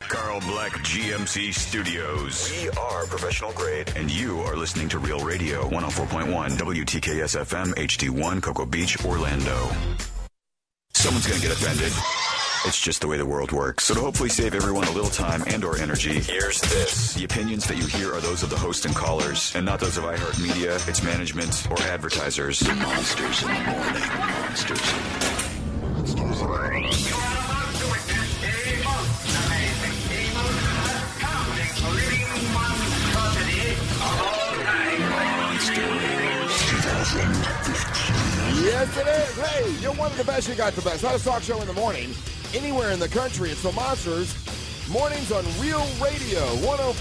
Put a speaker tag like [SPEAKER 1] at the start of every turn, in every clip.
[SPEAKER 1] Carl Black GMC Studios. We are professional grade. And you are listening to Real Radio 104.1 WTKS FM HD1 Cocoa Beach, Orlando. Someone's going to get offended. It's just the way the world works. So to hopefully save everyone a little time and or energy, here's this. The opinions that you hear are those of the host and callers, and not those of iHeartMedia, its management, or advertisers. Monsters in the morning. Monsters.
[SPEAKER 2] Yes, it is. Hey, you're one of the best. You got the best. Not a talk show in the morning. Anywhere in the country, it's the Monsters. Mornings on Real Radio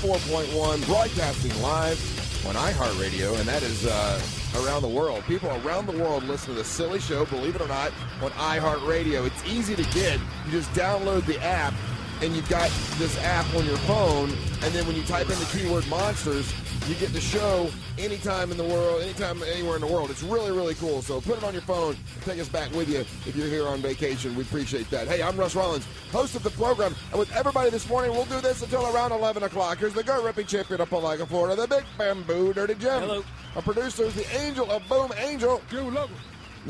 [SPEAKER 2] 104.1, broadcasting live on iHeartRadio, and that is uh, around the world. People around the world listen to this silly show, believe it or not, on iHeartRadio. It's easy to get. You just download the app, and you've got this app on your phone, and then when you type in the keyword monsters, you get the show anytime in the world, anytime, anywhere in the world. It's really, really cool. So put it on your phone. Take us back with you if you're here on vacation. We appreciate that. Hey, I'm Russ Rollins, host of the program. And with everybody this morning, we'll do this until around 11 o'clock. Here's the Go Ripping Champion of Palaga, Florida, the Big Bamboo Dirty Jim. Hello. Our producer is the angel of boom, Angel. The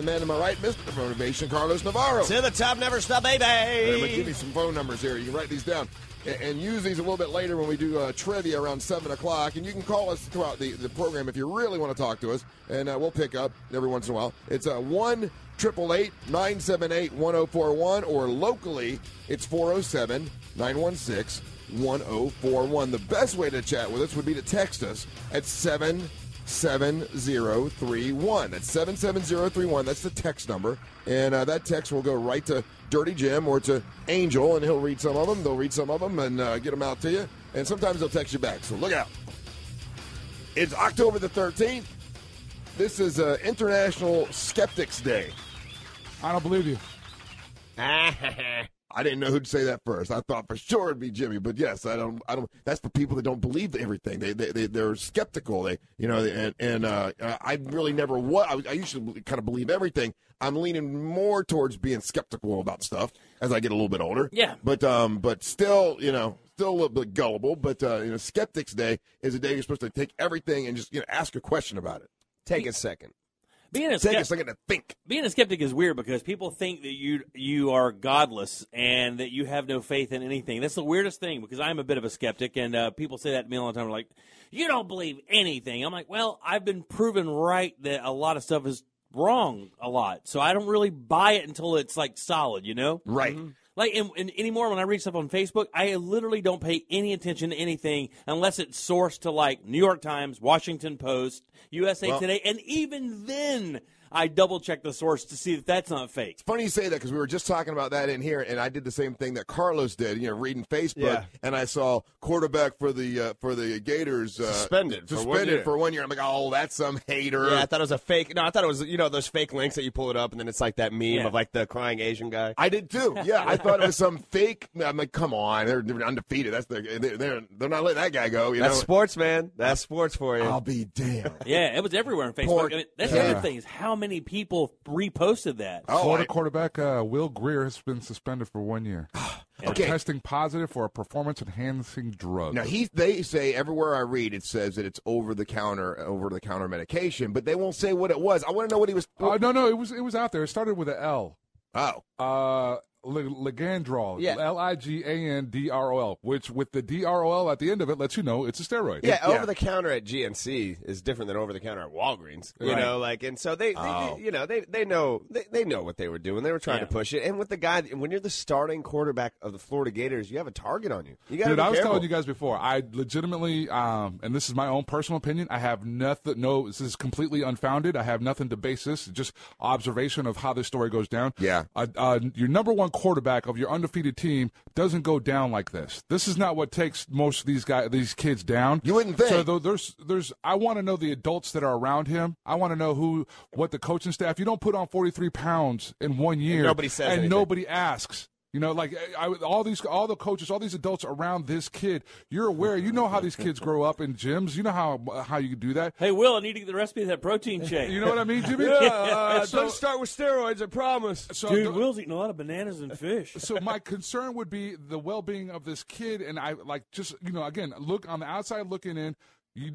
[SPEAKER 2] man to my right, Mr. Motivation, Carlos Navarro.
[SPEAKER 3] To the top, never stop,
[SPEAKER 2] Hey, but give me
[SPEAKER 3] baby.
[SPEAKER 2] some phone numbers here. You can write these down. And, and use these a little bit later when we do uh, trivia around 7 o'clock. And you can call us throughout the, the program if you really want to talk to us. And uh, we'll pick up every once in a while. It's uh, 1 978 1041. Or locally, it's 407 916 1041. The best way to chat with us would be to text us at 7- 77031. That's 77031. That's the text number. And uh, that text will go right to Dirty Jim or to Angel, and he'll read some of them. They'll read some of them and uh, get them out to you. And sometimes they'll text you back. So look out. It's October the 13th. This is uh, International Skeptics Day.
[SPEAKER 4] I don't believe you.
[SPEAKER 2] I didn't know who'd say that first. I thought for sure it'd be Jimmy, but yes, I don't. I don't. That's for people that don't believe everything. They they, they they're skeptical. They you know they, and and uh, I really never was. I, I used to kind of believe everything. I'm leaning more towards being skeptical about stuff as I get a little bit older.
[SPEAKER 3] Yeah.
[SPEAKER 2] But um, but still, you know, still a little bit gullible. But uh, you know, Skeptics Day is a day you're supposed to take everything and just you know ask a question about it.
[SPEAKER 4] Take a second.
[SPEAKER 3] Being a,
[SPEAKER 2] Take
[SPEAKER 3] skep-
[SPEAKER 2] a second to think.
[SPEAKER 3] being a skeptic is weird because people think that you you are godless and that you have no faith in anything. That's the weirdest thing because I'm a bit of a skeptic, and uh, people say that to me all the time. They're like, "You don't believe anything." I'm like, "Well, I've been proven right that a lot of stuff is wrong a lot, so I don't really buy it until it's like solid, you know?" Mm-hmm.
[SPEAKER 2] Right.
[SPEAKER 3] Like and, and anymore, when I read stuff on Facebook, I literally don't pay any attention to anything unless it's sourced to like New York Times, Washington Post, USA
[SPEAKER 2] Well-
[SPEAKER 3] Today, and even then, I double check the source to see that that's not fake.
[SPEAKER 2] funny you say that because we were just talking about that in here, and I did the same thing that Carlos did. You know, reading Facebook,
[SPEAKER 4] Yeah.
[SPEAKER 2] and I saw quarterback for the uh, for the Gators uh,
[SPEAKER 4] Suspended for one
[SPEAKER 2] suspended
[SPEAKER 4] year.
[SPEAKER 2] for one year. I'm like, oh, that's some hater.
[SPEAKER 4] Yeah, I thought it was a fake. No, I thought it was you know those fake links that you pull it up and then it's like that meme
[SPEAKER 3] Yeah.
[SPEAKER 4] of like the crying Asian guy.
[SPEAKER 2] I did too. Yeah, I thought it was some fake. I'm like, come on, they're, they're undefeated. That's their, they're they're they're not letting that guy go. You
[SPEAKER 4] That's
[SPEAKER 2] know,
[SPEAKER 4] sports, man. That's sports for you.
[SPEAKER 2] I'll be damned.
[SPEAKER 3] Yeah, it was everywhere on Facebook.
[SPEAKER 2] Poor
[SPEAKER 3] I mean, that's the
[SPEAKER 2] guy.
[SPEAKER 3] other thing is how many people reposted that.
[SPEAKER 2] Oh,
[SPEAKER 5] Florida
[SPEAKER 2] I-
[SPEAKER 5] quarterback uh, Will Greer has been suspended for one year for
[SPEAKER 2] okay.
[SPEAKER 5] testing positive for a performance-enhancing drug.
[SPEAKER 2] Now he, they say everywhere I read, it says that it's over the counter, over the counter medication, but they won't say what it was. I want to know what he was.
[SPEAKER 5] Uh, no, no, it was it was out there. It started with an L.
[SPEAKER 2] oh,
[SPEAKER 5] Uh, Lig- Ligandrol.
[SPEAKER 4] Yeah.
[SPEAKER 5] L i g a n d r o l, which with the d r o l at the end of it lets you know it's a steroid.
[SPEAKER 4] yeah,
[SPEAKER 2] yeah.
[SPEAKER 4] over the counter at GNC is different than over the counter at Walgreens. You
[SPEAKER 5] Right.
[SPEAKER 4] know, like and so they, they
[SPEAKER 2] Oh.
[SPEAKER 4] you know, they they know they, they know what they were doing. They were trying
[SPEAKER 3] Yeah.
[SPEAKER 4] to push it. And with the guy when you're the starting quarterback of the Florida Gators, you have a target on you. You got to
[SPEAKER 5] Dude,
[SPEAKER 4] be
[SPEAKER 5] I was
[SPEAKER 4] careful.
[SPEAKER 5] telling you guys before. I legitimately, um, and this is my own personal opinion. I have nothing. No, this is completely unfounded. I have nothing to base this. Just observation of how this story goes down.
[SPEAKER 2] Yeah.
[SPEAKER 5] Uh, uh, your number one quarterback of your undefeated team doesn't go down like this. This is not what takes most of these guys, these kids down.
[SPEAKER 2] You wouldn't think.
[SPEAKER 5] So though there's, there's. I want to know the adults that are around him. I want to know who, what the coaching staff. You don't put on 43 pounds in one year.
[SPEAKER 4] nobody says
[SPEAKER 5] and
[SPEAKER 4] anything.
[SPEAKER 5] nobody asks. You know, like I, I- all these, all the coaches, all these adults around this kid. You're aware. You know how these kids grow up in gyms. You know how how you do that.
[SPEAKER 3] Hey, Will, I need to get the recipe of that protein shake.
[SPEAKER 5] You know what I mean, Jimmy?
[SPEAKER 6] uh,
[SPEAKER 5] so-
[SPEAKER 6] don't start with steroids, I promise.
[SPEAKER 5] so
[SPEAKER 3] Dude,
[SPEAKER 5] the- Uh,
[SPEAKER 3] Will's eating a lot of bananas and fish.
[SPEAKER 5] so my concern would be the well-being of this kid and i like just you know again look on the outside looking in you,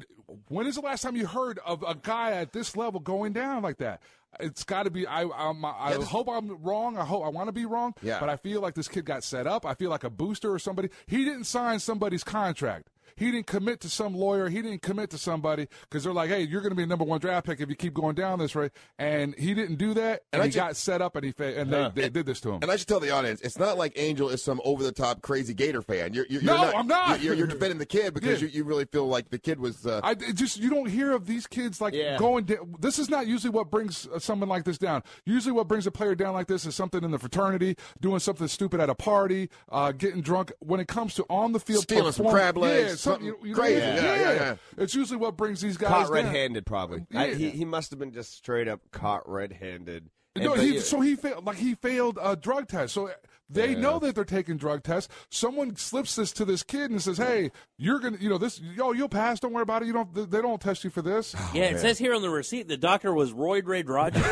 [SPEAKER 5] when is the last time you heard of a guy at this level going down like that it's got to be i I'm, i hope i'm wrong i hope i want to be wrong
[SPEAKER 2] Yeah.
[SPEAKER 5] but i feel like this kid got set up i feel like a booster or somebody he didn't sign somebody's contract he didn't commit to some lawyer. He didn't commit to somebody because they're like, "Hey, you're going to be a number one draft pick if you keep going down this way." And he didn't do that, and,
[SPEAKER 2] I
[SPEAKER 5] he
[SPEAKER 2] ju-
[SPEAKER 5] got set up, and he fa- and they, they did this to him.
[SPEAKER 2] And I should tell the audience, it's not like Angel is some over the top crazy Gator fan. You're, you're, you're
[SPEAKER 5] No, I'm not.
[SPEAKER 2] You're, you're defending the kid because
[SPEAKER 5] Yeah.
[SPEAKER 2] you, you really feel like the kid was. Uh,
[SPEAKER 5] I it just you don't hear of these kids like
[SPEAKER 6] Yeah.
[SPEAKER 5] going. Da- this is not usually what brings uh, someone like this down. Usually, what brings a player down like this is something in the fraternity, doing something stupid at a party, uh, getting drunk. When it comes to on the field,
[SPEAKER 2] Stealing some
[SPEAKER 5] perform-
[SPEAKER 2] crab legs,
[SPEAKER 5] yeah,
[SPEAKER 2] something crazy.
[SPEAKER 5] Yeah.
[SPEAKER 2] Yeah, yeah, yeah.
[SPEAKER 5] It's usually what brings these guys
[SPEAKER 4] Caught
[SPEAKER 5] down.
[SPEAKER 4] red-handed, probably. I, he,
[SPEAKER 5] Yeah.
[SPEAKER 4] he must have been just straight up caught red-handed.
[SPEAKER 5] No,
[SPEAKER 4] And- but
[SPEAKER 5] he,
[SPEAKER 4] you-
[SPEAKER 5] so he failed. Like he failed a drug test. So they know that they're taking drug tests. Someone slips this to this kid and says, "Hey, you're gonna, you know, this, yo, you'll pass. Don't worry about it. You don't. They don't test you for this."
[SPEAKER 3] yeah, it says here on the receipt the doctor was Roy Ray Rogers.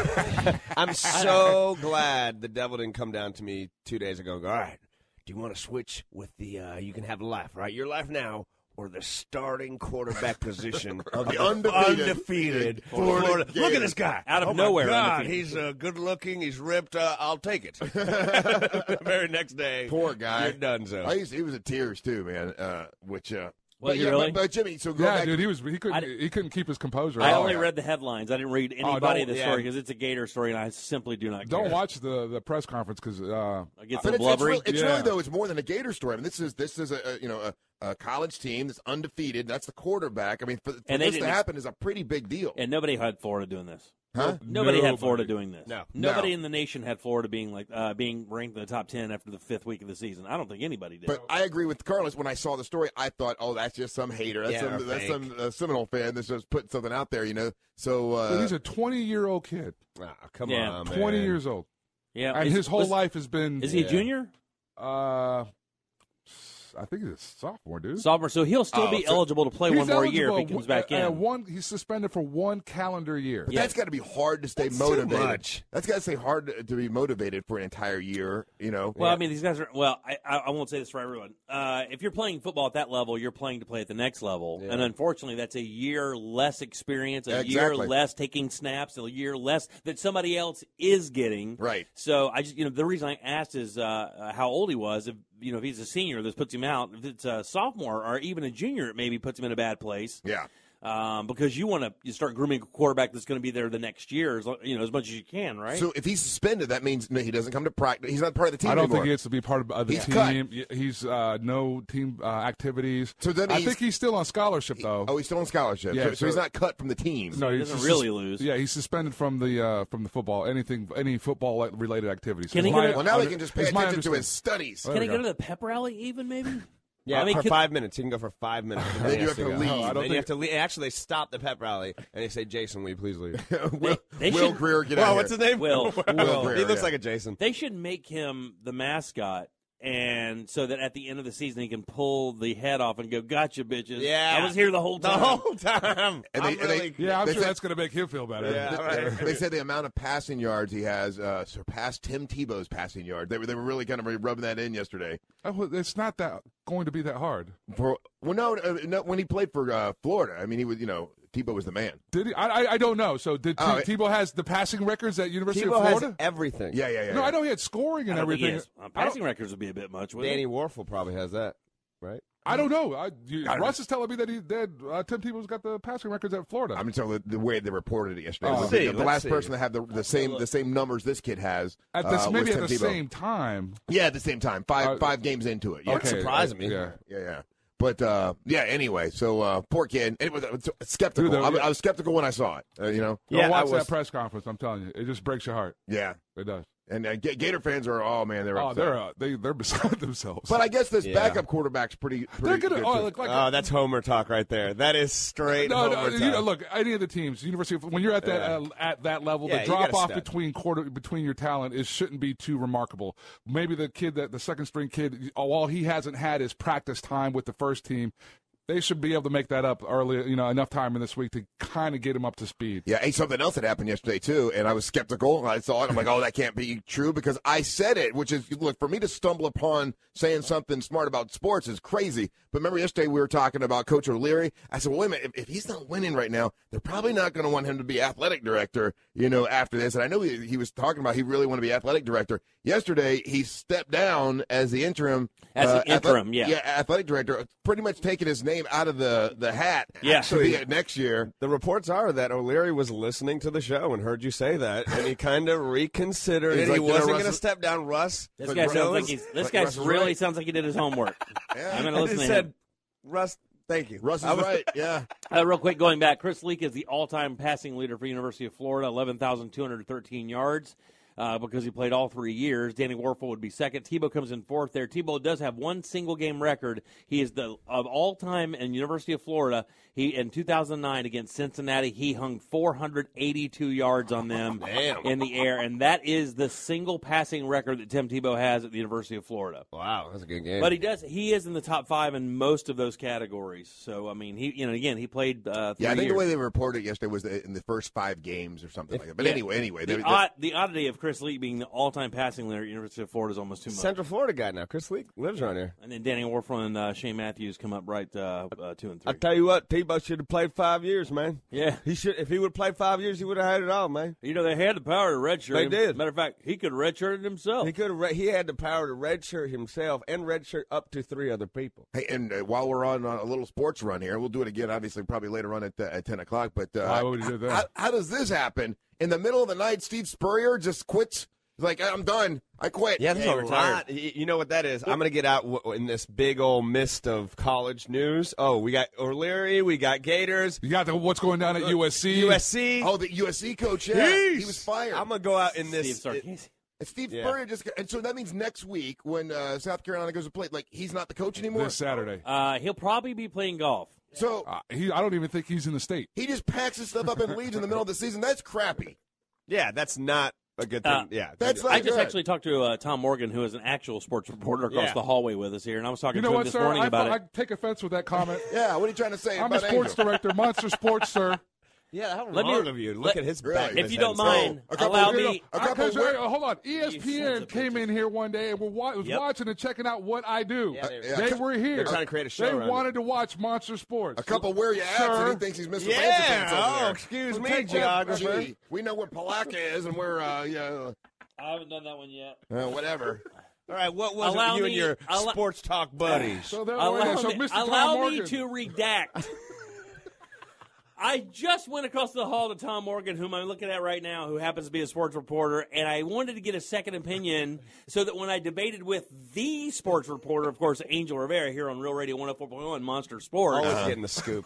[SPEAKER 4] I'm so glad the devil didn't come down to me two days ago. and go, all right, do you want to switch with the? Uh, you can have a laugh, right? Your life now. Or the starting quarterback position of
[SPEAKER 2] the undefeated-
[SPEAKER 4] undefeated
[SPEAKER 2] Florida
[SPEAKER 4] Florida. Look
[SPEAKER 2] Gators.
[SPEAKER 4] at this guy
[SPEAKER 3] Out of
[SPEAKER 4] Oh my
[SPEAKER 3] nowhere,
[SPEAKER 4] God,
[SPEAKER 3] undefeated.
[SPEAKER 4] he's uh, good looking. He's ripped. Uh, I'll take it. the very next day,
[SPEAKER 2] Poor guy.
[SPEAKER 4] You're done, so.
[SPEAKER 2] I used- he was in tears too, man. Uh, which, uh,
[SPEAKER 3] What,
[SPEAKER 2] but
[SPEAKER 3] you
[SPEAKER 2] yeah,
[SPEAKER 3] really?
[SPEAKER 2] but, but Jimmy, so go
[SPEAKER 5] Yeah,
[SPEAKER 2] back.
[SPEAKER 5] dude, he was he couldn't
[SPEAKER 3] I-
[SPEAKER 5] he couldn't keep his composure.
[SPEAKER 3] I
[SPEAKER 5] at all.
[SPEAKER 3] only read the headlines. I didn't read anybody in
[SPEAKER 4] don't-
[SPEAKER 3] the
[SPEAKER 4] yeah.
[SPEAKER 3] story because it's a Gator story, and I simply do not.
[SPEAKER 5] Don't
[SPEAKER 3] care.
[SPEAKER 5] watch the the press conference because uh,
[SPEAKER 3] I get
[SPEAKER 2] but
[SPEAKER 3] some
[SPEAKER 2] it's, it's,
[SPEAKER 3] blubbery.
[SPEAKER 2] really, it's
[SPEAKER 5] Yeah.
[SPEAKER 2] really though it's more than a Gator story. I mean, this is this is a, a you know a, a college team that's undefeated. That's the quarterback. I mean, for, for
[SPEAKER 3] And they
[SPEAKER 2] this to
[SPEAKER 3] didn't-
[SPEAKER 2] happen is a pretty big deal.
[SPEAKER 3] and nobody had Florida doing this.
[SPEAKER 2] Huh?
[SPEAKER 3] Nobody,
[SPEAKER 5] Nobody.
[SPEAKER 3] had Florida doing this.
[SPEAKER 4] No.
[SPEAKER 3] Nobody
[SPEAKER 2] No.
[SPEAKER 3] in the nation had Florida being like uh, being ranked in the top ten after the fifth week of the season. I don't think anybody did.
[SPEAKER 2] But I agree with Carlos. When I saw the story, I thought, "Oh, that's just some hater. That's
[SPEAKER 4] Yeah, or
[SPEAKER 2] some that's
[SPEAKER 4] fake.
[SPEAKER 2] some uh, Seminole fan that's just putting something out there." You know. So
[SPEAKER 5] but
[SPEAKER 2] uh,
[SPEAKER 5] he's a 20 year old kid,
[SPEAKER 4] Ah, come
[SPEAKER 3] Yeah.
[SPEAKER 4] on, man.
[SPEAKER 5] 20 years old,
[SPEAKER 3] yeah,
[SPEAKER 5] and
[SPEAKER 3] is-
[SPEAKER 5] his whole
[SPEAKER 3] was-
[SPEAKER 5] life has been.
[SPEAKER 3] Is he a
[SPEAKER 4] Yeah.
[SPEAKER 3] junior?
[SPEAKER 5] Uh, I think he's a sophomore, dude.
[SPEAKER 3] Sophomore, so he'll still
[SPEAKER 2] Oh,
[SPEAKER 3] be
[SPEAKER 2] so-
[SPEAKER 3] eligible to play one
[SPEAKER 5] He's
[SPEAKER 3] more year if
[SPEAKER 5] eligible
[SPEAKER 3] he comes back
[SPEAKER 5] uh,
[SPEAKER 3] in.
[SPEAKER 5] uh, one, he's suspended for one calendar year.
[SPEAKER 2] but
[SPEAKER 3] yeah.
[SPEAKER 2] that's got to be hard to stay
[SPEAKER 4] That's too
[SPEAKER 2] motivated.
[SPEAKER 4] much.
[SPEAKER 2] That's got to stay hard to, to be motivated for an entire year. You know.
[SPEAKER 3] Well, I mean, these guys are. Well, I, I, I won't say this for everyone. Uh, if you're playing football at that level, you're playing to play at the next level, and unfortunately, that's a year less experience, a year
[SPEAKER 2] Exactly.
[SPEAKER 3] less taking snaps, a year less that somebody else is getting.
[SPEAKER 2] Right.
[SPEAKER 3] So I just, you know, the reason I asked is uh, uh, how old he was. If you know, if he's a senior, this puts him out. If it's a sophomore or even a junior, it maybe puts him in a bad place.
[SPEAKER 2] yeah.
[SPEAKER 3] Um, because you want to you start grooming a quarterback that's going to be there the next year, as lo- you know, as much as you can, right?
[SPEAKER 2] So if he's suspended, that means no, he doesn't come to practice. He's not part of the team
[SPEAKER 5] I don't
[SPEAKER 2] anymore.
[SPEAKER 5] think he gets to be part of uh, the
[SPEAKER 2] He's
[SPEAKER 5] team.
[SPEAKER 2] cut.
[SPEAKER 5] Y- He's uh, no team uh, activities.
[SPEAKER 2] So then
[SPEAKER 5] I
[SPEAKER 2] he's-
[SPEAKER 5] think he's still on scholarship though.
[SPEAKER 2] Oh, he's still on scholarship.
[SPEAKER 5] Yeah,
[SPEAKER 2] so, so he's
[SPEAKER 5] so-
[SPEAKER 2] not cut from the team.
[SPEAKER 5] no,
[SPEAKER 3] he
[SPEAKER 5] he's
[SPEAKER 3] doesn't
[SPEAKER 5] sus-
[SPEAKER 3] really lose.
[SPEAKER 5] Yeah, he's suspended from the uh, from the football anything any football like, related activities.
[SPEAKER 3] Can he
[SPEAKER 5] Is
[SPEAKER 3] get
[SPEAKER 5] my-
[SPEAKER 3] a-
[SPEAKER 2] Well, now they can just pay
[SPEAKER 5] is my
[SPEAKER 2] attention to
[SPEAKER 5] understanding.
[SPEAKER 2] his studies.
[SPEAKER 3] Can
[SPEAKER 5] There
[SPEAKER 3] I
[SPEAKER 5] we
[SPEAKER 3] go
[SPEAKER 5] go.
[SPEAKER 3] to the pep rally even maybe?
[SPEAKER 4] Yeah,
[SPEAKER 3] I mean,
[SPEAKER 4] for
[SPEAKER 3] could-
[SPEAKER 4] five minutes. You can go for five minutes.
[SPEAKER 2] Then you have to leave.
[SPEAKER 5] No,
[SPEAKER 4] Then
[SPEAKER 5] I don't think-
[SPEAKER 4] you Oh, have to leave. Actually, they stop the pep rally and they say, "Jason, will you please leave?"
[SPEAKER 2] Will,
[SPEAKER 3] they
[SPEAKER 2] Will
[SPEAKER 3] should-
[SPEAKER 2] Greer, get
[SPEAKER 4] Wow,
[SPEAKER 2] out
[SPEAKER 4] what's
[SPEAKER 2] here.
[SPEAKER 4] his name?
[SPEAKER 3] Will.
[SPEAKER 2] Will Greer,
[SPEAKER 4] he looks
[SPEAKER 2] yeah.
[SPEAKER 4] like a Jason.
[SPEAKER 3] They should make him the mascot, and so that at the end of the season he can pull the head off and go, "Gotcha, bitches!
[SPEAKER 4] Yeah.
[SPEAKER 3] I was here the whole time."
[SPEAKER 4] The whole time.
[SPEAKER 2] And they-
[SPEAKER 4] I'm
[SPEAKER 2] and they-
[SPEAKER 4] really-
[SPEAKER 5] Yeah, I'm
[SPEAKER 2] They
[SPEAKER 5] sure
[SPEAKER 2] said-
[SPEAKER 5] that's going to make him feel better.
[SPEAKER 4] Yeah, right.
[SPEAKER 2] they said the amount of passing yards he has uh, surpassed Tim Tebow's passing yards. They were they were really kind of rubbing that in yesterday.
[SPEAKER 5] Oh, well, It's not that going to be that hard.
[SPEAKER 2] For, well, no, uh, no, when he played for uh, Florida, I mean, he was you know Tebow was the man.
[SPEAKER 5] Did he? I, I, I don't know. So did Te-
[SPEAKER 2] Oh, it-
[SPEAKER 5] Tebow has the passing records at University
[SPEAKER 4] Tebow
[SPEAKER 5] of
[SPEAKER 4] has
[SPEAKER 5] Florida?
[SPEAKER 4] everything.
[SPEAKER 2] Yeah, yeah, yeah.
[SPEAKER 5] no,
[SPEAKER 2] yeah.
[SPEAKER 5] I know he had scoring
[SPEAKER 3] I
[SPEAKER 5] and
[SPEAKER 3] don't think he
[SPEAKER 5] everything.
[SPEAKER 3] has- uh,
[SPEAKER 5] I don't,
[SPEAKER 3] passing records would be a bit much. Wouldn't
[SPEAKER 4] Danny
[SPEAKER 3] it?
[SPEAKER 4] Warfel probably has that, right?
[SPEAKER 5] I don't know. I, you,
[SPEAKER 2] I don't-
[SPEAKER 5] Russ is telling me that he that uh, Tim Tebow's got the passing records at Florida.
[SPEAKER 2] I'm telling the, the way they reported it yesterday.
[SPEAKER 5] Oh.
[SPEAKER 2] was
[SPEAKER 4] See,
[SPEAKER 2] the, the
[SPEAKER 4] let's
[SPEAKER 2] last
[SPEAKER 4] see.
[SPEAKER 2] person to have the, the same the same numbers this kid has
[SPEAKER 5] at this,
[SPEAKER 2] uh,
[SPEAKER 5] maybe
[SPEAKER 2] was
[SPEAKER 5] at the
[SPEAKER 2] Tim Tebow.
[SPEAKER 5] same time.
[SPEAKER 2] Yeah, at the same time, five
[SPEAKER 5] Uh,
[SPEAKER 2] five games into it. Yeah.
[SPEAKER 5] okay,
[SPEAKER 4] surprise
[SPEAKER 5] uh,
[SPEAKER 4] me.
[SPEAKER 5] Yeah.
[SPEAKER 2] Yeah, yeah. But uh, yeah, anyway, so uh, poor kid. It was, it was skeptical.
[SPEAKER 5] Dude, uh,
[SPEAKER 2] I, was-
[SPEAKER 5] yeah.
[SPEAKER 2] I was skeptical when I saw it. Uh, you know.
[SPEAKER 5] Don't
[SPEAKER 4] Yeah, I
[SPEAKER 5] watch
[SPEAKER 4] was-
[SPEAKER 5] that press conference. I'm telling you, it just breaks your heart.
[SPEAKER 2] Yeah.
[SPEAKER 5] It does.
[SPEAKER 2] And uh, Ga- Gator fans are, oh man, they're
[SPEAKER 5] Oh,
[SPEAKER 2] upset.
[SPEAKER 5] they're uh, they they're beside themselves.
[SPEAKER 2] but I guess this
[SPEAKER 4] Yeah.
[SPEAKER 2] backup quarterback's pretty.
[SPEAKER 5] they're
[SPEAKER 2] pretty
[SPEAKER 5] gonna.
[SPEAKER 2] good
[SPEAKER 5] Oh,
[SPEAKER 2] too.
[SPEAKER 5] look like
[SPEAKER 4] Oh, that's Homer talk right there. That is straight
[SPEAKER 5] no, no.
[SPEAKER 4] Homer
[SPEAKER 5] You
[SPEAKER 4] talk.
[SPEAKER 5] know, look, any of the teams, University, of- when you're at that uh, at that level,
[SPEAKER 4] Yeah,
[SPEAKER 5] the
[SPEAKER 4] you
[SPEAKER 5] drop
[SPEAKER 4] gotta
[SPEAKER 5] off
[SPEAKER 4] step.
[SPEAKER 5] between quarter between your talent is shouldn't be too remarkable. Maybe the kid that the second string kid, while he hasn't had his practice time with the first team, they should be able to make that up early. You know, enough time in this week to kind of get him up to speed.
[SPEAKER 2] Yeah, hey, something else that happened yesterday too, and I was skeptical. and I saw it. I'm like, oh, that can't be true because I said it, which is look for me to stumble upon saying something smart about sports is crazy. But remember yesterday we were talking about Coach O'Leary. I said, well, wait a minute, if, if he's not winning right now, they're probably not going to want him to be athletic director, you know, after this. And I know he, he was talking about he really want to be athletic director. Yesterday he stepped down as the interim,
[SPEAKER 3] As the
[SPEAKER 2] athlete-
[SPEAKER 3] interim, yeah.
[SPEAKER 2] yeah, athletic director, pretty much taking his name out of the the hat.
[SPEAKER 3] Yeah.
[SPEAKER 2] to be it next year.
[SPEAKER 4] The reports are that O'Leary was listening to the show and heard you say that, and he kind of reconsidered.
[SPEAKER 2] He's
[SPEAKER 4] and
[SPEAKER 2] like,
[SPEAKER 4] he
[SPEAKER 2] you know,
[SPEAKER 4] wasn't
[SPEAKER 2] Russell-
[SPEAKER 4] going to step down, Russ.
[SPEAKER 3] This
[SPEAKER 2] But
[SPEAKER 3] guy sounds
[SPEAKER 2] Russell's-
[SPEAKER 3] like he's. This
[SPEAKER 2] but
[SPEAKER 3] guy
[SPEAKER 2] Russell's
[SPEAKER 3] really
[SPEAKER 2] right.
[SPEAKER 3] sounds like he did his homework. I'm going to
[SPEAKER 4] And he
[SPEAKER 3] listen to
[SPEAKER 4] said,
[SPEAKER 3] him.
[SPEAKER 4] Russ, thank you.
[SPEAKER 2] Russ is
[SPEAKER 4] I was-
[SPEAKER 2] right. Yeah.
[SPEAKER 3] Uh, real quick, going back, Chris Leak is the all-time passing leader for University of Florida, 11,213 yards uh, because he played all three years. Danny Warfel would be second. Tebow comes in fourth there. Tebow does have one single-game record. He is the of all time in University of Florida. He in 2009 against Cincinnati, he hung 482 yards on them in the air, and that is the single passing record that Tim Tebow has at the University of Florida.
[SPEAKER 4] Wow, that's a good game.
[SPEAKER 3] But he does. He is in the top five in most of those categories. So I mean, he you know again he played. Uh, three
[SPEAKER 2] Yeah, I think the
[SPEAKER 3] years.
[SPEAKER 2] way they reported it yesterday was that in the first five games or something like that. But
[SPEAKER 3] Yeah.
[SPEAKER 2] anyway, anyway, they,
[SPEAKER 3] the,
[SPEAKER 2] they,
[SPEAKER 3] odd, the oddity of Chris Lee being the all-time passing leader at University of Florida is almost too much.
[SPEAKER 4] Central Florida guy now. Chris Leak lives around here.
[SPEAKER 3] and then Danny Warfel and uh, Shane Matthews come up right uh, uh, two and
[SPEAKER 4] I
[SPEAKER 3] three.
[SPEAKER 4] tell you what, Tebow should have played five years, man.
[SPEAKER 3] Yeah.
[SPEAKER 4] he should. If he would have played five years, he would have had it all, man.
[SPEAKER 3] you know they had the power to redshirt.
[SPEAKER 4] They
[SPEAKER 3] him.
[SPEAKER 4] did.
[SPEAKER 3] Matter of fact, he could redshirt it himself.
[SPEAKER 4] He could have. Re- he had the power to redshirt himself and redshirt up to three other people.
[SPEAKER 2] hey, and uh, while we're on uh, a little sports run here, we'll do it again, obviously, probably later on at, uh, at 10 o'clock. But uh,
[SPEAKER 5] Why would he do that?
[SPEAKER 2] How, how does this happen? In the middle of the night, Steve Spurrier just quits. He's like, I'm done. I quit.
[SPEAKER 4] a lot. Y- You know what that is? I'm going to get out w- in this big old mist of college news. Oh, we got O'Leary, we got Gators,
[SPEAKER 5] You got the, what's going down at USC.
[SPEAKER 4] USC.
[SPEAKER 2] Oh, the USC coach, yeah, he was fired.
[SPEAKER 4] I'm going to go out in
[SPEAKER 3] Steve
[SPEAKER 4] this.
[SPEAKER 3] Sarkisian.
[SPEAKER 2] and Steve
[SPEAKER 4] Yeah.
[SPEAKER 2] Spurrier just, and so that means next week when uh, South Carolina goes to play, like he's not the coach anymore.
[SPEAKER 5] this Saturday.
[SPEAKER 3] Uh, he'll probably be playing golf.
[SPEAKER 2] So
[SPEAKER 5] Uh, he, I don't even think he's in the state.
[SPEAKER 2] he just packs his stuff up and leaves in the middle of the season. That's crappy.
[SPEAKER 4] yeah, that's not a good thing.
[SPEAKER 3] Uh,
[SPEAKER 4] yeah,
[SPEAKER 2] That's
[SPEAKER 3] I
[SPEAKER 2] not
[SPEAKER 3] just
[SPEAKER 2] good.
[SPEAKER 3] actually talked to uh, Tom Morgan, who is an actual sports reporter across
[SPEAKER 4] Yeah.
[SPEAKER 3] the hallway with us here, and I was talking
[SPEAKER 5] You
[SPEAKER 3] to
[SPEAKER 5] know
[SPEAKER 3] him
[SPEAKER 5] what,
[SPEAKER 3] this
[SPEAKER 5] sir?
[SPEAKER 3] morning
[SPEAKER 5] I,
[SPEAKER 3] about
[SPEAKER 5] I
[SPEAKER 3] it.
[SPEAKER 5] take offense with that comment.
[SPEAKER 2] Yeah, what are you trying to say?
[SPEAKER 5] I'm a
[SPEAKER 2] about
[SPEAKER 5] sports
[SPEAKER 2] Angel?
[SPEAKER 5] director, Monster Sports, sir.
[SPEAKER 4] yeah. How
[SPEAKER 3] Let me-
[SPEAKER 4] wrong of you. Look
[SPEAKER 3] let-
[SPEAKER 4] at his
[SPEAKER 2] Really?
[SPEAKER 4] back. of
[SPEAKER 2] If
[SPEAKER 4] his
[SPEAKER 3] you
[SPEAKER 4] head.
[SPEAKER 3] don't mind,
[SPEAKER 2] a couple
[SPEAKER 3] allow
[SPEAKER 2] of-
[SPEAKER 3] me.
[SPEAKER 2] A couple
[SPEAKER 5] Because,
[SPEAKER 2] where-
[SPEAKER 5] uh, hold on,
[SPEAKER 3] sons
[SPEAKER 5] ESPN
[SPEAKER 3] of
[SPEAKER 5] came in here one day and were wa- was
[SPEAKER 4] Yep.
[SPEAKER 5] watching and checking out what I do.
[SPEAKER 4] Yeah, they-
[SPEAKER 5] they were here.
[SPEAKER 4] They're trying to create a show
[SPEAKER 5] They
[SPEAKER 4] around it.
[SPEAKER 5] wanted to watch Monster Sports.
[SPEAKER 2] A couple where you at?
[SPEAKER 5] Sir.
[SPEAKER 2] and he thinks he's Mr.
[SPEAKER 4] Yeah.
[SPEAKER 2] Fancy Pants over
[SPEAKER 4] Oh,
[SPEAKER 2] there.
[SPEAKER 4] excuse
[SPEAKER 5] Well,
[SPEAKER 4] me,
[SPEAKER 5] take that-
[SPEAKER 4] geographer.
[SPEAKER 2] Gee, we know where Palaka is and where uh, yeah,
[SPEAKER 3] I haven't done that one yet.
[SPEAKER 2] uh, whatever.
[SPEAKER 4] All right, what was
[SPEAKER 3] Allow
[SPEAKER 4] it? You
[SPEAKER 3] me-
[SPEAKER 4] and your
[SPEAKER 3] allo-
[SPEAKER 4] sports talk buddies.
[SPEAKER 5] So that
[SPEAKER 3] allow
[SPEAKER 5] so
[SPEAKER 3] me,
[SPEAKER 5] Mr. Tom
[SPEAKER 3] allow me
[SPEAKER 5] Morgan.
[SPEAKER 3] to redact. I just went across the hall to Tom Morgan, whom I'm looking at right now, who happens to be a sports reporter, and I wanted to get a second opinion so that when I debated with the sports reporter, of course, Angel Rivera here on Real Radio 104.1 Monster Sports,
[SPEAKER 4] Always Oh, getting the scoop.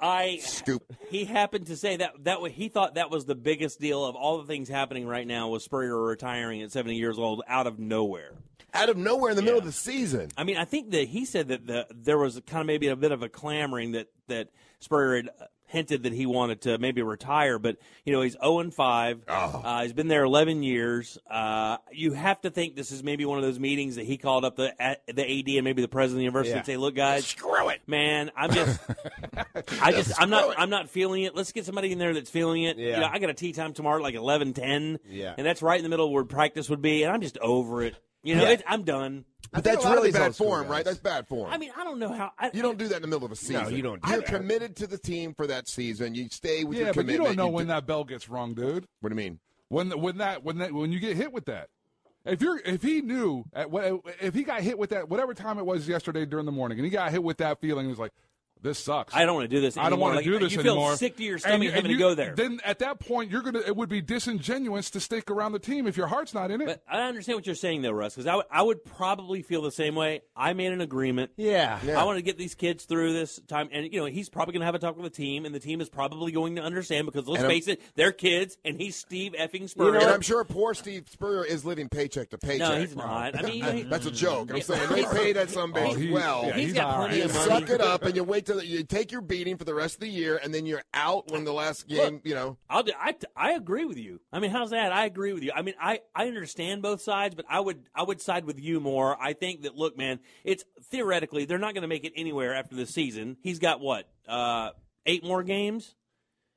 [SPEAKER 3] I
[SPEAKER 2] Scoop.
[SPEAKER 3] he happened to say that that wa- he thought that was the biggest deal of all the things happening right now was Spurrier retiring at 70 years old out of nowhere.
[SPEAKER 2] Out of nowhere in the middle of the season.
[SPEAKER 3] I mean, I think that he said that the, there was kind of maybe a bit of a clamoring that, that Spurrier had hinted that he wanted to maybe retire, but you know he's zero and five.
[SPEAKER 2] Oh.
[SPEAKER 3] Uh, he's been there eleven years. Uh, you have to think this is maybe one of those meetings that he called up the at, the AD and maybe the president of the university and say, "Look, guys,
[SPEAKER 2] Screw it.
[SPEAKER 3] man, I'm just, I just, I'm not, I'm not feeling it. Let's get somebody in there that's feeling it. You
[SPEAKER 4] Yeah.
[SPEAKER 3] know, I got a tea time tomorrow, at like eleven ten.
[SPEAKER 4] Yeah.
[SPEAKER 3] and that's right in the middle where practice would be, and I'm just over it. You know,
[SPEAKER 4] Yeah.
[SPEAKER 3] it, I'm done.
[SPEAKER 2] But
[SPEAKER 4] think
[SPEAKER 2] that's
[SPEAKER 4] a lot of
[SPEAKER 2] really
[SPEAKER 4] these
[SPEAKER 2] bad
[SPEAKER 4] old school
[SPEAKER 2] form, right?
[SPEAKER 4] guys-
[SPEAKER 2] That's bad form.
[SPEAKER 3] I mean, I don't know how. I,
[SPEAKER 2] uh, you don't do that in the middle of a season.
[SPEAKER 4] you don't do
[SPEAKER 2] You're
[SPEAKER 4] that.
[SPEAKER 2] committed to the team for that season. You stay with
[SPEAKER 5] Yeah,
[SPEAKER 2] your
[SPEAKER 5] but you
[SPEAKER 2] commitment.
[SPEAKER 5] don't know when
[SPEAKER 2] do-
[SPEAKER 5] that bell gets rung, dude.
[SPEAKER 2] What do you mean?
[SPEAKER 5] When when that when that when you get hit with that. If you're if he knew at what if he got hit with that whatever time it was yesterday during the morning and he got hit with that feeling, he was like, this sucks.
[SPEAKER 3] I don't wanna do this
[SPEAKER 5] I don't
[SPEAKER 3] anymore.
[SPEAKER 5] want
[SPEAKER 3] Like,
[SPEAKER 5] to do this
[SPEAKER 3] you feel
[SPEAKER 5] anymore.
[SPEAKER 3] sick to your
[SPEAKER 5] And
[SPEAKER 3] stomach
[SPEAKER 5] you- and
[SPEAKER 3] having to
[SPEAKER 5] you-
[SPEAKER 3] go there.
[SPEAKER 5] Then at that point, you're gonna. It would be disingenuous to stick around the team if your heart's not in it.
[SPEAKER 3] But I understand what you're saying, though, Russ, because I would- I would probably feel the same way. I made an agreement.
[SPEAKER 4] Yeah.
[SPEAKER 3] I want to get these kids through this time. And, you know, he's probably going to have a talk with the team, and the team is probably going to understand because, let's
[SPEAKER 2] And I'm-
[SPEAKER 3] face it, they're kids, and he's Steve effing
[SPEAKER 2] You
[SPEAKER 3] Spurrier.
[SPEAKER 2] know, and I'm sure poor Steve Spurrier is living paycheck to paycheck.
[SPEAKER 3] he's not. I mean, he-
[SPEAKER 2] that's a joke. I'm
[SPEAKER 3] Yeah.
[SPEAKER 2] saying they pay that some
[SPEAKER 5] Oh,
[SPEAKER 2] bitch
[SPEAKER 5] he-
[SPEAKER 2] well.
[SPEAKER 5] yeah,
[SPEAKER 3] he's
[SPEAKER 5] he's
[SPEAKER 3] got
[SPEAKER 5] all
[SPEAKER 3] plenty
[SPEAKER 2] You
[SPEAKER 3] of money.
[SPEAKER 2] suck it up, and you wait till you take your beating for the rest of the year, and then you're out when the last game. you know,
[SPEAKER 3] I'll do, I, I agree with you. I mean, how's that? I agree with you. I mean, I, I understand both sides, but I would I would side with you more. I think that look, man, it's theoretically they're not going to make it anywhere after this season. He's got what uh, eight more games,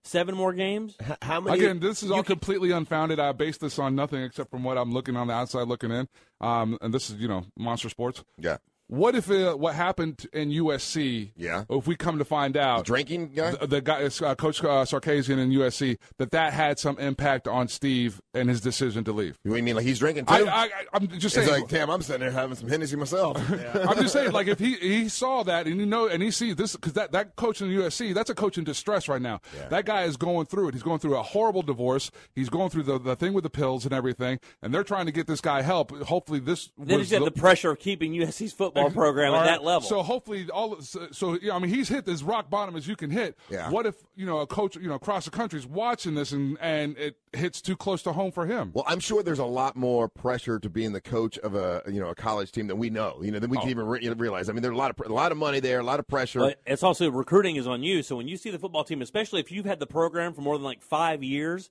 [SPEAKER 3] seven more games.
[SPEAKER 4] H- How many?
[SPEAKER 5] Again, this is all completely unfounded. I base this on nothing except from what I'm looking on the outside looking in. Um, and this is, you know, Monster Sports.
[SPEAKER 2] yeah,
[SPEAKER 5] What if uh, what happened in USC?
[SPEAKER 2] Yeah.
[SPEAKER 5] If we come to find out,
[SPEAKER 2] drinking guy.
[SPEAKER 5] the, the guy, uh, Coach uh, Sarkisian in USC, that that had some impact on Steve and his decision to leave.
[SPEAKER 2] you mean like he's drinking too?
[SPEAKER 5] I, I, I- I'm just
[SPEAKER 2] it's
[SPEAKER 5] saying.
[SPEAKER 2] like, damn, I'm sitting there having some Hennessy myself.
[SPEAKER 5] I'm just saying, like if he he saw that and you know and he sees this because that that coach in the USC that's a coach in distress right now. That guy is going through it. He's going through a horrible divorce. He's going through the, the thing with the pills and everything. And they're trying to get this guy help. Hopefully this
[SPEAKER 3] Then
[SPEAKER 5] was
[SPEAKER 3] he's got the pressure of keeping USC's football program at
[SPEAKER 5] All right.
[SPEAKER 3] that level.
[SPEAKER 5] So hopefully all so, so yeah, I mean he's hit as rock bottom as you can hit.
[SPEAKER 2] Yeah.
[SPEAKER 5] What if you know a coach you know across the country is watching this and and it hits too close to home for him?
[SPEAKER 2] Well, I'm sure there's a lot more pressure to being the coach of a you know a college team than we know. You know than we
[SPEAKER 5] Oh.
[SPEAKER 2] can even re- realize. I mean, there's a lot of pr- a lot of money there, a lot of pressure.
[SPEAKER 3] But it's also recruiting is on you. So when you see the football team, especially if you've had the program for more than like five years,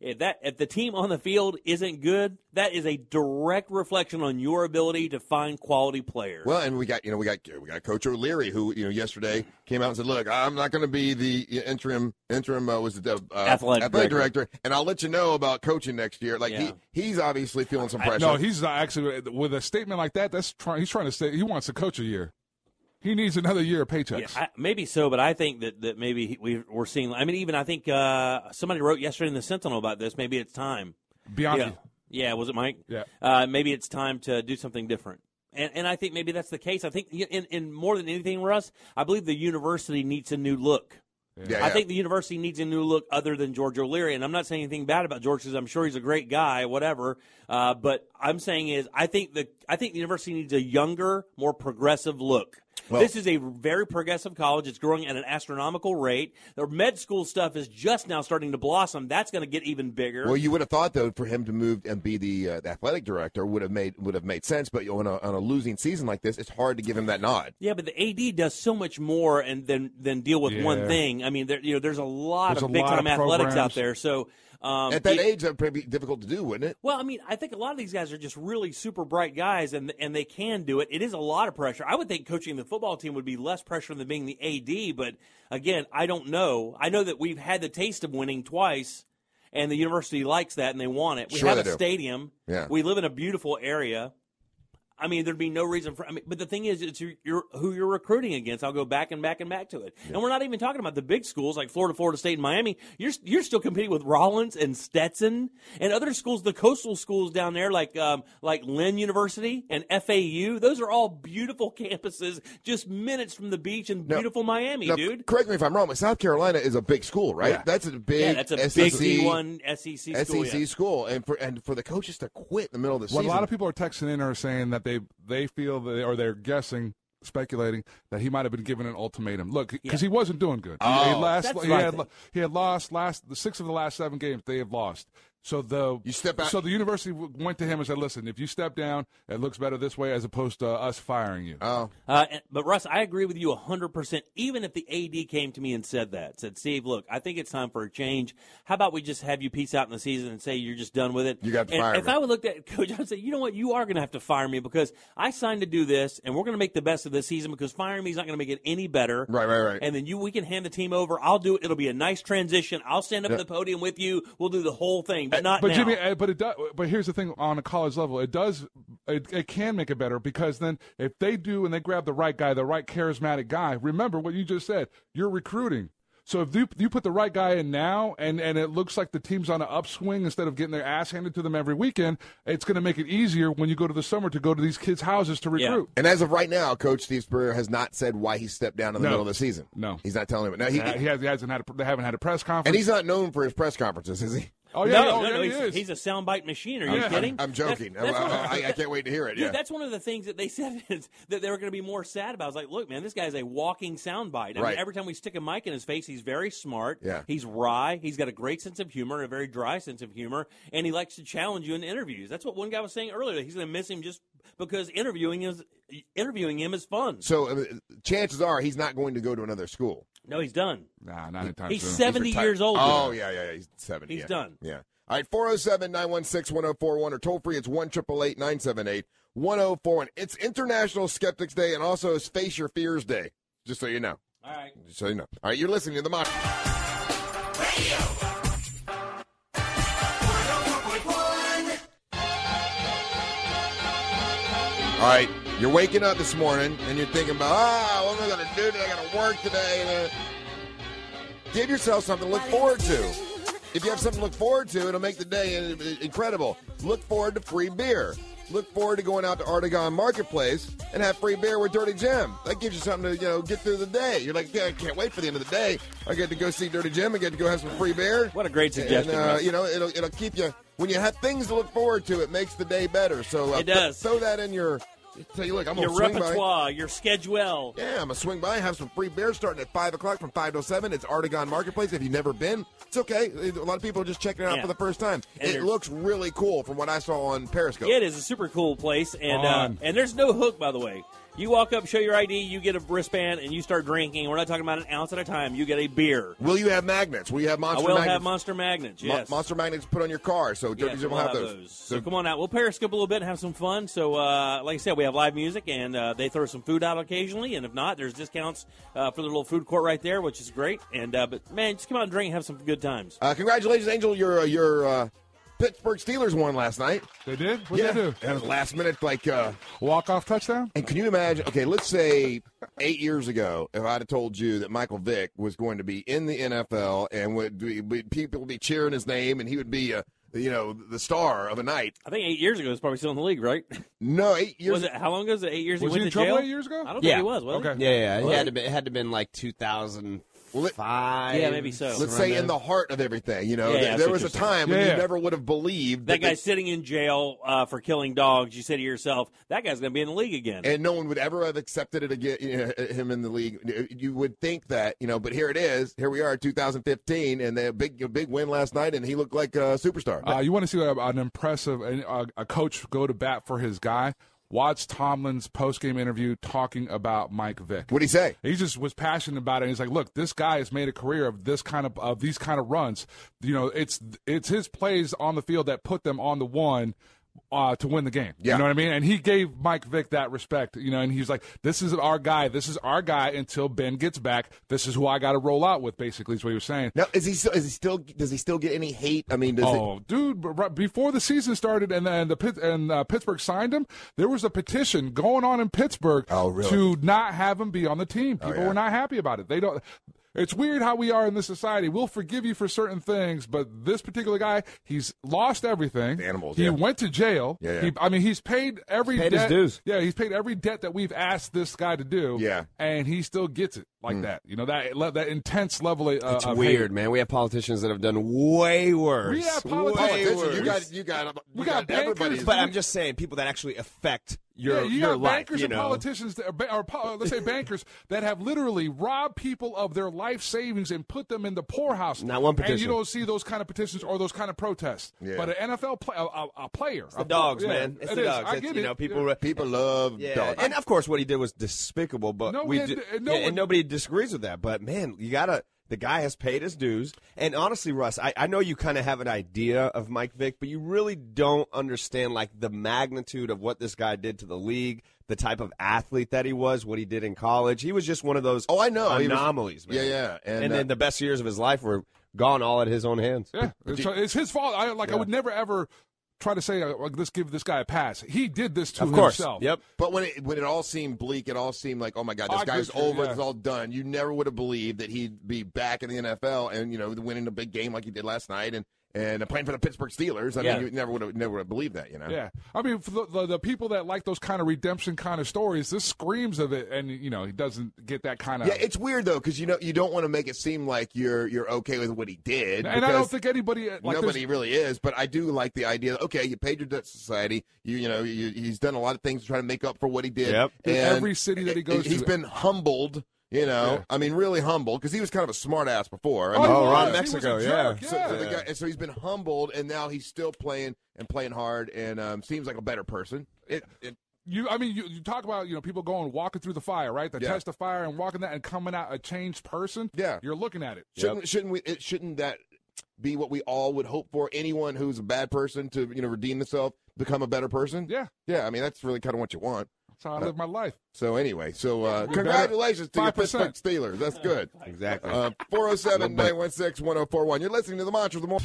[SPEAKER 3] if that if the team on the field isn't good, that is a direct reflection on your ability to find quality players.
[SPEAKER 2] Well, and we got you know we got we got Coach O'Leary who you know yesterday came out and said, "Look, I'm not going to be the interim interim uh, was the uh,
[SPEAKER 3] Athletic
[SPEAKER 2] director. and I'll let you know about coaching next year." Like
[SPEAKER 3] Yeah.
[SPEAKER 2] he he's obviously feeling some pressure.
[SPEAKER 5] No, he's not actually with a statement like that. That's trying. He's trying to say he wants to coach a year. He needs another year of paychecks.
[SPEAKER 3] Yeah, I, maybe so, but I think that, that maybe he- we, we're seeing. I mean, even I think uh, somebody wrote yesterday in the Sentinel about this. Maybe it's time.
[SPEAKER 5] Bianchi.
[SPEAKER 3] Yeah, yeah. Was it Mike?
[SPEAKER 5] Yeah.
[SPEAKER 3] Uh, maybe it's time to do something different. And, and I think maybe that's the case. I think y- in, in more than anything, Russ, I believe the university needs a new look.
[SPEAKER 2] yeah,
[SPEAKER 3] I
[SPEAKER 2] yeah.
[SPEAKER 3] think the university needs a new look other than George O'Leary. And I'm not saying anything bad about George because I'm sure he's a great guy, whatever. Uh, but I'm saying is I think the I think the university needs a younger, more progressive look. this is a very progressive college. It's growing at an astronomical rate. The med school stuff is just now starting to blossom. That's going to get even bigger.
[SPEAKER 2] Well, you would have thought though for him to move and be the, uh, the athletic director would have made would have made sense. But on a, on a losing season like this, it's hard to give him that nod.
[SPEAKER 3] yeah, but the AD does so much more and than than deal with one
[SPEAKER 5] Yeah.
[SPEAKER 3] thing. I mean, there, you know, there's a lot
[SPEAKER 5] There's
[SPEAKER 3] of
[SPEAKER 5] a
[SPEAKER 3] big
[SPEAKER 5] lot
[SPEAKER 3] time
[SPEAKER 5] of
[SPEAKER 3] athletics out
[SPEAKER 5] programs.
[SPEAKER 3] there. So um,
[SPEAKER 2] At that
[SPEAKER 3] it-
[SPEAKER 2] age, that'd probably be difficult to do, wouldn't it?
[SPEAKER 3] Well, I mean, I think a lot of these guys are just really super bright guys, and and they can do it. It is a lot of pressure. I would think coaching the football team would be less pressure than being the AD, but again, I don't know. I know that we've had the taste of winning twice, and the university likes that and they want it. We
[SPEAKER 2] Sure
[SPEAKER 3] have
[SPEAKER 2] they
[SPEAKER 3] a
[SPEAKER 2] do.
[SPEAKER 3] stadium.
[SPEAKER 2] Yeah.
[SPEAKER 3] We live in a beautiful area. I mean, there'd be no reason for. I mean, but the thing is, it's your, your, who you're recruiting against. I'll go back and back and back to it. And we're not even talking about the big schools like Florida, Florida State, and Miami. You're you're still competing with Rollins and Stetson and other schools, the coastal schools down there, like um, like Lynn University and FAU. Those are all beautiful campuses, just minutes from the beach in beautiful Miami,
[SPEAKER 2] Now,
[SPEAKER 3] dude.
[SPEAKER 2] correct me if I'm wrong, but South Carolina is a big school, right?
[SPEAKER 5] Yeah.
[SPEAKER 2] That's a big E
[SPEAKER 3] Yeah, that's a big
[SPEAKER 2] SEC,
[SPEAKER 3] D1 SEC E school.
[SPEAKER 2] SEC
[SPEAKER 3] yeah.
[SPEAKER 2] E school, and for and for the coaches to quit in the middle of the
[SPEAKER 5] Well,
[SPEAKER 2] season.
[SPEAKER 5] a lot of people are texting in or saying that they they feel that or they're guessing, speculating that he might have been given an ultimatum. Look, because he wasn't doing good. He-
[SPEAKER 2] Oh.
[SPEAKER 5] he, last-
[SPEAKER 3] That's
[SPEAKER 5] he
[SPEAKER 3] what I
[SPEAKER 5] had
[SPEAKER 3] think.
[SPEAKER 5] he had lost last the six of the last seven games they have lost. So the
[SPEAKER 2] You step out-
[SPEAKER 5] So the university w- went to him and said, "Listen, if you step down, it looks better this way as opposed to us firing you."
[SPEAKER 2] oh,
[SPEAKER 3] Uh, and- but Russ, I agree with you 100%. Even if the AD came to me and said that, said, Steve, look, I think it's time for a change. How about we just have you peace out in the season and say you're just done with it?
[SPEAKER 2] You got to
[SPEAKER 3] And
[SPEAKER 2] fire
[SPEAKER 3] If
[SPEAKER 2] me.
[SPEAKER 3] I would look at coach, I'd say, you know what? You are going to have to fire me because I signed to do this and we're going to make the best of this season because firing me is not going to make it any better.
[SPEAKER 2] Right, right, right.
[SPEAKER 3] And then you, we can hand the team over. I'll do it. It'll be a nice transition. I'll stand up at the podium with you. We'll do the whole thing,
[SPEAKER 2] Eh,
[SPEAKER 3] but not
[SPEAKER 5] But
[SPEAKER 3] now.
[SPEAKER 5] Jimmy, uh, but it does, but here's the thing: on a college level, it does, it, it can make it better because then if they do and they grab the right guy, the right charismatic guy. Remember what you just said: you're recruiting. So if you, you put the right guy in now, and and it looks like the team's on an upswing instead of getting their ass handed to them every weekend, it's going to make it easier when you go to the summer to go to these kids' houses to recruit.
[SPEAKER 2] And as of right now, Coach Steve Spurrier has not said why he stepped down in the
[SPEAKER 5] No.
[SPEAKER 2] middle of the season.
[SPEAKER 5] No.
[SPEAKER 2] he's not telling him. No, he,
[SPEAKER 5] Uh, he, has, he hasn't had a, they haven't had a press conference.
[SPEAKER 2] and he's not known for his press conferences, is he?
[SPEAKER 5] oh yeah,
[SPEAKER 3] no,
[SPEAKER 5] oh,
[SPEAKER 3] no,
[SPEAKER 5] yeah,
[SPEAKER 3] no,
[SPEAKER 5] he
[SPEAKER 3] he's,
[SPEAKER 5] is.
[SPEAKER 3] he's a soundbite machine. Are you
[SPEAKER 5] Yeah.
[SPEAKER 3] kidding?
[SPEAKER 2] I'm joking.
[SPEAKER 3] That's- that's
[SPEAKER 2] I,
[SPEAKER 3] what-
[SPEAKER 2] I- I can't wait to hear it.
[SPEAKER 3] Dude,
[SPEAKER 2] Yeah.
[SPEAKER 3] that's one of the things that they said is that they were going to be more sad about. I was like, look, man, this guy's a walking soundbite. I
[SPEAKER 2] Right.
[SPEAKER 3] mean, every time we stick a mic in his face, he's very smart.
[SPEAKER 2] Yeah.
[SPEAKER 3] He's wry. He's got a great sense of humor, a very dry sense of humor, and he likes to challenge you in interviews. That's what one guy was saying earlier. that He's going to miss him just because interviewing is interviewing him is fun.
[SPEAKER 2] so uh, chances are he's not going to go to another school.
[SPEAKER 3] No, he's done.
[SPEAKER 5] nah, not anytime
[SPEAKER 3] He's
[SPEAKER 5] soon.
[SPEAKER 3] seventy
[SPEAKER 2] Retired.
[SPEAKER 3] years old.
[SPEAKER 2] Oh,
[SPEAKER 3] dude.
[SPEAKER 2] yeah, yeah, yeah. He's 70.
[SPEAKER 3] He's
[SPEAKER 2] yeah.
[SPEAKER 3] done.
[SPEAKER 2] Yeah. All right, 407 916 1041 or toll free. It's 1 978 1041. It's International Skeptics Day and also is Face Your Fears Day, just so you know.
[SPEAKER 3] All right.
[SPEAKER 2] Just so you know. All right, you're listening to the Monster. All right, you're waking up this morning and you're thinking about, ah, what am I going to do today? I got to work today. Uh, Give yourself something to look forward to. If you have something to look forward to, it'll make the day in- in- incredible. Look forward to free beer. Look forward to going out to Artagon Marketplace and have free beer with Dirty Jim. That gives you something to you know get through the day. You're like, yeah, I can't wait for the end of the day. I get to go see Dirty Jim. I get to go have some free beer.
[SPEAKER 3] What a great
[SPEAKER 2] And,
[SPEAKER 3] suggestion.
[SPEAKER 2] uh,
[SPEAKER 3] Russ.
[SPEAKER 2] you know, it'll, it'll keep you when you have things to look forward to. It makes the day better. So uh,
[SPEAKER 3] It does.
[SPEAKER 2] Throw that in your. Tell you, look, I'm
[SPEAKER 3] your
[SPEAKER 2] gonna swing by.
[SPEAKER 3] repertoire, your schedule.
[SPEAKER 2] Yeah, I'm gonna swing by, have some free beer starting at five o'clock from five to seven. It's Artagon Marketplace. If you've never been, it's okay. A lot of people are just checking it out
[SPEAKER 3] Yeah.
[SPEAKER 2] for the first time.
[SPEAKER 3] And
[SPEAKER 2] it
[SPEAKER 3] there's-
[SPEAKER 2] looks really cool from what I saw on Periscope.
[SPEAKER 3] It is a super cool place, and uh,
[SPEAKER 5] On.
[SPEAKER 3] and there's no hook, by the way. You walk up, show your ID, you get a wristband, and you start drinking. We're not talking about an ounce at a time. You get a beer.
[SPEAKER 2] Will you have magnets? Will you have
[SPEAKER 3] I
[SPEAKER 2] monster
[SPEAKER 3] will
[SPEAKER 2] magnets?
[SPEAKER 3] have monster magnets.
[SPEAKER 2] Mo-
[SPEAKER 3] Yes,
[SPEAKER 2] monster magnets put on your car, so Dirty
[SPEAKER 3] Yes,
[SPEAKER 2] Jim will
[SPEAKER 3] we'll
[SPEAKER 2] have those.
[SPEAKER 3] So come on out. We'll periscope a little bit and have some fun. So, uh, like I said, we have live music, and uh, they throw some food out occasionally. And if not, there's discounts uh, for the little food court right there, which is great. And uh, but man, just come out and drink and have some good times.
[SPEAKER 2] Uh, congratulations, Angel. Your uh, your uh, Pittsburgh Steelers won last night.
[SPEAKER 5] They did. What would they do?
[SPEAKER 2] That was last minute, like. Uh,
[SPEAKER 5] Walk off touchdown.
[SPEAKER 2] And can you imagine? Okay, let's say eight years ago, if I'd have told you that Michael Vick was going to be in the NFL and would be, would people would be cheering his name and he would be, uh, you know, the star of a night.
[SPEAKER 3] I think eight years ago, it was probably still in the league, right?
[SPEAKER 2] No, eight years.
[SPEAKER 3] was it how long ago? Was it eight years?
[SPEAKER 5] Was
[SPEAKER 3] he
[SPEAKER 5] he
[SPEAKER 3] went
[SPEAKER 5] in
[SPEAKER 3] to
[SPEAKER 5] trouble
[SPEAKER 3] jail
[SPEAKER 5] eight years ago?
[SPEAKER 3] I don't
[SPEAKER 4] Yeah.
[SPEAKER 3] think he was. was he?
[SPEAKER 5] Okay.
[SPEAKER 4] Yeah, yeah. It had to be, it had to been like 2005.
[SPEAKER 3] Yeah, maybe so.
[SPEAKER 2] Let's say in the heart of everything, you know,
[SPEAKER 3] Yeah,
[SPEAKER 2] th-
[SPEAKER 3] yeah,
[SPEAKER 2] there
[SPEAKER 3] that's
[SPEAKER 2] was a
[SPEAKER 3] what you're
[SPEAKER 2] time when
[SPEAKER 5] Yeah,
[SPEAKER 2] you
[SPEAKER 5] yeah.
[SPEAKER 2] never would have believed
[SPEAKER 3] That guy's
[SPEAKER 2] the-
[SPEAKER 3] sitting in jail uh, for killing dogs. You say to yourself, that guy's going to be in the league again.
[SPEAKER 2] and no one would ever have accepted it again, you know, him in the league. You would think that, you know, but here it is. Here we are, 2015, and they had a big, a big win last night, and he looked like a superstar.
[SPEAKER 5] Uh, you want to see a, an impressive an, a, a coach go to bat for his guy? Watch Tomlin's post game interview talking about Mike Vick.
[SPEAKER 2] What'd he say?
[SPEAKER 5] He just was passionate about it. He's like, "Look, this guy has made a career of this kind of of these kind of runs. You know, it's it's his plays on the field that put them on the one." Uh, to win the game,
[SPEAKER 2] Yeah.
[SPEAKER 5] you know what I mean, and he gave Mike Vick that respect, you know, and he's like, "This is our guy. This is our guy until Ben gets back. This is who I got to roll out with." Basically, is what he was saying.
[SPEAKER 2] Now, is he still, is he still does he still get any hate? I mean, does it,
[SPEAKER 5] Oh, dude! but Right before the season started, and and the Pitt- and uh, Pittsburgh signed him, there was a petition going on in Pittsburgh
[SPEAKER 2] Oh, really?
[SPEAKER 5] to
[SPEAKER 2] Oh,
[SPEAKER 5] not have him be on the team. People
[SPEAKER 2] yeah.
[SPEAKER 5] were not happy about it. They don't. It's weird how we are in this society. We'll forgive you for certain things, but this particular guy, he's lost everything.
[SPEAKER 2] Animals,
[SPEAKER 5] He
[SPEAKER 2] yeah.
[SPEAKER 5] went to jail.
[SPEAKER 2] Yeah, yeah.
[SPEAKER 5] He, I mean, he's paid every
[SPEAKER 4] He's paid his
[SPEAKER 5] debt.
[SPEAKER 4] dues.
[SPEAKER 5] Yeah, he's paid every debt that we've asked this guy to do.
[SPEAKER 2] Yeah. Hmm.
[SPEAKER 5] and he still gets it like that. You know that that intense level of. Uh,
[SPEAKER 4] It's
[SPEAKER 5] of hate.
[SPEAKER 4] weird, man. We have politicians that have done way worse.
[SPEAKER 5] We have
[SPEAKER 4] Way
[SPEAKER 5] politicians-
[SPEAKER 2] Politician,
[SPEAKER 4] worse.
[SPEAKER 2] you got you got you
[SPEAKER 5] We
[SPEAKER 2] got,
[SPEAKER 5] got
[SPEAKER 2] everybody's.
[SPEAKER 5] bankers,
[SPEAKER 4] but I'm just saying, people that actually affect your
[SPEAKER 5] yeah, you
[SPEAKER 4] your
[SPEAKER 5] got
[SPEAKER 4] life.
[SPEAKER 5] bankers
[SPEAKER 4] you
[SPEAKER 5] and
[SPEAKER 4] know,
[SPEAKER 5] politicians, that are, ba- or po- uh, let's say bankers, that have literally robbed people of their life savings and put them in the poorhouse.
[SPEAKER 4] Not one
[SPEAKER 5] And you
[SPEAKER 4] petition.
[SPEAKER 5] don't see those kind of petitions or those kind of protests.
[SPEAKER 2] Yeah.
[SPEAKER 5] But an NFL play, a, a, a player,
[SPEAKER 4] the dogs, man. It's
[SPEAKER 5] it
[SPEAKER 4] the
[SPEAKER 5] is.
[SPEAKER 4] dogs.
[SPEAKER 5] I
[SPEAKER 4] It's,
[SPEAKER 5] get
[SPEAKER 4] you
[SPEAKER 5] it.
[SPEAKER 4] know, people.
[SPEAKER 5] Yeah.
[SPEAKER 2] people love
[SPEAKER 4] Yeah,
[SPEAKER 2] dogs.
[SPEAKER 4] and of course, what he did was despicable. But
[SPEAKER 5] No,
[SPEAKER 4] we
[SPEAKER 5] yeah,
[SPEAKER 4] did,
[SPEAKER 5] th- no
[SPEAKER 4] yeah,
[SPEAKER 5] one-
[SPEAKER 4] and nobody disagrees with that. But man, you gotta. The guy has paid his dues. And honestly, Russ, I, I know you kind of have an idea of Mike Vick, but you really don't understand like the magnitude of what this guy did to the league, the type of athlete that he was, what he did in college. He was just one of those
[SPEAKER 2] Oh, I know. He was-
[SPEAKER 4] anomalies. man.
[SPEAKER 2] Yeah, yeah. And,
[SPEAKER 4] And,
[SPEAKER 2] uh,
[SPEAKER 4] then the best years of his life were gone all at his own hands.
[SPEAKER 5] Yeah, it's, it's his fault. I like. I would never ever try to say, uh, like, let's give this guy a pass. He did this to
[SPEAKER 4] Of course.
[SPEAKER 5] himself.
[SPEAKER 4] Yep.
[SPEAKER 2] But when it when it all seemed bleak, it all seemed like, oh my God,
[SPEAKER 5] Oh,
[SPEAKER 2] this
[SPEAKER 5] I
[SPEAKER 2] guy's
[SPEAKER 5] agree with you,
[SPEAKER 2] over,
[SPEAKER 5] yeah.
[SPEAKER 2] it's all done. You never would have believed that he'd be back in the NFL and you know winning a big game like he did last night and and playing for the Pittsburgh Steelers. I
[SPEAKER 3] Yeah.
[SPEAKER 2] mean, you never would have never would have believed that, you know.
[SPEAKER 5] Yeah, I mean, for the, the, the people that like those kind of redemption kind of stories, this screams of it, and you know, he doesn't get that kind of.
[SPEAKER 2] Yeah, it's weird though because you know you don't want to make it seem like you're you're okay with what he did.
[SPEAKER 5] and I don't
[SPEAKER 2] because-
[SPEAKER 5] think anybody uh, like
[SPEAKER 2] Nobody
[SPEAKER 5] there's-
[SPEAKER 2] really is, but I do like the idea. Okay, you paid your debt to society. You you know you, he's done a lot of things to try to make up for what he did.
[SPEAKER 4] Yep.
[SPEAKER 5] In every city that he goes
[SPEAKER 2] he's
[SPEAKER 5] to.
[SPEAKER 2] been humbled. You know,
[SPEAKER 5] Yeah.
[SPEAKER 2] I mean, really humbled because he was kind of a smart ass before. I
[SPEAKER 5] Oh,
[SPEAKER 2] mean,
[SPEAKER 5] he
[SPEAKER 4] Oh, Ron
[SPEAKER 5] was. He was a
[SPEAKER 4] Mexico,
[SPEAKER 5] jerk,
[SPEAKER 4] yeah.
[SPEAKER 2] so, so the
[SPEAKER 4] Yeah.
[SPEAKER 2] guy, and so he's been humbled, and now he's still playing and playing hard, and um, seems like a better person. It, it,
[SPEAKER 5] You, I mean, you, you talk about you know people going walking through the fire, right? They
[SPEAKER 2] Yeah.
[SPEAKER 5] touch the fire and walking that and coming out a changed person.
[SPEAKER 2] Yeah.
[SPEAKER 5] you're looking at it.
[SPEAKER 2] shouldn't shouldn't we? It shouldn't that be what we all would hope for? Anyone who's a bad person to you know redeem themselves, become a better person.
[SPEAKER 5] Yeah,
[SPEAKER 2] yeah. I mean, that's really kind of what you want.
[SPEAKER 5] that's how I live my life.
[SPEAKER 2] So anyway, so uh,
[SPEAKER 5] We're better.
[SPEAKER 2] congratulations to your
[SPEAKER 5] 5%.
[SPEAKER 2] Pittsburgh Steelers. That's good.
[SPEAKER 4] Exactly.
[SPEAKER 2] Uh, 407-916-1041. You're listening to The Monster. The more-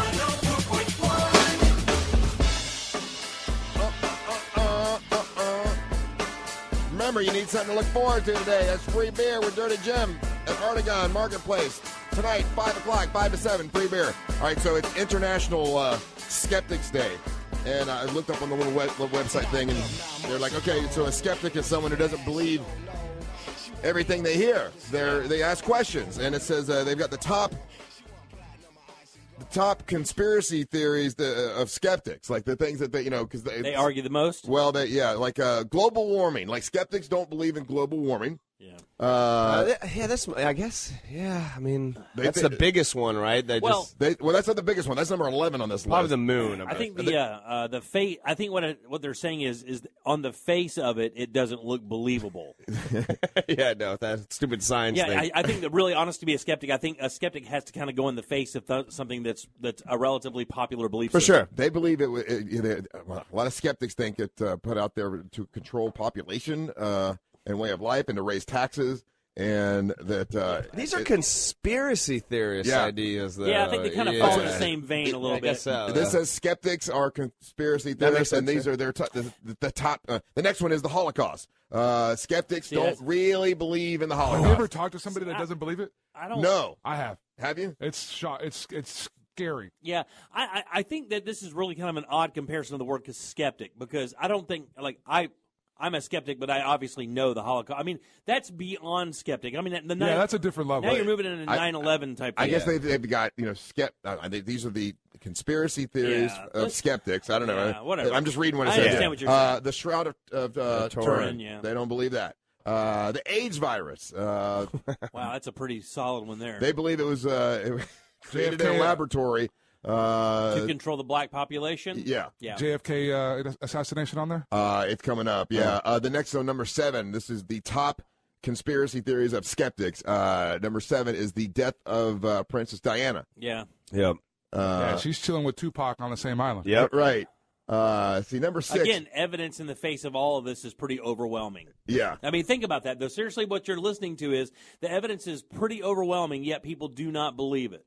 [SPEAKER 2] Uh, Remember, you need something to look forward to today. That's free beer with Dirty Jim at Artagon Marketplace. Tonight, 5 o'clock, 5 to 7, free beer. All right, so it's International uh, Skeptics Day. And I looked up on the little web, little website thing, and they're like, okay, so a skeptic is someone who doesn't believe everything they hear. They're, they ask questions, and it says uh, they've got the top the top conspiracy theories the, uh, of skeptics, like the things that they, you know, because
[SPEAKER 3] They argue the most.
[SPEAKER 2] well, they, yeah, like uh, global warming. Like skeptics don't believe in global warming.
[SPEAKER 3] Yeah.
[SPEAKER 2] Uh,
[SPEAKER 4] Uh, th- yeah, that's. I guess. Yeah, I mean,
[SPEAKER 2] They-
[SPEAKER 4] that's
[SPEAKER 2] they-
[SPEAKER 4] the biggest one, right? That
[SPEAKER 3] Well-
[SPEAKER 4] just,
[SPEAKER 2] they, well, that's not the biggest one. That's number eleven on this
[SPEAKER 4] probably
[SPEAKER 2] list.
[SPEAKER 4] the moon.
[SPEAKER 3] I think the uh, uh, the face. I think what I, what they're saying is is on the face of it, it doesn't look believable.
[SPEAKER 4] yeah, no, that stupid science
[SPEAKER 3] yeah,
[SPEAKER 4] thing.
[SPEAKER 3] I, I think that really, honest to be a skeptic, I think a skeptic has to kind of go in the face of th- something that's that's a relatively popular belief.
[SPEAKER 4] For
[SPEAKER 3] system.
[SPEAKER 4] sure.
[SPEAKER 2] They believe it. wa- it, it, it well, a lot of skeptics think it uh, put out there to control population uh, and way of life, and to raise taxes, and that uh,
[SPEAKER 4] These are
[SPEAKER 2] it-
[SPEAKER 4] conspiracy theorist
[SPEAKER 2] Yeah.
[SPEAKER 4] ideas, though.
[SPEAKER 3] Yeah, I think they kind of
[SPEAKER 4] yeah.
[SPEAKER 3] fall in the same vein a little
[SPEAKER 4] I
[SPEAKER 3] bit.
[SPEAKER 4] guess so.
[SPEAKER 2] This says skeptics are conspiracy
[SPEAKER 4] makes
[SPEAKER 2] theorists, and
[SPEAKER 4] sense,
[SPEAKER 2] these
[SPEAKER 4] yeah.
[SPEAKER 2] are their top, the, the top. Uh, the next one is the Holocaust. Uh, skeptics don't
[SPEAKER 3] that's-
[SPEAKER 2] really believe
[SPEAKER 4] Oh,
[SPEAKER 2] in the
[SPEAKER 5] Have you ever
[SPEAKER 2] Holocaust.
[SPEAKER 5] talked to somebody that doesn't believe it?
[SPEAKER 3] I don't.
[SPEAKER 2] No,
[SPEAKER 5] I have.
[SPEAKER 2] Oh, have you?
[SPEAKER 5] It's shot. It's it's scary.
[SPEAKER 3] Yeah, I, I I think that this is really kind of an odd comparison of the word skeptic because I don't think like I. I'm a skeptic, but I obviously know the Holocaust. I mean, that's beyond skeptic. I mean, the
[SPEAKER 5] Yeah, that's a different level.
[SPEAKER 3] now you're moving into
[SPEAKER 2] I-
[SPEAKER 3] 9/11 type.
[SPEAKER 2] I
[SPEAKER 3] thing.
[SPEAKER 2] guess they've, they've got you know skept. Uh, they, these are the conspiracy theories
[SPEAKER 3] Yeah,
[SPEAKER 2] of
[SPEAKER 3] let's-
[SPEAKER 2] skeptics. I don't know.
[SPEAKER 3] yeah, whatever.
[SPEAKER 2] I'm just reading what it
[SPEAKER 3] I
[SPEAKER 2] says.
[SPEAKER 3] understand
[SPEAKER 2] Yeah.
[SPEAKER 3] what you're
[SPEAKER 2] uh, the shroud of, of uh,
[SPEAKER 4] Turin.
[SPEAKER 2] Turin.
[SPEAKER 3] yeah.
[SPEAKER 2] They don't believe that. Uh, the AIDS virus. Uh,
[SPEAKER 3] Wow, that's a pretty solid one there.
[SPEAKER 2] they believe it was uh, it was created in a
[SPEAKER 5] JFK.
[SPEAKER 2] laboratory.
[SPEAKER 3] to
[SPEAKER 2] Uh,
[SPEAKER 3] control the black population.
[SPEAKER 2] yeah.
[SPEAKER 3] yeah.
[SPEAKER 5] JFK uh, assassination on there.
[SPEAKER 2] Uh, it's coming up. Yeah.
[SPEAKER 5] Oh.
[SPEAKER 2] Uh, the next one, number seven. This is the top conspiracy theories of skeptics. Uh, number seven is the death of uh, Princess Diana.
[SPEAKER 3] yeah.
[SPEAKER 4] Yep.
[SPEAKER 5] yeah,
[SPEAKER 2] Uh,
[SPEAKER 5] she's chilling with Tupac on the same island.
[SPEAKER 4] Yep.
[SPEAKER 2] Right. Uh, see, number six.
[SPEAKER 3] Again, evidence in the face of all of this is pretty overwhelming.
[SPEAKER 2] Yeah.
[SPEAKER 3] I mean, think about that though. Seriously, what you're listening to is the evidence is pretty overwhelming, yet people do not believe it.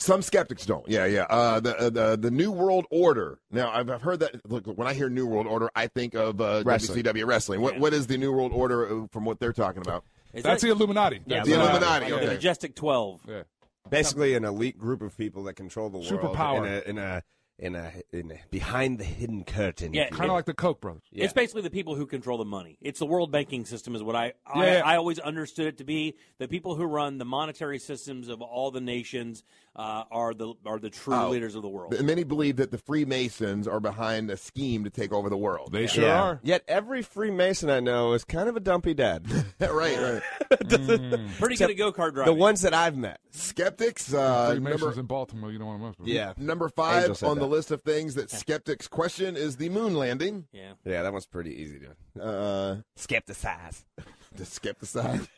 [SPEAKER 2] Some skeptics don't. Yeah, yeah. Uh, the, uh, the the New World Order. Now, I've, I've heard that. Look, when I hear New World Order, I think of uh,
[SPEAKER 4] Wrestling.
[SPEAKER 2] WCW wrestling. What what is the New World Order uh, from what they're talking about?
[SPEAKER 3] Is
[SPEAKER 5] That's
[SPEAKER 3] that
[SPEAKER 5] the Illuminati.
[SPEAKER 3] Yeah,
[SPEAKER 5] That's
[SPEAKER 2] The
[SPEAKER 3] Uh,
[SPEAKER 2] Illuminati.
[SPEAKER 3] the
[SPEAKER 2] Okay.
[SPEAKER 3] majestic twelve?
[SPEAKER 5] Yeah.
[SPEAKER 4] Basically, an elite group of people that control the world.
[SPEAKER 5] Superpower.
[SPEAKER 4] In a, in a, in a, in a behind the hidden curtain.
[SPEAKER 3] Yeah.
[SPEAKER 4] if you
[SPEAKER 5] Kind
[SPEAKER 4] will.
[SPEAKER 5] of like the Koch brothers.
[SPEAKER 4] Yeah.
[SPEAKER 3] It's basically the people who control the money. It's the world banking system, is what I I,
[SPEAKER 5] Yeah, yeah.
[SPEAKER 3] I always understood it to be. The people who run the monetary systems of all the nations uh, are the are the true
[SPEAKER 2] Oh.
[SPEAKER 3] leaders of the world.
[SPEAKER 2] And Many believe that the Freemasons are behind a scheme to take over the world.
[SPEAKER 5] They sure
[SPEAKER 4] Yeah.
[SPEAKER 5] are.
[SPEAKER 4] Yet every Freemason I know is kind of a dumpy dad.
[SPEAKER 2] right, right.
[SPEAKER 3] Pretty good at go kart
[SPEAKER 4] the
[SPEAKER 3] driving.
[SPEAKER 4] ones that I've met.
[SPEAKER 2] Skeptics. Uh,
[SPEAKER 5] Freemasons
[SPEAKER 2] number
[SPEAKER 5] in Baltimore. You don't want to mess with.
[SPEAKER 4] Yeah.
[SPEAKER 2] number
[SPEAKER 4] Angel
[SPEAKER 2] five
[SPEAKER 4] said
[SPEAKER 2] on the
[SPEAKER 4] that.
[SPEAKER 2] list of things that skeptics question is the moon landing.
[SPEAKER 3] yeah.
[SPEAKER 4] Yeah, that one's pretty easy to
[SPEAKER 2] Uh,
[SPEAKER 4] skepticize.
[SPEAKER 2] to skip the side.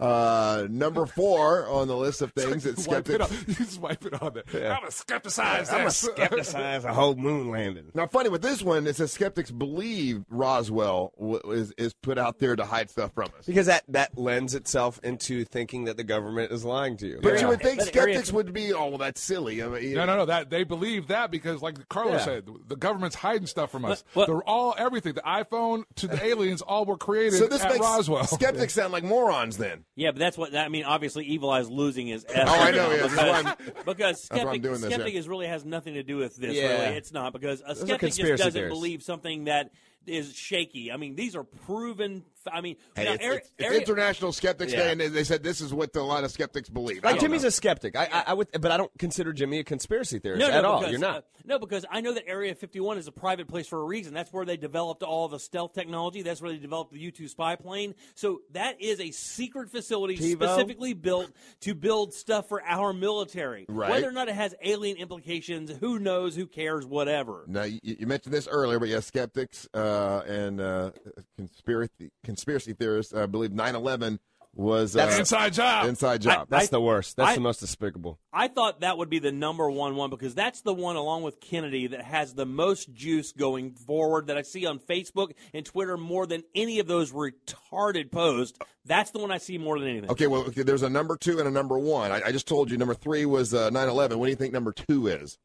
[SPEAKER 2] Uh, number four on the list of things that
[SPEAKER 5] Wipe
[SPEAKER 2] skeptics.
[SPEAKER 5] it off. You just wipe it on there. I'm a skepticize
[SPEAKER 4] I'm a
[SPEAKER 5] this.
[SPEAKER 4] skepticize the whole moon landing.
[SPEAKER 2] Now, funny with this one, it says skeptics believe Roswell w- is, is put out there to hide stuff from us.
[SPEAKER 4] Because that, that lends itself into thinking that the government is lying to you.
[SPEAKER 2] But you would think
[SPEAKER 3] But area-
[SPEAKER 2] skeptics would be, oh, well, that's silly. I mean,
[SPEAKER 5] No, no, no. That they believe that because, like Carlos
[SPEAKER 4] Yeah.
[SPEAKER 5] said, the government's hiding stuff from us.
[SPEAKER 3] What- what-
[SPEAKER 5] They're all everything. The iPhone to the aliens, all were created
[SPEAKER 2] So this
[SPEAKER 5] at
[SPEAKER 2] makes
[SPEAKER 5] Roswell.
[SPEAKER 2] skeptics sound like morons then.
[SPEAKER 3] Yeah, but that's what I mean. Obviously, Evil Eye's losing his. F
[SPEAKER 2] Oh, I
[SPEAKER 3] right
[SPEAKER 2] know,
[SPEAKER 3] now
[SPEAKER 2] yeah, that's why I'm-
[SPEAKER 3] because, because
[SPEAKER 2] why I'm
[SPEAKER 3] skeptic,
[SPEAKER 2] doing this, yeah.
[SPEAKER 3] skeptic is really has nothing to do with this.
[SPEAKER 4] Yeah.
[SPEAKER 3] Really, it's not because a skeptic just
[SPEAKER 4] conspiracy
[SPEAKER 3] doesn't
[SPEAKER 4] theorists.
[SPEAKER 3] believe something that is shaky. I mean, these are proven. f- I mean,
[SPEAKER 4] Hey,
[SPEAKER 3] now,
[SPEAKER 4] it's-
[SPEAKER 3] Ari-
[SPEAKER 4] it's-
[SPEAKER 2] It's
[SPEAKER 3] Ari-
[SPEAKER 2] International Skeptics
[SPEAKER 4] Yeah.
[SPEAKER 2] Day, and they, they said this is what a lot of skeptics believe. I
[SPEAKER 4] Like
[SPEAKER 2] don't
[SPEAKER 4] Uh, Jimmy's
[SPEAKER 2] know.
[SPEAKER 4] a skeptic. I, I, I would, but I don't consider Jimmy a conspiracy theorist
[SPEAKER 3] no, no,
[SPEAKER 4] at all.
[SPEAKER 3] because,
[SPEAKER 4] You're not.
[SPEAKER 3] uh, no, because I know that Area 51 is a private place for a reason. That's where they developed all the stealth technology. That's where they developed the U-2 spy plane. So that is a secret facility specifically built to build stuff for our military.
[SPEAKER 2] Right.
[SPEAKER 3] Whether or not it has alien implications, who knows? Who cares? Whatever.
[SPEAKER 2] Now you, you mentioned this earlier, but yeah, skeptics uh, and uh, conspiracy conspiracy theorists uh, believe 9/11 was uh,
[SPEAKER 4] That's
[SPEAKER 5] Inside job.
[SPEAKER 2] inside job.
[SPEAKER 4] That's
[SPEAKER 3] I-
[SPEAKER 4] the worst. That's
[SPEAKER 3] I-
[SPEAKER 4] the most despicable.
[SPEAKER 3] I thought that would be the number one one because that's the one, along with Kennedy, that has the most juice going forward that I see on Facebook and Twitter more than any of those retarded posts. That's the one I see more than anything.
[SPEAKER 2] okay, well, okay, there's a number two and a number one. I, I just told you number three was uh, 9/11. What do you think number two is?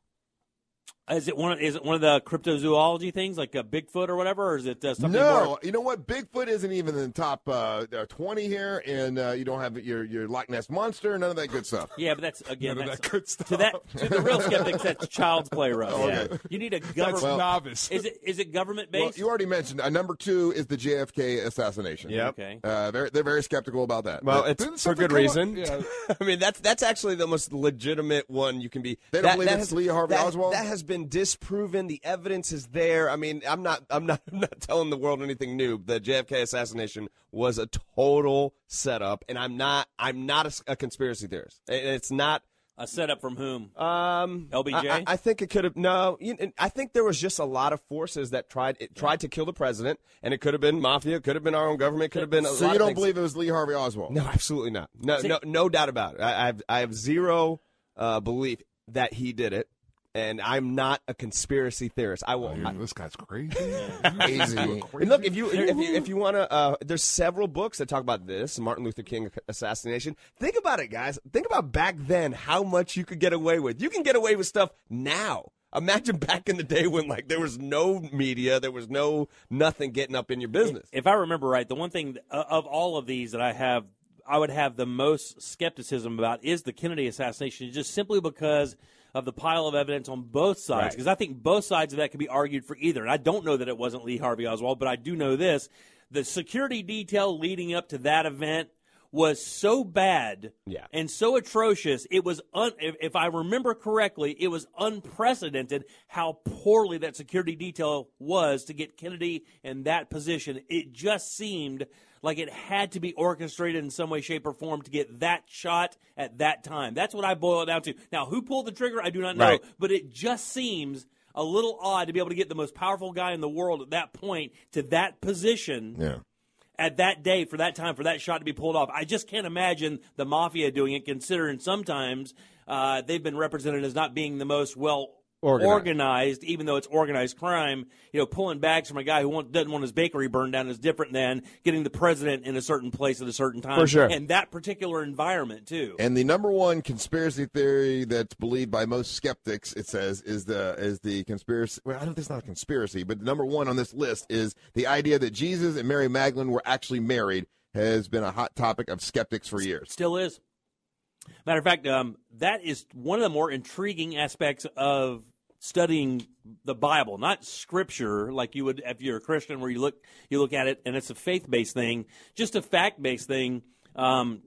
[SPEAKER 3] Is it one? Of, is it one of the cryptozoology things, like a Bigfoot or whatever, or is it uh, something?
[SPEAKER 2] no,
[SPEAKER 3] more-
[SPEAKER 2] you know what? Bigfoot isn't even in the top uh, uh, 20 here, and uh, you don't have your your Loch Ness monster, none of that good stuff.
[SPEAKER 3] Yeah, but that's again
[SPEAKER 5] None of
[SPEAKER 3] that's,
[SPEAKER 5] that good stuff.
[SPEAKER 3] to that to the real skeptics. That's child's play, Russ.
[SPEAKER 2] Oh,
[SPEAKER 3] Yeah. You need a
[SPEAKER 5] That's
[SPEAKER 3] government.
[SPEAKER 5] novice.
[SPEAKER 3] is it is it government
[SPEAKER 2] Well,
[SPEAKER 3] based?
[SPEAKER 2] you already mentioned uh, number two is the JFK assassination.
[SPEAKER 4] Yep.
[SPEAKER 3] okay.
[SPEAKER 2] Uh, very, they're very skeptical about that.
[SPEAKER 4] Well,
[SPEAKER 2] But
[SPEAKER 4] it's
[SPEAKER 5] Didn't
[SPEAKER 4] for
[SPEAKER 5] something
[SPEAKER 4] good
[SPEAKER 5] come
[SPEAKER 4] reason.
[SPEAKER 5] up- Yeah.
[SPEAKER 4] I mean, that's that's actually the most legitimate one you can be.
[SPEAKER 2] They don't believe it's Lee Harvey
[SPEAKER 4] that,
[SPEAKER 2] Oswald?
[SPEAKER 4] That has been disproven. The evidence is there. I mean, I'm not, I'm not, I'm not telling the world anything new. The JFK assassination was a total setup, and I'm not, I'm not a s- a, conspiracy theorist. It- It's not.
[SPEAKER 3] a setup from whom?
[SPEAKER 4] Um,
[SPEAKER 3] LBJ?
[SPEAKER 4] I, I- I think it could have no. You, and I think there was just a lot of forces that tried it tried to kill the president, and it could have been mafia, it could have been our own government, it could have been. A
[SPEAKER 2] so
[SPEAKER 4] lot
[SPEAKER 2] you
[SPEAKER 4] of
[SPEAKER 2] don't
[SPEAKER 4] things.
[SPEAKER 2] believe it was Lee Harvey Oswald?
[SPEAKER 4] No, absolutely not. No, no, no doubt about it. I, I have, I have zero uh, belief that he did it, and I'm not a conspiracy theorist. I will. I-
[SPEAKER 5] Oh, this guy's crazy.
[SPEAKER 2] Easy.
[SPEAKER 4] and look, if you if you, if you want to, uh, there's several books that talk about this Martin Luther King assassination. Think about it, guys. Think about back then how much you could get away with. You can get away with stuff now. Imagine back in the day when like there was no media, there was no nothing getting up in your business.
[SPEAKER 3] if I remember right, the one thing th- uh, of all of these that I have, I would have the most skepticism about is the Kennedy assassination, just simply because of the pile of evidence on both sides. Because I think both sides of that could be argued for either. And I don't know that it wasn't Lee Harvey Oswald, but I do know this: the security detail leading up to that event was so bad
[SPEAKER 4] Yeah.
[SPEAKER 3] and so atrocious it was un- if, if i remember correctly it was unprecedented how poorly that security detail was to get kennedy in that position it just seemed like it had to be orchestrated in some way shape or form to get that shot at that time that's what i boil it down to now who pulled the trigger i do not know
[SPEAKER 4] Right.
[SPEAKER 3] but it just seems a little odd to be able to get the most powerful guy in the world at that point to that position
[SPEAKER 2] Yeah.
[SPEAKER 3] at that day for that time for that shot to be pulled off. I just can't imagine the mafia doing it, considering sometimes uh, they've been represented as not being the most well
[SPEAKER 4] Organized.
[SPEAKER 3] organized. even though it's organized crime. You know, pulling bags from a guy who want, doesn't want his bakery burned down is different than getting the president in a certain place at a certain time
[SPEAKER 4] For sure.
[SPEAKER 3] and that particular environment too.
[SPEAKER 2] And the number one conspiracy theory that's believed by most skeptics, it says, is the is the conspiracy. Well, I don't. This is not a conspiracy, but the number one on this list is the idea that Jesus and Mary Magdalene were actually married has been a hot topic of skeptics for years.
[SPEAKER 3] Still is. Matter of fact, um, that is one of the more intriguing aspects of studying the Bible, not scripture like you would if you're a Christian, where you look you look at it and it's a faith based thing, just a fact based thing. Um,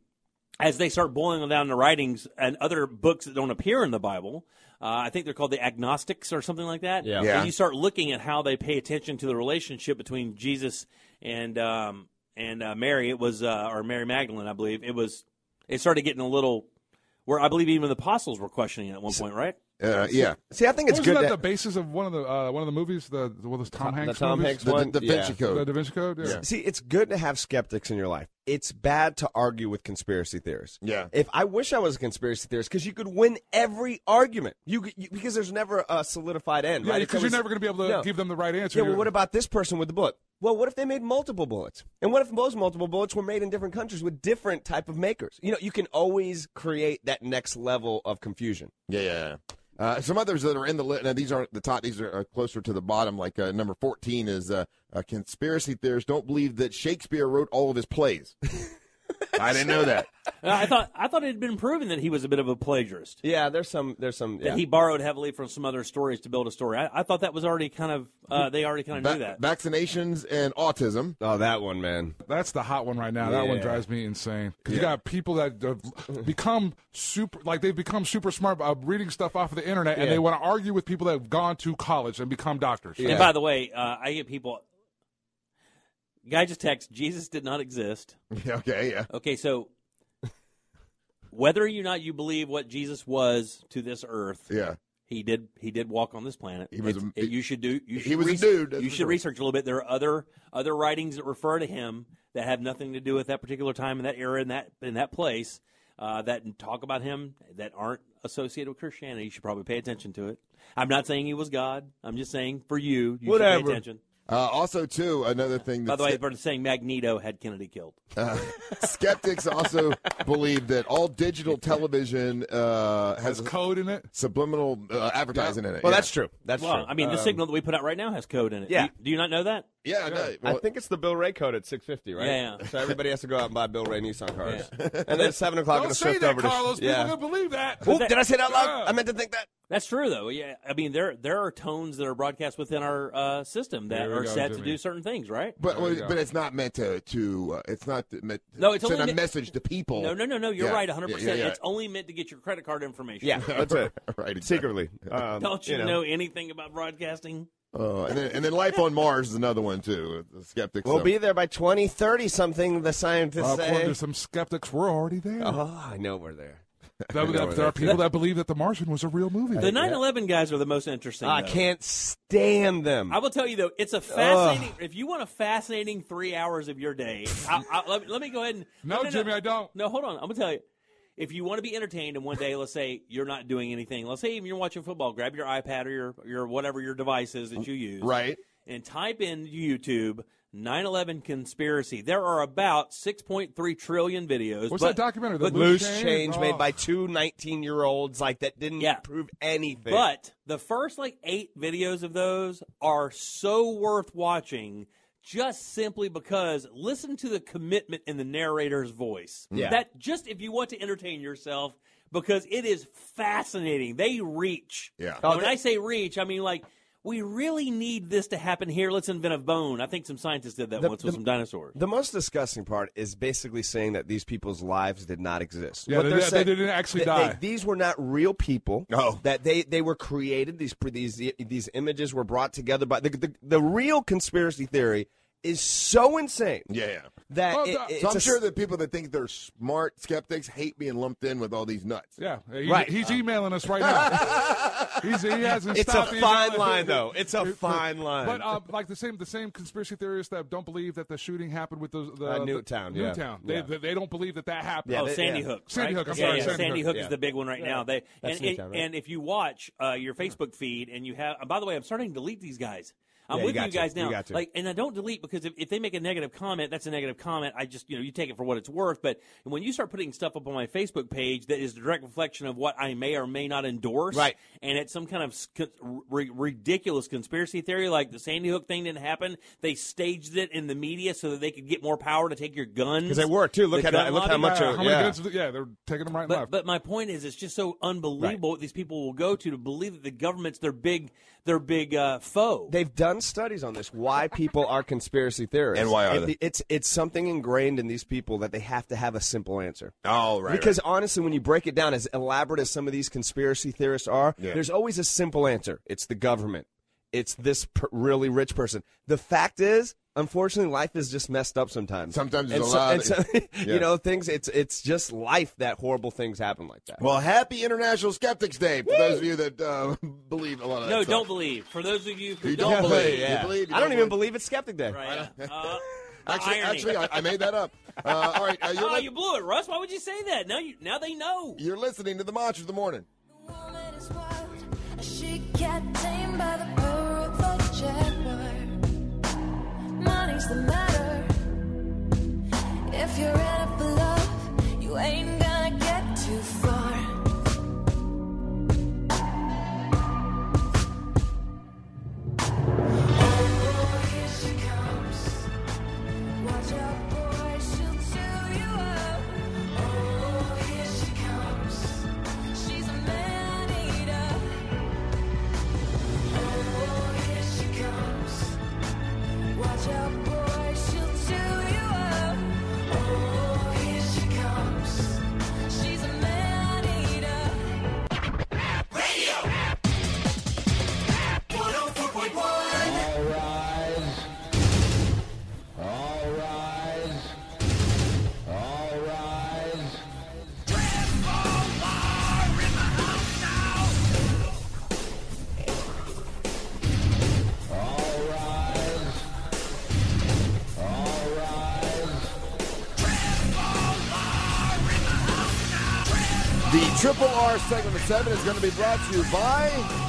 [SPEAKER 3] as they start boiling down the writings and other books that don't appear in the Bible, uh, I think they're called the agnostics or something like that.
[SPEAKER 4] Yeah.
[SPEAKER 2] Yeah.
[SPEAKER 3] And you start looking at how they pay attention to the relationship between Jesus and um, and uh, Mary. It was uh, or Mary Magdalene, I believe. It was. It started getting a little where I believe even the apostles were questioning it at one point, right?
[SPEAKER 2] Uh, yeah.
[SPEAKER 7] See, I think it's
[SPEAKER 5] Wasn't
[SPEAKER 7] good.
[SPEAKER 5] that
[SPEAKER 7] to-
[SPEAKER 5] the basis of one of the uh, one of the movies? The the- what was Tom
[SPEAKER 7] the
[SPEAKER 5] Hanks?
[SPEAKER 7] Tom
[SPEAKER 5] movies?
[SPEAKER 7] Hanks
[SPEAKER 2] The,
[SPEAKER 7] one.
[SPEAKER 2] the Da Vinci
[SPEAKER 7] yeah.
[SPEAKER 5] The
[SPEAKER 2] Code.
[SPEAKER 5] Da Vinci Code. Yeah.
[SPEAKER 2] Yeah.
[SPEAKER 7] See, it's good to have skeptics in your life. It's bad to argue with conspiracy theorists.
[SPEAKER 2] Yeah.
[SPEAKER 7] If I wish I was a conspiracy theorist, because you could win every argument. You, could- you because there's never a solidified end.
[SPEAKER 5] Yeah,
[SPEAKER 7] right? It's
[SPEAKER 5] because you're
[SPEAKER 7] always-
[SPEAKER 5] never going to be able to
[SPEAKER 7] No.
[SPEAKER 5] give them the right answer.
[SPEAKER 7] Yeah. Well,
[SPEAKER 5] You're-
[SPEAKER 7] what about this person with the bullet? Well, what if they made multiple bullets? And what if those multiple bullets were made in different countries with different type of makers? You know, you can always create that next level of confusion.
[SPEAKER 2] Yeah, yeah. yeah. Uh, some others that are in the list. Now, these aren't the top. These are uh, closer to the bottom. Like uh, number fourteen is uh, uh, conspiracy theorists don't believe that Shakespeare wrote all of his plays. I didn't know that.
[SPEAKER 3] I thought I thought it had been proven that he was a bit of a plagiarist.
[SPEAKER 7] Yeah. There's some. There's some.
[SPEAKER 3] That
[SPEAKER 7] Yeah.
[SPEAKER 3] he borrowed heavily from some other stories to build a story. I, I thought that was already kind of uh, they already kind of knew
[SPEAKER 2] Va-
[SPEAKER 3] that.
[SPEAKER 2] vaccinations and autism.
[SPEAKER 7] oh, that one, man.
[SPEAKER 5] That's the hot one right now. That one
[SPEAKER 7] Yeah.
[SPEAKER 5] drives me insane. 'Cause you got people that uh, become super, like they've become super smart by reading stuff off of the internet, and
[SPEAKER 7] Yeah.
[SPEAKER 5] they want to argue with people that have gone to college and become doctors.
[SPEAKER 7] Yeah.
[SPEAKER 3] And by the way, uh, I get people. Guy just texts Jesus did not exist.
[SPEAKER 2] Yeah, okay, yeah.
[SPEAKER 3] Okay, so whether or not you believe what Jesus was to this earth,
[SPEAKER 2] Yeah.
[SPEAKER 3] he did he did walk on this planet.
[SPEAKER 2] He was a-
[SPEAKER 3] It's- it- you should do. You
[SPEAKER 2] he
[SPEAKER 3] should
[SPEAKER 2] was a
[SPEAKER 3] res-
[SPEAKER 2] dude, that's
[SPEAKER 3] You
[SPEAKER 2] for
[SPEAKER 3] should
[SPEAKER 2] sure.
[SPEAKER 3] research a little bit. There are other other writings that refer to him that have nothing to do with that particular time in that era in that in that place uh, that talk about him that aren't associated with Christianity. You should probably pay attention to it. I'm not saying he was God. I'm just saying for you, you should
[SPEAKER 7] Whatever.
[SPEAKER 3] pay attention.
[SPEAKER 2] Uh, also, too, another thing
[SPEAKER 3] By
[SPEAKER 2] that uh,
[SPEAKER 3] the way, they're saying Magneto had Kennedy killed.
[SPEAKER 2] skeptics also believe that all digital television uh, has
[SPEAKER 5] Has code in it.
[SPEAKER 2] subliminal uh, advertising in it.
[SPEAKER 7] Well,
[SPEAKER 2] yeah.
[SPEAKER 7] that's true. That's
[SPEAKER 3] Well,
[SPEAKER 7] true. Um,
[SPEAKER 3] I mean,
[SPEAKER 5] Um,
[SPEAKER 3] the signal that we put out right now has code in it.
[SPEAKER 7] yeah.
[SPEAKER 3] Do you, do you not know that?
[SPEAKER 2] Yeah, I know.
[SPEAKER 7] I think it's the Bill Ray code at 650, right?
[SPEAKER 3] Yeah, yeah.
[SPEAKER 7] So everybody has to go out and buy Bill Ray Nissan cars. And then at 7 o'clock,
[SPEAKER 5] Don't
[SPEAKER 7] it'll
[SPEAKER 5] say
[SPEAKER 7] shift
[SPEAKER 5] that,
[SPEAKER 7] over
[SPEAKER 5] Carlos.
[SPEAKER 7] to. Yeah.
[SPEAKER 5] People can believe that.
[SPEAKER 7] Oop, did I say that out loud?
[SPEAKER 5] Yeah.
[SPEAKER 7] I meant to think that.
[SPEAKER 3] That's true, though. Yeah, I mean, there there are tones that are broadcast within our uh, system that
[SPEAKER 5] There we
[SPEAKER 3] are
[SPEAKER 5] go,
[SPEAKER 3] set to
[SPEAKER 5] Jimmy.
[SPEAKER 3] do certain things, right?
[SPEAKER 2] But
[SPEAKER 5] There you go.
[SPEAKER 2] but it's not meant to to uh, it's not meant to
[SPEAKER 3] No, it's
[SPEAKER 2] send
[SPEAKER 3] only
[SPEAKER 2] a
[SPEAKER 3] me-
[SPEAKER 2] message to people.
[SPEAKER 3] No, no, no, no. You're
[SPEAKER 2] Yeah,
[SPEAKER 3] right, 100.
[SPEAKER 2] yeah,
[SPEAKER 3] percent
[SPEAKER 2] yeah, yeah.
[SPEAKER 3] It's only meant to get your credit card information.
[SPEAKER 7] Yeah, that's it.
[SPEAKER 2] Right, exactly.
[SPEAKER 7] Secretly. Um,
[SPEAKER 3] Don't you, know. anything about broadcasting?
[SPEAKER 2] Uh, and then and then life on Mars is another one too. The skeptics.
[SPEAKER 7] We'll
[SPEAKER 2] so-
[SPEAKER 7] be there by 2030 something, the scientists
[SPEAKER 5] Well, according
[SPEAKER 7] say.
[SPEAKER 5] to some skeptics, we're already there.
[SPEAKER 2] Uh-huh.
[SPEAKER 7] Oh, I know we're there.
[SPEAKER 5] That- that- there are people that believe that The Martian was a real movie.
[SPEAKER 3] The 9/11 guys are the most interesting.
[SPEAKER 7] I
[SPEAKER 3] though.
[SPEAKER 7] can't stand them.
[SPEAKER 3] I will tell you though, it's a fascinating. If you want a fascinating three hours of your day, I, I, let, me- let me go ahead and.
[SPEAKER 5] No, Jimmy, I don't.
[SPEAKER 3] No, hold on. I'm gonna tell you. If you want to be entertained, and one day, let's say you're not doing anything, let's say even you're watching football, grab your iPad or your your whatever your device is that you use,
[SPEAKER 2] right.
[SPEAKER 3] and type in YouTube 9/11 conspiracy. There are about 6.3 trillion videos.
[SPEAKER 5] What's
[SPEAKER 3] but-
[SPEAKER 5] that documentary? The
[SPEAKER 3] But,
[SPEAKER 7] Loose
[SPEAKER 5] Loose
[SPEAKER 7] change,
[SPEAKER 5] change, oh.
[SPEAKER 7] made by two 19 year olds, like that didn't
[SPEAKER 3] Yeah.
[SPEAKER 7] prove anything.
[SPEAKER 3] but the first like eight videos of those are so worth watching. Just simply because listen to the commitment in the narrator's voice.
[SPEAKER 7] Yeah.
[SPEAKER 3] That just if you want to entertain yourself, because it is fascinating. They reach.
[SPEAKER 2] Yeah.
[SPEAKER 3] And when I say reach, I mean like we really need this to happen here. Let's invent a bone. I think some scientists did that
[SPEAKER 7] The-
[SPEAKER 3] once with
[SPEAKER 7] the-
[SPEAKER 3] some dinosaurs.
[SPEAKER 7] the most disgusting part is basically saying that these people's lives did not exist.
[SPEAKER 5] Yeah,
[SPEAKER 7] What
[SPEAKER 5] they-
[SPEAKER 7] they're
[SPEAKER 5] they-
[SPEAKER 7] saying-
[SPEAKER 5] they didn't actually
[SPEAKER 7] they-
[SPEAKER 5] die.
[SPEAKER 7] they- these were not real people.
[SPEAKER 2] No.
[SPEAKER 7] that they, they were created. These these these images were brought together by the the, the real conspiracy theory is so insane.
[SPEAKER 2] Yeah. yeah.
[SPEAKER 7] that
[SPEAKER 5] Well,
[SPEAKER 7] it-
[SPEAKER 5] the-
[SPEAKER 7] it's
[SPEAKER 2] So I'm
[SPEAKER 7] a-
[SPEAKER 2] sure that people that think they're smart skeptics hate being lumped in with all these nuts.
[SPEAKER 5] Yeah, he-
[SPEAKER 7] Right.
[SPEAKER 5] He's emailing us right now. he's, he hasn't
[SPEAKER 7] It's
[SPEAKER 5] stopped
[SPEAKER 7] a
[SPEAKER 5] emailing.
[SPEAKER 7] fine line, though. It's a fine line.
[SPEAKER 5] But uh, like the same, the same conspiracy theorists that don't believe that the shooting happened with those the
[SPEAKER 7] Uh, Newtown,
[SPEAKER 5] the,
[SPEAKER 7] yeah.
[SPEAKER 5] Newtown.
[SPEAKER 7] Yeah.
[SPEAKER 5] They, they they don't believe that that happened.
[SPEAKER 7] Yeah,
[SPEAKER 3] Oh,
[SPEAKER 7] they-
[SPEAKER 3] Sandy
[SPEAKER 7] yeah.
[SPEAKER 3] Hook. right?
[SPEAKER 5] Sandy Hook, I'm
[SPEAKER 3] yeah,
[SPEAKER 5] sorry,
[SPEAKER 3] yeah,
[SPEAKER 5] Sandy
[SPEAKER 3] Hook,
[SPEAKER 7] Hook.
[SPEAKER 3] is the big one right now. They
[SPEAKER 7] That's
[SPEAKER 3] and,
[SPEAKER 7] Newtown,
[SPEAKER 3] and,
[SPEAKER 7] right?
[SPEAKER 3] and if you watch uh, your Facebook feed and you have, uh, by the way, I'm starting to delete these guys. I'm
[SPEAKER 7] Yeah, you
[SPEAKER 3] with you,
[SPEAKER 7] got to.
[SPEAKER 3] guys
[SPEAKER 7] You
[SPEAKER 3] now.
[SPEAKER 7] got to.
[SPEAKER 3] Like, and I don't delete because if, if they make a negative comment, that's a negative comment. I just you know you take it for what it's worth. But when you start putting stuff up on my Facebook page that is a direct reflection of what I may or may not endorse,
[SPEAKER 7] Right.
[SPEAKER 3] And it's some kind of s- con- ri- ridiculous conspiracy theory, like the Sandy Hook thing didn't happen. They staged it in the media so that they could get more power to take your guns.
[SPEAKER 7] 'Cause they were, too. Look
[SPEAKER 3] The
[SPEAKER 7] at-
[SPEAKER 3] gun
[SPEAKER 7] look how
[SPEAKER 3] lobby.
[SPEAKER 7] much
[SPEAKER 5] Yeah,
[SPEAKER 7] of-
[SPEAKER 5] how many
[SPEAKER 7] yeah.
[SPEAKER 5] guns? Yeah, they're taking them right and
[SPEAKER 3] But,
[SPEAKER 5] left.
[SPEAKER 3] but my point is, it's just so unbelievable what these people will go to to believe that the government's their big, their big uh, foe.
[SPEAKER 7] They've done studies on this. Why people are conspiracy theorists
[SPEAKER 2] And why are
[SPEAKER 7] It-
[SPEAKER 2] they?
[SPEAKER 7] It's it's something ingrained in these people that they have to have a simple answer.
[SPEAKER 2] Oh, right.
[SPEAKER 7] because honestly, when you break it down, as elaborate as some of these conspiracy theorists are,
[SPEAKER 2] Yeah.
[SPEAKER 7] there's always a simple answer. It's the government.
[SPEAKER 4] it's this per- really rich person. The fact is, unfortunately, life is just messed up sometimes.
[SPEAKER 2] Sometimes it's
[SPEAKER 4] and
[SPEAKER 2] allowed-
[SPEAKER 4] and
[SPEAKER 2] Yeah.
[SPEAKER 4] you know, things. It's it's just life that horrible things happen like that.
[SPEAKER 2] Well, happy International Skeptics Day for those of you that uh, believe a lot of that
[SPEAKER 3] No,
[SPEAKER 2] stuff.
[SPEAKER 3] don't believe. For those of you who
[SPEAKER 2] You
[SPEAKER 3] don't,
[SPEAKER 2] don't
[SPEAKER 3] believe,
[SPEAKER 2] believe. You believe, you
[SPEAKER 4] I don't
[SPEAKER 2] don't
[SPEAKER 4] even believe it's Skeptic Day.
[SPEAKER 3] right? Uh, the
[SPEAKER 2] Actually,
[SPEAKER 3] irony.
[SPEAKER 2] actually I, I made that up. Uh, all right, uh, you're,
[SPEAKER 3] oh,
[SPEAKER 2] li-
[SPEAKER 3] you blew it, Russ. Why would you say that? Now you now they know.
[SPEAKER 2] you're listening to the Monsters of the Morning.
[SPEAKER 8] woman is wild. She got tamed by the power of a jaguar. Money's the matter. If you're in it for love, you ain't gonna get too far. Oh, boy, here she comes. Watch out, boy, she'll chew you up. Oh, here she comes. She's a man eater. Oh, here she comes. Watch out, boy, she'll chew you up. Oh, here she comes. She's a man eater.
[SPEAKER 2] The Triple R segment of seven is going to be brought to you by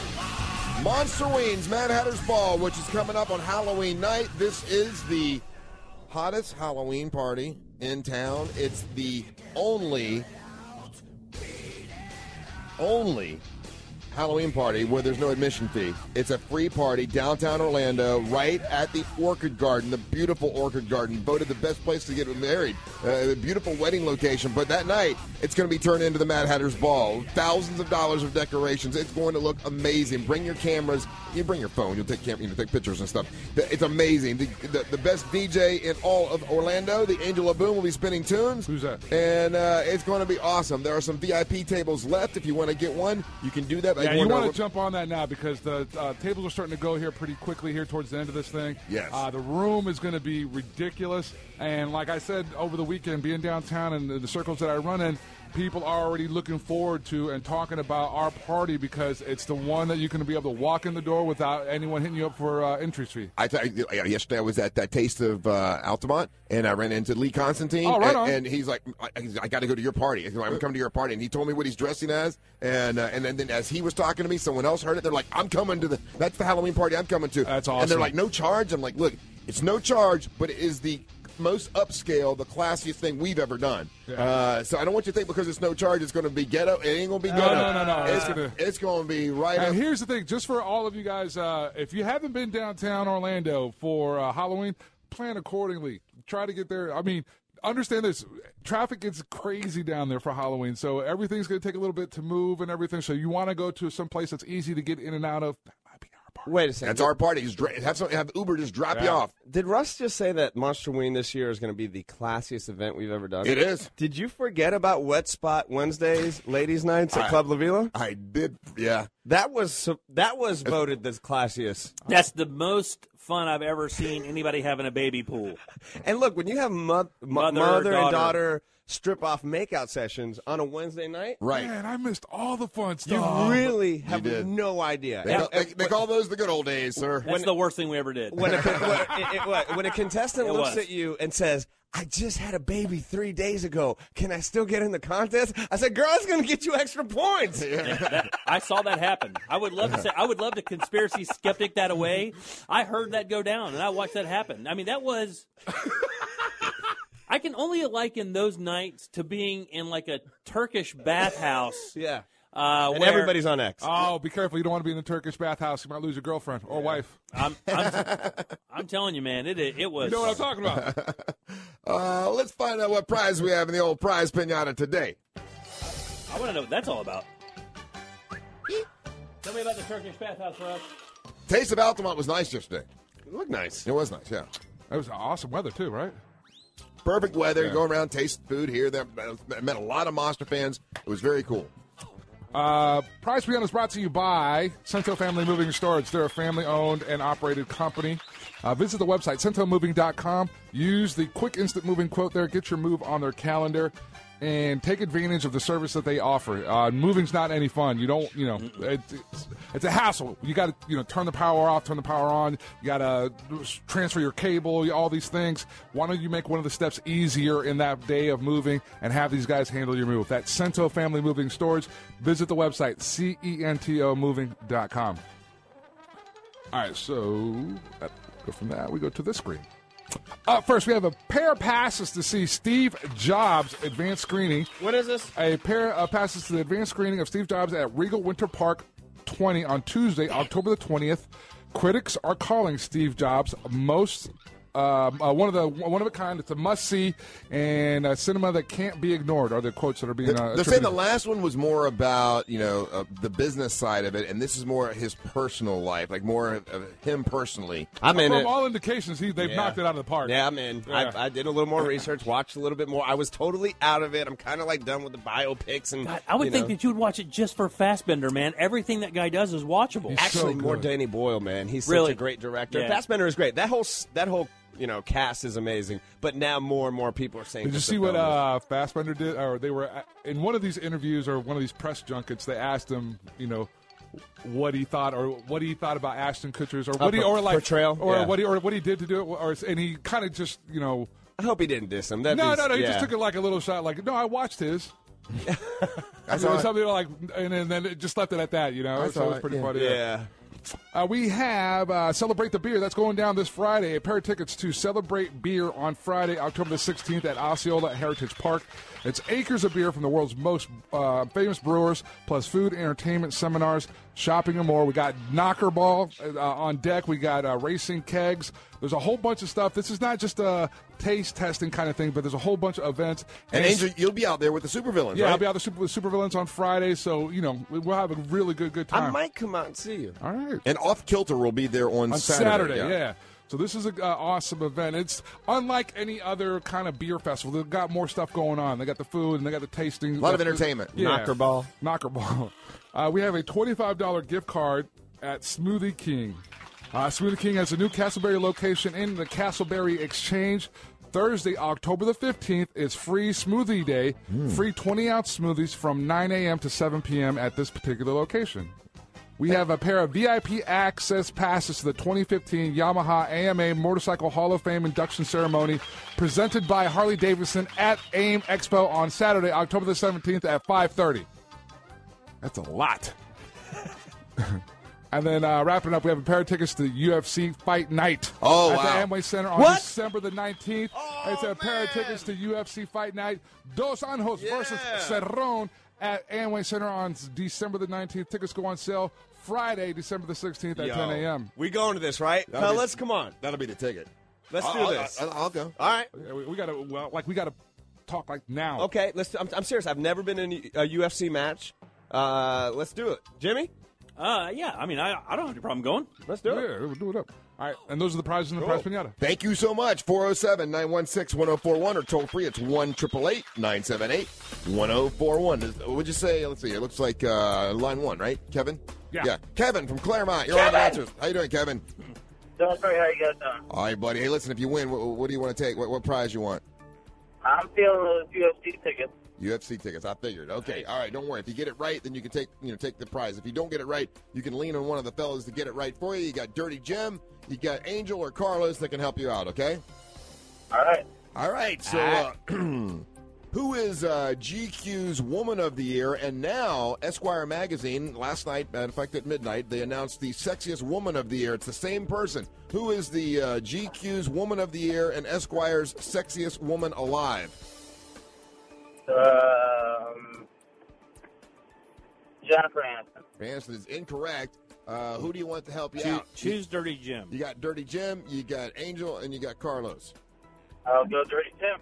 [SPEAKER 2] Monster Wings Mad Hatter's Ball, which is coming up on Halloween night. This is the hottest Halloween party in town. It's the only, only Halloween party where there's no admission fee. It's a free party downtown Orlando, right at the Orchid Garden, the beautiful Orchid Garden, voted the best place to get married, uh, a beautiful wedding location. But that night, it's going to be turned into the Mad Hatter's Ball. Thousands of dollars of decorations. It's going to look amazing. Bring your cameras. You bring your phone. You'll take cam- you know, take pictures and stuff. The- It's amazing. The, the, the best DJ in all of Orlando, the Angel of Boom, will be spinning tunes.
[SPEAKER 5] Who's that?
[SPEAKER 2] And uh, it's going to be awesome. There are some VIP tables left. If you want to get one, you can do that. by
[SPEAKER 5] Yeah,
[SPEAKER 2] going
[SPEAKER 5] you
[SPEAKER 2] to our
[SPEAKER 5] want
[SPEAKER 2] web-
[SPEAKER 5] to jump on that now because the uh, tables are starting to go here pretty quickly here towards the end of this thing.
[SPEAKER 2] Yes.
[SPEAKER 5] Uh, the room is going to be ridiculous. And like I said over the weekend, being downtown and the, the circles that I run in, people are already looking forward to and talking about our party because it's the one that you can be able to walk in the door without anyone hitting you up for uh, entry fee.
[SPEAKER 2] I th- yesterday I was at that Taste of uh, Altamont, and I ran into Lee Constantine,
[SPEAKER 5] Oh, right
[SPEAKER 2] and,
[SPEAKER 5] on.
[SPEAKER 2] and he's like, "I, I got to go to your party. I'm coming to your party," and he told me what he's dressing as, and uh, and then, then as he was talking to me, someone else heard it. They're like, "I'm coming to the that's the Halloween party I'm coming to."
[SPEAKER 5] That's
[SPEAKER 2] And they're
[SPEAKER 5] awesome.
[SPEAKER 2] like, "No charge." I'm like, "Look, it's no charge, but it is the." Most upscale, the classiest thing we've ever done. Uh, so I don't want you to think because it's no charge, it's going to be ghetto. It ain't going to be ghetto.
[SPEAKER 5] no, no, no,
[SPEAKER 2] It's,
[SPEAKER 5] it's gonna-
[SPEAKER 2] it's going to be right up.
[SPEAKER 5] And here's the thing, just for all of you guys, uh, if you haven't been downtown Orlando for uh, Halloween, plan accordingly. Try to get there. I mean, understand this: traffic gets crazy down there for Halloween, so everything's going to take a little bit to move and everything. So you want to go to some place that's easy to get in and out of. That might be our part.
[SPEAKER 4] Wait a second.
[SPEAKER 2] That's our party. Just dra- have, some, have Uber just drop you
[SPEAKER 5] Yeah.
[SPEAKER 2] off.
[SPEAKER 4] Did Russ just say that Monster Ween this year is going to be the classiest event we've ever done?
[SPEAKER 2] It is.
[SPEAKER 4] Did you forget about Wet Spot Wednesdays, ladies' nights at
[SPEAKER 2] I-
[SPEAKER 4] Club La Vila?
[SPEAKER 2] I did, yeah.
[SPEAKER 4] That was that was voted the classiest.
[SPEAKER 3] That's the most fun I've ever seen anybody having a baby pool.
[SPEAKER 4] And look, when you have mo- mo-
[SPEAKER 3] Mother,
[SPEAKER 4] mother and
[SPEAKER 3] daughter.
[SPEAKER 4] daughter strip off makeout sessions on a Wednesday night,
[SPEAKER 2] Right.
[SPEAKER 5] Man, I missed all the fun
[SPEAKER 4] you
[SPEAKER 5] stuff.
[SPEAKER 4] really have
[SPEAKER 2] did.
[SPEAKER 4] no idea.
[SPEAKER 2] They,
[SPEAKER 4] And-
[SPEAKER 2] call, they, they call those the good old days, sir.
[SPEAKER 3] That's the worst thing we ever did.
[SPEAKER 4] when a, con- when, it, it- what- when a contestant
[SPEAKER 3] It
[SPEAKER 4] looks
[SPEAKER 3] was.
[SPEAKER 4] at you and says, I just had a baby three days ago. Can I still get in the contest? I said, girl, it's going to get you extra points.
[SPEAKER 3] That- I saw that happen. I would love to say I would love to conspiracy skeptic that away. I heard that go down and I watched that happen. I mean, that was I can only liken those nights to being in like a Turkish bathhouse.
[SPEAKER 4] Yeah.
[SPEAKER 3] Uh,
[SPEAKER 4] And
[SPEAKER 3] where
[SPEAKER 4] everybody's on X.
[SPEAKER 5] Oh, be careful! You don't want to be in the Turkish bathhouse. You might lose your girlfriend or wife.
[SPEAKER 3] I'm, I'm, I'm telling you, man, it it was.
[SPEAKER 5] You know what I'm talking about?
[SPEAKER 2] Uh, let's find out what prize we have in the old prize pinata today.
[SPEAKER 3] I want to know what that's all about. Tell me about the Turkish bathhouse, Russ.
[SPEAKER 2] Taste of Altamont was nice yesterday.
[SPEAKER 4] It looked nice.
[SPEAKER 2] It was nice, yeah.
[SPEAKER 5] That was awesome weather too, right?
[SPEAKER 2] Perfect weather. You Going around, taste food here. There, I met a lot of monster fans. It was very cool.
[SPEAKER 5] Uh, Price Beyond is brought to you by Cento Family Moving and Storage. They're a family owned and operated company. Uh, visit the website, centomoving.com. Use the quick instant moving quote there. Get your move on their calendar and take advantage of the service that they offer. Uh, moving's not any fun. You don't, you know, it, it's, it's a hassle. You got to, you know, turn the power off, turn the power on. You got to transfer your cable, all these things. Why don't you make one of the steps easier in that day of moving and have these guys handle your move? That's Cento Family Moving Storage. Visit the website, E cento moving.com. All right, so uh, go from that. We go to this screen. Up first, we have a pair of passes to see Steve Jobs advanced screening.
[SPEAKER 3] What is this?
[SPEAKER 5] A pair of passes to the advanced screening of Steve Jobs at Regal Winter Park 20 on Tuesday, October the 20th. Critics are calling Steve Jobs most um, uh, one of the one of a kind. It's a must see and a cinema that can't be ignored. Are the quotes that are being uh,
[SPEAKER 2] They're saying the
[SPEAKER 5] attributed.
[SPEAKER 2] last one was more about you know uh, the business side of it, and this is more his personal life, like more of- of him personally.
[SPEAKER 4] I'm in
[SPEAKER 5] From
[SPEAKER 4] it.
[SPEAKER 5] all indications, he, they've
[SPEAKER 4] Yeah.
[SPEAKER 5] knocked it out of the park.
[SPEAKER 4] Yeah, I'm in.
[SPEAKER 5] Yeah.
[SPEAKER 4] I, I did a little more research, watched a little bit more. I was totally out of it. I'm kind of like done with the biopics and.
[SPEAKER 3] I, I would
[SPEAKER 4] you
[SPEAKER 3] think
[SPEAKER 4] know.
[SPEAKER 3] that you would watch it just for Fassbender, man. Everything that guy does is watchable.
[SPEAKER 5] He's-
[SPEAKER 4] Actually,
[SPEAKER 5] so
[SPEAKER 4] more
[SPEAKER 5] good.
[SPEAKER 4] Danny Boyle, man. He's
[SPEAKER 3] Really?
[SPEAKER 4] such a great director.
[SPEAKER 3] Yeah.
[SPEAKER 4] Fassbender is great. That whole s- that whole you know cast is amazing. But now more and more people are saying.
[SPEAKER 5] Did you
[SPEAKER 4] this
[SPEAKER 5] see what
[SPEAKER 4] film is-
[SPEAKER 5] uh, Fassbender did? Or they were uh, in one of these interviews or one of these press junkets. They asked him, you know, what he thought or what he thought about Ashton Kutcher's or what he
[SPEAKER 4] Uh, per-
[SPEAKER 5] or like
[SPEAKER 4] portrayal?
[SPEAKER 5] or
[SPEAKER 4] Yeah.
[SPEAKER 5] what he or what he did to do it. Or and he kind of just you know.
[SPEAKER 4] I hope he didn't diss him. That
[SPEAKER 5] No,
[SPEAKER 4] is-
[SPEAKER 5] no, no. He
[SPEAKER 4] yeah.
[SPEAKER 5] just took it like a little shot. Like, no, I watched his.
[SPEAKER 2] I
[SPEAKER 5] So
[SPEAKER 2] saw it.
[SPEAKER 5] something like, and, then then it just left it at that. You know,
[SPEAKER 2] I
[SPEAKER 5] so it
[SPEAKER 2] saw
[SPEAKER 5] was
[SPEAKER 2] it,
[SPEAKER 5] pretty
[SPEAKER 2] yeah.
[SPEAKER 5] funny.
[SPEAKER 4] Yeah.
[SPEAKER 5] Uh, we have uh, Celebrate the Beer. That's going down this Friday. A pair of tickets to Celebrate Beer on Friday, October the 16th at Osceola Heritage Park. It's acres of beer from the world's most uh, famous brewers, plus food, entertainment, seminars, shopping, and more. We got knocker ball uh, on deck. We got uh, racing kegs. There's a whole bunch of stuff. This is not just a taste testing kind of thing, but there's a whole bunch of events.
[SPEAKER 2] And
[SPEAKER 5] it's-
[SPEAKER 2] Angel, you'll be out there with the supervillains,
[SPEAKER 5] yeah,
[SPEAKER 2] right?
[SPEAKER 5] I'll be out with super, supervillains on Friday, so you know we- we'll have a really good good time.
[SPEAKER 4] I might come out and see you.
[SPEAKER 5] All right.
[SPEAKER 2] and off kilter will be there on,
[SPEAKER 5] on Saturday. yeah. So this is an uh, awesome event. It's unlike any other kind of beer festival. They've got more stuff going on. They got the food and they got the tasting. A
[SPEAKER 2] lot of entertainment.
[SPEAKER 4] Knocker ball.
[SPEAKER 5] Knocker ball. Uh, we have a twenty-five dollar gift card at Smoothie King. Uh, Smoothie King has a new Castleberry location in the Castleberry Exchange. Thursday, October the 15th, is free smoothie day.
[SPEAKER 2] Hmm.
[SPEAKER 5] Free 20 ounce smoothies from 9 a.m. to 7 p.m. at this particular location. We have a pair of VIP access passes to the 2015 Yamaha AMA Motorcycle Hall of Fame induction ceremony presented by Harley Davidson at AIM Expo on Saturday, October the 17th at 5:30. That's a lot. and then uh, wrapping up, we have a pair of tickets to the UFC Fight Night
[SPEAKER 2] Oh,
[SPEAKER 5] at
[SPEAKER 2] wow. Oh,
[SPEAKER 5] the Amway Center on
[SPEAKER 4] What?
[SPEAKER 5] December the 19th. it's a pair of tickets to UFC Fight Night. Dos Anjos versus Cerrone at Amway Center on s- December the 19th. Tickets go on sale Friday, December the 16th uh, at
[SPEAKER 4] Yo.
[SPEAKER 5] 10 a.m.
[SPEAKER 4] We going to this, right?
[SPEAKER 2] That'll be-
[SPEAKER 4] Fellas, come on.
[SPEAKER 2] That'll be the ticket.
[SPEAKER 4] Let's
[SPEAKER 2] I'll,
[SPEAKER 4] do
[SPEAKER 2] I'll-
[SPEAKER 4] this.
[SPEAKER 2] I'll, I'll go.
[SPEAKER 4] All right.
[SPEAKER 5] Yeah, We, we gotta well, like we gotta talk like now.
[SPEAKER 4] Okay. Let's. I'm, I'm serious. I've never been in a UFC match. Uh, let's do it, Jimmy.
[SPEAKER 3] Uh, yeah, I mean, I, I don't have any problem going.
[SPEAKER 4] Let's
[SPEAKER 5] Yeah,
[SPEAKER 4] do it.
[SPEAKER 5] we'll do it up. All right, and those are the prizes in the prize pinata.
[SPEAKER 2] Thank you so much. 407 916 1041 or toll free. It's 1 888 978 1041. Would you say, let's see, it looks like uh, line one, right, Kevin?
[SPEAKER 5] Yeah.
[SPEAKER 2] Kevin from Claremont. You're on the answers. How you doing, Kevin?
[SPEAKER 9] Doing great. How you guys doing?
[SPEAKER 2] All right, buddy. Hey, listen, if you win, what, what do you want to take? What, what prize you want?
[SPEAKER 9] I'm feeling those UFC tickets.
[SPEAKER 2] UFC tickets. I figured. Okay. All right. Don't worry. If you get it right, then you can take you know take the prize. If you don't get it right, you can lean on one of the fellas to get it right for you. You got Dirty Jim. You got Angel or Carlos that can help you out. Okay.
[SPEAKER 9] All right. Ah.
[SPEAKER 2] All right. So,
[SPEAKER 4] Ah.
[SPEAKER 2] uh, who is uh, GQ's Woman of the Year? And now Esquire magazine last night, uh, in fact at midnight, they announced the sexiest woman of the year. It's the same person. Who is the uh, GQ's Woman of the Year and Esquire's sexiest woman alive?
[SPEAKER 9] Um, Jennifer Aniston.
[SPEAKER 2] Your answer is incorrect. Uh, who do you want to help you
[SPEAKER 3] Choo-
[SPEAKER 2] out?
[SPEAKER 3] Choose Dirty Jim.
[SPEAKER 2] You got Dirty Jim, you got Angel, and you got Carlos.
[SPEAKER 9] I'll go Dirty Tim.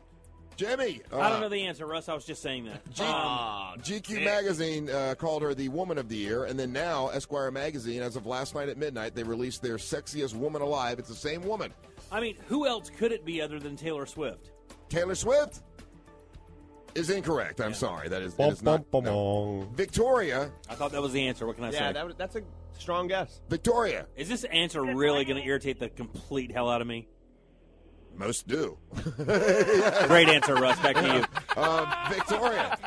[SPEAKER 2] Jimmy, uh,
[SPEAKER 3] I don't know the answer, Russ. I was just saying that. Um,
[SPEAKER 2] GQ magazine uh, called her the Woman of the Year, and then now Esquire magazine, as of last night at midnight, they released their sexiest woman alive. It's the same woman,
[SPEAKER 3] I mean, who else could it be other than Taylor Swift?
[SPEAKER 2] Taylor Swift. is incorrect. I'm sorry. That is, it is not.
[SPEAKER 4] Bum-bum-bum-bum.
[SPEAKER 2] Victoria,
[SPEAKER 3] I thought that was the answer. What can I
[SPEAKER 4] Yeah,
[SPEAKER 3] say?
[SPEAKER 4] that, would- that's a strong guess.
[SPEAKER 2] Victoria,
[SPEAKER 3] Is this answer really going to irritate the complete hell out of me?
[SPEAKER 2] most do.
[SPEAKER 3] Great answer, Russ. Back to you.
[SPEAKER 2] Uh, Victoria,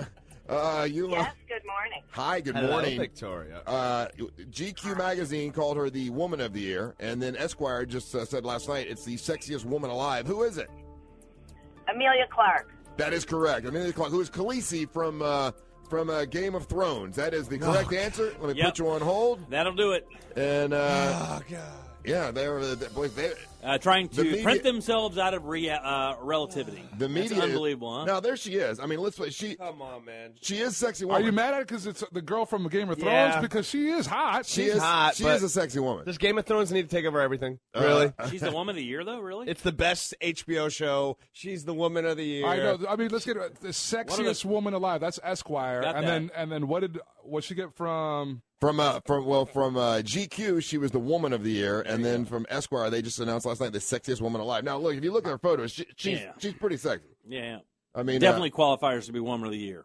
[SPEAKER 2] uh, you. lo-
[SPEAKER 10] Yes, good morning.
[SPEAKER 2] Hi. Good
[SPEAKER 4] Hello,
[SPEAKER 2] morning.
[SPEAKER 4] Victoria.
[SPEAKER 2] Uh, GQ magazine called her the Woman of the Year, and then Esquire just uh, said last night it's the sexiest woman alive. Who is it?
[SPEAKER 10] Amelia Clark.
[SPEAKER 2] That is correct. Amelia Clark, who is Khaleesi from uh, from uh, Game of Thrones. That is the correct answer. Let me
[SPEAKER 3] Yep.
[SPEAKER 2] put you on hold.
[SPEAKER 3] That'll do it. Ah,
[SPEAKER 2] And uh, yeah, they were they, boy, they,
[SPEAKER 3] Uh, trying to
[SPEAKER 2] The media-
[SPEAKER 3] print themselves out of rea- uh, relativity.
[SPEAKER 2] the media.
[SPEAKER 3] That's unbelievable, huh?
[SPEAKER 2] Now there she is. I mean, let's play. She
[SPEAKER 4] Come on, man.
[SPEAKER 2] she is sexy
[SPEAKER 5] Are
[SPEAKER 2] woman.
[SPEAKER 5] you mad at it because it's the girl from Game of Thrones?
[SPEAKER 4] Yeah.
[SPEAKER 5] Because she is hot.
[SPEAKER 2] She
[SPEAKER 4] She's
[SPEAKER 2] is
[SPEAKER 4] hot,
[SPEAKER 2] she
[SPEAKER 4] but-
[SPEAKER 2] is a sexy woman. Uh,
[SPEAKER 4] Does Game of Thrones need to take over everything? really?
[SPEAKER 3] She's the woman of the year, though. Really?
[SPEAKER 4] It's the best HBO show. She's the woman of the year.
[SPEAKER 5] I know. I mean, let's get it. the
[SPEAKER 3] are the-
[SPEAKER 5] sexiest woman alive. That's Esquire,
[SPEAKER 3] Got
[SPEAKER 5] and
[SPEAKER 3] that.
[SPEAKER 5] then and then what did what she get from?
[SPEAKER 2] From uh, from well, from uh, GQ, she was the woman of the year, and then from Esquire, they just announced last night the sexiest woman alive. Now, look, if you look at her photos, she, she's
[SPEAKER 3] Yeah.
[SPEAKER 2] she's pretty sexy.
[SPEAKER 3] yeah,
[SPEAKER 2] I mean, uh,
[SPEAKER 3] definitely qualifiers to be woman of the year.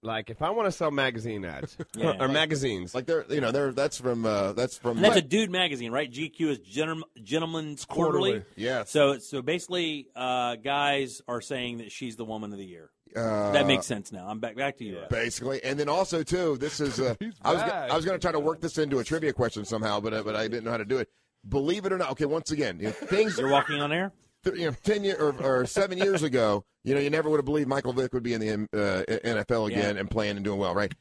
[SPEAKER 4] Like, if I want to sell magazine ads
[SPEAKER 3] Yeah.
[SPEAKER 4] or magazines,
[SPEAKER 2] like they're you know they're that's from uh, that's from
[SPEAKER 3] And that's a dude magazine, right? GQ is Gen- Gentleman's Quarterly.
[SPEAKER 5] Quarterly.
[SPEAKER 2] yes.
[SPEAKER 3] So, it's- so basically, uh, guys are saying that she's the woman of the year.
[SPEAKER 2] uh,
[SPEAKER 3] That makes sense now. I'm back back to you. Russ.
[SPEAKER 2] basically, and then also too, this is uh,
[SPEAKER 5] He's
[SPEAKER 2] I was go-
[SPEAKER 5] bad.
[SPEAKER 2] I was going to try to work this into a trivia question somehow, but uh, but I didn't know how to do it. Believe it or not, okay. Once again, you know, things
[SPEAKER 3] You're walking on air.
[SPEAKER 2] th- you know, ten year or, or seven years ago, you know, you never would have believed Michael Vick would be in the M- uh, NFL again and playing and doing well, right?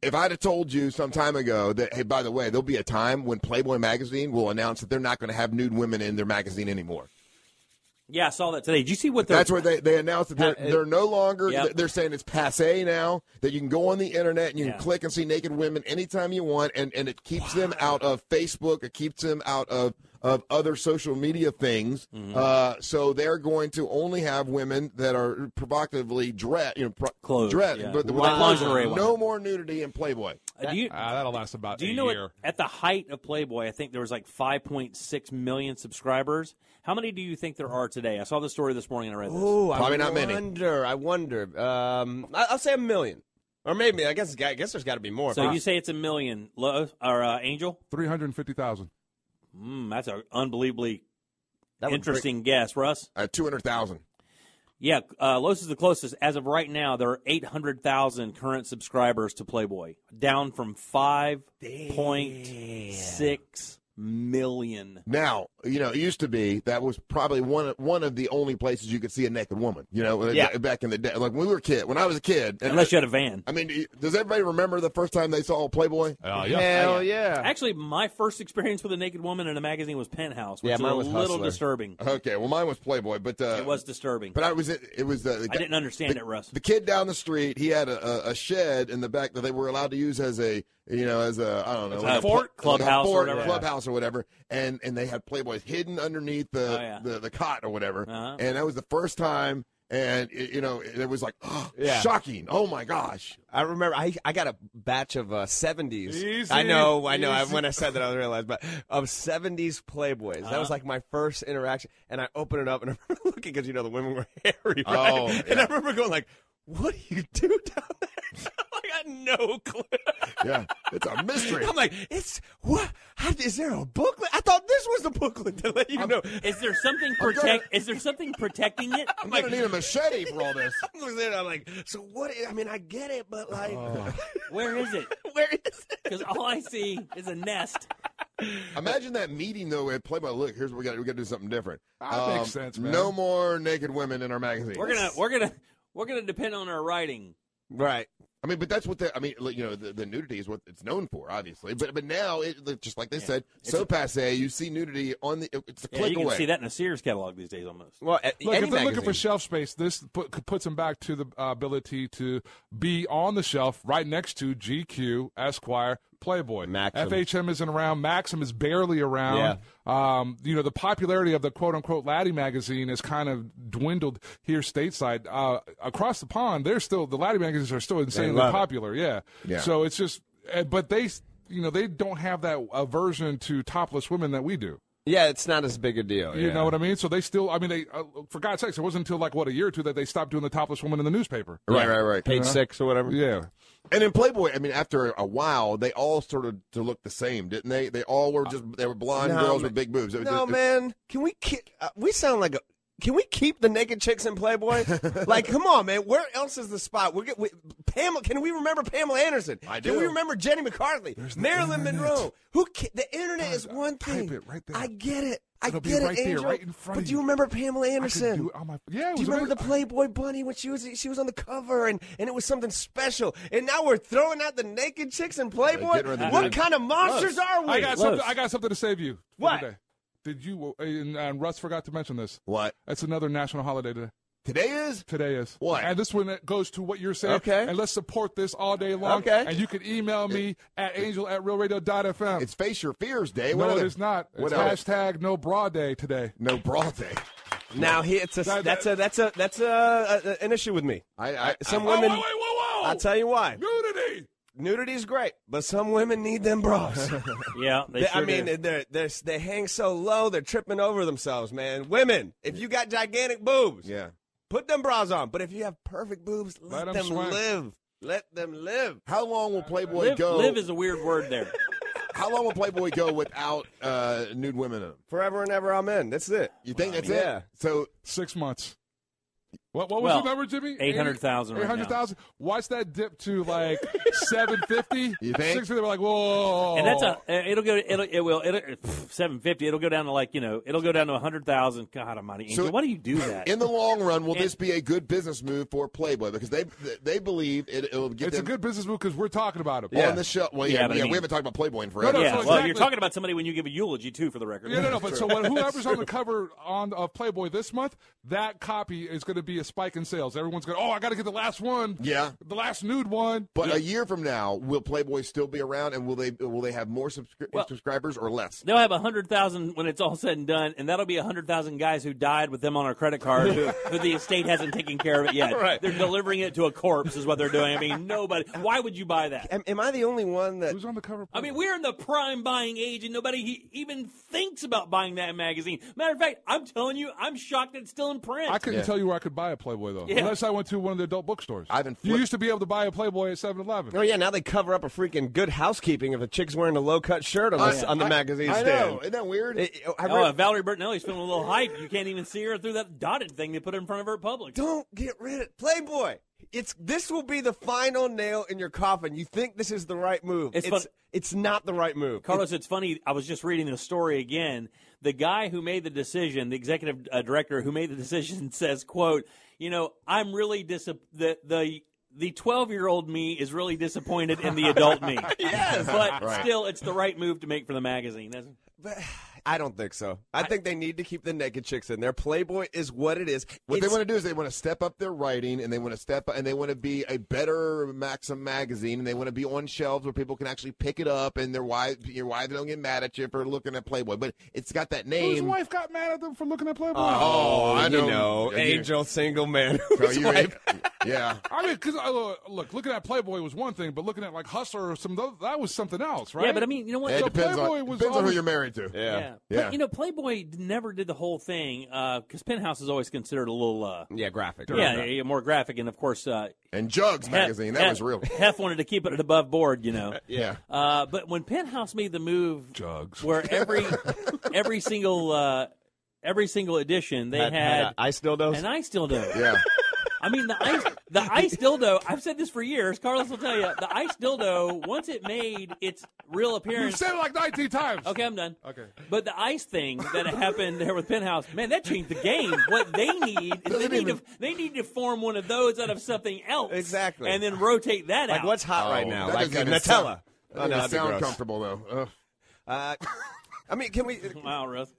[SPEAKER 2] If I'd have told you some time ago that, hey, by the way, there'll be a time when Playboy magazine will announce that they're not going to have nude women in their magazine anymore.
[SPEAKER 3] Yeah, I saw that today. Did you see what the Uh,
[SPEAKER 2] That's where they, they announced that they're, they're no longer,
[SPEAKER 3] Yep.
[SPEAKER 2] they're saying it's passe now, that you can go on the internet and you
[SPEAKER 3] Yeah.
[SPEAKER 2] can click and see naked women anytime you want, and, and it keeps them out of Facebook, it keeps them out of, of other social media things.
[SPEAKER 3] Mm-hmm.
[SPEAKER 2] Uh, so they're going to only have women that are provocatively dressed, you know, pro-
[SPEAKER 3] Clothed,
[SPEAKER 2] dressed,
[SPEAKER 3] yeah.
[SPEAKER 2] but with
[SPEAKER 3] Wow. Lingerie one.
[SPEAKER 2] no more nudity in Playboy.
[SPEAKER 3] Uh, do you
[SPEAKER 5] Ah, that'll last about
[SPEAKER 3] do you
[SPEAKER 5] a
[SPEAKER 3] know
[SPEAKER 5] year.
[SPEAKER 3] what, at the height of Playboy, I think there was like 5.6 million subscribers. How many do you think there are today? I saw the story this morning and I read this.
[SPEAKER 4] Ooh,
[SPEAKER 2] Probably
[SPEAKER 4] I
[SPEAKER 2] not many.
[SPEAKER 4] wonder, I wonder. Um, I, I'll say a million, or maybe I guess I guess there's got to be more.
[SPEAKER 3] So you say it's a million, Lo, or uh, Angel?
[SPEAKER 5] Three hundred fifty thousand.
[SPEAKER 3] Mm, that's an unbelievably
[SPEAKER 4] That would
[SPEAKER 3] interesting guess, Russ.
[SPEAKER 2] Uh, 200,000.
[SPEAKER 3] Yeah, uh, Los is the closest. As of right now, there are 800,000 current subscribers to Playboy, down from 5.6 million.
[SPEAKER 2] Now, you know, it used to be that was probably one of, one of the only places you could see a naked woman. You know,
[SPEAKER 4] Yeah.
[SPEAKER 2] back in the day, like when we were a kid, when I was a kid. and-
[SPEAKER 3] Unless you had a van.
[SPEAKER 2] I mean, does everybody remember the first time they saw Playboy?
[SPEAKER 5] Oh
[SPEAKER 4] break- Hell yeah!
[SPEAKER 3] Actually, my first experience with a naked woman in a magazine was Penthouse, which
[SPEAKER 4] Yeah,
[SPEAKER 3] is
[SPEAKER 4] mine
[SPEAKER 3] a
[SPEAKER 4] was
[SPEAKER 3] little
[SPEAKER 4] Hustler.
[SPEAKER 3] disturbing.
[SPEAKER 2] Okay, well, mine was Playboy, but uh,
[SPEAKER 3] It was disturbing.
[SPEAKER 2] But I was it was uh, the,
[SPEAKER 3] I didn't understand it, Russ.
[SPEAKER 2] the kid down the street. He had a, a- a shed in the back that they were allowed to use as a you know as a I don't know like
[SPEAKER 3] a fort?
[SPEAKER 2] pl- like a
[SPEAKER 3] Clubhouse or
[SPEAKER 2] fort,
[SPEAKER 3] whatever.
[SPEAKER 2] clubhouse or whatever. And and they had Playboys hidden underneath the
[SPEAKER 3] Oh, yeah.
[SPEAKER 2] the, the cot or whatever.
[SPEAKER 3] Uh-huh.
[SPEAKER 2] And that was the first time. And it, you know, it was like
[SPEAKER 4] Yeah.
[SPEAKER 2] shocking. Oh my gosh!
[SPEAKER 4] I remember I, I got a batch of uh, 70s.
[SPEAKER 5] Easy,
[SPEAKER 4] I know, I know. I,
[SPEAKER 5] easy.
[SPEAKER 4] when I said that, I realized, but of 70s Playboys.
[SPEAKER 7] Uh-huh.
[SPEAKER 4] That was like my first interaction. And I opened it up and I remember looking because, you know, the women were hairy. Right?
[SPEAKER 2] Oh,
[SPEAKER 4] And I remember going, like, what do you do down there? I got no clue.
[SPEAKER 2] Yeah, it's a mystery.
[SPEAKER 4] I'm like, it's what? How, is there a booklet? I thought this was the booklet to let you know.
[SPEAKER 3] Um, Is there something protect? Is there something protecting it?
[SPEAKER 2] I'm gonna need a machete for all this.
[SPEAKER 4] I'm looking at it, I'm like, so what? I mean, I get it, but like,
[SPEAKER 2] Oh.
[SPEAKER 3] Where is it?
[SPEAKER 4] where is it?
[SPEAKER 3] Because all I see is a nest.
[SPEAKER 2] Imagine that meeting though at Playboy. Look, here's what we got. We got to do something different. Um,
[SPEAKER 5] That makes sense, man.
[SPEAKER 2] No more naked women in our magazine.
[SPEAKER 3] We're gonna, we're gonna, we're gonna depend on our writing.
[SPEAKER 4] Right.
[SPEAKER 2] I mean, but that's what the. I mean, like, you know, the, the nudity is what it's known for, obviously. But but now, it, like, just like they said, so passe. You see nudity on the. It's a
[SPEAKER 3] Yeah,
[SPEAKER 2] click
[SPEAKER 3] you can
[SPEAKER 2] away.
[SPEAKER 3] see that in a Sears catalog these days, almost.
[SPEAKER 4] Well,
[SPEAKER 5] Look,
[SPEAKER 4] any
[SPEAKER 5] if they're looking for
[SPEAKER 4] magazine.
[SPEAKER 5] shelf space, this put, puts them back to the uh, ability to be on the shelf right next to GQ, Esquire, Playboy.
[SPEAKER 4] Maxim.
[SPEAKER 5] FHM isn't around. Maxim is barely around. Um, you know, the popularity of the quote unquote Laddie magazine has kind of dwindled here stateside. Uh, across the pond, they're still, the Laddie magazines are still insanely
[SPEAKER 4] love it.
[SPEAKER 5] popular. Yeah.
[SPEAKER 2] Yeah.
[SPEAKER 5] So eh, it's just, uh, but they, you know, they don't have that aversion to topless women that we do.
[SPEAKER 7] Yeah, it's not as big a deal.
[SPEAKER 5] You
[SPEAKER 7] yeah.
[SPEAKER 5] know what I mean? So they still, I mean, they uh, for God's sakes, it wasn't until like what a year or two that they stopped doing the topless woman in the newspaper.
[SPEAKER 2] Right, right, right.
[SPEAKER 5] Page
[SPEAKER 7] six or whatever.
[SPEAKER 5] Uh-huh. Yeah.
[SPEAKER 2] And in Playboy, I mean, after a while, they all started to look the same, didn't they? They all
[SPEAKER 3] Uh,
[SPEAKER 2] were just they were blonde
[SPEAKER 7] No,
[SPEAKER 2] girls
[SPEAKER 7] ma-
[SPEAKER 2] with big boobs. It was
[SPEAKER 7] No,
[SPEAKER 2] just- it-
[SPEAKER 7] man. Can we? Ki- uh, we sound like a. Can we keep the naked chicks in Playboy? like, come on, man. Where else is the spot? We're get, we, Pamela. Can we remember Pamela Anderson?
[SPEAKER 2] I
[SPEAKER 7] Can we
[SPEAKER 2] do.
[SPEAKER 7] remember Jenny McCarthy? Marilyn Monroe. Who? Ca- the internet is one thing.
[SPEAKER 5] it right there.
[SPEAKER 7] I get it. I
[SPEAKER 5] It'll be
[SPEAKER 7] get it,
[SPEAKER 5] right there,
[SPEAKER 7] Angel.
[SPEAKER 5] right in front
[SPEAKER 7] but
[SPEAKER 5] of
[SPEAKER 7] do you
[SPEAKER 5] you.
[SPEAKER 7] remember Pamela
[SPEAKER 5] I could
[SPEAKER 7] Anderson?
[SPEAKER 5] do it on my- yeah. it
[SPEAKER 7] Do
[SPEAKER 5] was
[SPEAKER 7] you remember the
[SPEAKER 5] amazing.
[SPEAKER 7] Playboy Bunny when she was she was on the cover and, and it was something special? And now we're throwing out the naked chicks in Playboy.
[SPEAKER 2] get rid of the
[SPEAKER 7] what
[SPEAKER 2] naked-
[SPEAKER 7] kind of monsters are we?
[SPEAKER 5] I got something. I got something to save you. for
[SPEAKER 7] What?
[SPEAKER 5] Today. Did you? uh, And, and Russ forgot to mention this.
[SPEAKER 2] What
[SPEAKER 5] That's another national holiday today.
[SPEAKER 2] today is?
[SPEAKER 5] Today is
[SPEAKER 2] What?
[SPEAKER 5] and this one goes to what you're saying.
[SPEAKER 7] Okay.
[SPEAKER 5] and let's support this all day long.
[SPEAKER 7] Okay.
[SPEAKER 5] and you can email me at angel at realradio.fm.
[SPEAKER 2] It's Face Your Fears Day. What
[SPEAKER 5] no,
[SPEAKER 2] other-
[SPEAKER 5] it is not.
[SPEAKER 2] What
[SPEAKER 5] It's
[SPEAKER 2] else?
[SPEAKER 5] hashtag no bra day today.
[SPEAKER 2] No bra day.
[SPEAKER 7] Now he, it's a,
[SPEAKER 5] That-
[SPEAKER 7] that's a that's a that's a, a- a- an issue with me.
[SPEAKER 2] I, I,
[SPEAKER 7] Some
[SPEAKER 5] Oh, wait,
[SPEAKER 7] women,
[SPEAKER 5] wait, whoa, whoa!
[SPEAKER 7] I'll tell you why.
[SPEAKER 5] Nudity.
[SPEAKER 7] Nudity is great, but some women need them bras.
[SPEAKER 3] Yeah, they,
[SPEAKER 7] They-
[SPEAKER 3] sure
[SPEAKER 7] I mean,
[SPEAKER 3] do.
[SPEAKER 7] they're, they're they hang so low, they're tripping over themselves, man. Women, if you got gigantic boobs,
[SPEAKER 2] yeah.
[SPEAKER 7] put them bras on. But if you have perfect boobs, let,
[SPEAKER 5] Let 'em
[SPEAKER 7] them
[SPEAKER 5] swing.
[SPEAKER 7] live. Let them live.
[SPEAKER 2] How long will Playboy
[SPEAKER 3] live,
[SPEAKER 2] go?
[SPEAKER 3] live is a weird word there.
[SPEAKER 2] how long will Playboy go without uh, nude women in them?
[SPEAKER 7] Forever and ever, I'm in. That's it.
[SPEAKER 2] You think that's
[SPEAKER 7] Yeah.
[SPEAKER 2] it? So
[SPEAKER 5] Six months. What, what was
[SPEAKER 3] Well,
[SPEAKER 5] the number, Jimmy?
[SPEAKER 3] 800,000 right now.
[SPEAKER 5] 800,000. Watch that dip to like 750.
[SPEAKER 2] You think?
[SPEAKER 5] 650, we're like,
[SPEAKER 2] Oh.
[SPEAKER 5] whoa.
[SPEAKER 3] And that's a it'll go it'll it will it'll seven fifty it'll go down to like you know it'll go down to a hundred thousand God Almighty Angel
[SPEAKER 2] So-
[SPEAKER 3] why do you do that
[SPEAKER 2] in the long run, will
[SPEAKER 3] And-
[SPEAKER 2] this be a good business move for Playboy because they they believe it, it'll get
[SPEAKER 5] It's a
[SPEAKER 2] them
[SPEAKER 5] good business move because we're talking about it.
[SPEAKER 2] on the show? Well,
[SPEAKER 3] Yeah,
[SPEAKER 2] yeah,
[SPEAKER 3] but
[SPEAKER 2] yeah,
[SPEAKER 3] I mean-
[SPEAKER 2] we haven't talked about Playboy in forever.
[SPEAKER 5] no,
[SPEAKER 3] yeah
[SPEAKER 5] so
[SPEAKER 3] well
[SPEAKER 5] exactly-
[SPEAKER 3] you're talking about somebody when you give a eulogy too for the record
[SPEAKER 5] Yeah, no, no. But so what, whoever's on the cover on of Playboy this month, that copy is going to be a spike in sales. Everyone's going, oh, I got to get the last one.
[SPEAKER 2] Yeah.
[SPEAKER 5] The last nude one.
[SPEAKER 2] But a year from now, will Playboy still be around, and will they will they have more subscri-
[SPEAKER 3] Well-
[SPEAKER 2] subscribers or less?
[SPEAKER 3] They'll have 100,000 when it's all said and done, and that'll be 100,000 guys who died with them on our credit card who, who the estate hasn't taken care of it yet.
[SPEAKER 7] Right.
[SPEAKER 3] They're delivering it to a corpse, is what they're doing. I mean, nobody. Why would you buy that?
[SPEAKER 7] Am, am I the only one that?
[SPEAKER 5] Who's on the cover? of
[SPEAKER 3] I mean,
[SPEAKER 5] Playboy?
[SPEAKER 3] we're in the prime buying age, and nobody he- even thinks about buying that magazine. Matter of fact, I'm telling you, I'm shocked it's still in print.
[SPEAKER 5] I couldn't
[SPEAKER 2] Yeah.
[SPEAKER 5] tell you where I could buy a Playboy, though,
[SPEAKER 3] Yeah.
[SPEAKER 5] unless I went to one of the adult bookstores.
[SPEAKER 2] I haven't
[SPEAKER 5] you
[SPEAKER 2] flipped-
[SPEAKER 5] used to be able to buy a Playboy at 7 Eleven.
[SPEAKER 7] Oh yeah, now they cover up a freaking good housekeeping if a chick's wearing a low cut shirt on the, s- on the
[SPEAKER 2] Oh, I-
[SPEAKER 7] magazine
[SPEAKER 2] I
[SPEAKER 7] stand.
[SPEAKER 2] know. Isn't that weird?
[SPEAKER 7] It- I
[SPEAKER 3] Oh, uh,
[SPEAKER 7] read-
[SPEAKER 3] Valerie Bertinelli's feeling a little hype. You can't even see her through that dotted thing they put in front of her at public.
[SPEAKER 7] Don't get rid of Playboy. It's this will be the final nail in your coffin. You think this is the right move?
[SPEAKER 3] It's
[SPEAKER 7] it's,
[SPEAKER 3] fun-
[SPEAKER 7] it's not the right move.
[SPEAKER 3] Carlos, it's funny. I was just reading the story again. The guy who made the decision, the executive uh, director who made the decision, says, "quote You know, I'm really dis- the the." The twelve-year-old me is really disappointed in the adult me. yes, but still, it's the right move to make for the magazine. That's,
[SPEAKER 7] But I don't think so. I, think they need to keep the naked chicks in there. Playboy is what it is.
[SPEAKER 2] What they
[SPEAKER 7] It's-
[SPEAKER 2] want to do is they want to step up their writing and they want to step and they want to be a better Maxim magazine and they want to be on shelves where people can actually pick it up and their wives your wives don't get mad at you for looking at Playboy. But it's got
[SPEAKER 5] His
[SPEAKER 2] that name.
[SPEAKER 5] wife got mad at them for looking at Playboy.
[SPEAKER 2] Oh, I
[SPEAKER 7] you
[SPEAKER 2] don't-
[SPEAKER 7] know,
[SPEAKER 2] Yeah, you-
[SPEAKER 7] angel single man.
[SPEAKER 2] So
[SPEAKER 7] whose
[SPEAKER 2] you-
[SPEAKER 7] wife-
[SPEAKER 2] yeah.
[SPEAKER 5] I mean, because look, looking at Playboy was one thing, but looking at like Hustler or some tho- that was something else, right?
[SPEAKER 3] Yeah, but I mean, you know what?
[SPEAKER 2] It
[SPEAKER 5] So
[SPEAKER 2] depends
[SPEAKER 5] Playboy
[SPEAKER 2] on
[SPEAKER 5] was
[SPEAKER 2] depends on who
[SPEAKER 5] always-
[SPEAKER 2] you're married to.
[SPEAKER 7] yeah.
[SPEAKER 3] yeah.
[SPEAKER 2] Yeah.
[SPEAKER 3] But you know, Playboy never did the whole thing because Penthouse is always considered a little, uh,
[SPEAKER 7] Yeah, graphic.
[SPEAKER 3] yeah, yeah, more graphic, and of course, uh,
[SPEAKER 2] And Jugs magazine that
[SPEAKER 3] Hef-
[SPEAKER 2] was real.
[SPEAKER 3] Hef wanted to keep it above board, you know.
[SPEAKER 2] Yeah.
[SPEAKER 3] Uh, but when Penthouse made the move,
[SPEAKER 5] Jugs.
[SPEAKER 3] where every every single uh, every single edition they
[SPEAKER 7] Had-
[SPEAKER 3] had,
[SPEAKER 7] had a ice dildos?
[SPEAKER 3] an ice dildo.
[SPEAKER 2] Yeah.
[SPEAKER 3] I mean the ice the ice dildo. I've said this for years. Carlos will tell you the ice dildo. Once it made its real
[SPEAKER 5] You've
[SPEAKER 3] appearance,
[SPEAKER 5] said it like 19 times.
[SPEAKER 3] Okay, I'm done.
[SPEAKER 5] Okay.
[SPEAKER 3] But the ice thing that happened there with Penthouse, man, that changed the game. What they need is they
[SPEAKER 2] Doesn't
[SPEAKER 3] need,
[SPEAKER 2] even-
[SPEAKER 3] to, they need to form one of those out of something else.
[SPEAKER 7] Exactly.
[SPEAKER 3] And then rotate that
[SPEAKER 7] Like
[SPEAKER 3] out.
[SPEAKER 7] what's hot right
[SPEAKER 2] Oh,
[SPEAKER 7] now?
[SPEAKER 2] that
[SPEAKER 7] Like
[SPEAKER 2] doesn't
[SPEAKER 7] uh,
[SPEAKER 2] even
[SPEAKER 7] Nutella.
[SPEAKER 2] sound-
[SPEAKER 7] Oh,
[SPEAKER 2] That doesn't
[SPEAKER 7] no, that'd be
[SPEAKER 2] sound
[SPEAKER 7] gross.
[SPEAKER 2] comfortable though. Ugh.
[SPEAKER 7] Uh, I mean, can we?
[SPEAKER 3] Wow, Russ.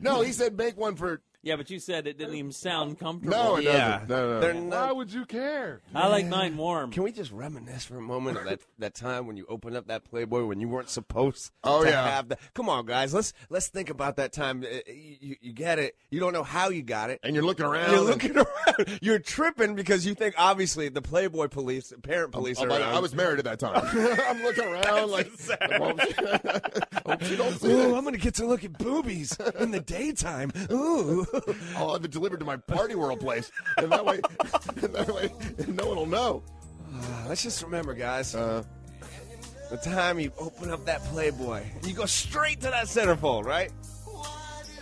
[SPEAKER 2] No, he said make one for
[SPEAKER 3] Yeah, but you said it didn't even sound comfortable.
[SPEAKER 2] No, it doesn't. No, no, no.
[SPEAKER 4] They're not-
[SPEAKER 5] Why would you care?
[SPEAKER 3] I like mine warm.
[SPEAKER 4] Can we just reminisce for a moment of that, that time when you opened up that Playboy when you weren't supposed
[SPEAKER 2] Oh,
[SPEAKER 4] to
[SPEAKER 2] yeah.
[SPEAKER 4] have that? Come on, guys, let's let's think about that time. Uh, You, you, you get it. You don't know how you got it.
[SPEAKER 2] And you're looking around.
[SPEAKER 4] You're
[SPEAKER 2] and-
[SPEAKER 4] looking around. You're tripping because you think obviously the Playboy police, parent police,
[SPEAKER 2] Oh,
[SPEAKER 4] are
[SPEAKER 2] but
[SPEAKER 4] around.
[SPEAKER 2] I was married at that time. I'm looking around like, hope she, hope she don't see
[SPEAKER 4] Ooh,
[SPEAKER 2] this.
[SPEAKER 4] I'm gonna get to look at boobies in the daytime. Ooh,
[SPEAKER 2] I'll have it delivered to my party world place, and that way, and that way, no one will know. Ah,
[SPEAKER 4] let's just remember, guys,
[SPEAKER 2] Uh,
[SPEAKER 4] the time you open up that Playboy, you go straight to that centerfold, right?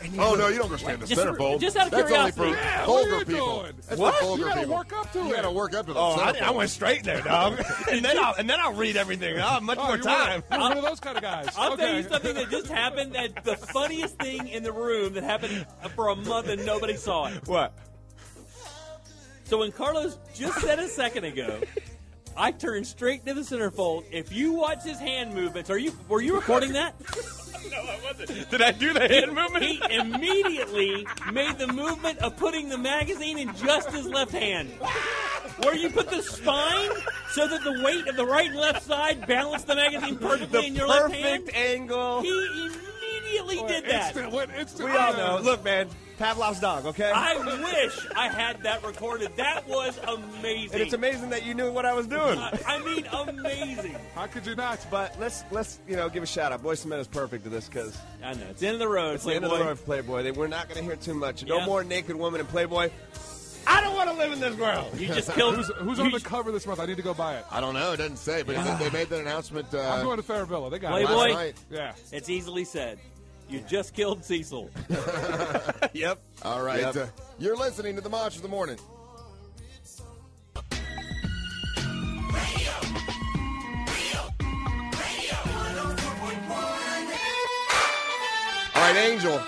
[SPEAKER 4] And you
[SPEAKER 2] oh
[SPEAKER 4] go-
[SPEAKER 2] no, you don't go stand in the
[SPEAKER 3] Just-
[SPEAKER 2] centerfold.
[SPEAKER 3] just out of
[SPEAKER 2] That's only for
[SPEAKER 3] curiosity.
[SPEAKER 5] Yeah, what are
[SPEAKER 2] vulgar
[SPEAKER 5] you
[SPEAKER 2] people.
[SPEAKER 5] doing?
[SPEAKER 2] That's
[SPEAKER 4] What?
[SPEAKER 2] for vulgar
[SPEAKER 5] You gotta
[SPEAKER 2] people.
[SPEAKER 5] work up to
[SPEAKER 2] You
[SPEAKER 5] it.
[SPEAKER 2] gotta work up to the
[SPEAKER 4] Oh, I,
[SPEAKER 2] centerfold.
[SPEAKER 4] I went straight there, dog. and then I'll and then I'll read everything. I'll have Ah, much
[SPEAKER 5] Oh,
[SPEAKER 4] more
[SPEAKER 5] you're
[SPEAKER 4] time.
[SPEAKER 5] One, you're one of those kind of guys.
[SPEAKER 3] I'll
[SPEAKER 5] okay.
[SPEAKER 3] tell you something that just happened. That the funniest thing in the room that happened for a month and nobody saw it.
[SPEAKER 4] What?
[SPEAKER 3] So when Carlos just said a second ago, I turned straight to the centerfold. If you watch his hand movements, are you were you recording that?
[SPEAKER 4] Did I do the hand movement?
[SPEAKER 3] He immediately made the movement of putting the magazine in just his left hand, where you put the spine so that the weight of the right and left side balance the magazine perfectly
[SPEAKER 4] the
[SPEAKER 3] in your left hand.
[SPEAKER 4] perfect angle.
[SPEAKER 3] He immediately did that.
[SPEAKER 5] Instant, what instant?
[SPEAKER 4] we all know. Oh, Look, man, Pavlov's dog. Okay.
[SPEAKER 3] I wish I had that recorded. That was amazing.
[SPEAKER 4] and it's amazing that you knew what I was doing.
[SPEAKER 3] I, I mean, amazing.
[SPEAKER 5] How could you not?
[SPEAKER 4] But let's let's you know give a shout out. Boy Cement is perfect to this because
[SPEAKER 3] I know it's the end of the road.
[SPEAKER 4] it's the end of the
[SPEAKER 3] Playboy.
[SPEAKER 4] road of Playboy. They, we're not going to hear too much. No
[SPEAKER 3] Yeah.
[SPEAKER 4] more naked woman in Playboy. I don't want to live in this world.
[SPEAKER 3] You just killed.
[SPEAKER 5] Who's, who's
[SPEAKER 3] you
[SPEAKER 5] on the
[SPEAKER 3] just-
[SPEAKER 5] cover this month? I need to go buy it.
[SPEAKER 2] I don't know. It doesn't say, but they- they made that announcement uh,
[SPEAKER 5] I'm going to Farabella. They got
[SPEAKER 3] Playboy.
[SPEAKER 5] it.
[SPEAKER 2] last night.
[SPEAKER 5] Yeah.
[SPEAKER 3] It's easily said. You just killed Cecil.
[SPEAKER 4] yep.
[SPEAKER 2] All right,
[SPEAKER 4] Yep.
[SPEAKER 2] uh, you're listening to the Monster of the Morning. All right, Angel.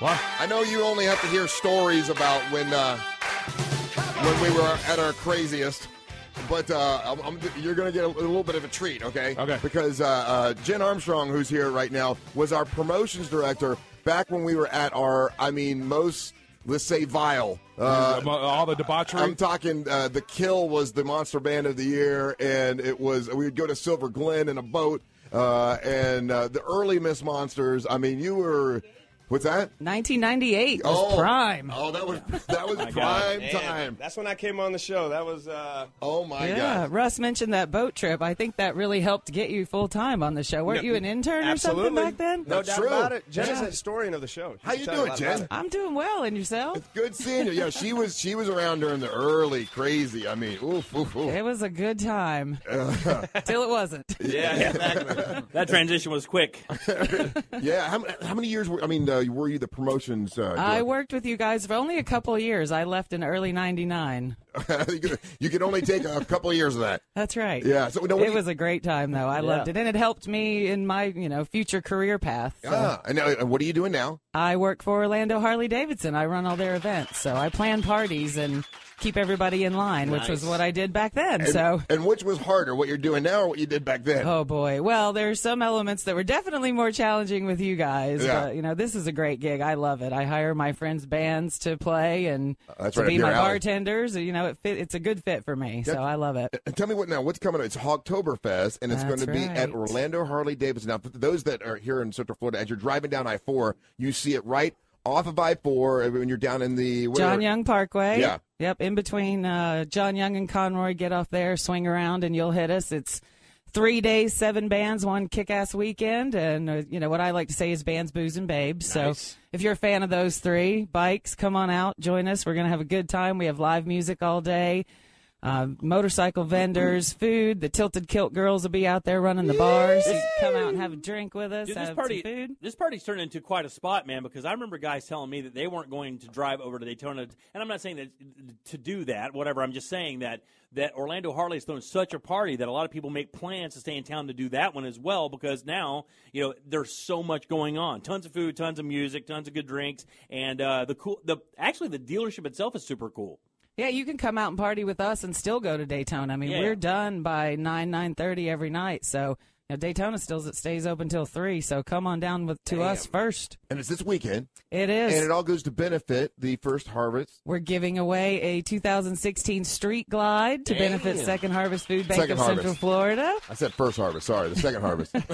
[SPEAKER 6] What?
[SPEAKER 2] I know you only have to hear stories about when uh, when we were at our craziest, but uh, I'm, I'm, you're going to get a, little bit of a treat, okay?
[SPEAKER 6] Okay.
[SPEAKER 2] Because uh, uh, Jen Armstrong, who's here right now, was our promotions director back when we were at our, I mean, most let's say vile. Uh,
[SPEAKER 5] all the debauchery.
[SPEAKER 2] I'm talking. Uh, the Kill was the monster band of the year, and it was we would go to Silver Glen in a boat, uh, and uh, the early Miss Monsters. I mean, you were. What's that?
[SPEAKER 11] 1998 was prime.
[SPEAKER 2] Oh, that was that was prime
[SPEAKER 3] God.
[SPEAKER 2] time.
[SPEAKER 4] That's when I came on the show. That was uh,
[SPEAKER 2] Oh my
[SPEAKER 11] yeah,
[SPEAKER 2] god.
[SPEAKER 11] Russ mentioned that boat trip. I think that really helped get you full time on the show. Weren't you an intern or something
[SPEAKER 4] absolutely
[SPEAKER 11] back then?
[SPEAKER 4] No
[SPEAKER 2] That's
[SPEAKER 4] doubt
[SPEAKER 2] true.
[SPEAKER 4] about it. Jen is
[SPEAKER 11] Yeah.
[SPEAKER 4] a historian of the show. She
[SPEAKER 2] How
[SPEAKER 4] can
[SPEAKER 2] you
[SPEAKER 4] tell
[SPEAKER 2] doing,
[SPEAKER 4] a lot
[SPEAKER 2] Jen?
[SPEAKER 4] about it.
[SPEAKER 11] I'm doing well, and yourself?
[SPEAKER 2] Good seeing you. Yeah, she was she was around during the early crazy. I mean, oof, oof, oof.
[SPEAKER 11] It was a good time. Till it wasn't.
[SPEAKER 4] Yeah, exactly.
[SPEAKER 3] That transition was quick.
[SPEAKER 2] Yeah. How, m- how many years? Were, I mean, uh, were you the promotions? Uh,
[SPEAKER 11] I
[SPEAKER 2] director?
[SPEAKER 11] worked with you guys for only a couple of years. I left in early 99.
[SPEAKER 2] you, could, you could only take a couple of years of that.
[SPEAKER 11] That's right.
[SPEAKER 2] Yeah, so, no, what do
[SPEAKER 11] it
[SPEAKER 2] you-
[SPEAKER 11] was a great time, though. I loved it. And it helped me in my, you know, future career path. So
[SPEAKER 2] Ah, and now, uh, what are you doing now?
[SPEAKER 11] I work for Orlando Harley Davidson. I run all their events. So I plan parties and keep everybody in line, which was what I did back then.
[SPEAKER 2] And,
[SPEAKER 11] so.
[SPEAKER 2] and which was harder, what you're doing now or what you did back then?
[SPEAKER 11] Oh boy. Well, there's some elements that were definitely more challenging with you guys,
[SPEAKER 2] Yeah.
[SPEAKER 11] but you know, this is a great gig. I love it. I hire my friends' bands to play and
[SPEAKER 2] that's
[SPEAKER 11] to
[SPEAKER 2] right up
[SPEAKER 11] be
[SPEAKER 2] your
[SPEAKER 11] my
[SPEAKER 2] alley.
[SPEAKER 11] bartenders. You know, it fit, it's a good fit for me. So I love it.
[SPEAKER 2] And Uh, tell me what now. What's coming up? It's Hogtoberfest, and it's going
[SPEAKER 11] That's
[SPEAKER 2] to be at
[SPEAKER 11] right.
[SPEAKER 2] Orlando Harley Davidson. Now, for those that are here in Central Florida, as you're driving down I four, you see it right off of I four uh, when you're down in the where-
[SPEAKER 11] John Young Parkway.
[SPEAKER 2] Yeah.
[SPEAKER 11] Yep. In between uh, John Young and Conroy, get off there, swing around, and you'll hit us. It's three days, seven bands, one kick-ass weekend, and uh, you know what I like to say is bands, booze, and babes. So if you're a fan of those three bikes, come on out, join us. We're gonna have a good time. We have live music all day. Uh, motorcycle vendors, food. The Tilted Kilt girls will be out there running the bars. You can come out and have a drink with us.
[SPEAKER 3] Dude,
[SPEAKER 11] have
[SPEAKER 3] this
[SPEAKER 11] some
[SPEAKER 3] party,
[SPEAKER 11] food.
[SPEAKER 3] this party's turned into quite a spot, man. Because I remember guys telling me that they weren't going to drive over to Daytona, and I'm not saying that to do that, whatever. I'm just saying that that Orlando Harley's thrown such a party that a lot of people make plans to stay in town to do that one as well. Because now, you know, there's so much going on: tons of food, tons of music, tons of good drinks, and uh, the cool. The actually, the dealership itself is super cool.
[SPEAKER 11] Yeah, you can come out and party with us and still go to Daytona. I mean,
[SPEAKER 3] Yeah.
[SPEAKER 11] we're done by nine nine thirty every night, so Now Daytona still stays open till three, so come on down with to us first.
[SPEAKER 2] And it's this weekend.
[SPEAKER 11] It is.
[SPEAKER 2] And it all goes to benefit the first harvest.
[SPEAKER 11] We're giving away a 2016 Street Glide to benefit
[SPEAKER 2] Damn.
[SPEAKER 11] Second Harvest Food Bank
[SPEAKER 2] Second
[SPEAKER 11] of
[SPEAKER 2] harvest.
[SPEAKER 11] Central Florida.
[SPEAKER 2] I said first harvest. Sorry, the second harvest.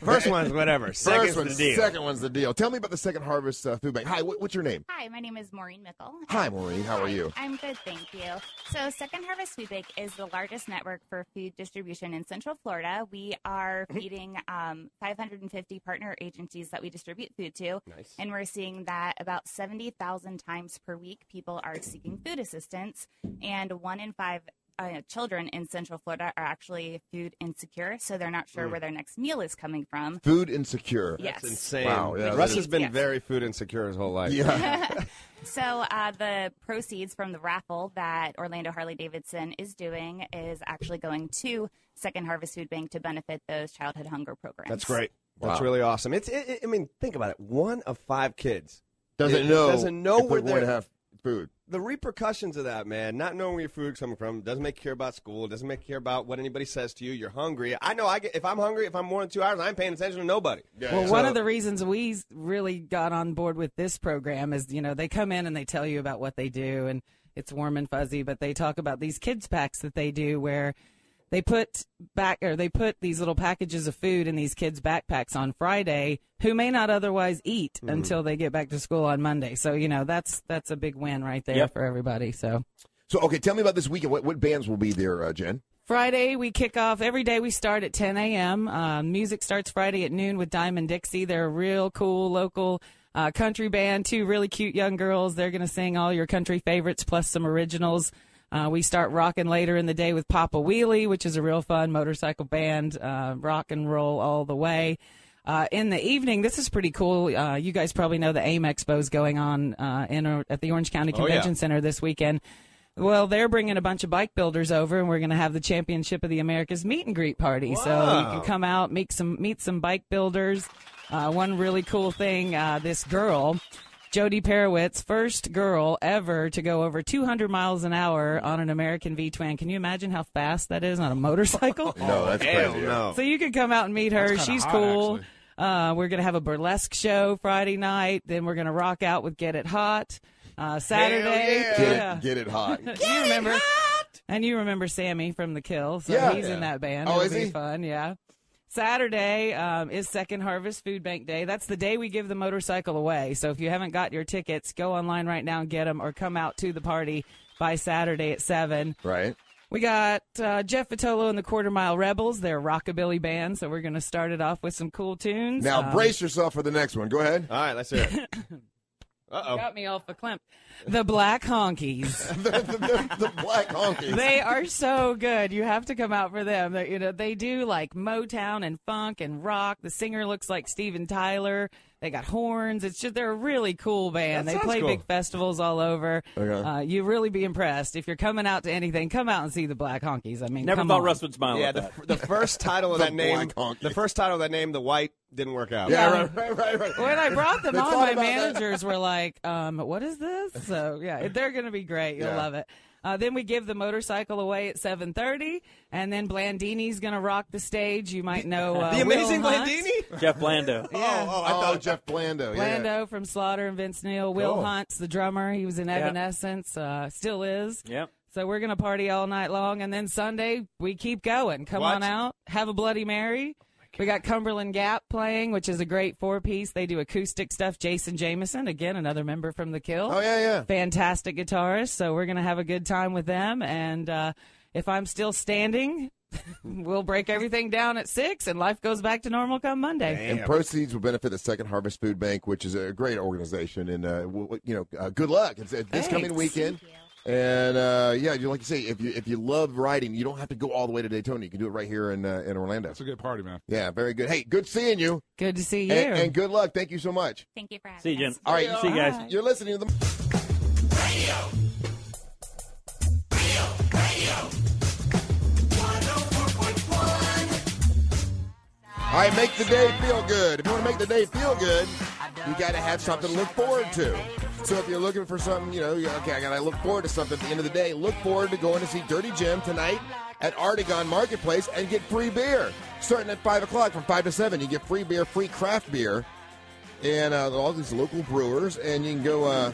[SPEAKER 4] First one's whatever. Second's
[SPEAKER 2] first one's,
[SPEAKER 4] the deal.
[SPEAKER 2] Second one's the deal. Tell me about the second harvest uh, food bank. Hi, what, what's your name?
[SPEAKER 12] Hi, my name is Maureen Mickle.
[SPEAKER 2] Hi, Maureen. How are
[SPEAKER 12] Hi,
[SPEAKER 2] you?
[SPEAKER 12] I'm good, thank you. So, Second Harvest Food Bank is the largest network for food distribution in Central Florida. We are feeding um, 550 partner agencies that we distribute food to,
[SPEAKER 7] Nice.
[SPEAKER 12] and we're seeing that about 70,000 times per week people are seeking food assistance, and one in five. Uh, children in Central Florida are actually food insecure, so they're not sure
[SPEAKER 2] Mm.
[SPEAKER 12] where their next meal is coming from.
[SPEAKER 2] Food insecure.
[SPEAKER 12] Yes. That's
[SPEAKER 4] Insane.
[SPEAKER 2] Wow. Yeah,
[SPEAKER 4] Russ
[SPEAKER 2] that
[SPEAKER 4] has
[SPEAKER 2] is-
[SPEAKER 4] been very food insecure his whole life.
[SPEAKER 2] Yeah.
[SPEAKER 12] so uh, the proceeds from the raffle that Orlando Harley Davidson is doing is actually going to Second Harvest Food Bank to benefit those childhood hunger programs.
[SPEAKER 4] That's great. That's
[SPEAKER 2] Wow.
[SPEAKER 4] really awesome. It's. It, it- I mean, think about it. One of five kids
[SPEAKER 2] Doesn't
[SPEAKER 4] it-
[SPEAKER 2] know
[SPEAKER 4] Doesn't know
[SPEAKER 2] if
[SPEAKER 4] where
[SPEAKER 2] they're going to
[SPEAKER 4] their-
[SPEAKER 2] have food.
[SPEAKER 4] The repercussions of that, man, not knowing where your food's coming from, doesn't make you care about school, doesn't make you care about what anybody says to you. You're hungry. I know. I get, if I'm hungry, if I'm more than two hours, I'm paying attention to nobody.
[SPEAKER 11] Well, one of
[SPEAKER 4] So-
[SPEAKER 11] the reasons we really got on board with this program is, you know, they come in and they tell you about what they do and it's warm and fuzzy, but they talk about these kids packs that they do where they put back or they put these little packages of food in these kids backpacks on Friday who may not otherwise eat
[SPEAKER 4] Mhm.
[SPEAKER 11] until they get back to school on Monday. So, you know, that's that's a big win right there
[SPEAKER 2] Yep.
[SPEAKER 11] for everybody. So
[SPEAKER 2] So, okay, tell me about this weekend. What, what bands will be there, uh, Jen?
[SPEAKER 11] Friday, we kick off. Every day we start at 10 a.m. Uh, music starts Friday at noon with Diamond Dixie. They're a real cool local uh, country band, two really cute young girls. They're going to sing all your country favorites plus some originals. Uh, we start rocking later in the day with Papa Wheelie, which is a real fun motorcycle band, uh, rock and roll all the way. Uh, in the evening, this is pretty cool. Uh, you guys probably know the AIM Expo is going on uh, in or, at the Orange County
[SPEAKER 13] Oh, yeah.
[SPEAKER 11] Convention Center this weekend. Well, they're bringing a bunch of bike builders over, and we're going to have the championship of the Americas meet and greet party. So you can
[SPEAKER 13] Wow.
[SPEAKER 11] come out, meet some meet some bike builders. Uh, one really cool thing: uh, this girl, Jody Perowitz, first girl ever to go over 200 miles an hour on an American V-twin. Can you imagine how fast that is on a motorcycle?
[SPEAKER 2] No, that's
[SPEAKER 4] Hell
[SPEAKER 2] crazy.
[SPEAKER 4] no.
[SPEAKER 11] So you could come out and meet her.
[SPEAKER 4] That's kinda
[SPEAKER 11] She's
[SPEAKER 4] hot,
[SPEAKER 11] cool. Uh, we're going to have a burlesque show Friday night. Then we're going to rock out with Get It Hot uh, Saturday.
[SPEAKER 2] Get, it, get it hot.
[SPEAKER 11] you remember? And you remember Sammy from The Kill, so
[SPEAKER 2] Yeah.
[SPEAKER 11] he's in
[SPEAKER 2] Yeah.
[SPEAKER 11] that band.
[SPEAKER 2] Oh,
[SPEAKER 11] It'll
[SPEAKER 2] is
[SPEAKER 11] be
[SPEAKER 2] he?
[SPEAKER 11] fun, yeah. Saturday um, is Second Harvest Food Bank Day. That's the day we give the motorcycle away. So if you haven't got your tickets, go online right now and get them, or come out to the party by Saturday at seven.
[SPEAKER 2] Right.
[SPEAKER 11] We got uh, Jeff Vitolo and the Quarter Mile Rebels. They're a rockabilly band, so we're going to start it off with some cool tunes.
[SPEAKER 2] Now,
[SPEAKER 11] Um,
[SPEAKER 2] brace yourself for the next one. Go ahead.
[SPEAKER 4] All right, let's hear it. Uh-oh.
[SPEAKER 11] Got me off the clamp. The Black Honkies.
[SPEAKER 2] the Black Honkies.
[SPEAKER 11] They are so good. You have to come out for them. They, you know, they do like Motown and funk and rock. The singer looks like Steven Tyler. They got horns. It's just they're a really cool band.
[SPEAKER 13] That
[SPEAKER 11] they
[SPEAKER 13] sounds
[SPEAKER 11] play
[SPEAKER 13] cool.
[SPEAKER 11] big festivals all over.
[SPEAKER 13] Okay.
[SPEAKER 11] Uh, you really be impressed if you're coming out to anything. Come out and see the Black Honkies. I mean,
[SPEAKER 3] Never
[SPEAKER 11] come
[SPEAKER 3] thought
[SPEAKER 11] on.
[SPEAKER 3] Russ would smile.
[SPEAKER 4] Yeah,
[SPEAKER 3] at
[SPEAKER 4] the,
[SPEAKER 3] that.
[SPEAKER 4] f- the first title of
[SPEAKER 3] The
[SPEAKER 4] that name,
[SPEAKER 3] Black Honky.
[SPEAKER 4] the first title of that name, the white didn't work out.
[SPEAKER 11] Yeah.
[SPEAKER 2] right, right, right.
[SPEAKER 11] When I brought them
[SPEAKER 4] They
[SPEAKER 11] on,
[SPEAKER 4] thought
[SPEAKER 11] my
[SPEAKER 4] about that.
[SPEAKER 11] managers were like, um, "What is this?" So yeah, they're going to be great. You'll
[SPEAKER 13] Yeah.
[SPEAKER 11] love it. Uh, then we give the motorcycle away at 7:30, and then Blandini's going to rock the stage. You might know uh,
[SPEAKER 3] The Amazing
[SPEAKER 11] Will Hunt.
[SPEAKER 3] Jeff Blando.
[SPEAKER 11] Yeah.
[SPEAKER 2] Oh, I thought Jeff Blando.
[SPEAKER 11] Blando from Slaughter and Vince Neil. Will
[SPEAKER 2] Cool.
[SPEAKER 11] Hunt's the drummer. He was in
[SPEAKER 2] Yeah.
[SPEAKER 11] Evanescence, uh, still is.
[SPEAKER 3] Yep.
[SPEAKER 11] So we're going to party all night long. And then Sunday, we keep going. Come
[SPEAKER 13] What?
[SPEAKER 11] on out. Have a Bloody Mary. we got Cumberland Gap playing, which is a great four piece. They do acoustic stuff. Jason Jameson, again, another member from The Kill.
[SPEAKER 2] Oh, yeah, yeah.
[SPEAKER 11] Fantastic guitarist. So we're going to have a good time with them. And uh, if I'm still standing, we'll break everything down at six and life goes back to normal come Monday.
[SPEAKER 2] And proceeds will benefit the Second Harvest Food Bank, which is a great organization. And uh, w- w- you know, uh, good luck. It's uh, this coming
[SPEAKER 11] Thanks.
[SPEAKER 2] weekend. And uh, yeah, you like you say, if you if you love riding, you don't have to go all the way to Daytona. You can do it right here in uh, in Orlando. That's
[SPEAKER 5] a good party, man.
[SPEAKER 2] Yeah, very good. Hey, good seeing you.
[SPEAKER 11] Good to see
[SPEAKER 2] And,
[SPEAKER 11] you.
[SPEAKER 2] and good luck. Thank you so much.
[SPEAKER 12] Thank you for having
[SPEAKER 3] See you, Jen.
[SPEAKER 12] us.
[SPEAKER 2] All right,
[SPEAKER 3] See you guys.
[SPEAKER 2] You're listening to the All right, make the day feel good. If you want to make the day feel good, you got to have something to look forward to. So if you're looking for something, you know, you're, okay, I got to look forward to something at the end of the day. Look forward to going to see Dirty Jim tonight at Artigon Marketplace and get free beer. Starting at 5 o'clock from 5 to 7, you get free beer, free craft beer, and uh, all these local brewers. And you can go, uh,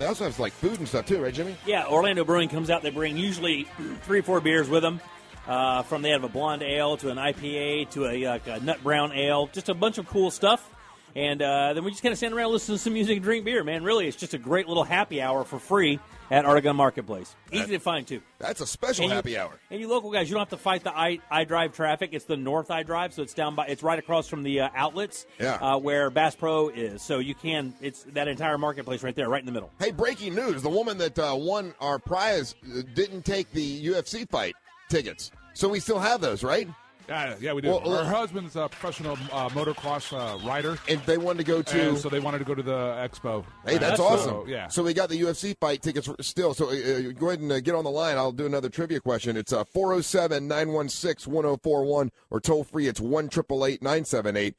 [SPEAKER 2] they also have like food and stuff too, right, Jimmy?
[SPEAKER 3] Yeah, Orlando Brewing comes out. They bring usually three or four beers with them. Uh, from they have a blonde ale to an IPA to a, like a nut brown ale, just a bunch of cool stuff. And uh, then we just kind of stand around, listen to some music, and drink beer. Man, really, it's just a great little happy hour for free at Artagon Marketplace. Easy to find too.
[SPEAKER 2] That's a special
[SPEAKER 3] And you-
[SPEAKER 2] happy hour.
[SPEAKER 3] And you local guys, you don't have to fight the I, I Drive traffic. It's the North I Drive, so it's down by, it's right across from the uh, outlets
[SPEAKER 2] Yeah.
[SPEAKER 3] uh, where Bass Pro is. So you can, it's that entire marketplace right there, right in the middle.
[SPEAKER 2] Hey, breaking news the woman that uh, won our prize uh, didn't take the UFC fight tickets. So we still have those, right?
[SPEAKER 5] Yeah, yeah, we do.
[SPEAKER 2] Well,
[SPEAKER 5] Her
[SPEAKER 2] uh,
[SPEAKER 5] husband's a professional uh, motocross uh, rider,
[SPEAKER 2] and they wanted to go to-
[SPEAKER 5] so they wanted to go to the expo.
[SPEAKER 2] Hey, that's
[SPEAKER 5] So,
[SPEAKER 2] awesome.
[SPEAKER 5] yeah.
[SPEAKER 2] So we got the UFC fight tickets still. So uh, uh, go ahead and uh, get on the line. I'll do another trivia question. It's uh, 407 916 1041 or toll free. It's 1 978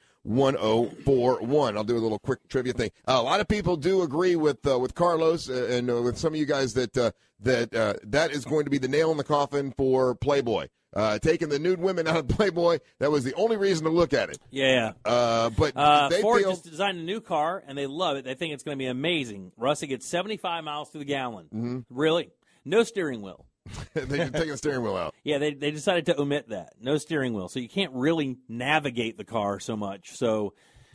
[SPEAKER 2] 1041. I'll do a little quick trivia thing. Uh, a lot of people do agree with uh, with Carlos uh, and uh, with some of you guys that uh, that uh, that is going to be the nail in the coffin for Playboy. Uh, taking the nude women out of Playboy, that was the only reason to look at it.
[SPEAKER 3] Yeah.
[SPEAKER 2] Uh, but
[SPEAKER 3] Uh,
[SPEAKER 2] they
[SPEAKER 3] Ford
[SPEAKER 2] feel-
[SPEAKER 3] just designed a new car, and they love it. They think it's going to be amazing. Rusty gets 75 miles to the gallon.
[SPEAKER 2] Mhm.
[SPEAKER 3] Really? No steering wheel.
[SPEAKER 2] they're taking the steering wheel out.
[SPEAKER 3] Yeah, they, they decided to omit that. No steering wheel. So you can't really navigate the car so much. So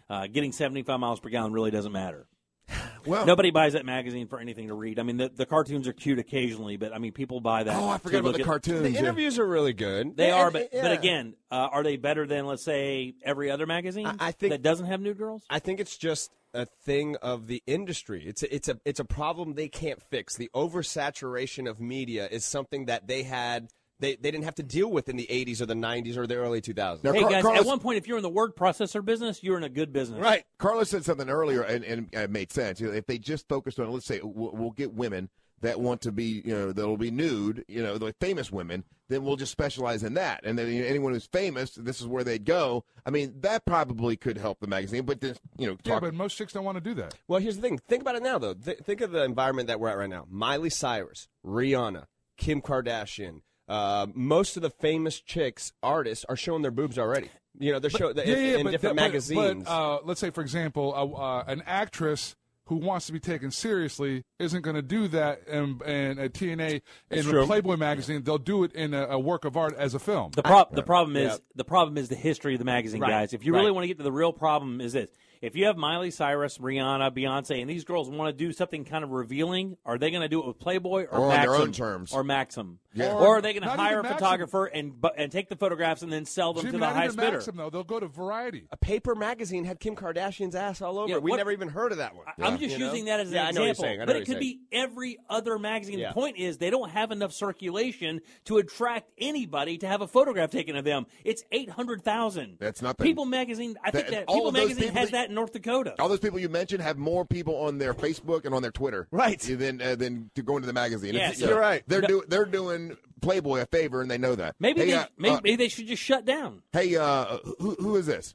[SPEAKER 3] uh, getting 75 miles per gallon really doesn't matter.
[SPEAKER 2] Well,
[SPEAKER 3] Nobody buys that magazine for anything to read. I mean, the, the cartoons are cute occasionally, but I mean, people buy that.
[SPEAKER 2] Oh, I
[SPEAKER 3] to
[SPEAKER 2] forgot about
[SPEAKER 3] look
[SPEAKER 2] the
[SPEAKER 3] at-
[SPEAKER 2] cartoons.
[SPEAKER 4] The interviews are really good.
[SPEAKER 3] They
[SPEAKER 4] And-
[SPEAKER 3] are, but,
[SPEAKER 4] yeah.
[SPEAKER 3] but again, uh, are they better than let's say every other magazine I, think that doesn't have nude girls?
[SPEAKER 4] I think it's just a thing of the industry. It's a, it's a it's a problem they can't fix. The oversaturation of media is something that they had they, they didn't have to deal with in the 80s or the 90s or the early 2000s.
[SPEAKER 3] hey guys, at one point, if you're in the word processor business, you're in a good business.
[SPEAKER 2] Right. Carlos said something earlier, and, and it made sense. You know, if they just focused on, let's say, we'll, we'll get women that want to be, you know, that'll be nude, you know, the famous women, then we'll just specialize in that. And then you know, anyone who's famous, this is where they'd go. I mean, that probably could help the magazine, but then, you know,
[SPEAKER 5] yeah,
[SPEAKER 2] talk.
[SPEAKER 5] but most chicks don't want to do that.
[SPEAKER 4] Well, here's the thing. Think about it now, though. Th- think of the environment that we're at right now. Miley Cyrus, Rihanna, Kim Kardashian. Uh, most of the famous chicks, artists, are showing their boobs already. You know, they're showing
[SPEAKER 5] But-
[SPEAKER 4] in, in
[SPEAKER 5] but-
[SPEAKER 4] different
[SPEAKER 5] but- but,
[SPEAKER 4] magazines.
[SPEAKER 5] uh, let's say, for example, a, uh, an actress who wants to be taken seriously isn't going to do that in, in a TNA
[SPEAKER 3] That's
[SPEAKER 5] in a
[SPEAKER 3] true.
[SPEAKER 5] Playboy magazine. They'll do it in a, a work of art as a film.
[SPEAKER 3] The, prob- the problem is the problem is the history of the magazine,
[SPEAKER 5] Right,
[SPEAKER 3] guys. If you really
[SPEAKER 5] right.
[SPEAKER 3] want to get to the real problem, is this: if you have Miley Cyrus, Rihanna, Beyonce, and these girls want to do something kind of revealing, are they going to do it with Playboy or,
[SPEAKER 2] Or on their
[SPEAKER 3] Maxim,
[SPEAKER 2] own terms.
[SPEAKER 3] or Maxim,
[SPEAKER 2] Yeah.
[SPEAKER 3] or are they going to
[SPEAKER 5] Not
[SPEAKER 3] hire
[SPEAKER 5] even
[SPEAKER 3] a
[SPEAKER 5] Maxim.
[SPEAKER 3] photographer and bu- and take the photographs and then sell them
[SPEAKER 5] Jimmy,
[SPEAKER 3] to the
[SPEAKER 5] not
[SPEAKER 3] highest
[SPEAKER 5] even
[SPEAKER 3] bidder?
[SPEAKER 5] Maxim, though. They'll go to Variety.
[SPEAKER 4] a paper magazine had Kim Kardashian's ass all over.
[SPEAKER 3] Yeah,
[SPEAKER 4] it. we
[SPEAKER 3] what-
[SPEAKER 4] never even heard of that one.
[SPEAKER 3] I'm just
[SPEAKER 4] You know?
[SPEAKER 3] using that as an
[SPEAKER 4] Yeah, I know
[SPEAKER 3] example,
[SPEAKER 4] what you're saying. I know
[SPEAKER 3] but
[SPEAKER 4] what
[SPEAKER 3] it
[SPEAKER 4] you're
[SPEAKER 3] could
[SPEAKER 4] saying.
[SPEAKER 3] be every other magazine.
[SPEAKER 4] Yeah.
[SPEAKER 3] The point is, they don't have enough circulation to attract anybody to have a photograph taken of them. It's eight hundred thousand.
[SPEAKER 2] That's not the-
[SPEAKER 3] People magazine. I think
[SPEAKER 2] That-
[SPEAKER 3] that
[SPEAKER 2] all
[SPEAKER 3] People
[SPEAKER 2] of those
[SPEAKER 3] magazine
[SPEAKER 2] people
[SPEAKER 3] has
[SPEAKER 2] that-
[SPEAKER 3] that in North Dakota.
[SPEAKER 2] all those people you mentioned have more people on their Facebook and on their Twitter, right? Than uh, than to go into the magazine.
[SPEAKER 3] Yeah,
[SPEAKER 2] It's-
[SPEAKER 3] so- You're right.
[SPEAKER 2] They're
[SPEAKER 3] No-
[SPEAKER 2] do, they're doing Playboy a favor, and they know that.
[SPEAKER 3] Maybe
[SPEAKER 2] Hey,
[SPEAKER 3] they,
[SPEAKER 2] uh,
[SPEAKER 3] maybe,
[SPEAKER 2] uh,
[SPEAKER 3] maybe they should just shut down.
[SPEAKER 2] hey, uh, who who is this?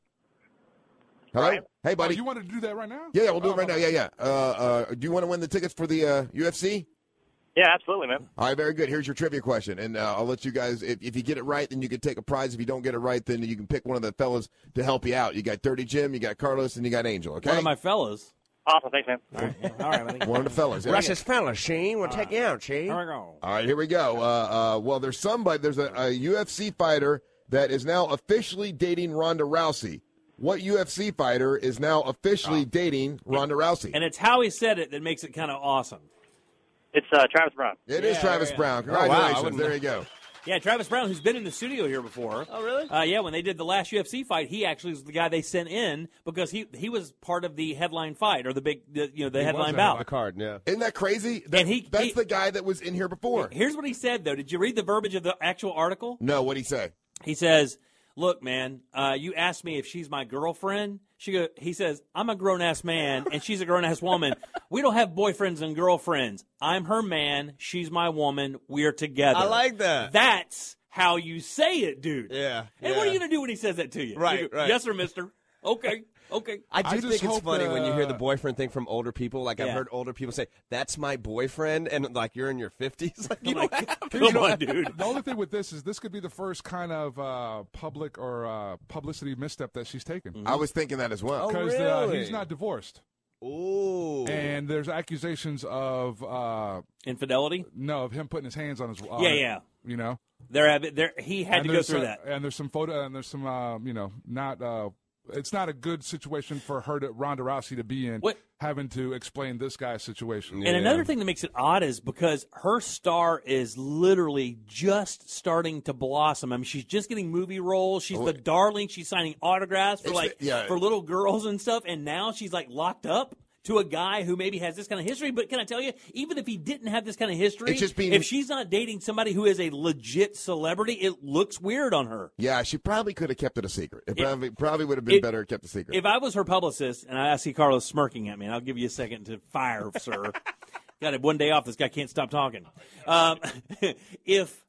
[SPEAKER 2] Hello. Hey, buddy.
[SPEAKER 5] Oh, you want to do that right now?
[SPEAKER 2] Yeah, yeah, we'll do it right now. Yeah, yeah. Uh, uh, do you want to win the tickets for the uh, UFC?
[SPEAKER 9] Yeah, absolutely, man.
[SPEAKER 2] All right, very good. Here's your trivia question, and uh, I'll let you guys. If, if you get it right, then you can take a prize. If you don't get it right, then you can pick one of the fellas to help you out. You got Dirty Jim, you got Carlos, and you got Angel. Okay,
[SPEAKER 3] One of my fellas.
[SPEAKER 9] Awesome, thanks, man.
[SPEAKER 3] All right, all right, buddy.
[SPEAKER 2] one of the fellas. yeah.
[SPEAKER 4] Russ's fella, Shane. We'll take you out, Shane.
[SPEAKER 3] Here we go.
[SPEAKER 2] All right, here we go. Uh, uh, well, there's somebody. There's a, a UFC fighter that is now officially dating Ronda Rousey. What UFC fighter is now officially
[SPEAKER 3] Ah.
[SPEAKER 2] dating Ronda Rousey?
[SPEAKER 3] And it's how he said it that makes it kind of awesome.
[SPEAKER 9] It's uh, Travis Brown.
[SPEAKER 2] It is
[SPEAKER 3] Yeah,
[SPEAKER 2] Travis
[SPEAKER 3] yeah.
[SPEAKER 2] Brown.
[SPEAKER 3] Oh, wow, I
[SPEAKER 2] Congratulations.
[SPEAKER 3] wouldn't-
[SPEAKER 2] there you go.
[SPEAKER 3] Yeah, Travis Brown, who's been in the studio here before. Oh, really? Uh, yeah, when they did the last UFC fight, he actually was the guy they sent in because he he was part of the headline fight or the big the, you know the
[SPEAKER 2] uh,
[SPEAKER 3] headline bout.
[SPEAKER 4] The card, yeah.
[SPEAKER 2] Isn't that crazy? That,
[SPEAKER 3] And he-
[SPEAKER 2] that's
[SPEAKER 3] he-
[SPEAKER 2] the guy that was in here before.
[SPEAKER 3] Here's what he said though. Did you read the verbiage of the actual article?
[SPEAKER 2] No, what'd he say?
[SPEAKER 3] He says, "Look, man, uh, you asked me if she's my girlfriend." She go, he says, "I'm a grown ass man and she's a grown ass woman. We don't have boyfriends and girlfriends. I'm her man, she's my woman. We're together."
[SPEAKER 4] I like that.
[SPEAKER 3] That's how you say it, dude.
[SPEAKER 4] Yeah.
[SPEAKER 3] And what are you gonna do when he says that to you?
[SPEAKER 4] Right,
[SPEAKER 3] You go,
[SPEAKER 4] right.
[SPEAKER 3] Yes, sir, Mister. Okay. Okay.
[SPEAKER 7] I do
[SPEAKER 3] I just
[SPEAKER 7] think it's
[SPEAKER 3] hope,
[SPEAKER 7] funny when you hear
[SPEAKER 3] uh,
[SPEAKER 7] the boyfriend thing from older people. Like I've
[SPEAKER 3] Yeah.
[SPEAKER 7] heard older people say, "That's my boyfriend," and like you're in your fifties. Like, you don't have it.
[SPEAKER 5] You know, The only thing with this is this could be the first kind of uh, public or uh, publicity misstep that she's taken.
[SPEAKER 2] Mm-hmm. I was thinking that as
[SPEAKER 3] Oh,
[SPEAKER 2] well.
[SPEAKER 5] Because uh, he's not divorced.
[SPEAKER 7] Ooh.
[SPEAKER 5] And there's accusations of uh,
[SPEAKER 3] infidelity.
[SPEAKER 5] No, of him putting his hands on his. Uh,
[SPEAKER 3] Yeah, yeah.
[SPEAKER 5] You know,
[SPEAKER 3] There, have- there. He had
[SPEAKER 5] And
[SPEAKER 3] to go
[SPEAKER 5] there's,
[SPEAKER 3] through
[SPEAKER 5] uh,
[SPEAKER 3] that.
[SPEAKER 5] And there's some photo. And there's some. Um, you know, not. Uh, it's not a good situation for her to Ronda Rousey to be in. Having to explain this guy's situation.
[SPEAKER 3] And another thing that makes it odd is because her star is literally just starting to blossom. I mean, she's just getting movie roles. She's the darling. She's signing autographs for
[SPEAKER 2] Oh, It's
[SPEAKER 3] like
[SPEAKER 2] the- yeah.
[SPEAKER 3] for little girls and stuff. And now she's like locked up to a guy who maybe has this kind of history. But can I tell you, even if he didn't have this kind of history,
[SPEAKER 2] It's just being-
[SPEAKER 3] if she's not dating somebody who is a legit celebrity, it looks weird on her.
[SPEAKER 2] Yeah, she probably could have kept it a secret. It,
[SPEAKER 3] It-
[SPEAKER 2] probably probably would have been
[SPEAKER 3] it-
[SPEAKER 2] better kept a secret.
[SPEAKER 3] If I was her publicist, and I see Carlos smirking at me, and I'll give you a second to fire, sir. Got it. One day off. This guy can't stop talking. Um, if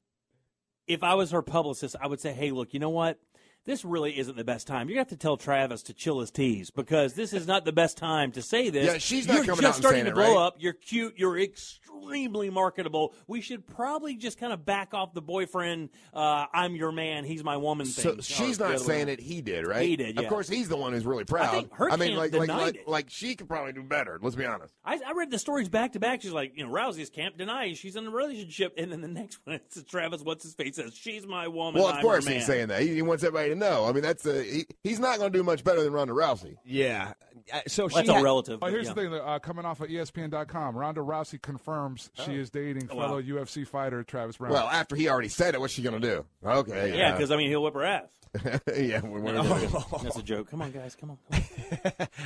[SPEAKER 3] if I was her publicist, I would say, "Hey, look, you know what? This really isn't the best time. You're gonna have to tell Travis to chill his tees because this is not the best time to say this.
[SPEAKER 2] Yeah, she's not
[SPEAKER 3] You're
[SPEAKER 2] coming
[SPEAKER 3] just
[SPEAKER 2] out and
[SPEAKER 3] starting
[SPEAKER 2] saying
[SPEAKER 3] to
[SPEAKER 2] it,
[SPEAKER 3] blow
[SPEAKER 2] right?
[SPEAKER 3] up. You're cute. You're extremely marketable. We should probably just kind of back off the boyfriend. Uh, I'm your man. He's my woman.
[SPEAKER 2] so
[SPEAKER 3] thing.
[SPEAKER 2] she's
[SPEAKER 3] Or Oh, the
[SPEAKER 2] not
[SPEAKER 3] other
[SPEAKER 2] saying
[SPEAKER 3] way.
[SPEAKER 2] it. He did, right?
[SPEAKER 3] He did. Yeah.
[SPEAKER 2] Of course, he's the one who's really proud.
[SPEAKER 3] think her
[SPEAKER 2] I mean,
[SPEAKER 3] camp
[SPEAKER 2] like, like,
[SPEAKER 3] denied
[SPEAKER 2] like,
[SPEAKER 3] it.
[SPEAKER 2] like she could probably do better. Let's be honest.
[SPEAKER 3] I, I read the stories back to back. She's like, you know, Rousey's camp denies she's in a relationship, and then the next one, it's Travis. What's his face says she's my woman.
[SPEAKER 2] well, of
[SPEAKER 3] I'm
[SPEAKER 2] course
[SPEAKER 3] her man.
[SPEAKER 2] he's saying that. He, he wants everybody to know. I mean, that's a, he, he's not going to do much better than Ronda Rousey.
[SPEAKER 7] Yeah.
[SPEAKER 3] Uh,
[SPEAKER 7] So
[SPEAKER 2] Well, she that's all had- relative,
[SPEAKER 5] But
[SPEAKER 2] but
[SPEAKER 5] here's
[SPEAKER 2] yeah.
[SPEAKER 5] the thing: uh, coming off of ESPN.com, Ronda Rousey confirms she is dating
[SPEAKER 2] Oh, wow.
[SPEAKER 5] fellow UFC fighter Travis Brown.
[SPEAKER 2] Well, after he already said it, what's she going to do? Okay.
[SPEAKER 3] Yeah, because I mean, he'll whip her ass.
[SPEAKER 2] yeah, we- we're
[SPEAKER 3] That's a joke. Come on, guys. Come on.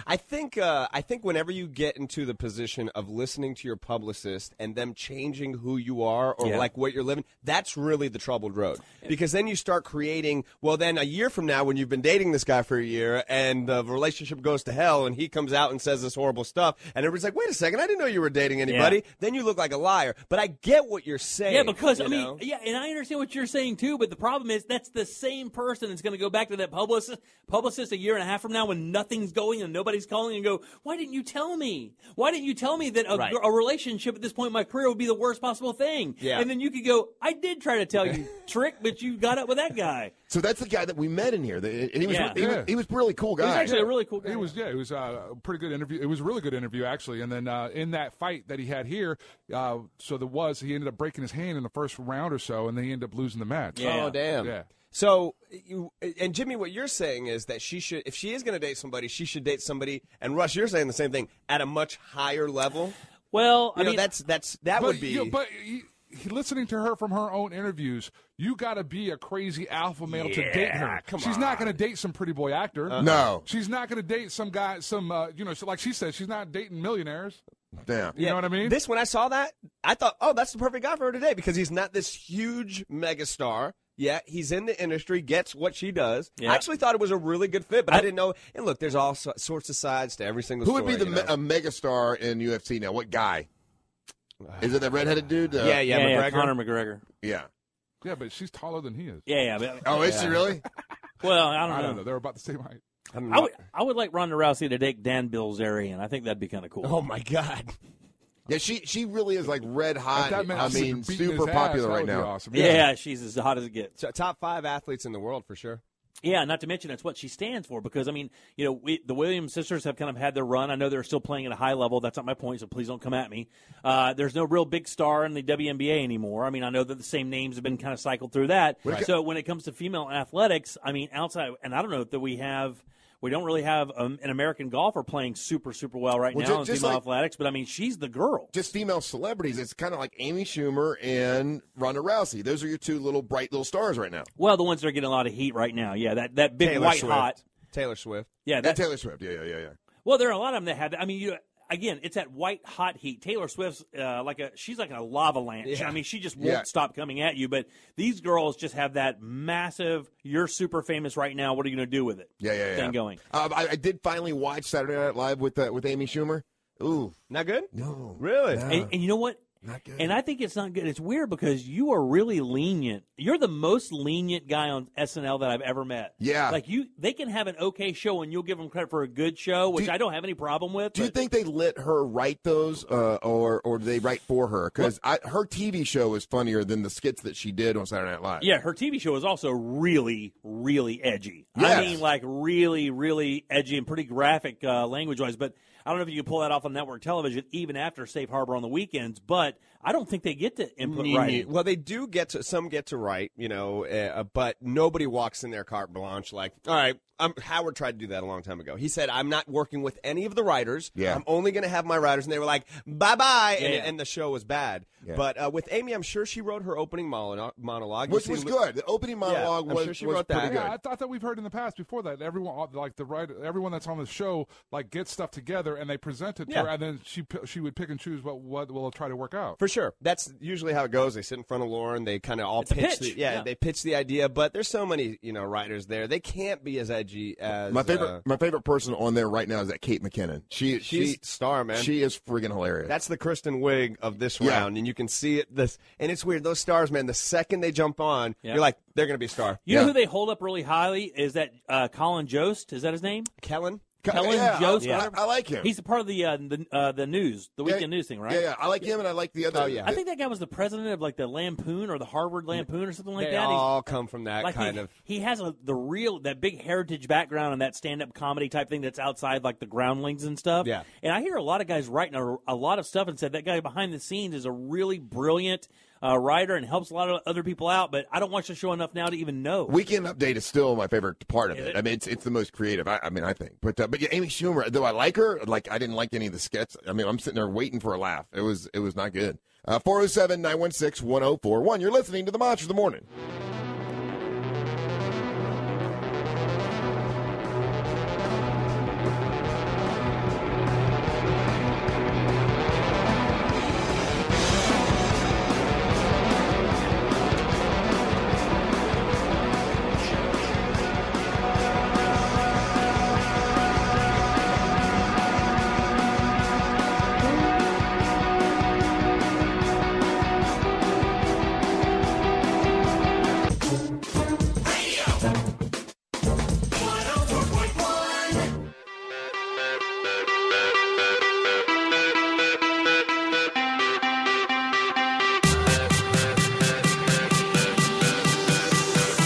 [SPEAKER 7] I think uh, I think whenever you get into the position of listening to your publicist and them changing who you are or
[SPEAKER 3] Yeah.
[SPEAKER 7] like what you're living, that's really the troubled road because then you start creating. Well, then a year from now, when you've been dating this guy for a year and the relationship goes to hell and he comes out and says this horrible stuff and everybody's like, "Wait a second, I didn't know you were dating anybody." Then you look like a liar. But I get what you're saying.
[SPEAKER 3] Yeah, because
[SPEAKER 7] you
[SPEAKER 3] I mean,
[SPEAKER 7] know?
[SPEAKER 3] yeah, and I understand what you're saying too. But the problem is that's the same person that's going to go back to that publicist publicist a year and a half from now when nothing's going and nobody's calling and go, why didn't you tell me? Why didn't you tell me that a,
[SPEAKER 7] Right.
[SPEAKER 3] gr- a relationship at this point in my career would be the worst possible thing?
[SPEAKER 2] Yeah.
[SPEAKER 3] and then you could go, I did try to tell you, trick, but you got up with that guy.
[SPEAKER 2] So that's the guy that we met in here. that- And he was,
[SPEAKER 3] Yeah.
[SPEAKER 2] he, was, he was a really cool guy.
[SPEAKER 3] really cool guy.
[SPEAKER 5] It was yeah, it was uh, a pretty good interview. It was a really good interview actually. And then uh, in that fight that he had here, uh, so there was he ended up breaking his hand in the first round or so, and then he ended up losing the match.
[SPEAKER 7] Oh damn.
[SPEAKER 5] Yeah.
[SPEAKER 7] So you and Jimmy, what you're saying is that she should, if she is going to date somebody, she should date somebody. And Rush, you're saying the same thing at a much higher level.
[SPEAKER 3] Well,
[SPEAKER 7] I mean, that's that's that
[SPEAKER 5] but,
[SPEAKER 7] would be.
[SPEAKER 5] you know, but he, he- listening to her from her own interviews, you got to be a crazy alpha male to date
[SPEAKER 7] Yeah,
[SPEAKER 5] her.
[SPEAKER 7] come
[SPEAKER 5] she's not going to date some pretty boy actor.
[SPEAKER 2] Uh-uh. No.
[SPEAKER 5] she's not going to date some guy. Some uh, you know, so like she said, she's not dating millionaires.
[SPEAKER 2] Damn.
[SPEAKER 5] You know what I mean?
[SPEAKER 7] This when I saw that, I thought, oh, that's the perfect guy for her today because he's not this huge megastar. Yeah, he's in the industry, gets what she does.
[SPEAKER 2] Yeah.
[SPEAKER 7] I actually thought it was a really good fit, but I, didn't know. And look, there's all so- sorts of sides to every single.
[SPEAKER 2] Who would be the
[SPEAKER 7] story,
[SPEAKER 2] me-
[SPEAKER 7] you know?
[SPEAKER 2] a megastar in UFC now? What guy? Is it that redheaded dude? Uh,
[SPEAKER 7] Yeah, yeah, Yeah, yeah, McGregor. Conor
[SPEAKER 3] McGregor.
[SPEAKER 2] Yeah.
[SPEAKER 5] Yeah, but she's taller than he is.
[SPEAKER 3] Yeah, yeah. But,
[SPEAKER 2] Oh, is she
[SPEAKER 3] Yeah.
[SPEAKER 2] really?
[SPEAKER 3] Well, I don't know.
[SPEAKER 5] I don't know. They're about the same height.
[SPEAKER 3] I would, I would like Ronda Rousey to date Dan Bilzerian. I think that'd be kind of cool.
[SPEAKER 7] Oh my god.
[SPEAKER 2] Yeah, she she really is like red hot.
[SPEAKER 7] that meant
[SPEAKER 2] I
[SPEAKER 7] she was
[SPEAKER 2] mean,
[SPEAKER 7] beating
[SPEAKER 2] super
[SPEAKER 7] his ass,
[SPEAKER 2] popular
[SPEAKER 7] that
[SPEAKER 2] right
[SPEAKER 7] would be
[SPEAKER 2] now.
[SPEAKER 7] awesome.
[SPEAKER 3] Yeah,
[SPEAKER 7] Yeah.
[SPEAKER 3] she's as hot as it gets.
[SPEAKER 7] So, top five athletes in the world for sure.
[SPEAKER 3] Yeah, not to mention that's what she stands for. Because I mean, you know, we, the Williams sisters have kind of had their run. I know they're still playing at a high level. That's not my point, so please don't come at me. Uh, there's no real big star in the WNBA anymore. I mean, I know that the same names have been kind of cycled through that.
[SPEAKER 4] Right.
[SPEAKER 3] So when it comes to female athletics, I mean, outside, and I don't know that we have. We don't really have um, an American golfer playing super, super well right
[SPEAKER 2] Well, ju-
[SPEAKER 3] now in
[SPEAKER 2] just
[SPEAKER 3] female
[SPEAKER 2] like-
[SPEAKER 3] athletics, but I mean, she's the girl.
[SPEAKER 2] Just female celebrities. It's kind of like Amy Schumer and Ronda Rousey. Those are your two little bright little stars right now.
[SPEAKER 3] Well, the ones that are getting a lot of heat right now. Yeah, that, that big
[SPEAKER 7] Taylor
[SPEAKER 3] white
[SPEAKER 7] Swift.
[SPEAKER 3] hot.
[SPEAKER 7] Taylor Swift.
[SPEAKER 3] Yeah,
[SPEAKER 2] that
[SPEAKER 3] that-
[SPEAKER 2] Taylor Swift. Yeah, yeah, yeah, yeah.
[SPEAKER 3] Well, there are a lot of them that had. I mean, you again, it's that white hot heat. Taylor Swift's uh, like a she's like a lava lamp.
[SPEAKER 4] Yeah.
[SPEAKER 3] I mean, she just won't
[SPEAKER 4] Yeah.
[SPEAKER 3] stop coming at you. But these girls just have that massive. You're super famous right now. What are you going to do with it?
[SPEAKER 2] Yeah, yeah, yeah.
[SPEAKER 3] Thing going.
[SPEAKER 2] Um, I, I did finally watch Saturday Night Live with uh, with Amy Schumer. Ooh,
[SPEAKER 7] not good.
[SPEAKER 2] No,
[SPEAKER 7] really.
[SPEAKER 3] And, and you know what?
[SPEAKER 2] Not good.
[SPEAKER 3] And I think it's not good. It's weird because you are really lenient. You're the most lenient guy on SNL that I've ever met.
[SPEAKER 2] Yeah.
[SPEAKER 3] Like you, they can have an okay show and you'll give them credit for a good show, which I don't have any problem with.
[SPEAKER 2] Do you think they let her write those, uh, or or do they write for her? Because her TV show is funnier than the skits that she did on Saturday Night Live.
[SPEAKER 3] Yeah, her TV show is also really, really edgy.
[SPEAKER 2] Yes.
[SPEAKER 3] I mean, like really, really edgy and pretty graphic uh, language wise. But I don't know if you can pull that off on network television, even after Safe Harbor on the weekends. But I don't think they get to input
[SPEAKER 7] Mm,
[SPEAKER 3] right.
[SPEAKER 7] Well, they do get to some get to right, you know, uh, but nobody walks in their carte blanche like, all right. Um, Howard tried to do that a long time ago. He said, "I'm not working with any of the writers.
[SPEAKER 2] Yeah.
[SPEAKER 7] I'm only going to have my writers." And they were like, "Bye bye," and,
[SPEAKER 2] Yeah.
[SPEAKER 7] and the show was bad.
[SPEAKER 2] Yeah.
[SPEAKER 7] But uh, with Amy, I'm sure she wrote her opening mono- monologue, You
[SPEAKER 2] Which
[SPEAKER 7] see
[SPEAKER 2] was
[SPEAKER 7] Lu-
[SPEAKER 2] good. The opening
[SPEAKER 7] Yeah,
[SPEAKER 2] monologue
[SPEAKER 7] I'm
[SPEAKER 2] was-
[SPEAKER 7] sure she
[SPEAKER 2] was
[SPEAKER 7] wrote that.
[SPEAKER 2] pretty
[SPEAKER 5] Yeah, I thought that we've heard in the past before that everyone, like the writer, everyone that's on the show, like gets stuff together and they present it to
[SPEAKER 7] Yeah.
[SPEAKER 5] her, and then she p- she would pick and choose what what will try to work out.
[SPEAKER 7] For sure. That's usually how it goes. They sit in front of Lauren. They kind of all
[SPEAKER 5] a
[SPEAKER 7] pitch.
[SPEAKER 5] pitch,
[SPEAKER 7] The, yeah,
[SPEAKER 5] yeah.
[SPEAKER 7] they pitch the idea. But there's so many, you know, writers there. They can't be as edgy as
[SPEAKER 2] My favorite,
[SPEAKER 7] uh,
[SPEAKER 2] my favorite person on there right now is that Kate McKinnon. She,
[SPEAKER 7] She's
[SPEAKER 2] she,
[SPEAKER 7] star man.
[SPEAKER 2] She is friggin' hilarious.
[SPEAKER 7] that's the Kristen Wiig of this
[SPEAKER 2] Yeah.
[SPEAKER 7] round, and you can see it. This and it's weird. Those stars, man. The second they jump on,
[SPEAKER 3] Yeah.
[SPEAKER 7] you're like, they're gonna be a star.
[SPEAKER 3] You know who they hold up really highly is that uh, Colin Jost. Is that his name?
[SPEAKER 7] Kellen.
[SPEAKER 3] Kellen
[SPEAKER 2] Yeah,
[SPEAKER 3] Jost.
[SPEAKER 2] I-
[SPEAKER 3] whatever.
[SPEAKER 2] I like him.
[SPEAKER 3] He's a part of the uh, the uh, the news, the weekend news thing, right? Oh,
[SPEAKER 2] Yeah, yeah. I like him and I like the
[SPEAKER 7] Oh,
[SPEAKER 2] other.
[SPEAKER 3] I think that guy was the president of like the Lampoon or the Harvard Lampoon or something like
[SPEAKER 7] they
[SPEAKER 3] that. He's-
[SPEAKER 7] all come from that
[SPEAKER 3] like
[SPEAKER 7] kind
[SPEAKER 3] he,
[SPEAKER 7] of.
[SPEAKER 3] he has a the real that big heritage background and that stand up comedy type thing that's outside like the groundlings and stuff.
[SPEAKER 7] Yeah.
[SPEAKER 3] and I hear a lot of guys writing a, a lot of stuff and said that guy behind the scenes is a really brilliant uh, writer and helps a lot of other people out. But I don't watch the show enough now to even know.
[SPEAKER 2] Weekend Update is still my favorite part of
[SPEAKER 3] Is
[SPEAKER 2] it.
[SPEAKER 3] it?
[SPEAKER 2] I mean, it's it's the most creative. I, I mean, I think, but uh, but yeah, Amy Schumer. Though I like her, like I didn't like any of the skits. I mean, I'm sitting there waiting for a laugh. It was it was not good. Uh, 407 916 1041. You're listening to the Monster of the Morning.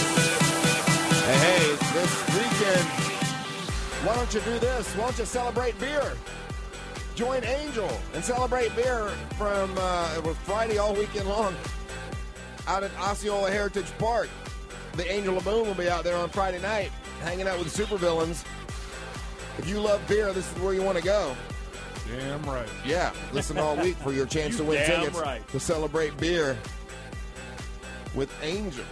[SPEAKER 2] Hey, hey, this weekend, why don't you do this? Why don't you celebrate beer? Join Angel and celebrate beer from uh, it was Friday all weekend long out at Osceola Heritage Park. The Angel of Boom will be out there on Friday night hanging out with the supervillains. If you love beer, this is where you want to go.
[SPEAKER 5] Damn right.
[SPEAKER 2] Yeah, listen all week for your chance to
[SPEAKER 5] You
[SPEAKER 2] win
[SPEAKER 5] damn
[SPEAKER 2] tickets
[SPEAKER 5] right.
[SPEAKER 2] to celebrate beer with Angel,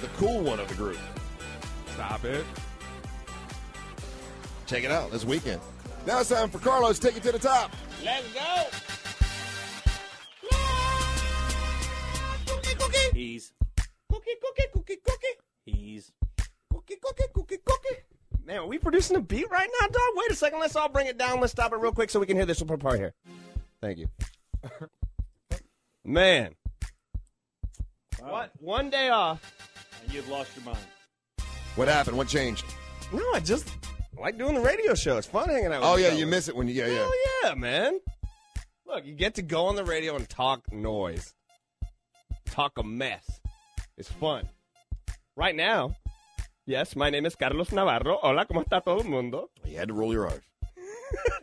[SPEAKER 2] the cool one of the group.
[SPEAKER 5] Stop it.
[SPEAKER 2] Check it out this weekend. Now it's time for Carlos. Take it to the top.
[SPEAKER 3] Let's go. He's
[SPEAKER 7] Cookie, cookie, cookie, cookie.
[SPEAKER 3] he's
[SPEAKER 7] Cookie, cookie, cookie, cookie. Man, are we producing a beat right now, Don? Wait a second. Let's all bring it down. Let's stop it real quick so we can hear this little part here. Thank you. Man. What? One day off.
[SPEAKER 3] And you've lost your mind.
[SPEAKER 2] What happened? What changed?
[SPEAKER 7] No, I just like doing the radio show. It's fun hanging out with
[SPEAKER 2] Oh
[SPEAKER 7] you
[SPEAKER 2] yeah,
[SPEAKER 7] fellas.
[SPEAKER 2] you miss it when you yeah yeah.
[SPEAKER 7] Oh, yeah, man. Look, you get to go on the radio and talk noise. Talk a mess. It's fun. Right now. Yes, my name is Carlos Navarro. Hola, ¿cómo está todo el mundo?
[SPEAKER 2] You had to roll your eyes.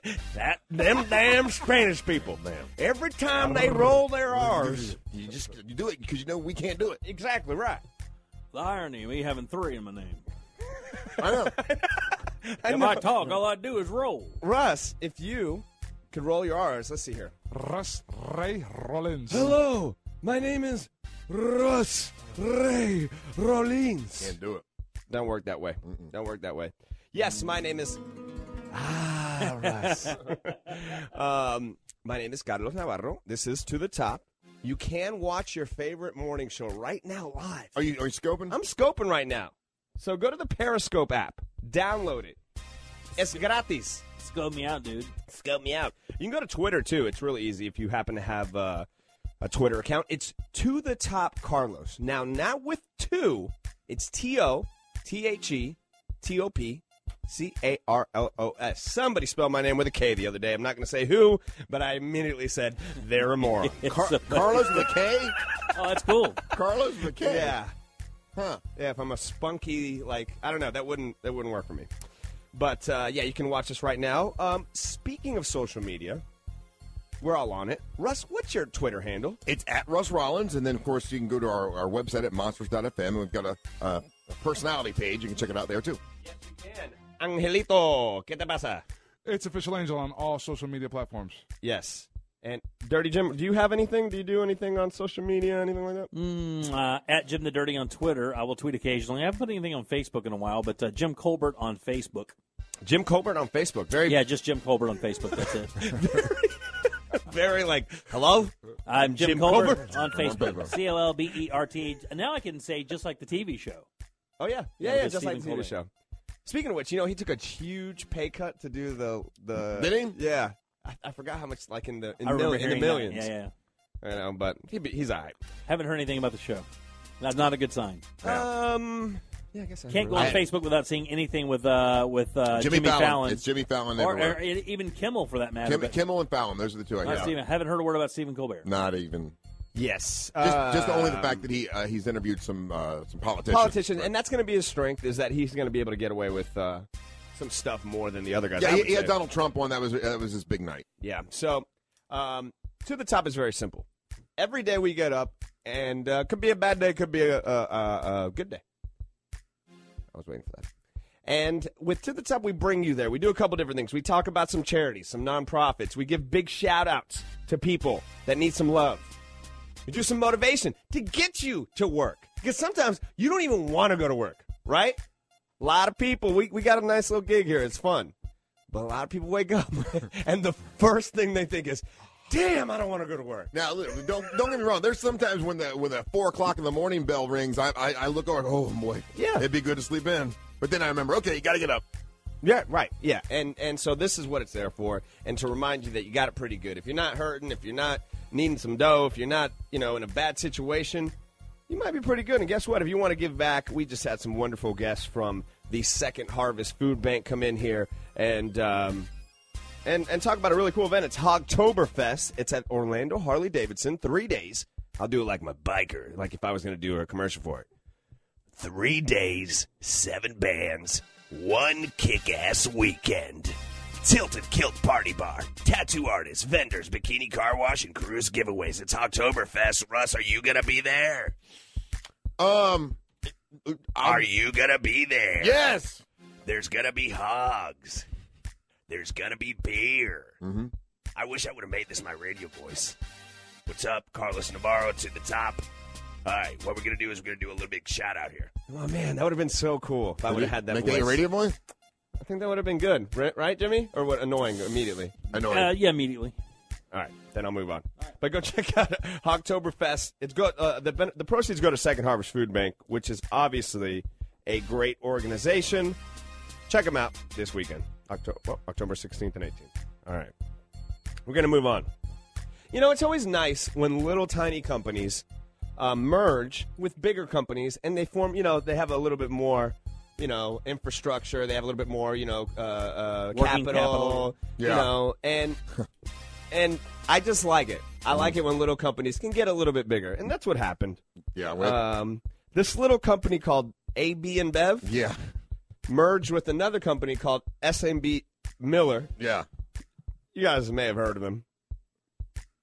[SPEAKER 7] That them damn Spanish people, man. Every time they roll their R's.
[SPEAKER 2] You just you do it because you know we can't do it.
[SPEAKER 7] Exactly right.
[SPEAKER 3] The irony of me having three in my name.
[SPEAKER 2] I know.
[SPEAKER 7] I
[SPEAKER 3] if
[SPEAKER 7] know.
[SPEAKER 3] I talk, all I do is roll.
[SPEAKER 7] Russ, if you could roll your R's, let's see here.
[SPEAKER 5] Russ Ray Rollins.
[SPEAKER 7] Hello, my name is Russ Ray Rollins.
[SPEAKER 2] Can't do it.
[SPEAKER 7] Don't work that way. Don't work that way. Yes, my name is. Ah, Russ. um, my name is Carlos Navarro. This is To the Top. You can watch your favorite morning show right now live.
[SPEAKER 2] Are you are you scoping?
[SPEAKER 7] I'm scoping right now. So go to the Periscope app, download it. Es gratis.
[SPEAKER 3] Scope me out, dude.
[SPEAKER 7] Scope me out. You can go to Twitter too. It's really easy if you happen to have uh, a Twitter account. It's to the top Carlos. Now, not with two. It's T O T H E T O P C A R L O S. Somebody spelled my name with a K the other day. I'm not going to say who, but I immediately said they're a moron.
[SPEAKER 2] Car- Carlos McKay.
[SPEAKER 3] Oh, that's cool.
[SPEAKER 2] Carlos McKay.
[SPEAKER 7] Yeah.
[SPEAKER 2] Huh.
[SPEAKER 7] Yeah, if I'm a spunky, like I don't know, that wouldn't that wouldn't work for me. But uh, yeah, you can watch us right now. Um, speaking of social media, we're all on it. Russ, what's your Twitter handle?
[SPEAKER 2] It's at Russ Rollins, and then of course you can go to our, our website at monsters.fm, and we've got a, uh, a personality page. You can check it out there too.
[SPEAKER 7] Angelito, ¿qué te pasa?
[SPEAKER 5] It's official angel on all social media platforms.
[SPEAKER 7] Yes. And Dirty Jim, do you have anything? Do you do anything on social media, anything like that?
[SPEAKER 3] Mm, uh, at Jim the Dirty on Twitter. I will tweet occasionally. I haven't put anything on Facebook in a while, but uh, Jim Colbert on Facebook.
[SPEAKER 7] Jim Colbert on Facebook. Very
[SPEAKER 3] yeah, just Jim Colbert on Facebook. That's it.
[SPEAKER 7] Very like hello.
[SPEAKER 3] I'm Jim,
[SPEAKER 7] Jim
[SPEAKER 3] Colbert,
[SPEAKER 7] Colbert?
[SPEAKER 3] on
[SPEAKER 7] Come on,
[SPEAKER 3] Facebook.
[SPEAKER 7] Colbert.
[SPEAKER 3] C O L B E R T. Now I can say just like the TV show.
[SPEAKER 7] Oh yeah,
[SPEAKER 3] Yeah,
[SPEAKER 7] yeah, yeah,
[SPEAKER 3] just
[SPEAKER 7] just like
[SPEAKER 3] Stephen
[SPEAKER 7] the TV show.
[SPEAKER 3] Colbert.
[SPEAKER 7] Speaking of which, you know he took a huge pay cut to do the the.
[SPEAKER 2] Did
[SPEAKER 7] he? Yeah, I, I forgot how much. Like in the in,
[SPEAKER 3] I remember
[SPEAKER 7] mil- in the
[SPEAKER 3] hearing that.
[SPEAKER 7] millions.
[SPEAKER 3] Yeah,
[SPEAKER 7] yeah. I know, but he, be- he's all right.
[SPEAKER 3] Haven't heard anything about the show. That's not a good sign.
[SPEAKER 7] Um. Yeah, I guess I
[SPEAKER 3] Can't go on
[SPEAKER 2] I-
[SPEAKER 3] Facebook without seeing anything with uh, with uh,
[SPEAKER 2] Jimmy
[SPEAKER 3] Jimmy,
[SPEAKER 2] Fallon. It's Jimmy Fallon
[SPEAKER 3] or,
[SPEAKER 2] everywhere.
[SPEAKER 3] or e-, even Kimmel for that matter.
[SPEAKER 2] Kim,
[SPEAKER 3] but
[SPEAKER 2] Kimmel and Fallon, those are the two I
[SPEAKER 3] not
[SPEAKER 2] got.
[SPEAKER 3] Stephen. Haven't heard a word about Stephen Colbert.
[SPEAKER 2] Not even.
[SPEAKER 7] Yes.
[SPEAKER 2] Just, just only the
[SPEAKER 7] Um,
[SPEAKER 2] fact that he uh, he's interviewed some uh, some politicians.
[SPEAKER 7] politician, and that's going to be his strength is that he's going to be able to get away with uh, some stuff more than the other guys.
[SPEAKER 2] Yeah,
[SPEAKER 7] I
[SPEAKER 2] he,
[SPEAKER 7] would
[SPEAKER 2] he had
[SPEAKER 7] say.
[SPEAKER 2] Donald Trump on. That was that was his big night.
[SPEAKER 7] Yeah. So, um, to the top is very simple. Every day we get up, and uh, could be a bad day, could be a, a, a, a good day. I was waiting for that. And with To the Top, we bring you there. We do a couple different things. We talk about some charities, some nonprofits. We give big shout outs to people that need some love. We do some motivation to get you to work. Because sometimes you don't even want to go to work, right? A lot of people, we, we got a nice little gig here. It's fun. But a lot of people wake up and the first thing they think is, damn, I don't want to go to work.
[SPEAKER 2] Now, listen, don't don't get me wrong. There's sometimes when the when the four o'clock in the morning bell rings, I I, I look over. Oh boy,
[SPEAKER 7] Yeah.
[SPEAKER 2] it'd be good to sleep in. But then I remember, okay, you got to get up.
[SPEAKER 7] Yeah, right. Yeah, and and so this is what it's there for, and to remind you that you got it pretty good. If you're not hurting, if you're not needing some dough, if you're not you know in a bad situation, you might be pretty good. And guess what? If you want to give back, we just had some wonderful guests from the Second Harvest Food Bank come in here and. Um, and, and talk about a really cool event. It's Hogtoberfest. It's at Orlando Harley Davidson. Three days. I'll do it like my biker, like if I was going to do a commercial for it. Three days, seven bands, one kick ass weekend. Tilted Kilt Party Bar. Tattoo artists, vendors, bikini car wash, and cruise giveaways. It's Oktoberfest. Russ, are you going to be there?
[SPEAKER 2] Um,
[SPEAKER 7] Are you going to be there?
[SPEAKER 2] yes,
[SPEAKER 7] There's going to be hogs. There's going to be beer.
[SPEAKER 2] mm-hmm.
[SPEAKER 7] I wish I would have made this my radio voice. What's up, Carlos Navarro to the top. All right, what we're gonna do is we're gonna do a little big shout out here. Oh man, that would have been so cool if I would have had that
[SPEAKER 2] Make
[SPEAKER 7] voice.
[SPEAKER 2] that your radio voice.
[SPEAKER 7] I think that would have been good, right, right, Jimmy? Or what? Annoying immediately.
[SPEAKER 2] I know.
[SPEAKER 3] Uh, yeah, immediately.
[SPEAKER 7] All right, then I'll move on. But go check out Oktoberfest. It's go uh, the ben- the proceeds go to Second Harvest Food Bank, which is obviously a great organization. Check them out this weekend, October October 16th and 18th. All right, we're gonna move on. You know, it's always nice when little tiny companies uh, merge with bigger companies and they form. You know, they have a little bit more. You know, infrastructure. They have a little bit more. You know, uh, uh,
[SPEAKER 3] Working
[SPEAKER 7] capital.
[SPEAKER 3] capital.
[SPEAKER 2] Yeah.
[SPEAKER 7] You know, and and I just like it. I
[SPEAKER 2] Mm.
[SPEAKER 7] like it when little companies can get a little bit bigger, and that's what happened.
[SPEAKER 2] Yeah. Well,
[SPEAKER 7] Um, this little company called AB and Bev
[SPEAKER 2] yeah.
[SPEAKER 7] merged with another company called SMB Miller.
[SPEAKER 2] Yeah.
[SPEAKER 7] You guys may have heard of them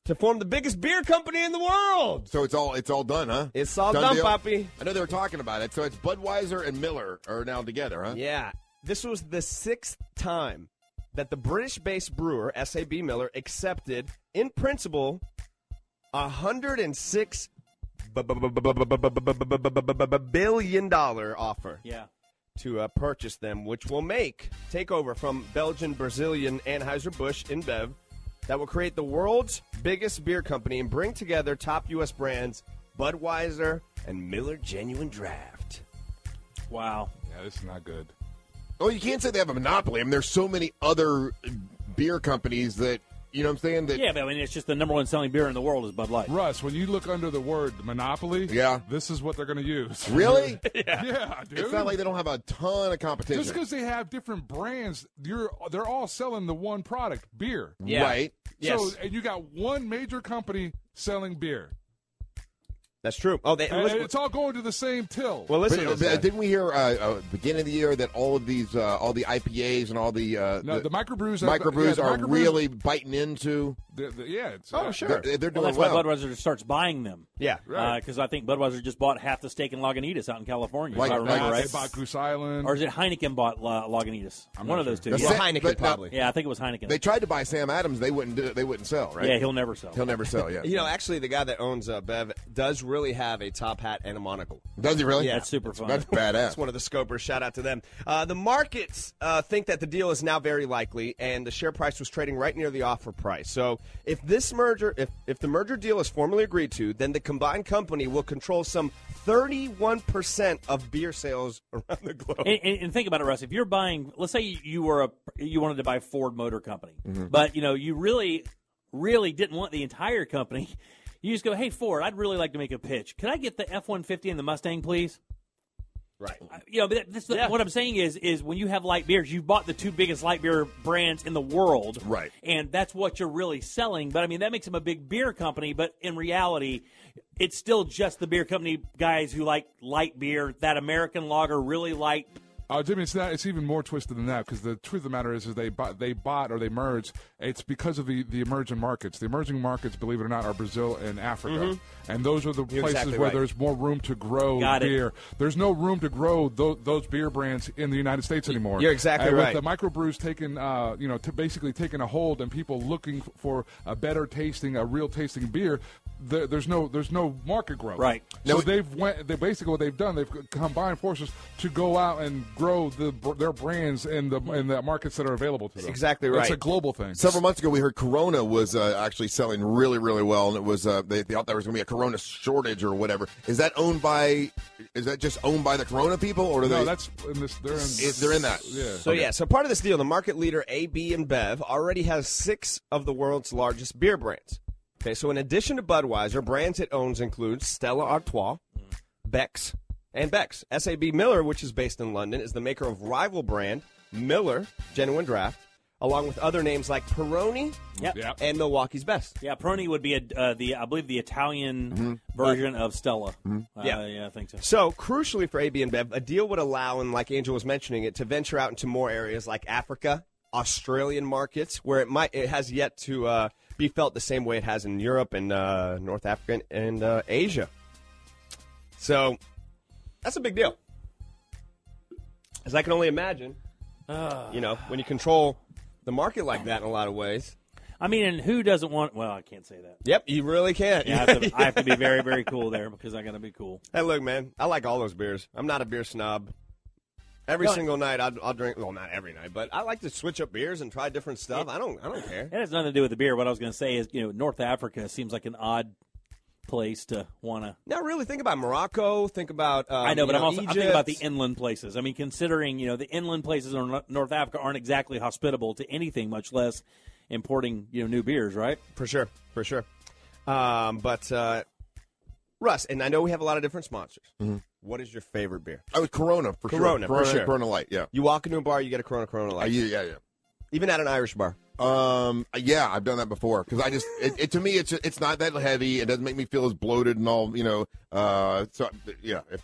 [SPEAKER 7] to form the biggest beer company in the world.
[SPEAKER 2] So it's all it's all done, huh?
[SPEAKER 7] It's all
[SPEAKER 2] Done
[SPEAKER 7] done,
[SPEAKER 2] deal.
[SPEAKER 7] Poppy.
[SPEAKER 2] I know they were talking about it. So it's Budweiser and Miller are now together, huh?
[SPEAKER 7] Yeah. This was the sixth time that the British based brewer, SAB Miller, accepted, in principle, 106 bu- bu- bu- bu- bu- bu- bu- bu- bu- bu- bu- bu- bu- bu- billion dollar offer
[SPEAKER 3] Yeah.
[SPEAKER 7] to uh, purchase them, which will make takeover from Belgian Brazilian Anheuser-Busch InBev that will create the world's biggest beer company and bring together top U.S. brands Budweiser and Miller Genuine Draft.
[SPEAKER 3] Wow.
[SPEAKER 5] Yeah, this is not good.
[SPEAKER 2] Oh, Well, you can't say they have a monopoly. I mean, there's so many other beer companies that You know what I'm saying? That
[SPEAKER 3] yeah, but I mean, it's just the number one selling beer in the world is Bud Light.
[SPEAKER 5] Russ, when you look under the word monopoly,
[SPEAKER 2] yeah,
[SPEAKER 5] this is what they're going to use.
[SPEAKER 2] Really?
[SPEAKER 5] yeah. dude.
[SPEAKER 2] It's not like they don't have a ton of competition.
[SPEAKER 5] Just because they have different brands, you're they're all selling the one product, beer.
[SPEAKER 2] Yeah. Right.
[SPEAKER 5] So
[SPEAKER 2] Yes.
[SPEAKER 5] and you got one major company selling beer.
[SPEAKER 7] That's true. Oh, they,
[SPEAKER 5] And it's all going to the same till.
[SPEAKER 2] But, uh, didn't we hear uh, uh, beginning of the year that all of these, uh, all the IPAs and all the uh,
[SPEAKER 5] No, the microbrews are-
[SPEAKER 2] microbrews
[SPEAKER 5] yeah, the
[SPEAKER 2] are
[SPEAKER 5] microbrews-
[SPEAKER 2] really biting into?
[SPEAKER 5] The- the- yeah. It's,
[SPEAKER 2] Oh, sure. They're- they're
[SPEAKER 3] well,
[SPEAKER 2] doing
[SPEAKER 3] that's why
[SPEAKER 2] well.
[SPEAKER 3] Budweiser starts buying them.
[SPEAKER 2] Yeah. Right.
[SPEAKER 3] Because I think Budweiser just bought half the stake in Lagunitas out in California. if I remember right.
[SPEAKER 5] They bought Goose Island.
[SPEAKER 3] Or is it Heineken bought La- Lagunitas?
[SPEAKER 5] I'm
[SPEAKER 3] One
[SPEAKER 5] not
[SPEAKER 3] of those
[SPEAKER 5] sure.
[SPEAKER 3] two.
[SPEAKER 2] That's
[SPEAKER 3] yeah.
[SPEAKER 2] it, Heineken, but not- probably.
[SPEAKER 3] Yeah, I think it was Heineken.
[SPEAKER 2] They tried to buy Sam Adams. They wouldn't. Do, they wouldn't sell. Right?
[SPEAKER 3] Yeah, he'll never sell.
[SPEAKER 2] He'll never sell. Oh, Yeah.
[SPEAKER 7] You know, actually, the guy that owns uh, Bev does really have a top hat and a monocle.
[SPEAKER 2] Does he really?
[SPEAKER 7] Yeah.
[SPEAKER 2] That's super fun. That's badass.
[SPEAKER 7] That's one of the scopers. Shout out to them. Uh, the markets uh, think that the deal is now very likely, and the share price was trading right near the offer price. So, if this merger, if if the merger deal is formally agreed to, then the combined company will control some 31 percent of beer sales around the globe.
[SPEAKER 3] And, and, and think about it, Russ. If you're buying, let's say you were a you wanted to buy Ford Motor Company,
[SPEAKER 4] Mm-hmm.
[SPEAKER 3] but you know you really, really didn't want the entire company. You just go, hey Ford, I'd really like to make a pitch. Can I get the F one fifty and the Mustang, please?
[SPEAKER 7] Right.
[SPEAKER 3] You know, but that- that's the- what I'm saying is, is when you have light beers, you've bought the two biggest light beer brands in the world,
[SPEAKER 2] right?
[SPEAKER 3] And that's what you're really selling. But I mean, that makes them a big beer company. But in reality, it's still just the beer company guys who like light beer, that American lager, really light
[SPEAKER 5] Oh, Jimmy, it's not. It's even more twisted than that because the truth of the matter is, is they bought, they bought or they merged. It's because of the, the emerging markets. The emerging markets, believe it or not, are Brazil and Africa,
[SPEAKER 4] Mhm.
[SPEAKER 5] and those are the
[SPEAKER 4] You're
[SPEAKER 5] places
[SPEAKER 4] exactly
[SPEAKER 5] where
[SPEAKER 4] right.
[SPEAKER 5] there's more room to grow
[SPEAKER 4] Got it.
[SPEAKER 5] beer. There's no room to grow tho- those beer brands in the United States anymore.
[SPEAKER 7] you're exactly
[SPEAKER 5] And
[SPEAKER 7] right.
[SPEAKER 5] With the microbrews taking, uh, you know, to basically taking a hold and people looking f- for a better tasting, a real tasting beer. There, there's no there's no market growth.
[SPEAKER 3] Right.
[SPEAKER 5] So they've went. They basically what they've done. They've combined forces to go out and grow the their brands in the in the markets that are available to them. It's a global thing.
[SPEAKER 2] Several months ago, we heard Corona was uh, actually selling really, really well, and it was uh, they, they thought there was going to be a Corona shortage or whatever. Is that owned by? Is that just owned by the Corona people, or do
[SPEAKER 5] no,
[SPEAKER 2] they?
[SPEAKER 5] that's in this, they're in,
[SPEAKER 2] Is- they're in that.
[SPEAKER 5] Yeah.
[SPEAKER 7] So yeah, so part of this deal, the market leader AB and Bev already has six of the world's largest beer brands. Okay, so in addition to Budweiser, brands it owns include Stella Artois, Beck's, and Beck's. SAB Miller, which is based in London, is the maker of rival brand Miller Genuine Draft, along with other names like Peroni
[SPEAKER 3] Yep.
[SPEAKER 7] and Milwaukee's Best. Mm-hmm.
[SPEAKER 3] Yeah, Peroni would be a, uh, the I believe the Italian version of Stella. Uh,
[SPEAKER 7] Yeah.
[SPEAKER 3] yeah, I think so.
[SPEAKER 7] So crucially for AB and Bev, a deal would allow, and like Angel was mentioning it, to venture out into more areas like Africa, Australian markets, where it might it has yet to uh, be felt the same way it has in Europe and uh, North Africa and uh, Asia. So that's a big deal, as I can only imagine.
[SPEAKER 3] Ah.
[SPEAKER 7] you know, when you control the market like that in a lot of ways.
[SPEAKER 3] I mean, and who doesn't want? Well, I can't say that.
[SPEAKER 7] Yep, you really can't.
[SPEAKER 3] Yeah, I have to, I have to be very, very cool there because I got to be cool.
[SPEAKER 7] Hey, look, man, I like all those beers. I'm not a beer snob. Every
[SPEAKER 3] No, I-
[SPEAKER 7] single night, I'll, I'll drink. Well, not every night, but I like to switch up beers and try different stuff. I don't, I don't care.
[SPEAKER 3] It has nothing to do with the beer. What I was going to say is, you know, North Africa seems like an odd place to want to.
[SPEAKER 7] Now, really, think about Morocco. Think about. Um,
[SPEAKER 3] I know, but
[SPEAKER 7] you
[SPEAKER 3] I'm also I'm thinking about the
[SPEAKER 7] Egypt.
[SPEAKER 3] inland places. I mean, considering you know the inland places in Nor- North Africa aren't exactly hospitable to anything, much less importing you know new beers, right?
[SPEAKER 7] For sure, for sure. Um, but uh, Russ, and I know we have a lot of different sponsors.
[SPEAKER 2] Mm-hmm.
[SPEAKER 7] What is your favorite beer?
[SPEAKER 2] Oh, Corona for sure. Corona,
[SPEAKER 7] Corona, for sure.
[SPEAKER 2] Corona Light. Yeah.
[SPEAKER 7] You walk into a bar, you get a Corona, Corona Light.
[SPEAKER 2] Uh, yeah, yeah, yeah.
[SPEAKER 7] Even at an Irish bar.
[SPEAKER 2] Um. Yeah, I've done that before because I just it, it to me it's it's not that heavy. It doesn't make me feel as bloated and all. You know. Uh. So yeah. If,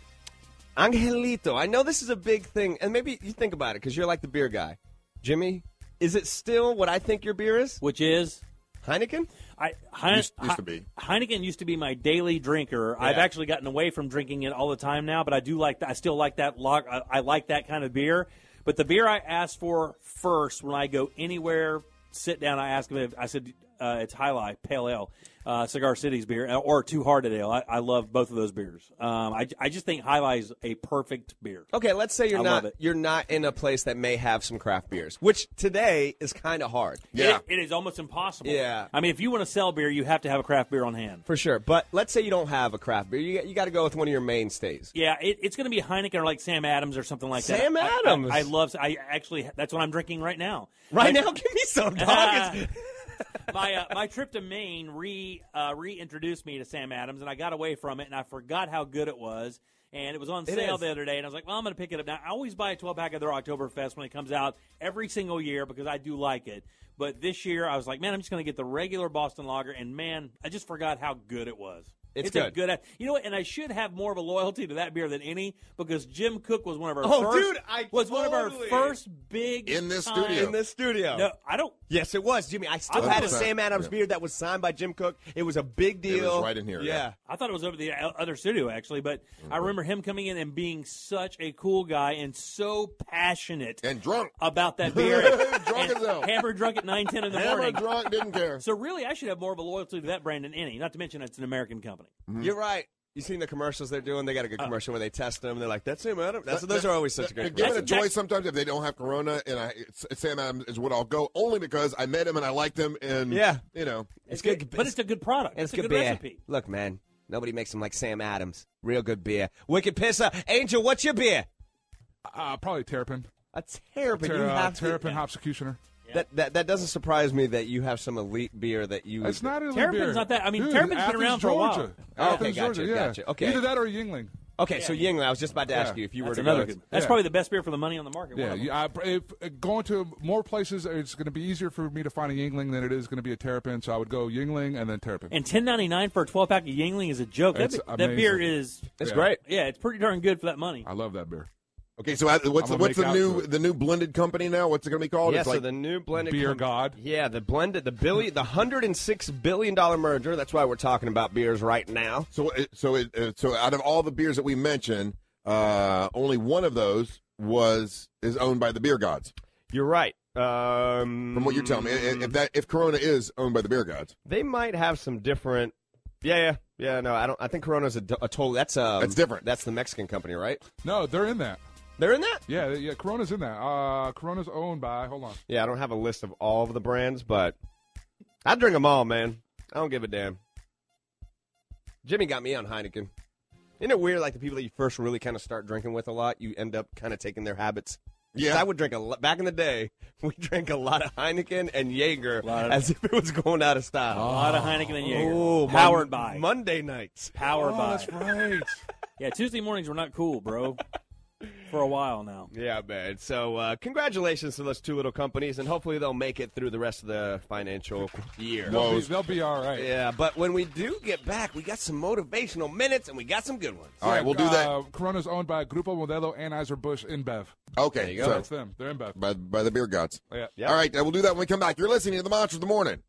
[SPEAKER 7] Angelito, I know this is a big thing, and maybe you think about it because you're like the beer guy. Jimmy, is it still what I think your beer is?
[SPEAKER 3] Which is
[SPEAKER 7] Heineken?
[SPEAKER 3] I Heine-
[SPEAKER 7] Used- used to be.
[SPEAKER 3] Heineken used to be my daily drinker. I've
[SPEAKER 7] Yeah.
[SPEAKER 3] actually gotten away from drinking it all the time now, but I do like that. I still like that log. I, I like that kind of beer. But the beer I ask for first when I go anywhere, sit down, I ask them. If, I said uh, it's High Life Pale Ale, uh, Cigar City's beer, or Too Hard Ale. I, I love both of those beers. Um, I, I just think High Life is a perfect beer.
[SPEAKER 7] Okay, let's say you're
[SPEAKER 3] I
[SPEAKER 7] not
[SPEAKER 3] love it.
[SPEAKER 7] you're not in a place that may have some craft beers, which today is kind of hard.
[SPEAKER 3] It, it is almost impossible.
[SPEAKER 7] Yeah.
[SPEAKER 3] I mean, if you want to sell beer, you have to have a craft beer on hand.
[SPEAKER 7] for sure. But let's say you don't have a craft beer, you, you got to go with one of your mainstays.
[SPEAKER 3] Yeah, it, it's going to be Heineken or like Sam Adams or something like
[SPEAKER 7] Sam
[SPEAKER 3] that. I- I-
[SPEAKER 7] Adams.
[SPEAKER 3] I, love. I actually that's what I'm drinking right now.
[SPEAKER 7] Right
[SPEAKER 3] I-
[SPEAKER 7] now, give me some dog. It's-
[SPEAKER 3] Ah. my uh, my trip to Maine re uh, reintroduced me to Sam Adams, and I got away from it, and I forgot how good it was. And it was on
[SPEAKER 7] It
[SPEAKER 3] sale
[SPEAKER 7] is.
[SPEAKER 3] the other day, and I was like, "Well, I'm going to pick it up now." I always buy a 12 pack of their Oktoberfest when it comes out every single year because I do like it. But this year, I was like, "Man, I'm just going to get the regular Boston Lager," and man, I just forgot how good it was.
[SPEAKER 7] It's
[SPEAKER 3] a
[SPEAKER 7] good.
[SPEAKER 3] good. You know what? And I should have more of a loyalty to that beer than any because Jim Cook was one of our
[SPEAKER 7] Oh,
[SPEAKER 3] first,
[SPEAKER 7] dude, I
[SPEAKER 3] was one of our
[SPEAKER 7] totally-
[SPEAKER 3] first big
[SPEAKER 7] In this
[SPEAKER 3] time-
[SPEAKER 7] studio. In this studio.
[SPEAKER 3] No, I don't.
[SPEAKER 7] Yes, it was, Jimmy. I still
[SPEAKER 3] thought
[SPEAKER 7] had
[SPEAKER 3] it
[SPEAKER 7] a
[SPEAKER 3] was-
[SPEAKER 7] Sam Adams
[SPEAKER 3] yeah.
[SPEAKER 7] beard that was signed by Jim Cook. It was a big deal. Yeah.
[SPEAKER 3] I thought it was over the o- other studio actually, but I remember him coming in and being such a cool guy and so passionate and drunk about that beer. drunk as hell. Hammered drunk at nine ten in the
[SPEAKER 2] Hammered
[SPEAKER 3] morning.
[SPEAKER 2] drunk, didn't care.
[SPEAKER 3] So really, I should have more of a loyalty to that brand than any. Not to mention it's an American company.
[SPEAKER 7] You're right. You seen the commercials they're doing? They got a
[SPEAKER 3] Uh.
[SPEAKER 7] good commercial where they test them. They're like, "That's Sam Adams." That's,
[SPEAKER 2] That-
[SPEAKER 7] those
[SPEAKER 2] that-
[SPEAKER 7] are always such
[SPEAKER 2] that-
[SPEAKER 7] a good.
[SPEAKER 2] Give it a
[SPEAKER 7] commercials.
[SPEAKER 2] joy sometimes if they don't have Corona, and I it's, it's Sam Adams is what I'll go only because I met him and I liked him, and
[SPEAKER 7] Yeah.
[SPEAKER 2] you know,
[SPEAKER 7] It's good,
[SPEAKER 3] a good product.
[SPEAKER 7] It's, good, beer. Look, man, nobody makes them like Sam Adams. Real good beer. Wicked pisser. Angel, what's your beer?
[SPEAKER 5] Uh, probably Terrapin.
[SPEAKER 7] A Terrapin.
[SPEAKER 5] Ter-
[SPEAKER 7] you
[SPEAKER 5] uh,
[SPEAKER 7] have to-
[SPEAKER 5] Terrapin Hopsecutioner.
[SPEAKER 7] That, that that doesn't surprise me that you have some elite beer that you.
[SPEAKER 5] It's not an elite
[SPEAKER 3] Terrapin's
[SPEAKER 5] beer.
[SPEAKER 3] not that- I mean,
[SPEAKER 5] Dude,
[SPEAKER 3] Terrapin's been
[SPEAKER 5] Athens,
[SPEAKER 3] around for a while.
[SPEAKER 5] Georgia.
[SPEAKER 7] Okay,
[SPEAKER 5] Athens,
[SPEAKER 7] gotcha,
[SPEAKER 5] Georgia, yeah.
[SPEAKER 7] gotcha. Okay.
[SPEAKER 5] Either that or Yingling.
[SPEAKER 7] Okay, so Yingling, I was just about to ask
[SPEAKER 5] Yeah.
[SPEAKER 7] you if you were
[SPEAKER 3] That's
[SPEAKER 7] to
[SPEAKER 3] another
[SPEAKER 7] go.
[SPEAKER 3] good. That's
[SPEAKER 5] Yeah.
[SPEAKER 3] probably the best beer for the money on the market. one
[SPEAKER 5] Yeah,
[SPEAKER 3] of them.
[SPEAKER 5] yeah I, if, going to more places, it's going to be easier for me to find a Yingling than it is going to be a Terrapin. So I would go Yingling and then Terrapin.
[SPEAKER 3] And ten ninety nine for a twelve pack of Yingling is a joke. That,
[SPEAKER 5] It's
[SPEAKER 3] be- that
[SPEAKER 5] amazing.
[SPEAKER 3] beer is
[SPEAKER 5] It's Yeah. great.
[SPEAKER 3] Yeah, it's pretty darn good for that money.
[SPEAKER 5] I love that beer.
[SPEAKER 2] Okay, so I, what's
[SPEAKER 5] I'ma
[SPEAKER 2] what's
[SPEAKER 5] make
[SPEAKER 2] the
[SPEAKER 5] out
[SPEAKER 2] new
[SPEAKER 5] to it.
[SPEAKER 2] the new blended company now? What's it going to be called?
[SPEAKER 7] yeah,
[SPEAKER 2] it's
[SPEAKER 7] so
[SPEAKER 2] like
[SPEAKER 7] the new blended
[SPEAKER 2] Beer
[SPEAKER 7] god. Yeah, the blended, the billion, the hundred and six billion dollar merger. That's why we're talking about beers right now.
[SPEAKER 2] So, it, so, it, uh, so out of all the beers that we mentioned, uh, only one of those was is owned by the beer gods.
[SPEAKER 7] You're right. Um,
[SPEAKER 2] From what you're telling me, i- i- if that if Corona is owned by the beer gods,
[SPEAKER 7] They might have some different. Yeah, yeah, yeah. No, I don't. I think Corona's a, do- a total. That's um, that's different. That's the Mexican company, right?
[SPEAKER 5] No, they're in that.
[SPEAKER 7] They're in that.
[SPEAKER 5] Yeah, yeah. Corona's in that. Uh, Corona's owned by. Hold on.
[SPEAKER 7] Yeah, I don't have a list of all of the brands, but I drink them all, man. I don't give a damn. Jimmy got me on Heineken. Isn't it weird? Like the people that you first really kind of start drinking with a lot, you end up kind of taking their habits. Yeah, I would drink a lot. Back in the day, we drank a lot of Heineken and Jaeger as if it was going out of style. A
[SPEAKER 3] lot of Heineken and Jaeger.
[SPEAKER 7] Oh, my-
[SPEAKER 3] Powered by.
[SPEAKER 7] Monday nights. Oh,
[SPEAKER 3] Powered by.
[SPEAKER 5] right.
[SPEAKER 3] yeah, Tuesday mornings were not cool, bro. For a while now.
[SPEAKER 7] Yeah, man. So uh, congratulations to those two little companies, and hopefully they'll make it through the rest of the financial year.
[SPEAKER 5] They'll be, they'll be all right.
[SPEAKER 7] Yeah, but when we do get back, we got some motivational minutes and we got some good ones.
[SPEAKER 5] Uh, Corona's owned by Grupo Modelo Anheuser Busch InBev.
[SPEAKER 2] okay,
[SPEAKER 5] So that's them. They're InBev.
[SPEAKER 2] by by the beer gods.
[SPEAKER 5] Yeah.
[SPEAKER 2] All right, uh, we'll do that when we come back. You're listening to the Monster of the Morning.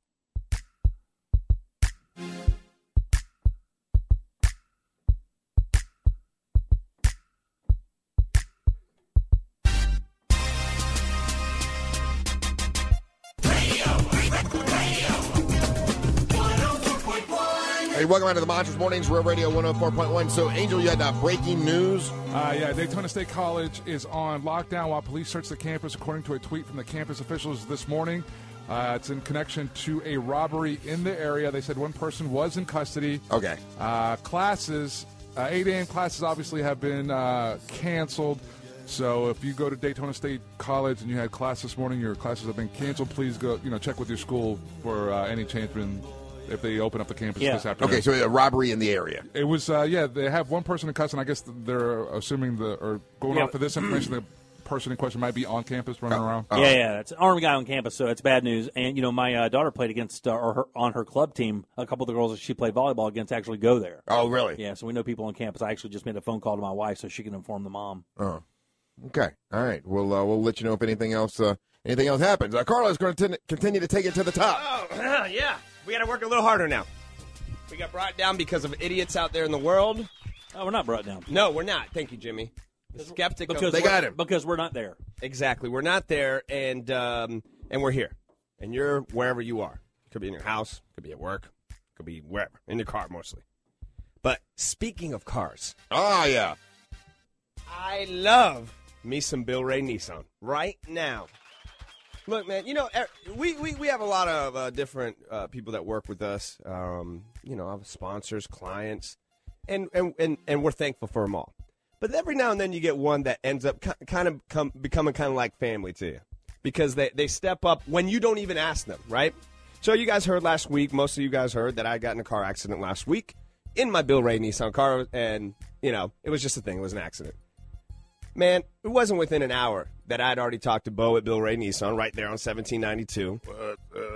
[SPEAKER 2] Hey, welcome back to the Monsters Mornings, Real Radio 104.1. So, Angel, you had that breaking news.
[SPEAKER 5] Uh, yeah, Daytona State College is on lockdown while police search the campus, according to a tweet from the campus officials this morning. Uh, it's in connection to a robbery in the area. They said one person was in custody.
[SPEAKER 2] Okay.
[SPEAKER 5] Uh, classes, uh, 8 a.m. classes obviously have been uh, canceled. So if you go to Daytona State College and you had class this morning, your classes have been canceled. Please go, you know, check with your school for uh, any change in- if they open up the campus this afternoon.
[SPEAKER 2] Okay, so a robbery in the area.
[SPEAKER 5] It was, uh, yeah, they have one person in custody. I guess they're assuming the, or going
[SPEAKER 3] Yeah.
[SPEAKER 5] off of this information, the person in question might be on campus running
[SPEAKER 2] Uh,
[SPEAKER 5] around.
[SPEAKER 3] Yeah, yeah, it's an armed guy on campus, so it's bad news. And you know, my uh, daughter played against uh, or her, on her club team. A couple of the girls that she played volleyball against actually go there.
[SPEAKER 2] Oh, really?
[SPEAKER 3] Yeah, so we know people on campus. I actually just made a phone call to my wife so she can inform the mom.
[SPEAKER 2] Oh, okay. All right. Well, uh, we'll let you know if anything else uh, anything else happens. Uh, Carlos going to continue to take it to the top.
[SPEAKER 7] Oh, yeah. We got to work a little harder now. We got brought down because of idiots out there in the world.
[SPEAKER 3] Oh, we're not brought down.
[SPEAKER 7] No, we're not. Thank you, Jimmy. The skeptic.
[SPEAKER 3] because They we're- got him. Because we're not there.
[SPEAKER 7] Exactly. We're not there, and um, and we're here. And you're wherever you are. Could be in your house. Could be at work. Could be wherever. In your car, mostly. But speaking of cars.
[SPEAKER 2] Ah, yeah.
[SPEAKER 7] I love me some Bill Ray Nissan right now. Look, man, you know, er- we, we, we have a lot of uh, different uh, people that work with us, um, you know, our sponsors, clients, and, and, and, and we're thankful for them all. But every now and then you get one that ends up ki- kind of come, becoming kind of like family to you because they, they step up when you don't even ask them, right? So you guys heard last week. Most of you guys heard that I got in a car accident last week in my Bill Ray Nissan car, and you know it was just a thing. It was an accident. Man, it wasn't within an hour that I'd already talked to Bo at Bill Ray Nissan right there on 1792.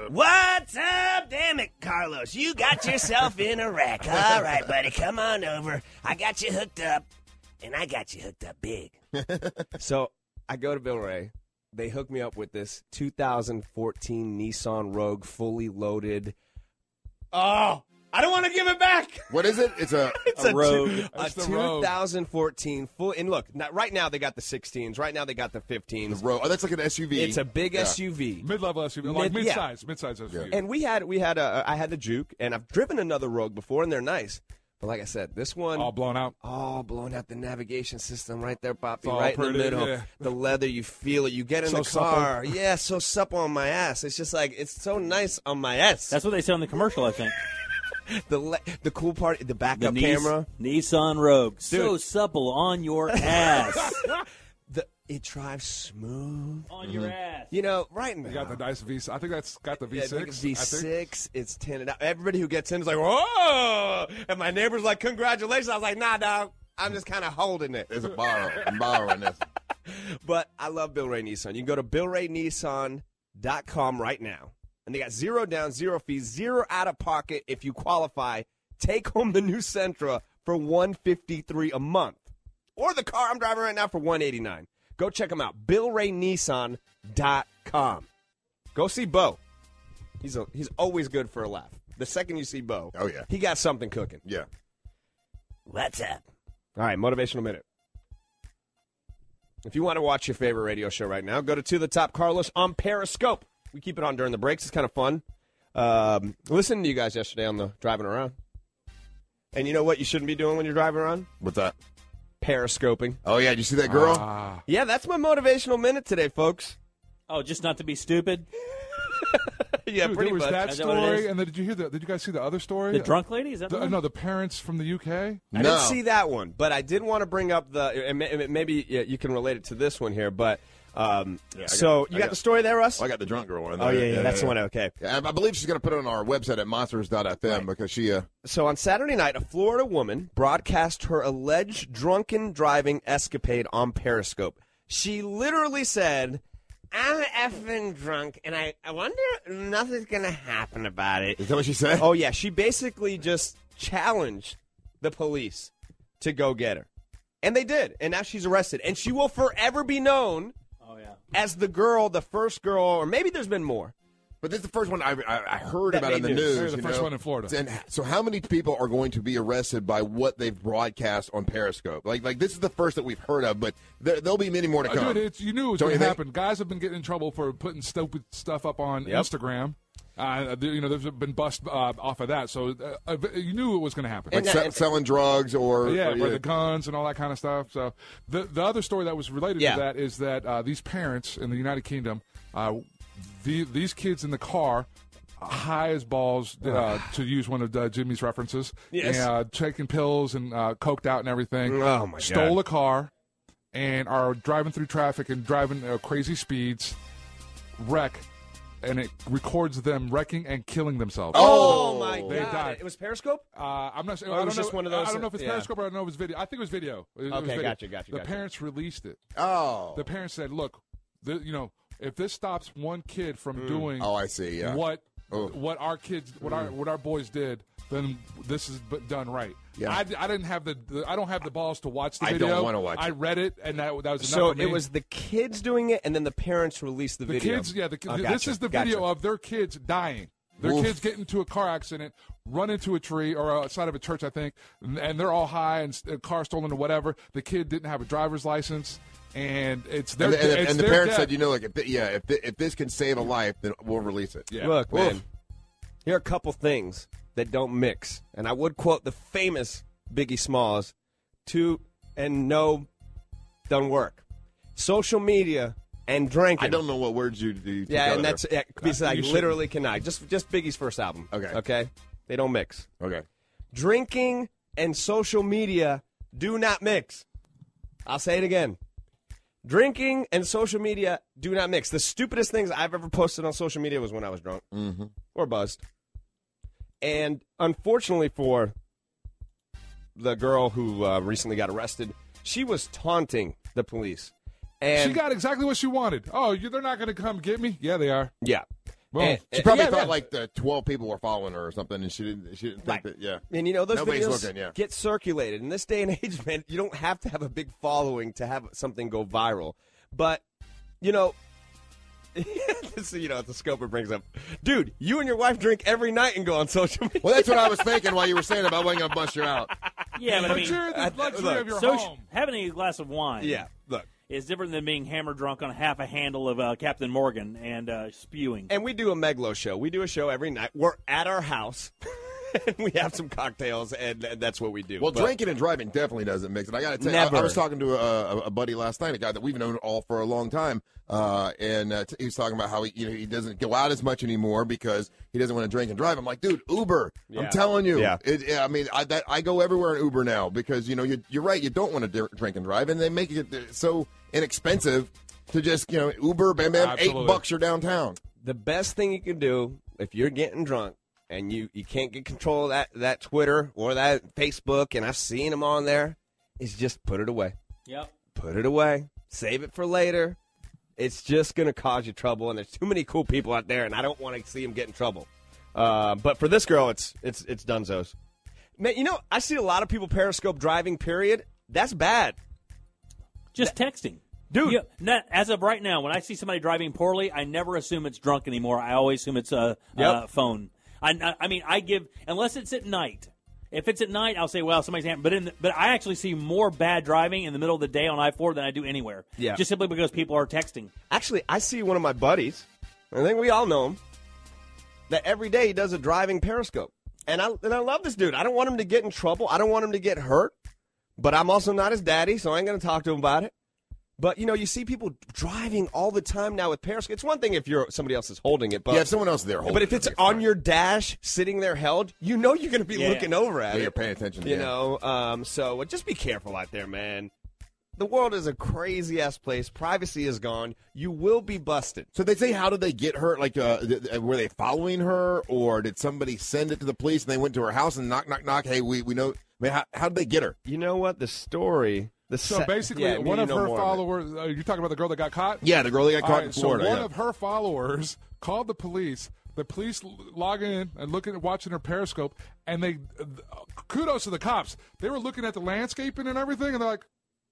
[SPEAKER 13] What's up? Damn it, Carlos. You got yourself in a wreck. All right, buddy. Come on over. I got you hooked up, and I got you hooked up big.
[SPEAKER 7] so I go to Bill Ray. They hook me up with this 2014 Nissan Rogue, fully loaded. Oh, I don't want to give it back.
[SPEAKER 2] What is it? It's a,
[SPEAKER 7] it's
[SPEAKER 2] a
[SPEAKER 7] a, two-
[SPEAKER 2] Rogue.
[SPEAKER 7] a
[SPEAKER 2] It's the Rogue.
[SPEAKER 7] 2014 full. And look, now, right now they got the 16s. Right now they got the 15s.
[SPEAKER 2] Rogue. Oh, that's like an SUV.
[SPEAKER 7] It's a big
[SPEAKER 2] Yeah.
[SPEAKER 7] SUV,
[SPEAKER 5] mid-level SUV, like
[SPEAKER 7] Mid- yeah.
[SPEAKER 5] mid-size, mid-size SUV.
[SPEAKER 7] And we had we had a I had the Juke, and I've driven another Rogue before, and they're nice. But like I said, this one
[SPEAKER 5] all blown out,
[SPEAKER 7] all blown out. The navigation system right there,
[SPEAKER 5] It's
[SPEAKER 7] Poppy,
[SPEAKER 5] all
[SPEAKER 7] right in
[SPEAKER 5] pretty,
[SPEAKER 7] the middle.
[SPEAKER 5] yeah.
[SPEAKER 7] The leather, you feel it. You get in
[SPEAKER 5] So
[SPEAKER 7] the
[SPEAKER 5] supple.
[SPEAKER 7] car, yeah, so supple on my ass. It's just like it's so nice on my ass.
[SPEAKER 3] That's what they say on the commercial, I think.
[SPEAKER 7] the le- the cool part, the backup
[SPEAKER 3] Nis-
[SPEAKER 7] camera.
[SPEAKER 3] Nissan Rogue, so
[SPEAKER 7] Dude.
[SPEAKER 3] supple on your ass.
[SPEAKER 7] the it drives smooth Mm-hmm.
[SPEAKER 3] on your ass.
[SPEAKER 7] You know, right now.
[SPEAKER 5] You got the nice V. I think that's got the
[SPEAKER 7] Yeah, I
[SPEAKER 5] V6.
[SPEAKER 7] think it's
[SPEAKER 5] I think.
[SPEAKER 7] V6, it's tinted out. Everybody who gets in is like, whoa! And my neighbor's like, congratulations. I was like, nah, dog. I'm just kind of holding it.
[SPEAKER 2] There's a borrow. I'm borrowing this.
[SPEAKER 7] But I love Bill Ray Nissan. You can go to BillRayNissan.com right now. And they got zero down, zero fees, zero out of pocket if you qualify. Take home the new Sentra for 153 a month. Or the car I'm driving right now for 189 Go check them out. BillRayNissan.com. Go see Bo. He's a, he's always good for a laugh. The second you see Bo, oh yeah, he got something cooking.
[SPEAKER 2] Yeah.
[SPEAKER 13] What's up?
[SPEAKER 7] All right, motivational minute. If you want to watch your favorite radio show right now, go to To the Top Carlos on Periscope. We keep it on during the breaks. It's kind of fun. Um, listening to you guys yesterday on the driving around. And you know what you shouldn't be doing when you're driving around?
[SPEAKER 2] What's that?
[SPEAKER 7] Periscoping. Ah.
[SPEAKER 2] Oh yeah, did you see that girl?
[SPEAKER 7] yeah, that's my motivational minute today, folks.
[SPEAKER 3] Oh, just not to be stupid.
[SPEAKER 7] yeah,
[SPEAKER 5] Dude,
[SPEAKER 7] pretty
[SPEAKER 5] there was
[SPEAKER 7] much.
[SPEAKER 5] that
[SPEAKER 7] Is that what it
[SPEAKER 5] story,
[SPEAKER 7] is?
[SPEAKER 5] and then did you hear the? Did you guys see the other story?
[SPEAKER 7] The drunk lady? Is that the
[SPEAKER 5] the,
[SPEAKER 7] one?
[SPEAKER 5] no? The parents from the UK.
[SPEAKER 7] I didn't see that one, but I did want to bring up the. And ma- and maybe yeah, you can relate it to this one here, but. Um, so you got, the story there, Russ?
[SPEAKER 2] I got the drunk girl one.
[SPEAKER 7] Oh, yeah, yeah, that's the one, Okay.
[SPEAKER 2] Yeah, I I believe she's going to put it on our website at monsters.fm because she. Uh,
[SPEAKER 7] So on Saturday night, a Florida woman broadcast her alleged drunken driving escapade on Periscope. She literally said, I'm effing drunk, and I, I wonder nothing's gonna happen about it. Is
[SPEAKER 2] that what she said?
[SPEAKER 7] Oh yeah, she basically just challenged the police to go get her, and they did. And now she's arrested, and she will forever be known as the girl, the first girl, or maybe there's been more.
[SPEAKER 2] But this is the first one I, I, I heard
[SPEAKER 7] That
[SPEAKER 2] about in the
[SPEAKER 7] made news.
[SPEAKER 2] news.
[SPEAKER 7] They're the
[SPEAKER 2] you
[SPEAKER 7] first
[SPEAKER 2] know?
[SPEAKER 7] one in Florida.
[SPEAKER 2] And h- so, how many people are going to be arrested by what they've broadcast on Periscope? Like, like this is the first that we've heard of, but there, there'll be many more to
[SPEAKER 5] Uh,
[SPEAKER 2] come.
[SPEAKER 5] Dude, it's, you knew it was
[SPEAKER 2] Don't
[SPEAKER 5] going to
[SPEAKER 2] you think?
[SPEAKER 5] happen. Guys have been getting in trouble for putting stupid stuff up on
[SPEAKER 2] Yep.
[SPEAKER 5] Instagram. Uh, there- you know, there's been bust uh, off of that, so uh, uh, you knew it was going to happen.
[SPEAKER 2] Like se- selling drugs or
[SPEAKER 5] yeah,
[SPEAKER 2] or,
[SPEAKER 5] where the guns and all that kind of stuff. So the the other story that was related
[SPEAKER 2] Yeah.
[SPEAKER 5] to that is that uh, these parents in the United Kingdom, uh, the, these kids in the car, high as balls, uh, to use one of uh, Jimmy's references,
[SPEAKER 7] Ah. Yes.
[SPEAKER 5] and, uh, taking pills and uh, coked out and everything.
[SPEAKER 7] Oh, my God.
[SPEAKER 5] Stole a car and are driving through traffic and driving uh, crazy speeds, wreck. And it records them wrecking and killing themselves.
[SPEAKER 7] Oh, my
[SPEAKER 5] They died.
[SPEAKER 7] It was Periscope.
[SPEAKER 5] Uh, I'm not.
[SPEAKER 7] Or it
[SPEAKER 5] I
[SPEAKER 7] was
[SPEAKER 5] don't
[SPEAKER 7] just
[SPEAKER 5] know,
[SPEAKER 7] one of those.
[SPEAKER 5] I don't know if it's
[SPEAKER 7] yeah.
[SPEAKER 5] Periscope or I don't know if it's video. I think it was video. It- it was
[SPEAKER 7] Okay,
[SPEAKER 5] video.
[SPEAKER 7] gotcha, gotcha,
[SPEAKER 5] The
[SPEAKER 7] gotcha.
[SPEAKER 5] parents released it.
[SPEAKER 2] Oh.
[SPEAKER 5] The parents said, "Look, the, you know, if this stops one kid from doing,
[SPEAKER 2] Oh, I see, yeah. Hmm.
[SPEAKER 5] what
[SPEAKER 2] Oh.
[SPEAKER 5] what our kids, what our what our boys did, then this is b- done right."
[SPEAKER 2] Yeah.
[SPEAKER 5] I, I didn't have the, the I don't have the balls to watch the
[SPEAKER 2] I don't
[SPEAKER 5] video.
[SPEAKER 2] wanna watch
[SPEAKER 5] I
[SPEAKER 2] it.
[SPEAKER 5] read it, and that that was enough
[SPEAKER 7] So
[SPEAKER 5] for me.
[SPEAKER 7] it was the kids doing it, and then the parents released the,
[SPEAKER 5] The
[SPEAKER 7] video.
[SPEAKER 5] kids, yeah. The,
[SPEAKER 7] Oh,
[SPEAKER 5] this
[SPEAKER 7] gotcha,
[SPEAKER 5] is the
[SPEAKER 7] gotcha.
[SPEAKER 5] video of their kids dying. Their
[SPEAKER 7] Oof.
[SPEAKER 5] kids get into a car accident, run into a tree or outside of a church, I think, and- and they're all high and s- a car stolen or whatever. The kid didn't have a driver's license, and it's their
[SPEAKER 2] and the, and the-
[SPEAKER 5] it's
[SPEAKER 2] and the
[SPEAKER 5] their
[SPEAKER 2] parents
[SPEAKER 5] death.
[SPEAKER 2] said, you know, like, if thi- yeah, if, thi- if this can save a life, then we'll release it.
[SPEAKER 7] Look, man,
[SPEAKER 2] Oof.
[SPEAKER 7] here are a couple things that don't mix, and I would quote the famous Biggie Smalls: "To and no, don't work." Social media and drinking.
[SPEAKER 2] I don't know what words you do.
[SPEAKER 7] Yeah, and that's yeah, because I
[SPEAKER 2] Uh, You shouldn't.
[SPEAKER 7] literally cannot. Just just Biggie's first album. Okay. Okay. They don't mix.
[SPEAKER 2] Okay.
[SPEAKER 7] Drinking and social media do not mix. I'll say it again. Drinking and social media do not mix. The stupidest things I've ever posted on social media was when I was drunk or buzzed. And unfortunately for the girl who uh, recently got arrested, she was taunting the police. And
[SPEAKER 5] she got exactly what she wanted. Oh, you, they're not going to come get me? Yeah, they are.
[SPEAKER 7] yeah.
[SPEAKER 5] Well,
[SPEAKER 7] And-
[SPEAKER 2] She probably
[SPEAKER 7] yeah,
[SPEAKER 2] thought
[SPEAKER 7] yeah.
[SPEAKER 2] like the twelve people were following her or something, and she didn't. She didn't think that. Yeah,
[SPEAKER 7] And you know those
[SPEAKER 2] nobody's
[SPEAKER 7] videos
[SPEAKER 2] looking. Yeah,
[SPEAKER 7] get circulated. In this day and age, man, you don't have to have a big following to have something go viral. But you know, this, you know, what the scoper brings up, dude. You and your wife drink every night and go on social media.
[SPEAKER 2] Well, that's what I was thinking while you were saying about wasn't gonna bust you out.
[SPEAKER 3] Yeah, but, I
[SPEAKER 7] But
[SPEAKER 3] mean,
[SPEAKER 7] you're the luxury
[SPEAKER 3] look,
[SPEAKER 7] of your
[SPEAKER 3] social-
[SPEAKER 7] home.
[SPEAKER 3] Having a glass of wine,
[SPEAKER 7] Yeah, look,
[SPEAKER 3] is different than being hammered drunk on half a handle of uh, Captain Morgan and uh, spewing.
[SPEAKER 7] And we do a Meglo show. We do a show every night. We're at our house. and we have some cocktails, and, and that's what we do.
[SPEAKER 2] Well,
[SPEAKER 7] But-
[SPEAKER 2] drinking and driving definitely doesn't mix. And I got to tell you, I- I,
[SPEAKER 7] Never.
[SPEAKER 2] was talking to a, a- a buddy last night, a guy that we've known all for a long time, uh, and uh, t- he was talking about how he, you know, he doesn't go out as much anymore because he doesn't want to drink and drive. I'm like, dude, Uber.
[SPEAKER 7] Yeah.
[SPEAKER 2] I'm telling you,
[SPEAKER 7] Yeah.
[SPEAKER 2] It, yeah, I mean, I, that, I go everywhere in Uber now because you know you, you're right. You don't want to di- drink and drive, and they make it uh, so inexpensive to just you know Uber, bam, bam,
[SPEAKER 7] Absolutely.
[SPEAKER 2] eight bucks, you're downtown.
[SPEAKER 7] the best thing you can do if you're getting drunk and you, you can't get control of that, that Twitter or that Facebook, and I've seen them on there, is just put it away.
[SPEAKER 3] Yep.
[SPEAKER 7] Put it away. Save it for later. It's just going to cause you trouble, and there's too many cool people out there, and I don't want to see them get in trouble. Uh, but for this girl, it's it's it's Dunzo's. Man, you know, I see a lot of people Periscope driving. Period. That's bad.
[SPEAKER 3] Just texting.
[SPEAKER 7] Dude,
[SPEAKER 3] not, as of right now, when I see somebody driving poorly, I never assume it's drunk anymore. I always assume it's a
[SPEAKER 7] Yep.
[SPEAKER 3] uh, phone. I- I, I mean, I give unless it's at night. If it's at night, I'll say, "Well, somebody's hammered." But in the, but I actually see more bad driving in the middle of the day on I four than I do anywhere.
[SPEAKER 7] Yeah.
[SPEAKER 3] just simply because people are texting.
[SPEAKER 7] Actually, I see one of my buddies. I think we all know him. That every day he does a driving Periscope, and I and I love this dude. I don't want him to get in trouble. I don't want him to get hurt. But I'm also not his daddy, so I ain't gonna talk to him about it. But you know, you see people driving all the time now with Periscope. It's one thing if you're somebody else is holding it, but
[SPEAKER 2] Yeah, if someone else is there
[SPEAKER 7] But
[SPEAKER 2] holding
[SPEAKER 7] if it's on your dash, sitting there held, you know you're gonna be
[SPEAKER 2] Yeah.
[SPEAKER 7] looking over at
[SPEAKER 2] Yeah,
[SPEAKER 7] it.
[SPEAKER 2] you're paying attention,
[SPEAKER 7] You
[SPEAKER 2] yeah.
[SPEAKER 7] know, um, so uh, just be careful out there, man. The world is a crazy ass place. Privacy is gone. You will be busted.
[SPEAKER 2] So they say, how did they get her? Like, uh, th- th- were they following her, or did somebody send it to the police and they went to her house and knock, knock, knock? Hey, we we know. I mean, how, how did they get her?
[SPEAKER 7] You know what? The story. The
[SPEAKER 5] So basically, one of her followers, uh, you're talking about the girl that got caught?
[SPEAKER 2] Yeah, the girl that got
[SPEAKER 5] All
[SPEAKER 2] caught
[SPEAKER 5] right,
[SPEAKER 2] in Florida,
[SPEAKER 5] So one
[SPEAKER 2] yeah.
[SPEAKER 5] of her followers called the police. The police l- logging in and looking at watching her periscope, and they uh, kudos to the cops. They were looking at the landscaping and everything, and they're like,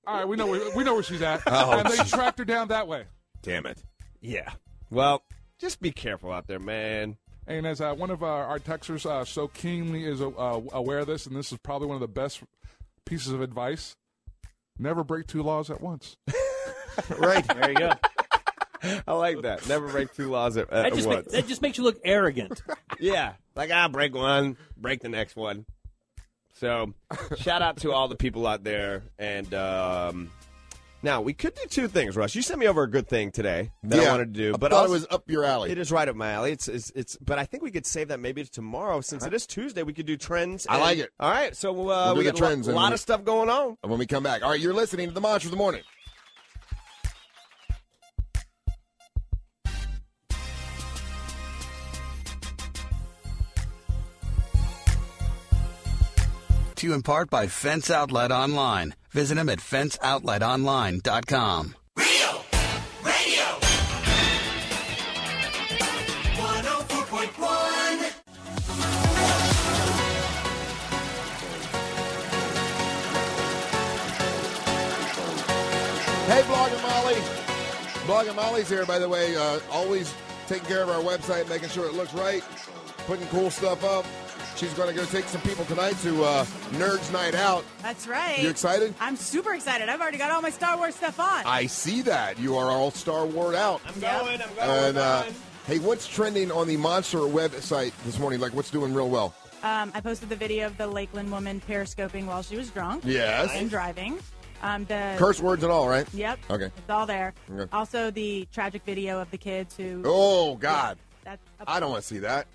[SPEAKER 5] "All right, we know where, we know where she's at,"
[SPEAKER 7] Oh,
[SPEAKER 5] and they
[SPEAKER 7] geez.
[SPEAKER 5] tracked her down that way.
[SPEAKER 2] Damn it.
[SPEAKER 7] Yeah. Well, just be careful out there, man.
[SPEAKER 5] And as uh, one of our, our texters uh, so keenly is uh, uh, aware of this, and this is probably one of the best pieces of advice: never break two laws at once.
[SPEAKER 2] right
[SPEAKER 3] there, you go.
[SPEAKER 7] I like that. Never break two laws at, at
[SPEAKER 3] that just ma-
[SPEAKER 7] once.
[SPEAKER 3] that just makes you look arrogant.
[SPEAKER 7] yeah. Like I break one, break the next one. So, shout out to all the people out there. And um, now we could do two things, Russ. You sent me over a good thing today that I
[SPEAKER 2] Yeah.
[SPEAKER 7] wanted to do,
[SPEAKER 2] I
[SPEAKER 7] but
[SPEAKER 2] thought it
[SPEAKER 7] also-
[SPEAKER 2] was up your alley.
[SPEAKER 7] It is right up my alley. It's it's, it's but I think we could save that maybe to tomorrow since it is Tuesday. We could do trends.
[SPEAKER 2] Uh-huh. I
[SPEAKER 7] and-
[SPEAKER 2] like it.
[SPEAKER 7] All right, so uh,
[SPEAKER 2] We'll do
[SPEAKER 7] we
[SPEAKER 2] the
[SPEAKER 7] got a lo-
[SPEAKER 2] trends
[SPEAKER 7] a
[SPEAKER 2] and
[SPEAKER 7] lot
[SPEAKER 2] we-
[SPEAKER 7] of stuff going on.
[SPEAKER 2] And when we come back, all right, you're listening to the Monster of the Morning.
[SPEAKER 14] to you in part by Fence Outlet Online. Visit them at fenceoutletonline.com.
[SPEAKER 8] Radio. 104.1.
[SPEAKER 2] Hey, Blogger Molly. Blogger Molly's here, by the way. Uh, always taking care of our website, making sure it looks right, putting cool stuff up. She's going to go take some people tonight to uh, Nerds Night Out.
[SPEAKER 15] That's right.
[SPEAKER 2] You excited?
[SPEAKER 15] I'm super excited. I've already got all my Star Wars stuff on.
[SPEAKER 2] I see that. You are all Star Wars out.
[SPEAKER 15] I'm going. I'm
[SPEAKER 2] And uh, hey, what's trending on the Monster website this morning? Like, what's doing real well?
[SPEAKER 15] Um, I posted the video of the Lakeland woman periscoping while she was drunk.
[SPEAKER 2] Yes.
[SPEAKER 15] And driving. Um, the
[SPEAKER 2] Curse words and all, right?
[SPEAKER 15] Yep.
[SPEAKER 2] Okay.
[SPEAKER 15] It's all there.
[SPEAKER 2] Okay.
[SPEAKER 15] Also, the tragic video of the kids who.
[SPEAKER 2] Oh God,
[SPEAKER 15] That's up-
[SPEAKER 2] I don't want to see that.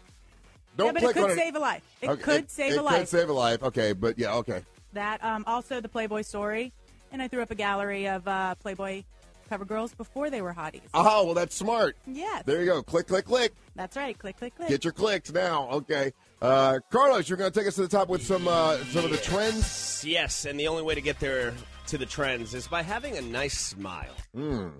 [SPEAKER 2] Don't
[SPEAKER 15] yeah, but
[SPEAKER 2] click
[SPEAKER 15] it could
[SPEAKER 2] on
[SPEAKER 15] save a life. It
[SPEAKER 2] Okay,
[SPEAKER 15] could save
[SPEAKER 2] it
[SPEAKER 15] a life.
[SPEAKER 2] could save a life. Okay, but yeah, okay.
[SPEAKER 15] that. Um, also, the Playboy story. And I threw up a gallery of uh, Playboy cover girls before they were hotties.
[SPEAKER 2] Oh, well, that's smart.
[SPEAKER 15] Yes.
[SPEAKER 2] There you go. Click, click, click.
[SPEAKER 15] That's right. Click, click, click.
[SPEAKER 2] Get your clicks now. Okay. Uh, Carlos, you're going to take us to the top with some uh, some of the trends.
[SPEAKER 7] Yes, and the only way to get there to the trends is by having a nice smile.
[SPEAKER 2] Mm.
[SPEAKER 7] Hmm.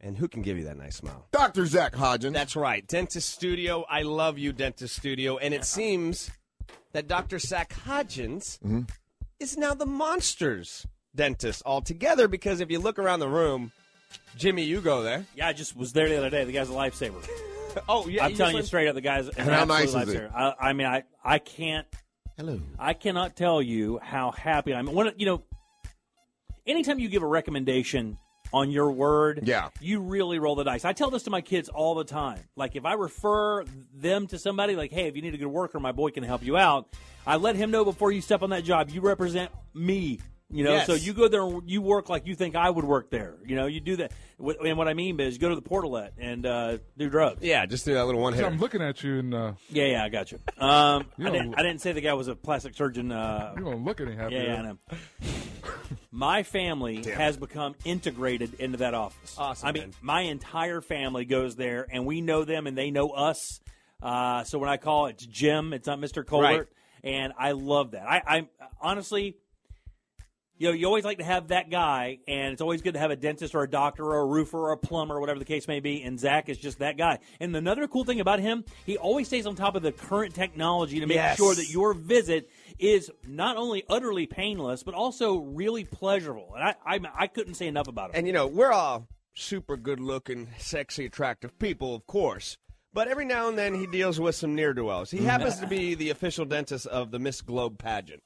[SPEAKER 7] And who can give you that nice smile?
[SPEAKER 2] Dr. Zach Hodgins.
[SPEAKER 7] That's right. Dentist Studio. I love you, Dentist Studio. And it seems that Dr. Zach Hodgins
[SPEAKER 2] Mhm.
[SPEAKER 7] is now the Monsters dentist altogether because if you look around the room, Jimmy, you go there.
[SPEAKER 3] Yeah, I just was there the other day. The guy's a lifesaver.
[SPEAKER 7] oh, yeah.
[SPEAKER 3] I'm telling you
[SPEAKER 7] went-
[SPEAKER 3] straight up, the guy's an
[SPEAKER 7] And how
[SPEAKER 3] absolute
[SPEAKER 7] nice is he?
[SPEAKER 3] lifesaver. I, I mean, I I can't.
[SPEAKER 2] Hello.
[SPEAKER 3] I cannot tell you how happy I'm. One, of- you know, anytime you give a recommendation on your word, yeah. you really roll the dice. I tell this to my kids all the time. Like if I refer them to somebody, like, hey, if you need a good worker, my boy can help you out. I let him know before you step on that job, you represent me. You know,
[SPEAKER 4] Yes.
[SPEAKER 3] so you go there and you work like you think I would work there. You know, you do that. Wh- And what I mean is, go to the portalet and uh, do drugs.
[SPEAKER 7] Yeah, just do that little one
[SPEAKER 5] So I'm looking at you and uh,
[SPEAKER 3] Yeah, yeah, I got you. Um,
[SPEAKER 5] You
[SPEAKER 3] I,
[SPEAKER 5] don't-
[SPEAKER 3] didn't, I didn't say the guy was a plastic surgeon. Uh,
[SPEAKER 5] you don't look any happier.
[SPEAKER 3] yeah, yeah, I know. My family has become integrated into that office. Awesome. I mean, my entire family goes there, and we know them, and they know us. Uh, so when I call, it's Jim. It's not Mister Colbert,
[SPEAKER 4] Right.
[SPEAKER 3] and I love that. I, I honestly, you know, you always like to have that guy, and it's always good to have a dentist or a doctor or a roofer or a plumber or whatever the case may be. And Zach is just that guy. And another cool thing about him, he always stays on top of the current technology to make
[SPEAKER 4] Yes.
[SPEAKER 3] sure that your visit is not only utterly painless but also really pleasurable. And I, I, I couldn't say enough about him.
[SPEAKER 7] And you know, we're all super good looking, sexy, attractive people, of course. But every now and then he deals with some near dwells. He happens to be the official dentist of the Miss Globe pageant.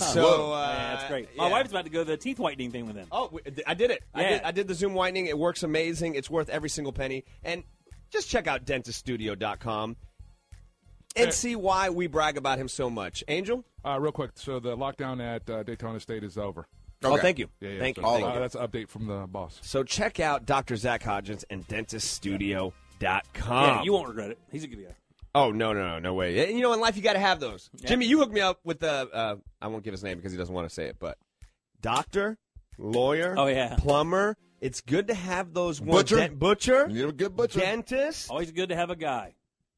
[SPEAKER 7] so, Uh,
[SPEAKER 3] Yeah, that's great. My
[SPEAKER 7] yeah.
[SPEAKER 3] wife's about to go to the teeth whitening thing with him.
[SPEAKER 7] Oh, we- I did it. I,
[SPEAKER 3] Yeah.
[SPEAKER 7] did, I did the Zoom whitening. It works amazing. It's worth every single penny. And just check out dentiststudio.com and see why we brag about him so much. Angel?
[SPEAKER 5] Uh, real quick, so the lockdown at uh, Daytona State is over.
[SPEAKER 7] Oh, Okay. thank you.
[SPEAKER 5] Yeah, yeah,
[SPEAKER 7] Thank
[SPEAKER 5] so,
[SPEAKER 7] you. Thank
[SPEAKER 5] uh,
[SPEAKER 7] you.
[SPEAKER 5] That's an update from the boss.
[SPEAKER 7] So check out Dr. Zach Hodgins and dentiststudio.com.
[SPEAKER 3] Yeah, you won't regret it. He's a good guy.
[SPEAKER 7] Oh no no no no way! And you know in life you got to have those. Jimmy, you hooked me up with the uh, I won't give his name because he doesn't want to say it, but doctor, lawyer,
[SPEAKER 3] Oh, yeah.
[SPEAKER 7] plumber. It's good to have those ones.
[SPEAKER 3] Butcher.
[SPEAKER 7] Dent- butcher,
[SPEAKER 2] you're a good butcher.
[SPEAKER 7] Dentist,
[SPEAKER 3] always good to have a guy.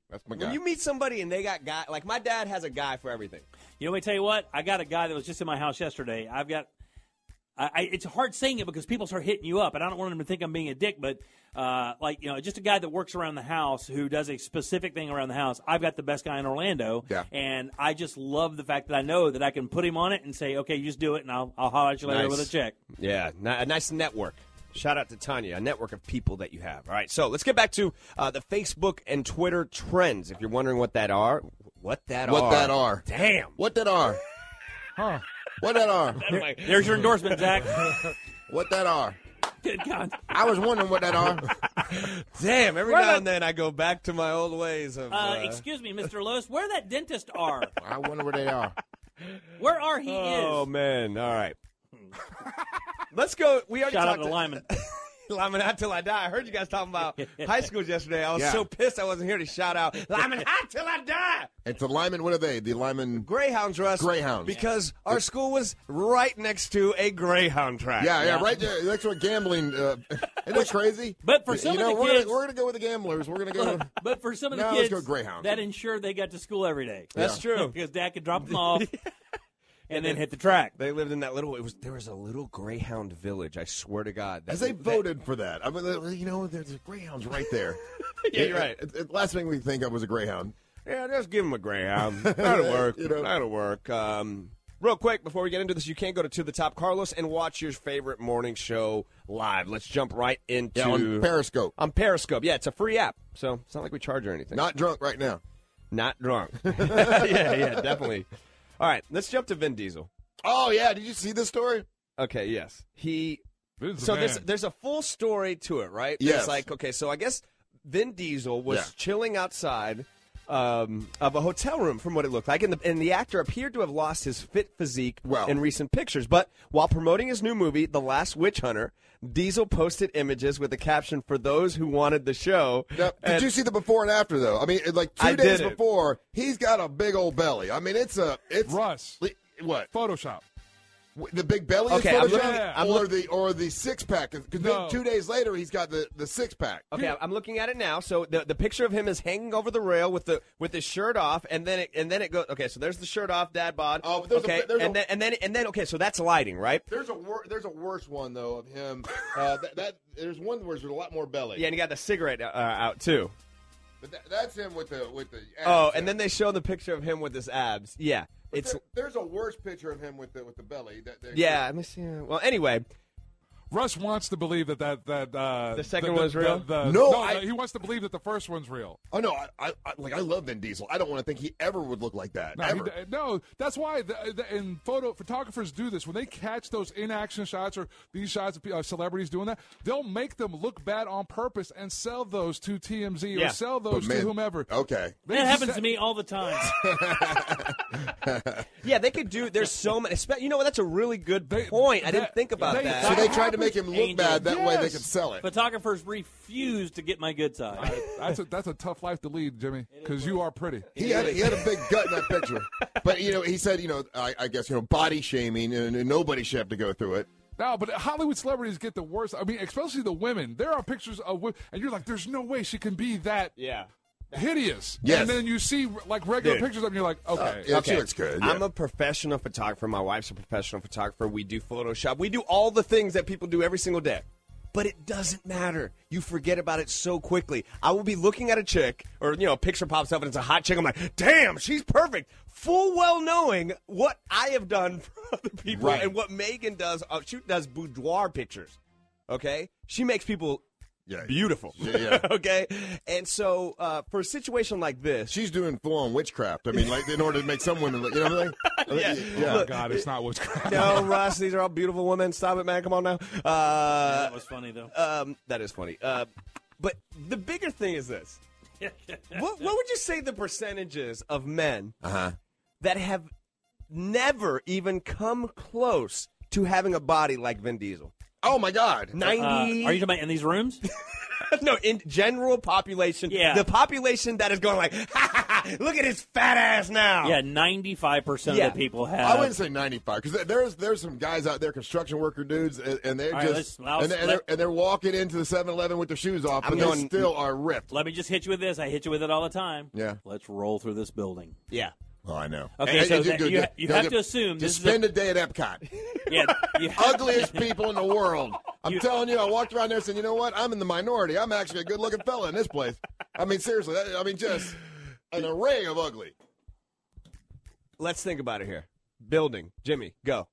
[SPEAKER 2] That's
[SPEAKER 3] my
[SPEAKER 7] When you meet somebody and they got guy, like my dad has a guy for everything.
[SPEAKER 3] You know, I tell you what, I got a guy that was just in my house yesterday. I've got, I, I it's hard saying it because people start hitting you up, and I don't want them to think I'm being a dick, but uh, like you know, just a guy that works around the house who does a specific thing around the house. I've got the best guy in Orlando,
[SPEAKER 4] Yeah.
[SPEAKER 3] and I just love the fact that I know that I can put him on it and say, okay, you just do it, and I'll I'll holler at you later
[SPEAKER 7] Nice.
[SPEAKER 3] with a check.
[SPEAKER 7] Yeah, ni- a nice network. Shout out to Tanya, a network of people that you have. All right, so let's get back to uh, the Facebook and Twitter trends. If you're wondering what that are, what that
[SPEAKER 2] What
[SPEAKER 7] are,
[SPEAKER 2] that are.
[SPEAKER 7] Damn,
[SPEAKER 2] what that are,
[SPEAKER 5] huh?
[SPEAKER 2] What that are?
[SPEAKER 3] There- there's your endorsement, Zach.
[SPEAKER 2] what that are?
[SPEAKER 3] Good God!
[SPEAKER 2] I was wondering what that are.
[SPEAKER 7] Damn! Every
[SPEAKER 3] Where
[SPEAKER 7] now
[SPEAKER 3] the-
[SPEAKER 7] and then I go back to my old ways of.
[SPEAKER 3] Uh,
[SPEAKER 7] uh,
[SPEAKER 3] excuse me, Mr. Lewis, where that dentist are?
[SPEAKER 2] I wonder where they are.
[SPEAKER 3] Where are he
[SPEAKER 7] Oh
[SPEAKER 3] is?
[SPEAKER 7] man! All right. Let's go. We already
[SPEAKER 3] Shout out
[SPEAKER 7] talked
[SPEAKER 3] to Lyman.
[SPEAKER 7] Lyman out till I die. I heard you guys talking about high schools yesterday. I was
[SPEAKER 2] Yeah.
[SPEAKER 7] so pissed I wasn't here to shout out Lyman out till I die.
[SPEAKER 2] And to Lyman, what are they? The Lyman
[SPEAKER 7] Greyhounds, Russ.
[SPEAKER 2] Greyhounds.
[SPEAKER 7] Because our school was right next to a Greyhound track.
[SPEAKER 2] Yeah, yeah, right there. That's what gambling. Uh, isn't that crazy?
[SPEAKER 3] But for some
[SPEAKER 2] you
[SPEAKER 3] of
[SPEAKER 2] know,
[SPEAKER 3] the
[SPEAKER 2] we're,
[SPEAKER 3] kids-
[SPEAKER 2] gonna, we're gonna go with the gamblers. We're gonna go.
[SPEAKER 3] Look, but for some of the
[SPEAKER 2] No, let's
[SPEAKER 3] kids
[SPEAKER 2] go Greyhound.
[SPEAKER 3] that ensured they got to school every day.
[SPEAKER 7] That's true.
[SPEAKER 3] because dad could drop them off and then hit the track.
[SPEAKER 7] They lived in that little. It was there was a little Greyhound village. I swear to God.
[SPEAKER 2] As
[SPEAKER 7] That-
[SPEAKER 2] they voted for that, I mean, they- you know, there's greyhounds right there.
[SPEAKER 7] Yeah, you're right.
[SPEAKER 2] It- it- last thing we think of was a greyhound.
[SPEAKER 7] Yeah, just give him a greyhound. That'll work.
[SPEAKER 2] You know.
[SPEAKER 7] That'll work. Um, real quick, before we get into this, you can go to To The Top Carlos and watch your favorite morning show live. Let's jump right into
[SPEAKER 2] Yeah, on Periscope.
[SPEAKER 7] On Periscope. Yeah, it's a free app, so it's not like we charge or anything.
[SPEAKER 2] Not drunk right now.
[SPEAKER 7] Not drunk. yeah, yeah, definitely. All right, let's jump to Vin Diesel.
[SPEAKER 2] Oh yeah, did you see this story?
[SPEAKER 7] Okay, yes. He
[SPEAKER 5] the
[SPEAKER 7] So there's
[SPEAKER 5] man.
[SPEAKER 7] there's a full story to it, right?
[SPEAKER 2] Yes.
[SPEAKER 7] It's like, okay, so I guess Vin Diesel was
[SPEAKER 2] Yeah.
[SPEAKER 7] chilling outside um, of a hotel room from what it looked like and the, and the actor appeared to have lost his fit physique
[SPEAKER 2] Well.
[SPEAKER 7] in recent pictures, but while promoting his new movie The Last Witch Hunter, Diesel posted images with the caption for those who wanted the show.
[SPEAKER 2] Now, did
[SPEAKER 7] And-
[SPEAKER 2] you see the before and after though? I mean, it- like two
[SPEAKER 7] I
[SPEAKER 2] days
[SPEAKER 7] did it.
[SPEAKER 2] before, he's got a big old belly. I mean, it's a it's
[SPEAKER 5] Russ.
[SPEAKER 2] What?
[SPEAKER 5] Photoshop.
[SPEAKER 2] W- The big belly
[SPEAKER 7] Okay,
[SPEAKER 2] is
[SPEAKER 7] I'm
[SPEAKER 2] photoshopped,
[SPEAKER 7] looking- I'm
[SPEAKER 2] or
[SPEAKER 7] look-
[SPEAKER 2] the or the six pack. Because
[SPEAKER 7] No.
[SPEAKER 2] two days later, he's got the, the six pack.
[SPEAKER 7] Okay, I'm looking at it now. So the, the picture of him is hanging over the rail with the with his shirt off, and then it, and then it goes. Okay, so there's the shirt off, dad bod. Oh,
[SPEAKER 2] there's a-
[SPEAKER 7] okay,
[SPEAKER 2] there's
[SPEAKER 7] and
[SPEAKER 2] a-
[SPEAKER 7] then and then and then okay, so that's lighting, right?
[SPEAKER 2] There's a wor- there's a worse one though of him. Uh, that, that there's one where there's a lot more belly.
[SPEAKER 7] Yeah, and he got the cigarette uh, out too.
[SPEAKER 2] But that, that's him with the with the.
[SPEAKER 7] Oh, and then they show the picture of him with his abs. Yeah,
[SPEAKER 2] it's
[SPEAKER 7] it's
[SPEAKER 2] there's a worse picture of him with the with the belly. That, that-
[SPEAKER 7] yeah. Let me see. Well, anyway,
[SPEAKER 5] Russ wants to believe that that that uh,
[SPEAKER 7] The second one's real?
[SPEAKER 5] the- the-
[SPEAKER 2] No,
[SPEAKER 5] no,
[SPEAKER 2] I-
[SPEAKER 5] he wants to believe that the first one's real.
[SPEAKER 2] Oh no, I, I, I like I love Vin Diesel. I don't want to think he ever would look like that.
[SPEAKER 5] No, he
[SPEAKER 2] ever.
[SPEAKER 5] d- no, that's why. The, the, and photo photographers do this when they catch those inaction shots or these shots of pe- uh, celebrities doing that. They'll make them look bad on purpose and sell those to TMZ or
[SPEAKER 3] Yeah.
[SPEAKER 5] sell
[SPEAKER 2] But
[SPEAKER 5] those
[SPEAKER 2] man-
[SPEAKER 5] to whomever.
[SPEAKER 2] Okay.
[SPEAKER 3] That happens to me all the time.
[SPEAKER 7] yeah, they could do. There's so many. spe- You know what? That's a really good point. I didn't think about that.
[SPEAKER 3] Yes. Photographers refuse to get my good side.
[SPEAKER 5] That's a, that's a tough life to lead, Jimmy, because you are pretty.
[SPEAKER 2] He had, a, he had a big gut in that picture, but you know he said you know I, I guess you know body shaming and, and nobody should have to go through it.
[SPEAKER 5] No, but Hollywood celebrities get the worst. I mean, especially the women. There are pictures of women, and you're like, there's no way she can be that
[SPEAKER 7] yeah.
[SPEAKER 5] hideous.
[SPEAKER 7] Yes.
[SPEAKER 5] And then you see like regular
[SPEAKER 7] Dude.
[SPEAKER 5] pictures of them, you're like,
[SPEAKER 2] Uh,
[SPEAKER 5] okay.
[SPEAKER 7] I'm a professional photographer. My wife's a professional photographer. We do Photoshop. We do all the things that people do every single day. But it doesn't matter. You forget about it so quickly. I will be looking at a chick, or you know, a picture pops up and it's a hot chick. I'm like, damn, she's perfect. Full well knowing what I have done for other people
[SPEAKER 4] Right.
[SPEAKER 7] and what Megan does. Uh, she does boudoir pictures. Okay, she makes people beautiful.
[SPEAKER 2] Yeah,
[SPEAKER 7] okay, and so uh, for a situation like this,
[SPEAKER 2] she's doing full on witchcraft. I mean, like in order to make some women look, you know what I mean?
[SPEAKER 7] Yeah.
[SPEAKER 5] Oh, my God, it's not what's
[SPEAKER 7] no, Russ, these are all beautiful women. Stop it, man. Come on now. Uh, that
[SPEAKER 3] was funny, though.
[SPEAKER 7] Um, that is funny. Uh, but the bigger thing is this. what, what would you say the percentages of men
[SPEAKER 2] Uh-huh.
[SPEAKER 7] that have never even come close to having a body like Vin Diesel?
[SPEAKER 2] Oh, my God.
[SPEAKER 7] 90.
[SPEAKER 3] Uh, are you talking about in these rooms?
[SPEAKER 7] no, in general population.
[SPEAKER 3] Yeah.
[SPEAKER 7] The population that is going like, ha, ha, ha, look at his fat ass now.
[SPEAKER 3] Yeah, 95%
[SPEAKER 7] Yeah.
[SPEAKER 3] of the people have.
[SPEAKER 2] I wouldn't say 95 because Uh, there's there's some guys out there, construction worker dudes, and, and they're
[SPEAKER 3] All right,
[SPEAKER 2] just
[SPEAKER 3] let's- I'll
[SPEAKER 2] and, they're, and
[SPEAKER 3] let-
[SPEAKER 2] they're- and they're walking into the 7-Eleven with their shoes off, but they still are ripped.
[SPEAKER 3] Let me just hit you with this. I hit you with it all the time.
[SPEAKER 2] Yeah.
[SPEAKER 3] Let's roll through this building.
[SPEAKER 7] Yeah.
[SPEAKER 2] Oh, I know.
[SPEAKER 3] Okay,
[SPEAKER 2] And-
[SPEAKER 3] so
[SPEAKER 2] and
[SPEAKER 3] that-
[SPEAKER 2] go-
[SPEAKER 3] you,
[SPEAKER 2] go-
[SPEAKER 3] ha- you
[SPEAKER 2] go
[SPEAKER 3] have
[SPEAKER 2] get-
[SPEAKER 3] to assume this
[SPEAKER 2] just
[SPEAKER 3] is a-
[SPEAKER 2] spend a, day at Epcot.
[SPEAKER 3] Yeah,
[SPEAKER 2] ugliest people in the world. I'm telling you, I walked around there and said, you know what? I'm in the minority. I'm actually a good looking fella in this place. I mean, seriously, that- I mean, just an array of ugly.
[SPEAKER 7] Let's think about it here. Building. Jimmy, go.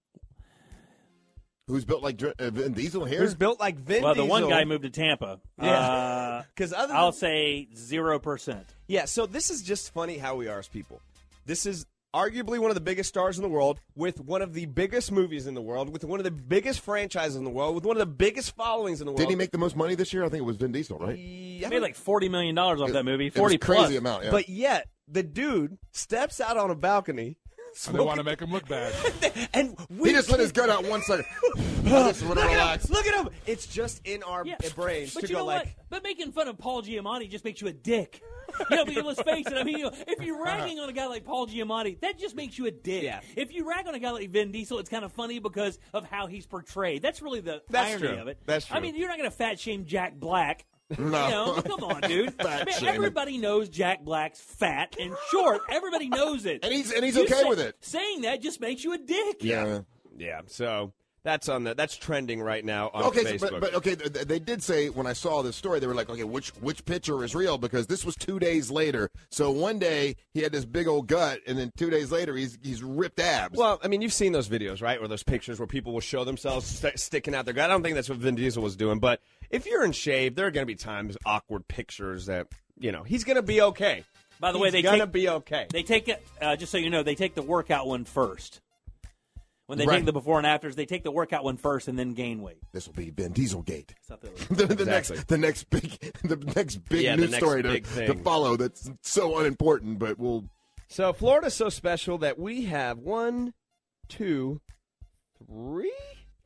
[SPEAKER 2] Who's built like Dr- uh, Vin Diesel here?
[SPEAKER 7] Who's built like Vin
[SPEAKER 3] well, the one
[SPEAKER 7] Diesel.
[SPEAKER 3] guy moved to Tampa. Uh,
[SPEAKER 7] Yeah.
[SPEAKER 3] Because
[SPEAKER 7] other
[SPEAKER 3] I'll
[SPEAKER 7] than-
[SPEAKER 3] say 0%.
[SPEAKER 7] Yeah, so this is just funny how we are as people. This is arguably one of the biggest stars in the world, with one of the biggest movies in the world, with one of the biggest franchises in the world, with one of the biggest followings in the world.
[SPEAKER 2] Didn't he make the most money this year? I think it was Vin Diesel, right?
[SPEAKER 3] He made like $40 million off that movie.
[SPEAKER 2] it
[SPEAKER 3] 40
[SPEAKER 2] was crazy
[SPEAKER 3] plus.
[SPEAKER 2] amount, yeah.
[SPEAKER 7] But yet, the dude steps out on a balcony.
[SPEAKER 5] And they want to make him look bad.
[SPEAKER 7] and
[SPEAKER 2] he just let his gut out one second. I just want to
[SPEAKER 7] Look at him!
[SPEAKER 2] relax.
[SPEAKER 7] Look at him! It's just in our brains
[SPEAKER 3] But
[SPEAKER 7] to
[SPEAKER 3] you
[SPEAKER 7] go
[SPEAKER 3] know
[SPEAKER 7] like,
[SPEAKER 3] what? But making fun of Paul Giamatti just makes you a dick. You know, because let's face it. I mean, you know, if you're ragging on a guy like Paul Giamatti, that just makes you a dick.
[SPEAKER 7] Uh-huh. Yeah.
[SPEAKER 3] If you rag on a guy like Vin Diesel, it's kind of funny because of how he's portrayed. That's really the
[SPEAKER 7] That's
[SPEAKER 3] irony
[SPEAKER 7] true.
[SPEAKER 3] of it.
[SPEAKER 7] That's
[SPEAKER 3] I
[SPEAKER 7] true.
[SPEAKER 3] mean, you're not going to fat shame Jack Black.
[SPEAKER 7] No.
[SPEAKER 3] You know, come on, dude.
[SPEAKER 7] Fat
[SPEAKER 3] I mean,
[SPEAKER 7] shaming.
[SPEAKER 3] everybody knows Jack Black's fat and short. Everybody knows it,
[SPEAKER 2] and he's- and he's okay with it.
[SPEAKER 3] Saying that just makes you a dick.
[SPEAKER 2] Yeah.
[SPEAKER 7] yeah. So that's on the that's trending right now on
[SPEAKER 2] Okay,
[SPEAKER 7] Facebook.
[SPEAKER 2] so, but, but okay, th- th- they did say when I saw this story, they were like, okay, which which picture is real? Because this was two days later. So one day he had this big old gut, and then two days later he's he's ripped abs.
[SPEAKER 7] Well, I mean, you've seen those videos, right? Or those pictures where people will show themselves st- sticking out their gut. I don't think that's what Vin Diesel was doing, but if you're in shape, there are going to be times, awkward pictures that, you know, he's going to be okay.
[SPEAKER 3] By the way,
[SPEAKER 7] He's
[SPEAKER 3] they
[SPEAKER 7] gonna
[SPEAKER 3] take-
[SPEAKER 7] be okay.
[SPEAKER 3] They take it uh, just so you know. They take the workout one first. When they
[SPEAKER 2] Right.
[SPEAKER 3] take the before and afters, they take the workout one first and then gain weight.
[SPEAKER 2] This will be Vin Dieselgate.
[SPEAKER 3] Something like
[SPEAKER 2] the, the
[SPEAKER 3] Exactly.
[SPEAKER 2] next the next big the next big
[SPEAKER 7] Yeah, the
[SPEAKER 2] news
[SPEAKER 7] next
[SPEAKER 2] story to,
[SPEAKER 7] big
[SPEAKER 2] to
[SPEAKER 7] thing.
[SPEAKER 2] follow that's so unimportant, but we'll
[SPEAKER 7] So Florida's so special that we have one, two, three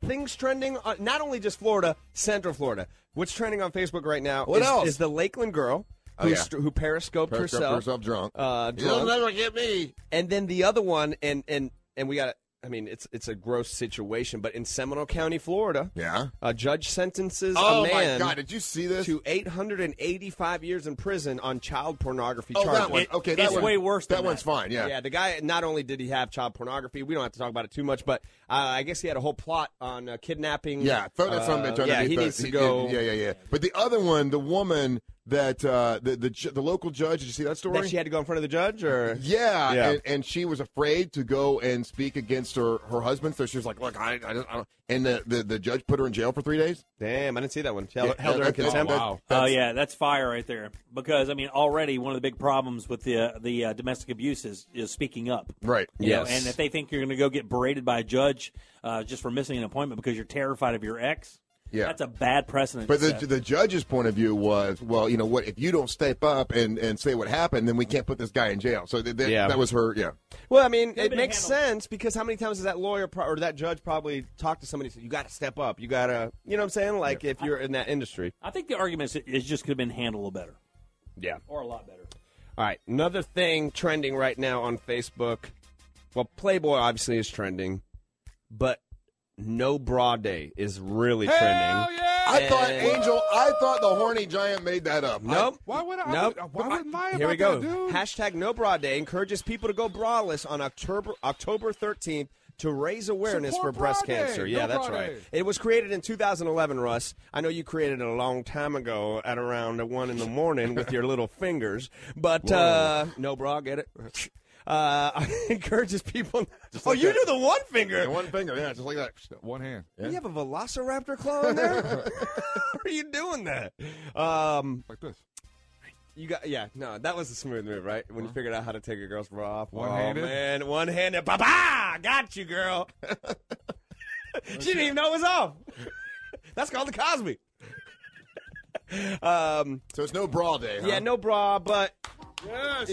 [SPEAKER 7] things trending. On, not only just Florida, Central Florida. What's trending on Facebook right now
[SPEAKER 2] What
[SPEAKER 7] is,
[SPEAKER 2] else?
[SPEAKER 7] is the Lakeland girl
[SPEAKER 2] Oh,
[SPEAKER 7] who,
[SPEAKER 2] yeah.
[SPEAKER 7] st- who periscoped,
[SPEAKER 2] Periscoped
[SPEAKER 7] herself,
[SPEAKER 2] herself drunk.
[SPEAKER 7] Uh,
[SPEAKER 2] You'll
[SPEAKER 7] drunk.
[SPEAKER 2] never get me.
[SPEAKER 7] And then the other one, and and and we got I mean, it's it's a gross situation, but in Seminole County, Florida,
[SPEAKER 2] yeah,
[SPEAKER 7] a judge sentences
[SPEAKER 2] Oh,
[SPEAKER 7] a
[SPEAKER 2] my
[SPEAKER 7] man.
[SPEAKER 2] God, did you see this?
[SPEAKER 7] To 885 years in prison on child pornography
[SPEAKER 2] Oh, that
[SPEAKER 7] charges.
[SPEAKER 2] one- It- okay, that it's one- way worse that than one's that. fine, yeah.
[SPEAKER 7] yeah. The guy not only did he have child pornography, we don't have to talk about it too much, but uh, I guess he had a whole plot on uh, kidnapping.
[SPEAKER 2] Yeah, throw that son of a bitch
[SPEAKER 7] uh, Yeah,
[SPEAKER 2] underneath
[SPEAKER 7] he
[SPEAKER 2] the-
[SPEAKER 7] needs to go.
[SPEAKER 2] Yeah, yeah, yeah. But the other one, the woman that uh, the, the ju- the local judge. Did you see that story?
[SPEAKER 7] That she had to go in front of the judge, or
[SPEAKER 2] Yeah,
[SPEAKER 7] Yeah.
[SPEAKER 2] And, and she was afraid to go and speak against her, her husband, so she was like, "Look, I, I, don't, I don't." And the, the, the judge put her in jail for three days.
[SPEAKER 7] Damn, I didn't see that one. She
[SPEAKER 3] held- held her in contempt. Oh yeah, that's fire right there. Because I mean, already one of the big problems with the the uh, domestic abuse is, is speaking up.
[SPEAKER 2] Right.
[SPEAKER 3] You know,
[SPEAKER 2] Yes.
[SPEAKER 3] and if they think you're going to go get berated by a judge uh, just for missing an appointment because you're terrified of your ex,
[SPEAKER 2] Yeah.
[SPEAKER 3] that's a bad precedent. to
[SPEAKER 2] But the,
[SPEAKER 3] set.
[SPEAKER 2] the judge's point of view was, well, you know what? If you don't step up and, and say what happened, then we can't put this guy in jail. So th- th-
[SPEAKER 7] Yeah.
[SPEAKER 2] that was her. Yeah.
[SPEAKER 7] Well, I mean, it makes sense because how many times does that lawyer pro- or that judge probably talk to somebody? and say, You got to step up. You got to, you know what I'm saying? Like if you're in that industry.
[SPEAKER 3] I think the argument is it just could have been handled better.
[SPEAKER 7] Yeah.
[SPEAKER 3] or a lot better.
[SPEAKER 7] All right. Another thing trending right now on Facebook. Well, Playboy obviously is trending, but no bra day is really trending.
[SPEAKER 2] I thought
[SPEAKER 7] And-
[SPEAKER 2] Angel. I thought the horny giant made that up.
[SPEAKER 7] Nope.
[SPEAKER 2] I,
[SPEAKER 5] why would I?
[SPEAKER 7] Nope.
[SPEAKER 5] Why would I lie
[SPEAKER 7] Here we go.
[SPEAKER 5] about that, dude?
[SPEAKER 7] Hashtag No Bra Day encourages people to go braless on October October 13th to raise awareness
[SPEAKER 5] Support
[SPEAKER 7] for breast
[SPEAKER 5] Bra Day.
[SPEAKER 7] cancer.
[SPEAKER 5] No
[SPEAKER 7] Yeah, that's
[SPEAKER 5] Bra
[SPEAKER 7] right.
[SPEAKER 5] Day.
[SPEAKER 7] It was created in 2011, Russ. I know you created it a long time ago at around one in the morning with your little fingers, but
[SPEAKER 4] Whoa.
[SPEAKER 7] uh, no bra, get it? Uh, encourages people. oh,
[SPEAKER 2] like
[SPEAKER 7] you
[SPEAKER 2] that.
[SPEAKER 7] do the one finger.
[SPEAKER 2] The one finger, yeah, just like that.
[SPEAKER 5] One hand.
[SPEAKER 7] You have a velociraptor claw in there? How are you doing that? Um,
[SPEAKER 5] like this.
[SPEAKER 7] You got yeah no that was a smooth move right when you figured out how to take a girl's bra off
[SPEAKER 5] Uh-huh. One-handed?
[SPEAKER 7] oh, man one handed ba
[SPEAKER 3] Ah,
[SPEAKER 7] ba got you girl she didn't even know it was off that's called the Cosby um
[SPEAKER 2] so it's no bra day
[SPEAKER 7] yeah
[SPEAKER 4] huh?
[SPEAKER 7] no bra but
[SPEAKER 5] yes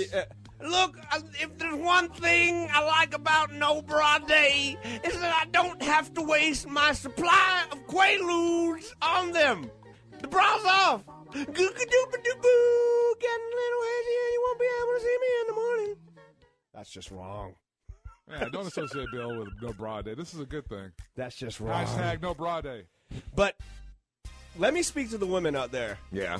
[SPEAKER 13] Look, I- if there's one thing I like about No Bra Day, is that I don't have to waste my supply of Quaaludes on them. The bra's off. Googa dooba doo boo, getting a little hazy, and you won't be able to see me in the morning.
[SPEAKER 7] that's just wrong
[SPEAKER 5] Yeah, don't associate Bill with no bra day. This is a good thing.
[SPEAKER 7] That's just wrong.
[SPEAKER 5] Hashtag no bra day.
[SPEAKER 7] but let me speak to the women out there
[SPEAKER 2] yeah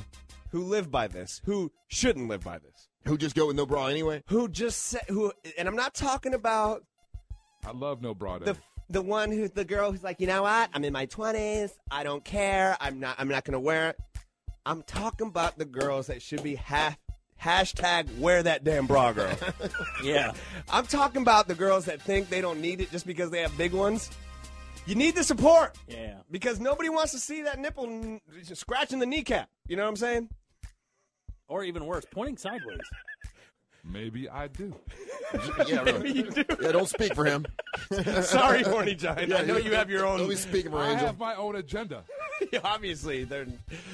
[SPEAKER 7] who live by this who shouldn't live by this
[SPEAKER 2] who just go with no bra anyway
[SPEAKER 7] who just say, who and I'm not talking about
[SPEAKER 5] I love no bra day.
[SPEAKER 7] the the one who's the girl who's like, you know what? I'm in my twenties. I don't care. I'm not. I'm not gonna wear it. I'm talking about the girls that should be ha- hashtag wear that damn bra, girl.
[SPEAKER 3] yeah.
[SPEAKER 7] I'm talking about the girls that think they don't need it just because they have big ones. You need the support.
[SPEAKER 3] Yeah.
[SPEAKER 7] Because nobody wants to see that nipple n- scratching the kneecap. You know what I'm saying?
[SPEAKER 3] Or even worse, pointing sideways.
[SPEAKER 5] Maybe I do.
[SPEAKER 2] yeah, really. yeah, don't speak for him.
[SPEAKER 7] Sorry, horny giant. I know you have your own.
[SPEAKER 2] Don't be speaking for
[SPEAKER 5] I
[SPEAKER 2] Angel.
[SPEAKER 5] have my own agenda.
[SPEAKER 7] Yeah, Obviously, they're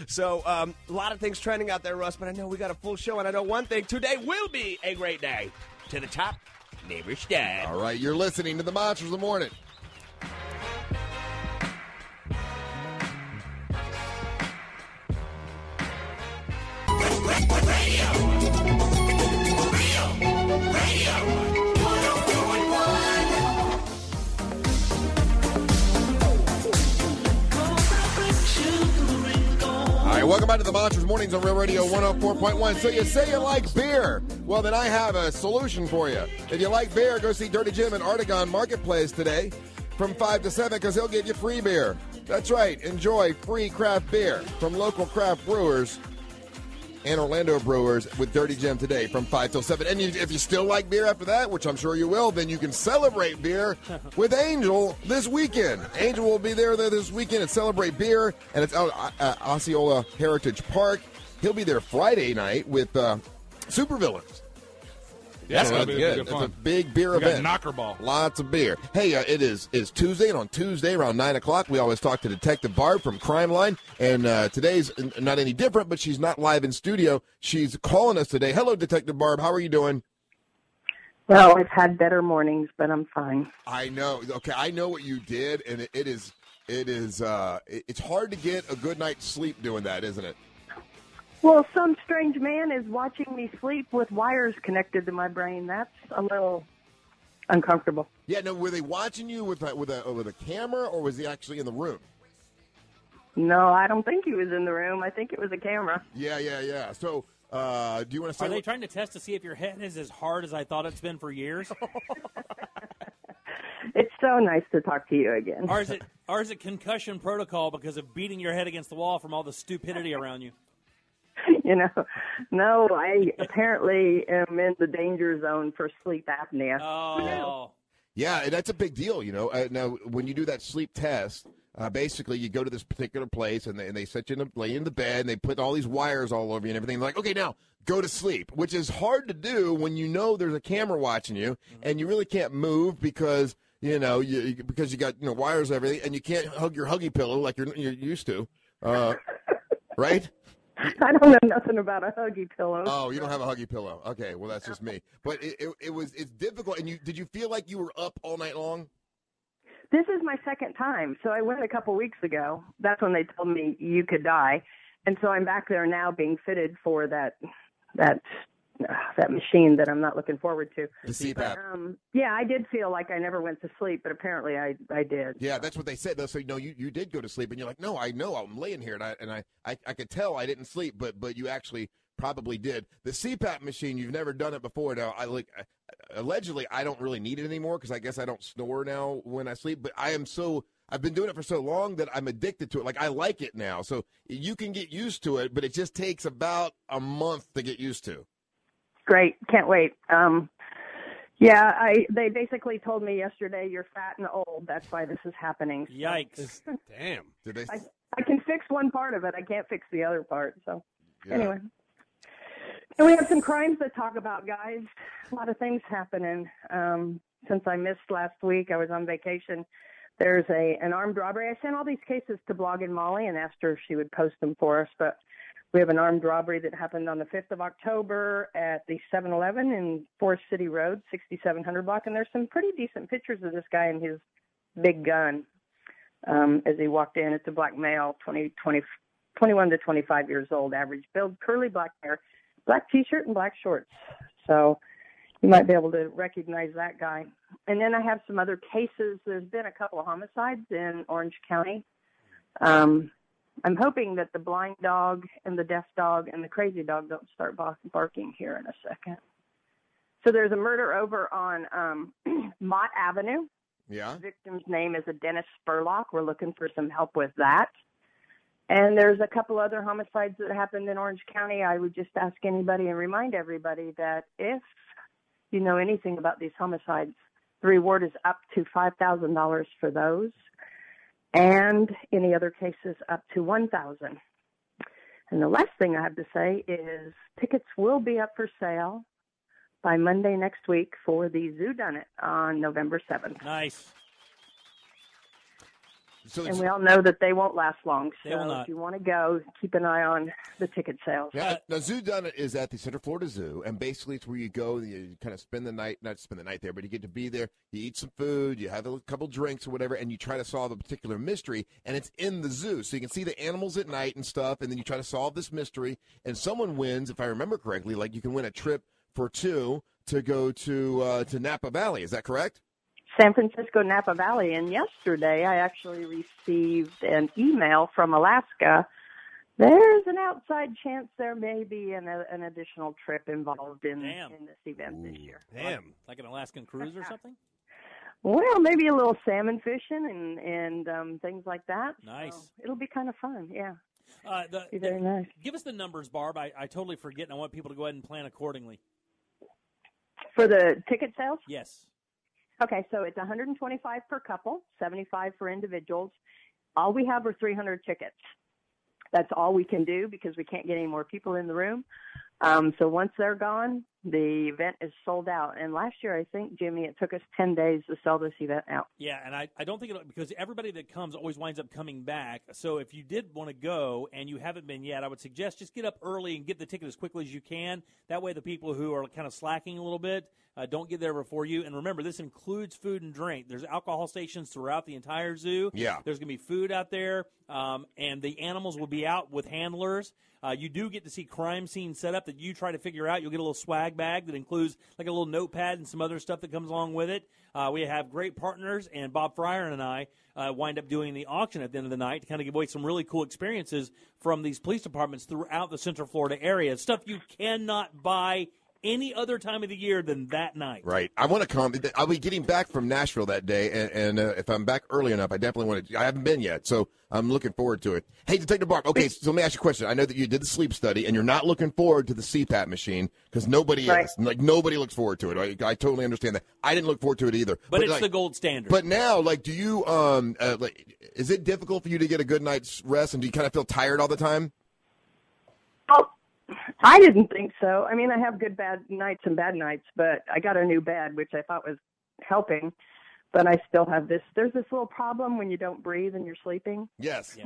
[SPEAKER 7] so um, a lot of things trending out there, Russ. But I know we got a full show, and I know one thing: today will be a great day. To the top, never stop.
[SPEAKER 2] All right, you're listening to the Monsters of the Morning. All right, welcome back to the Monsters Mornings on Real Radio 104.1. So you say you like beer. Well, then I have a solution for you. If you like beer, go see Dirty Jim at Artagon Marketplace today from 5 to 7 because he'll give you free beer. That's right. Enjoy free craft beer from local craft brewers and Orlando Brewers with Dirty Jim today from 5 till 7. And you, if you still like beer after that, which I'm sure you will, then you can celebrate beer with Angel this weekend. Angel will be there, there this weekend at Celebrate Beer, and it's out at uh, Osceola Heritage Park. He'll be there Friday night with uh, Supervillains.
[SPEAKER 5] Yeah,
[SPEAKER 2] So
[SPEAKER 5] it's gonna be good
[SPEAKER 2] It's a
[SPEAKER 5] fun.
[SPEAKER 2] big beer
[SPEAKER 5] We got
[SPEAKER 2] event.
[SPEAKER 5] knocker ball.
[SPEAKER 2] Lots of beer. Hey, uh, it is is Tuesday, and on Tuesday around nine o'clock, we always talk to Detective Barb from Crime Line, and uh, today's n- not any different. But she's not live in studio. She's calling us today. Hello, Detective Barb. How are you doing?
[SPEAKER 16] Well, I've had better mornings, but I'm fine.
[SPEAKER 2] I know. Okay, I know what you did, and it, it is it is uh, it- it's hard to get a good night's sleep doing that, isn't it?
[SPEAKER 16] Well, some strange man is watching me sleep with wires connected to my brain. That's a little uncomfortable.
[SPEAKER 2] Yeah, no. Were they watching you with a, with a with a camera, or was he actually in the room?
[SPEAKER 16] No, I don't think he was in the room. I think it was a camera.
[SPEAKER 2] Yeah, yeah, yeah. So, uh, do you want to say?
[SPEAKER 3] Are they
[SPEAKER 2] what-
[SPEAKER 3] trying to test to see if your head is as hard as I thought it's been for years?
[SPEAKER 16] It's so nice to talk to you again.
[SPEAKER 3] or is it or is it concussion protocol because of beating your head against the wall from all the stupidity around you?
[SPEAKER 16] you know, no, I apparently am in the danger zone for sleep apnea.
[SPEAKER 3] Oh.
[SPEAKER 2] Yeah, and that's a big deal, you know. Uh, now, when you do that sleep test, uh, basically you go to this particular place and they, and they set you in a, lay you in the bed and they put all these wires all over you and everything. Like, okay, now go to sleep, which is hard to do when you know there's a camera watching you and you really can't move because you know you you- because you got you know wires and everything and you can't hug your huggy pillow like you're you're used to, uh, right?
[SPEAKER 16] I don't know nothing about a huggy pillow.
[SPEAKER 2] Oh, you don't have a huggy pillow. Okay, well that's just me. But it, it, it was it's difficult. And you did you feel like you were up all night long?
[SPEAKER 16] This is my second time. So I went a couple weeks ago. That's when they told me you could die. And so I'm back there now being fitted for that that uh, that machine that I'm not looking forward to.
[SPEAKER 2] The
[SPEAKER 16] But,
[SPEAKER 2] CPAP.
[SPEAKER 16] um, yeah, I did feel like I never went to sleep, but apparently I I did.
[SPEAKER 2] Yeah, that's what they said. They'll say, no, you, you did go to sleep. And you're like, no, I know. I'm laying here. And I, and I, I, I could tell I didn't sleep, but, but you actually probably did. The CPAP machine, you've never done it before. Now, I like, allegedly, I don't really need it anymore because I guess I don't snore now when I sleep, but I am so, I've been doing it for so long that I'm addicted to it. Like, I like it now. So you can get used to it, but it just takes about a month to get used to.
[SPEAKER 16] Great. Can't wait. Um yeah, I they basically told me yesterday you're fat and old. That's why this is happening.
[SPEAKER 3] Yikes.
[SPEAKER 4] Damn.
[SPEAKER 2] Did they?
[SPEAKER 16] I, I can fix one part of it. I can't fix the other part. So anyway. And we have some crimes to talk about, guys. A lot of things happening. Um, since I missed last week, I was on vacation. There's a an armed robbery. I sent all these cases to Blog and Molly and asked her if she would post them for us, but we have an armed robbery that happened on the 5th of October at the 7-Eleven in Forest City Road, 6700 block, and there's some pretty decent pictures of this guy and his big gun um, as he walked in. It's a black male, 20, 20, 21 to 25 years old, average build, curly black hair, black t-shirt, and black shorts. So you might be able to recognize that guy. And then I have some other cases. There's been a couple of homicides in Orange County. Um, I'm hoping that the blind dog and the deaf dog and the crazy dog don't start bark- barking here in a second. So there's a murder over on um, Mott Avenue.
[SPEAKER 2] Yeah.
[SPEAKER 8] Uh-huh.
[SPEAKER 16] Victim's name is a Dennis Spurlock. We're looking for some help with that. And there's a couple other homicides that happened in Orange County. I would just ask anybody and remind everybody that if you know anything about these homicides, the reward is up to $5,000 for those and any other cases up to 1000 And the last thing I have to say is tickets will be up for sale by Monday next week for the Zoo Done It on November 7th.
[SPEAKER 3] Nice.
[SPEAKER 16] and we all know that they won't last long.
[SPEAKER 2] They will
[SPEAKER 16] So
[SPEAKER 2] not.
[SPEAKER 16] if you want to go, keep an eye on the ticket sales.
[SPEAKER 2] Yeah, now Zoo Done It is at the Central Florida Zoo, and basically it's where you go and you kind of spend the night, not spend the night there, but you get to be there. You eat some food, you have a couple drinks or whatever, and you try to solve a particular mystery, and it's in the zoo. So you can see the animals at night and stuff, and then you try to solve this mystery, and someone wins, if I remember correctly, like you can win a trip for two to go to uh, to Napa Valley. Is that correct?
[SPEAKER 16] San Francisco Napa Valley. And yesterday I actually received an email from Alaska. There's an outside chance there may be an, uh, an additional trip involved in,
[SPEAKER 3] Damn.
[SPEAKER 16] in this event this year.
[SPEAKER 3] Damn. Like, an Alaskan cruise or something?
[SPEAKER 16] Well, maybe a little salmon fishing and, and um, things like that.
[SPEAKER 3] Nice.
[SPEAKER 16] So it'll be kind of fun, yeah.
[SPEAKER 3] Uh, the,
[SPEAKER 16] Oh. Be very nice.
[SPEAKER 3] Give us the numbers, Barb. I, I totally forget, and I want people to go ahead and plan accordingly.
[SPEAKER 16] For the ticket sales?
[SPEAKER 3] Yes.
[SPEAKER 16] Okay, so it's 125 per couple, 75 for individuals. All we have are 300 tickets. That's all we can do because we can't get any more people in the room. Um, so once they're gone, the event is sold out. And last year, I think Jimmy, it took us 10 days to sell this event out.
[SPEAKER 3] Yeah, and I, I don't think it'll, because everybody that comes always winds up coming back. So if you did want to go and you haven't been yet, I would suggest just get up early and get the ticket as quickly as you can. That way, the people who are kind of slacking a little bit uh, don't get there before you. And remember, this includes food and drink. There's alcohol stations throughout the entire zoo.
[SPEAKER 2] Yeah.
[SPEAKER 3] There's going to be food out there, um, and the animals will be out with handlers. Uh, you do get to see crime scenes set up that you try to figure out. You'll get a little swag swag bag that includes like a little notepad and some other stuff that comes along with it. Uh, we have great partners, and Bob Fryer and I uh, wind up doing the auction at the end of the night to kind of give away some really cool experiences from these police departments throughout the Central Florida area. Stuff you cannot buy any other time of the year than that night.
[SPEAKER 2] Right. I want to come. I'll be getting back from Nashville that day, and, and uh, if I'm back early enough, I definitely want to. I haven't been yet, so I'm looking forward to it. Hey, Detective Bark. Okay, so let me ask you a question. I know that you did the sleep study, and you're not looking forward to the CPAP machine because nobody
[SPEAKER 3] Right.
[SPEAKER 2] is. Like nobody looks forward to it. I, I totally understand that. I didn't look forward to it either.
[SPEAKER 3] But, it's
[SPEAKER 2] like-
[SPEAKER 3] the gold standard.
[SPEAKER 2] But now, like, do you um uh, like is it difficult for you to get a good night's rest, and do you kind of feel tired all the time?
[SPEAKER 16] I didn't think so. I mean, I have good bad nights and bad nights, but I got a new bed, which I thought was helping. But I still have this. There's this little problem when you don't breathe and you're sleeping.
[SPEAKER 2] Yes.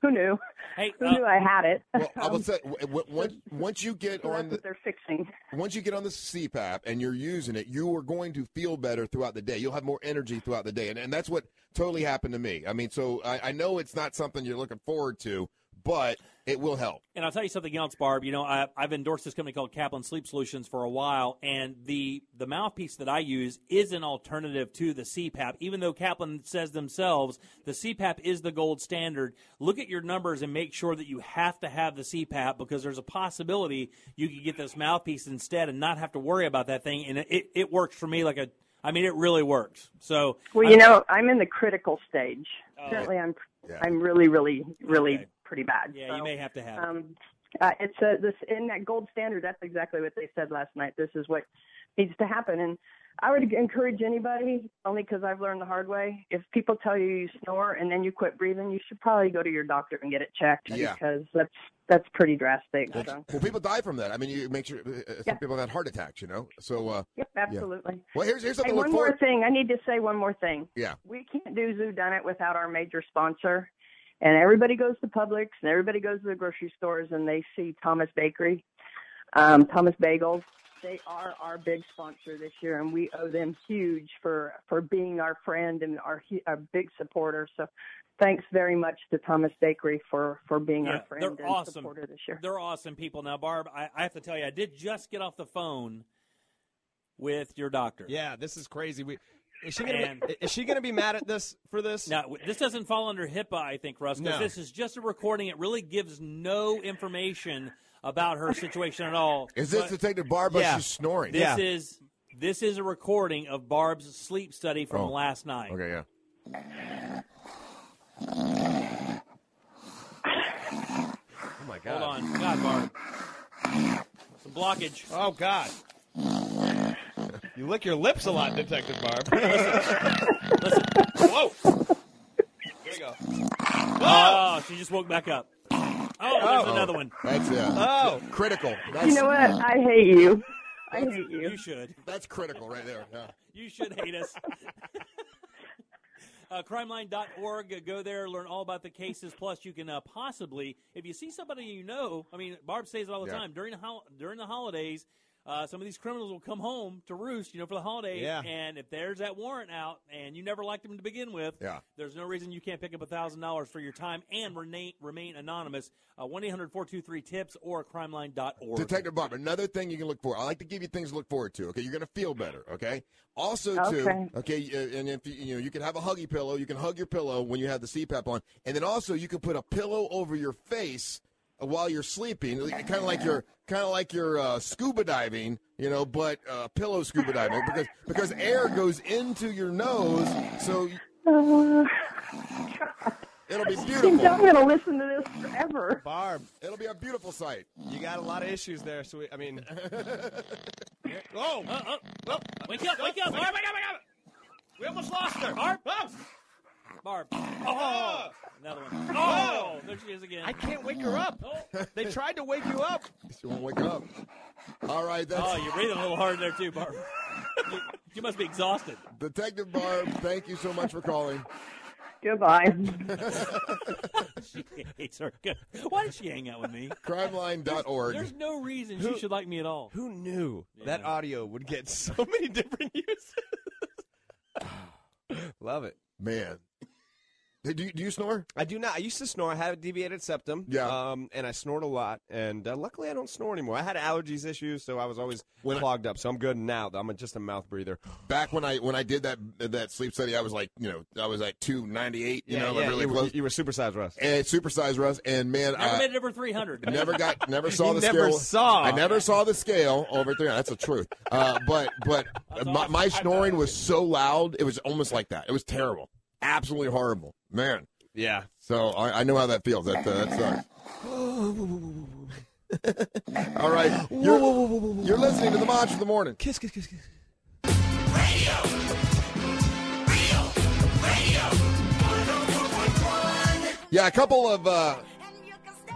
[SPEAKER 16] Who knew?
[SPEAKER 3] Hey,
[SPEAKER 16] Who knew I had it?
[SPEAKER 2] I will say, w- w- once, once you get on the,
[SPEAKER 16] they're fixing.
[SPEAKER 2] Once you get on the CPAP and you're using it, you are going to feel better throughout the day. You'll have more energy throughout the day, and, and that's what totally happened to me. I mean, so I, I know it's not something you're looking forward to, but it will help.
[SPEAKER 3] And I'll tell you something else, Barb. You know, I, I've endorsed this company called Kaplan Sleep Solutions for a while, and the the mouthpiece that I use is an alternative to the CPAP. Even though Kaplan says themselves the CPAP is the gold standard, look at your numbers and make sure that you have to have the CPAP because there's a possibility you could get this mouthpiece instead and not have to worry about that thing. And it it works for me like a, I mean, it really works. So
[SPEAKER 16] Well,
[SPEAKER 3] I-
[SPEAKER 16] you know, I'm in the critical stage. Currently, I'm I'm really, really, really pretty bad.
[SPEAKER 3] Yeah, you may have to have. it.
[SPEAKER 16] Um, uh, it's a, this in that gold standard. That's exactly what they said last night. This is what needs to happen. And I would encourage anybody, only because I've learned the hard way. If people tell you you snore and then you quit breathing, you should probably go to your doctor and get it checked
[SPEAKER 2] Yeah.
[SPEAKER 16] because that's that's pretty drastic.
[SPEAKER 2] Well,
[SPEAKER 16] So.
[SPEAKER 2] well, people die from that. I mean, you make sure uh, uh, some people have had heart attacks. You know, so uh,
[SPEAKER 16] Yep,
[SPEAKER 2] yeah.
[SPEAKER 16] absolutely.
[SPEAKER 2] Well, here's here's
[SPEAKER 16] Hey,
[SPEAKER 2] something to
[SPEAKER 16] one
[SPEAKER 2] look
[SPEAKER 16] more
[SPEAKER 2] forward.
[SPEAKER 16] thing. I need to say one more thing.
[SPEAKER 2] Yeah.
[SPEAKER 16] we can't do Zoo Done It without our major sponsor. And everybody goes to Publix and everybody goes to the grocery stores and they see Thomas Bakery, um, Thomas Bagels. They are our big sponsor this year, and we owe them huge for for being our friend and our hu- our big supporter. So, thanks very much to Thomas Bakery for for being
[SPEAKER 3] Yeah,
[SPEAKER 16] our friend
[SPEAKER 3] they're
[SPEAKER 16] and
[SPEAKER 3] awesome.
[SPEAKER 16] supporter this year.
[SPEAKER 3] They're awesome people. Now, Barb, I, I have to tell you, I did just get off the phone with your doctor.
[SPEAKER 7] Yeah, this is crazy. We is she gonna
[SPEAKER 3] And-
[SPEAKER 7] be, is she gonna be mad at this for this?
[SPEAKER 3] Now, this doesn't fall under HIPAA, I think, Russ, because
[SPEAKER 7] No.
[SPEAKER 3] this is just a recording. It really gives no information about her situation at all.
[SPEAKER 2] Is this
[SPEAKER 3] But
[SPEAKER 2] Detective Barba?
[SPEAKER 3] Yeah.
[SPEAKER 2] She's snoring.
[SPEAKER 3] This is this is a recording of Barb's sleep study from
[SPEAKER 2] Oh.
[SPEAKER 3] last night.
[SPEAKER 2] okay. Yeah.
[SPEAKER 7] Oh my
[SPEAKER 3] Hold on, God, Barb, some blockage.
[SPEAKER 7] Oh God. You lick your lips a lot, Detective Barb.
[SPEAKER 3] Listen.
[SPEAKER 7] Whoa. Here we go.
[SPEAKER 3] Oh, she just woke back up. Oh, there's another one.
[SPEAKER 2] That's
[SPEAKER 7] uh,
[SPEAKER 2] oh. critical.
[SPEAKER 16] you
[SPEAKER 2] That's-
[SPEAKER 16] know what? I hate you. I
[SPEAKER 2] that's-
[SPEAKER 16] hate you.
[SPEAKER 3] You should.
[SPEAKER 2] That's critical right there. Yeah.
[SPEAKER 3] You should hate us. Uh, crimeline.org. Uh, Go there, learn all about the cases. Plus, you can uh, possibly, if you see somebody you know, I mean, Barb says it all the
[SPEAKER 7] Yeah.
[SPEAKER 3] time during the hol- during the holidays. Uh, some of these criminals will come home to roost, you know, for the holidays.
[SPEAKER 7] Yeah.
[SPEAKER 3] And if there's that warrant out, and you never liked them to begin with,
[SPEAKER 7] Yeah.
[SPEAKER 3] there's no reason you can't pick up thousand dollars for your time and remain remain anonymous. Uh, One eight hundred four two three tips or crimeline.org.
[SPEAKER 2] Detective Barb, another thing you can look for. I like to give you things to look forward to. Okay, you're gonna feel better. Okay. Also,
[SPEAKER 7] Okay.
[SPEAKER 2] too. Okay, uh, and if you, you know you can have a huggy pillow, you can hug your pillow when you have the CPAP on, and then also you can put a pillow over your face uh, while you're sleeping, kind of like you're kind of like you're uh, scuba diving, you know, but uh, pillow scuba diving because because air goes into your nose, so
[SPEAKER 16] Uh,
[SPEAKER 2] it'll be
[SPEAKER 16] I'm
[SPEAKER 2] beautiful.
[SPEAKER 16] going to listen to this forever.
[SPEAKER 7] Barb.
[SPEAKER 2] It'll be a beautiful sight.
[SPEAKER 7] You got a lot of issues there, so we, I mean. oh,
[SPEAKER 3] Uh, Wake up! Wake up!
[SPEAKER 7] Wake
[SPEAKER 3] Barb!
[SPEAKER 7] up! Wake up! Wake up! We almost lost her.
[SPEAKER 3] Barb!
[SPEAKER 7] Oh,
[SPEAKER 3] Barb! Oh, another one. Oh, there she is again. Oh.
[SPEAKER 7] I can't wake her up. They tried to wake you up.
[SPEAKER 2] She won't wake up. All right, that's
[SPEAKER 3] Oh, you're breathing a little hard there too, Barb. You, you must be exhausted.
[SPEAKER 2] Detective Barb. Thank you so much for calling.
[SPEAKER 16] Goodbye.
[SPEAKER 3] she hates her. guts. Why did she hang out with me?
[SPEAKER 2] Crimeline.org.
[SPEAKER 3] There's no reason she should like me at all.
[SPEAKER 7] Who knew that audio would get so many different uses? Love it.
[SPEAKER 2] Man. Do you, do you snore?
[SPEAKER 7] I do not. I used to snore. I have a deviated septum. Yeah. Um, and I snort a lot. And uh, luckily, I don't snore anymore. I had allergies issues, so I was always clogged up. So I'm good now. I'm just a mouth breather.
[SPEAKER 2] Back when I when I did that that sleep study, I was like, you know, I was like two ninety eight. You know, like really
[SPEAKER 7] you,
[SPEAKER 2] close.
[SPEAKER 7] Were, you were supersized, Russ.
[SPEAKER 2] and supersized Russ, and man,
[SPEAKER 3] Never
[SPEAKER 2] I
[SPEAKER 3] made it over 300.
[SPEAKER 2] never got, never saw
[SPEAKER 3] You
[SPEAKER 2] the
[SPEAKER 3] never
[SPEAKER 2] scale.
[SPEAKER 3] saw.
[SPEAKER 2] I never saw the scale over three. That's the truth. Uh, but but my, my snoring was so loud, it was almost like that. It was terrible, absolutely horrible, man.
[SPEAKER 7] Yeah.
[SPEAKER 2] So I, I know how that feels. That uh, that sucks.
[SPEAKER 7] Oh.
[SPEAKER 2] All right. You're, you're listening to the Monster of the Morning.
[SPEAKER 7] Kiss, kiss, kiss, kiss.
[SPEAKER 2] Yeah, a couple of uh,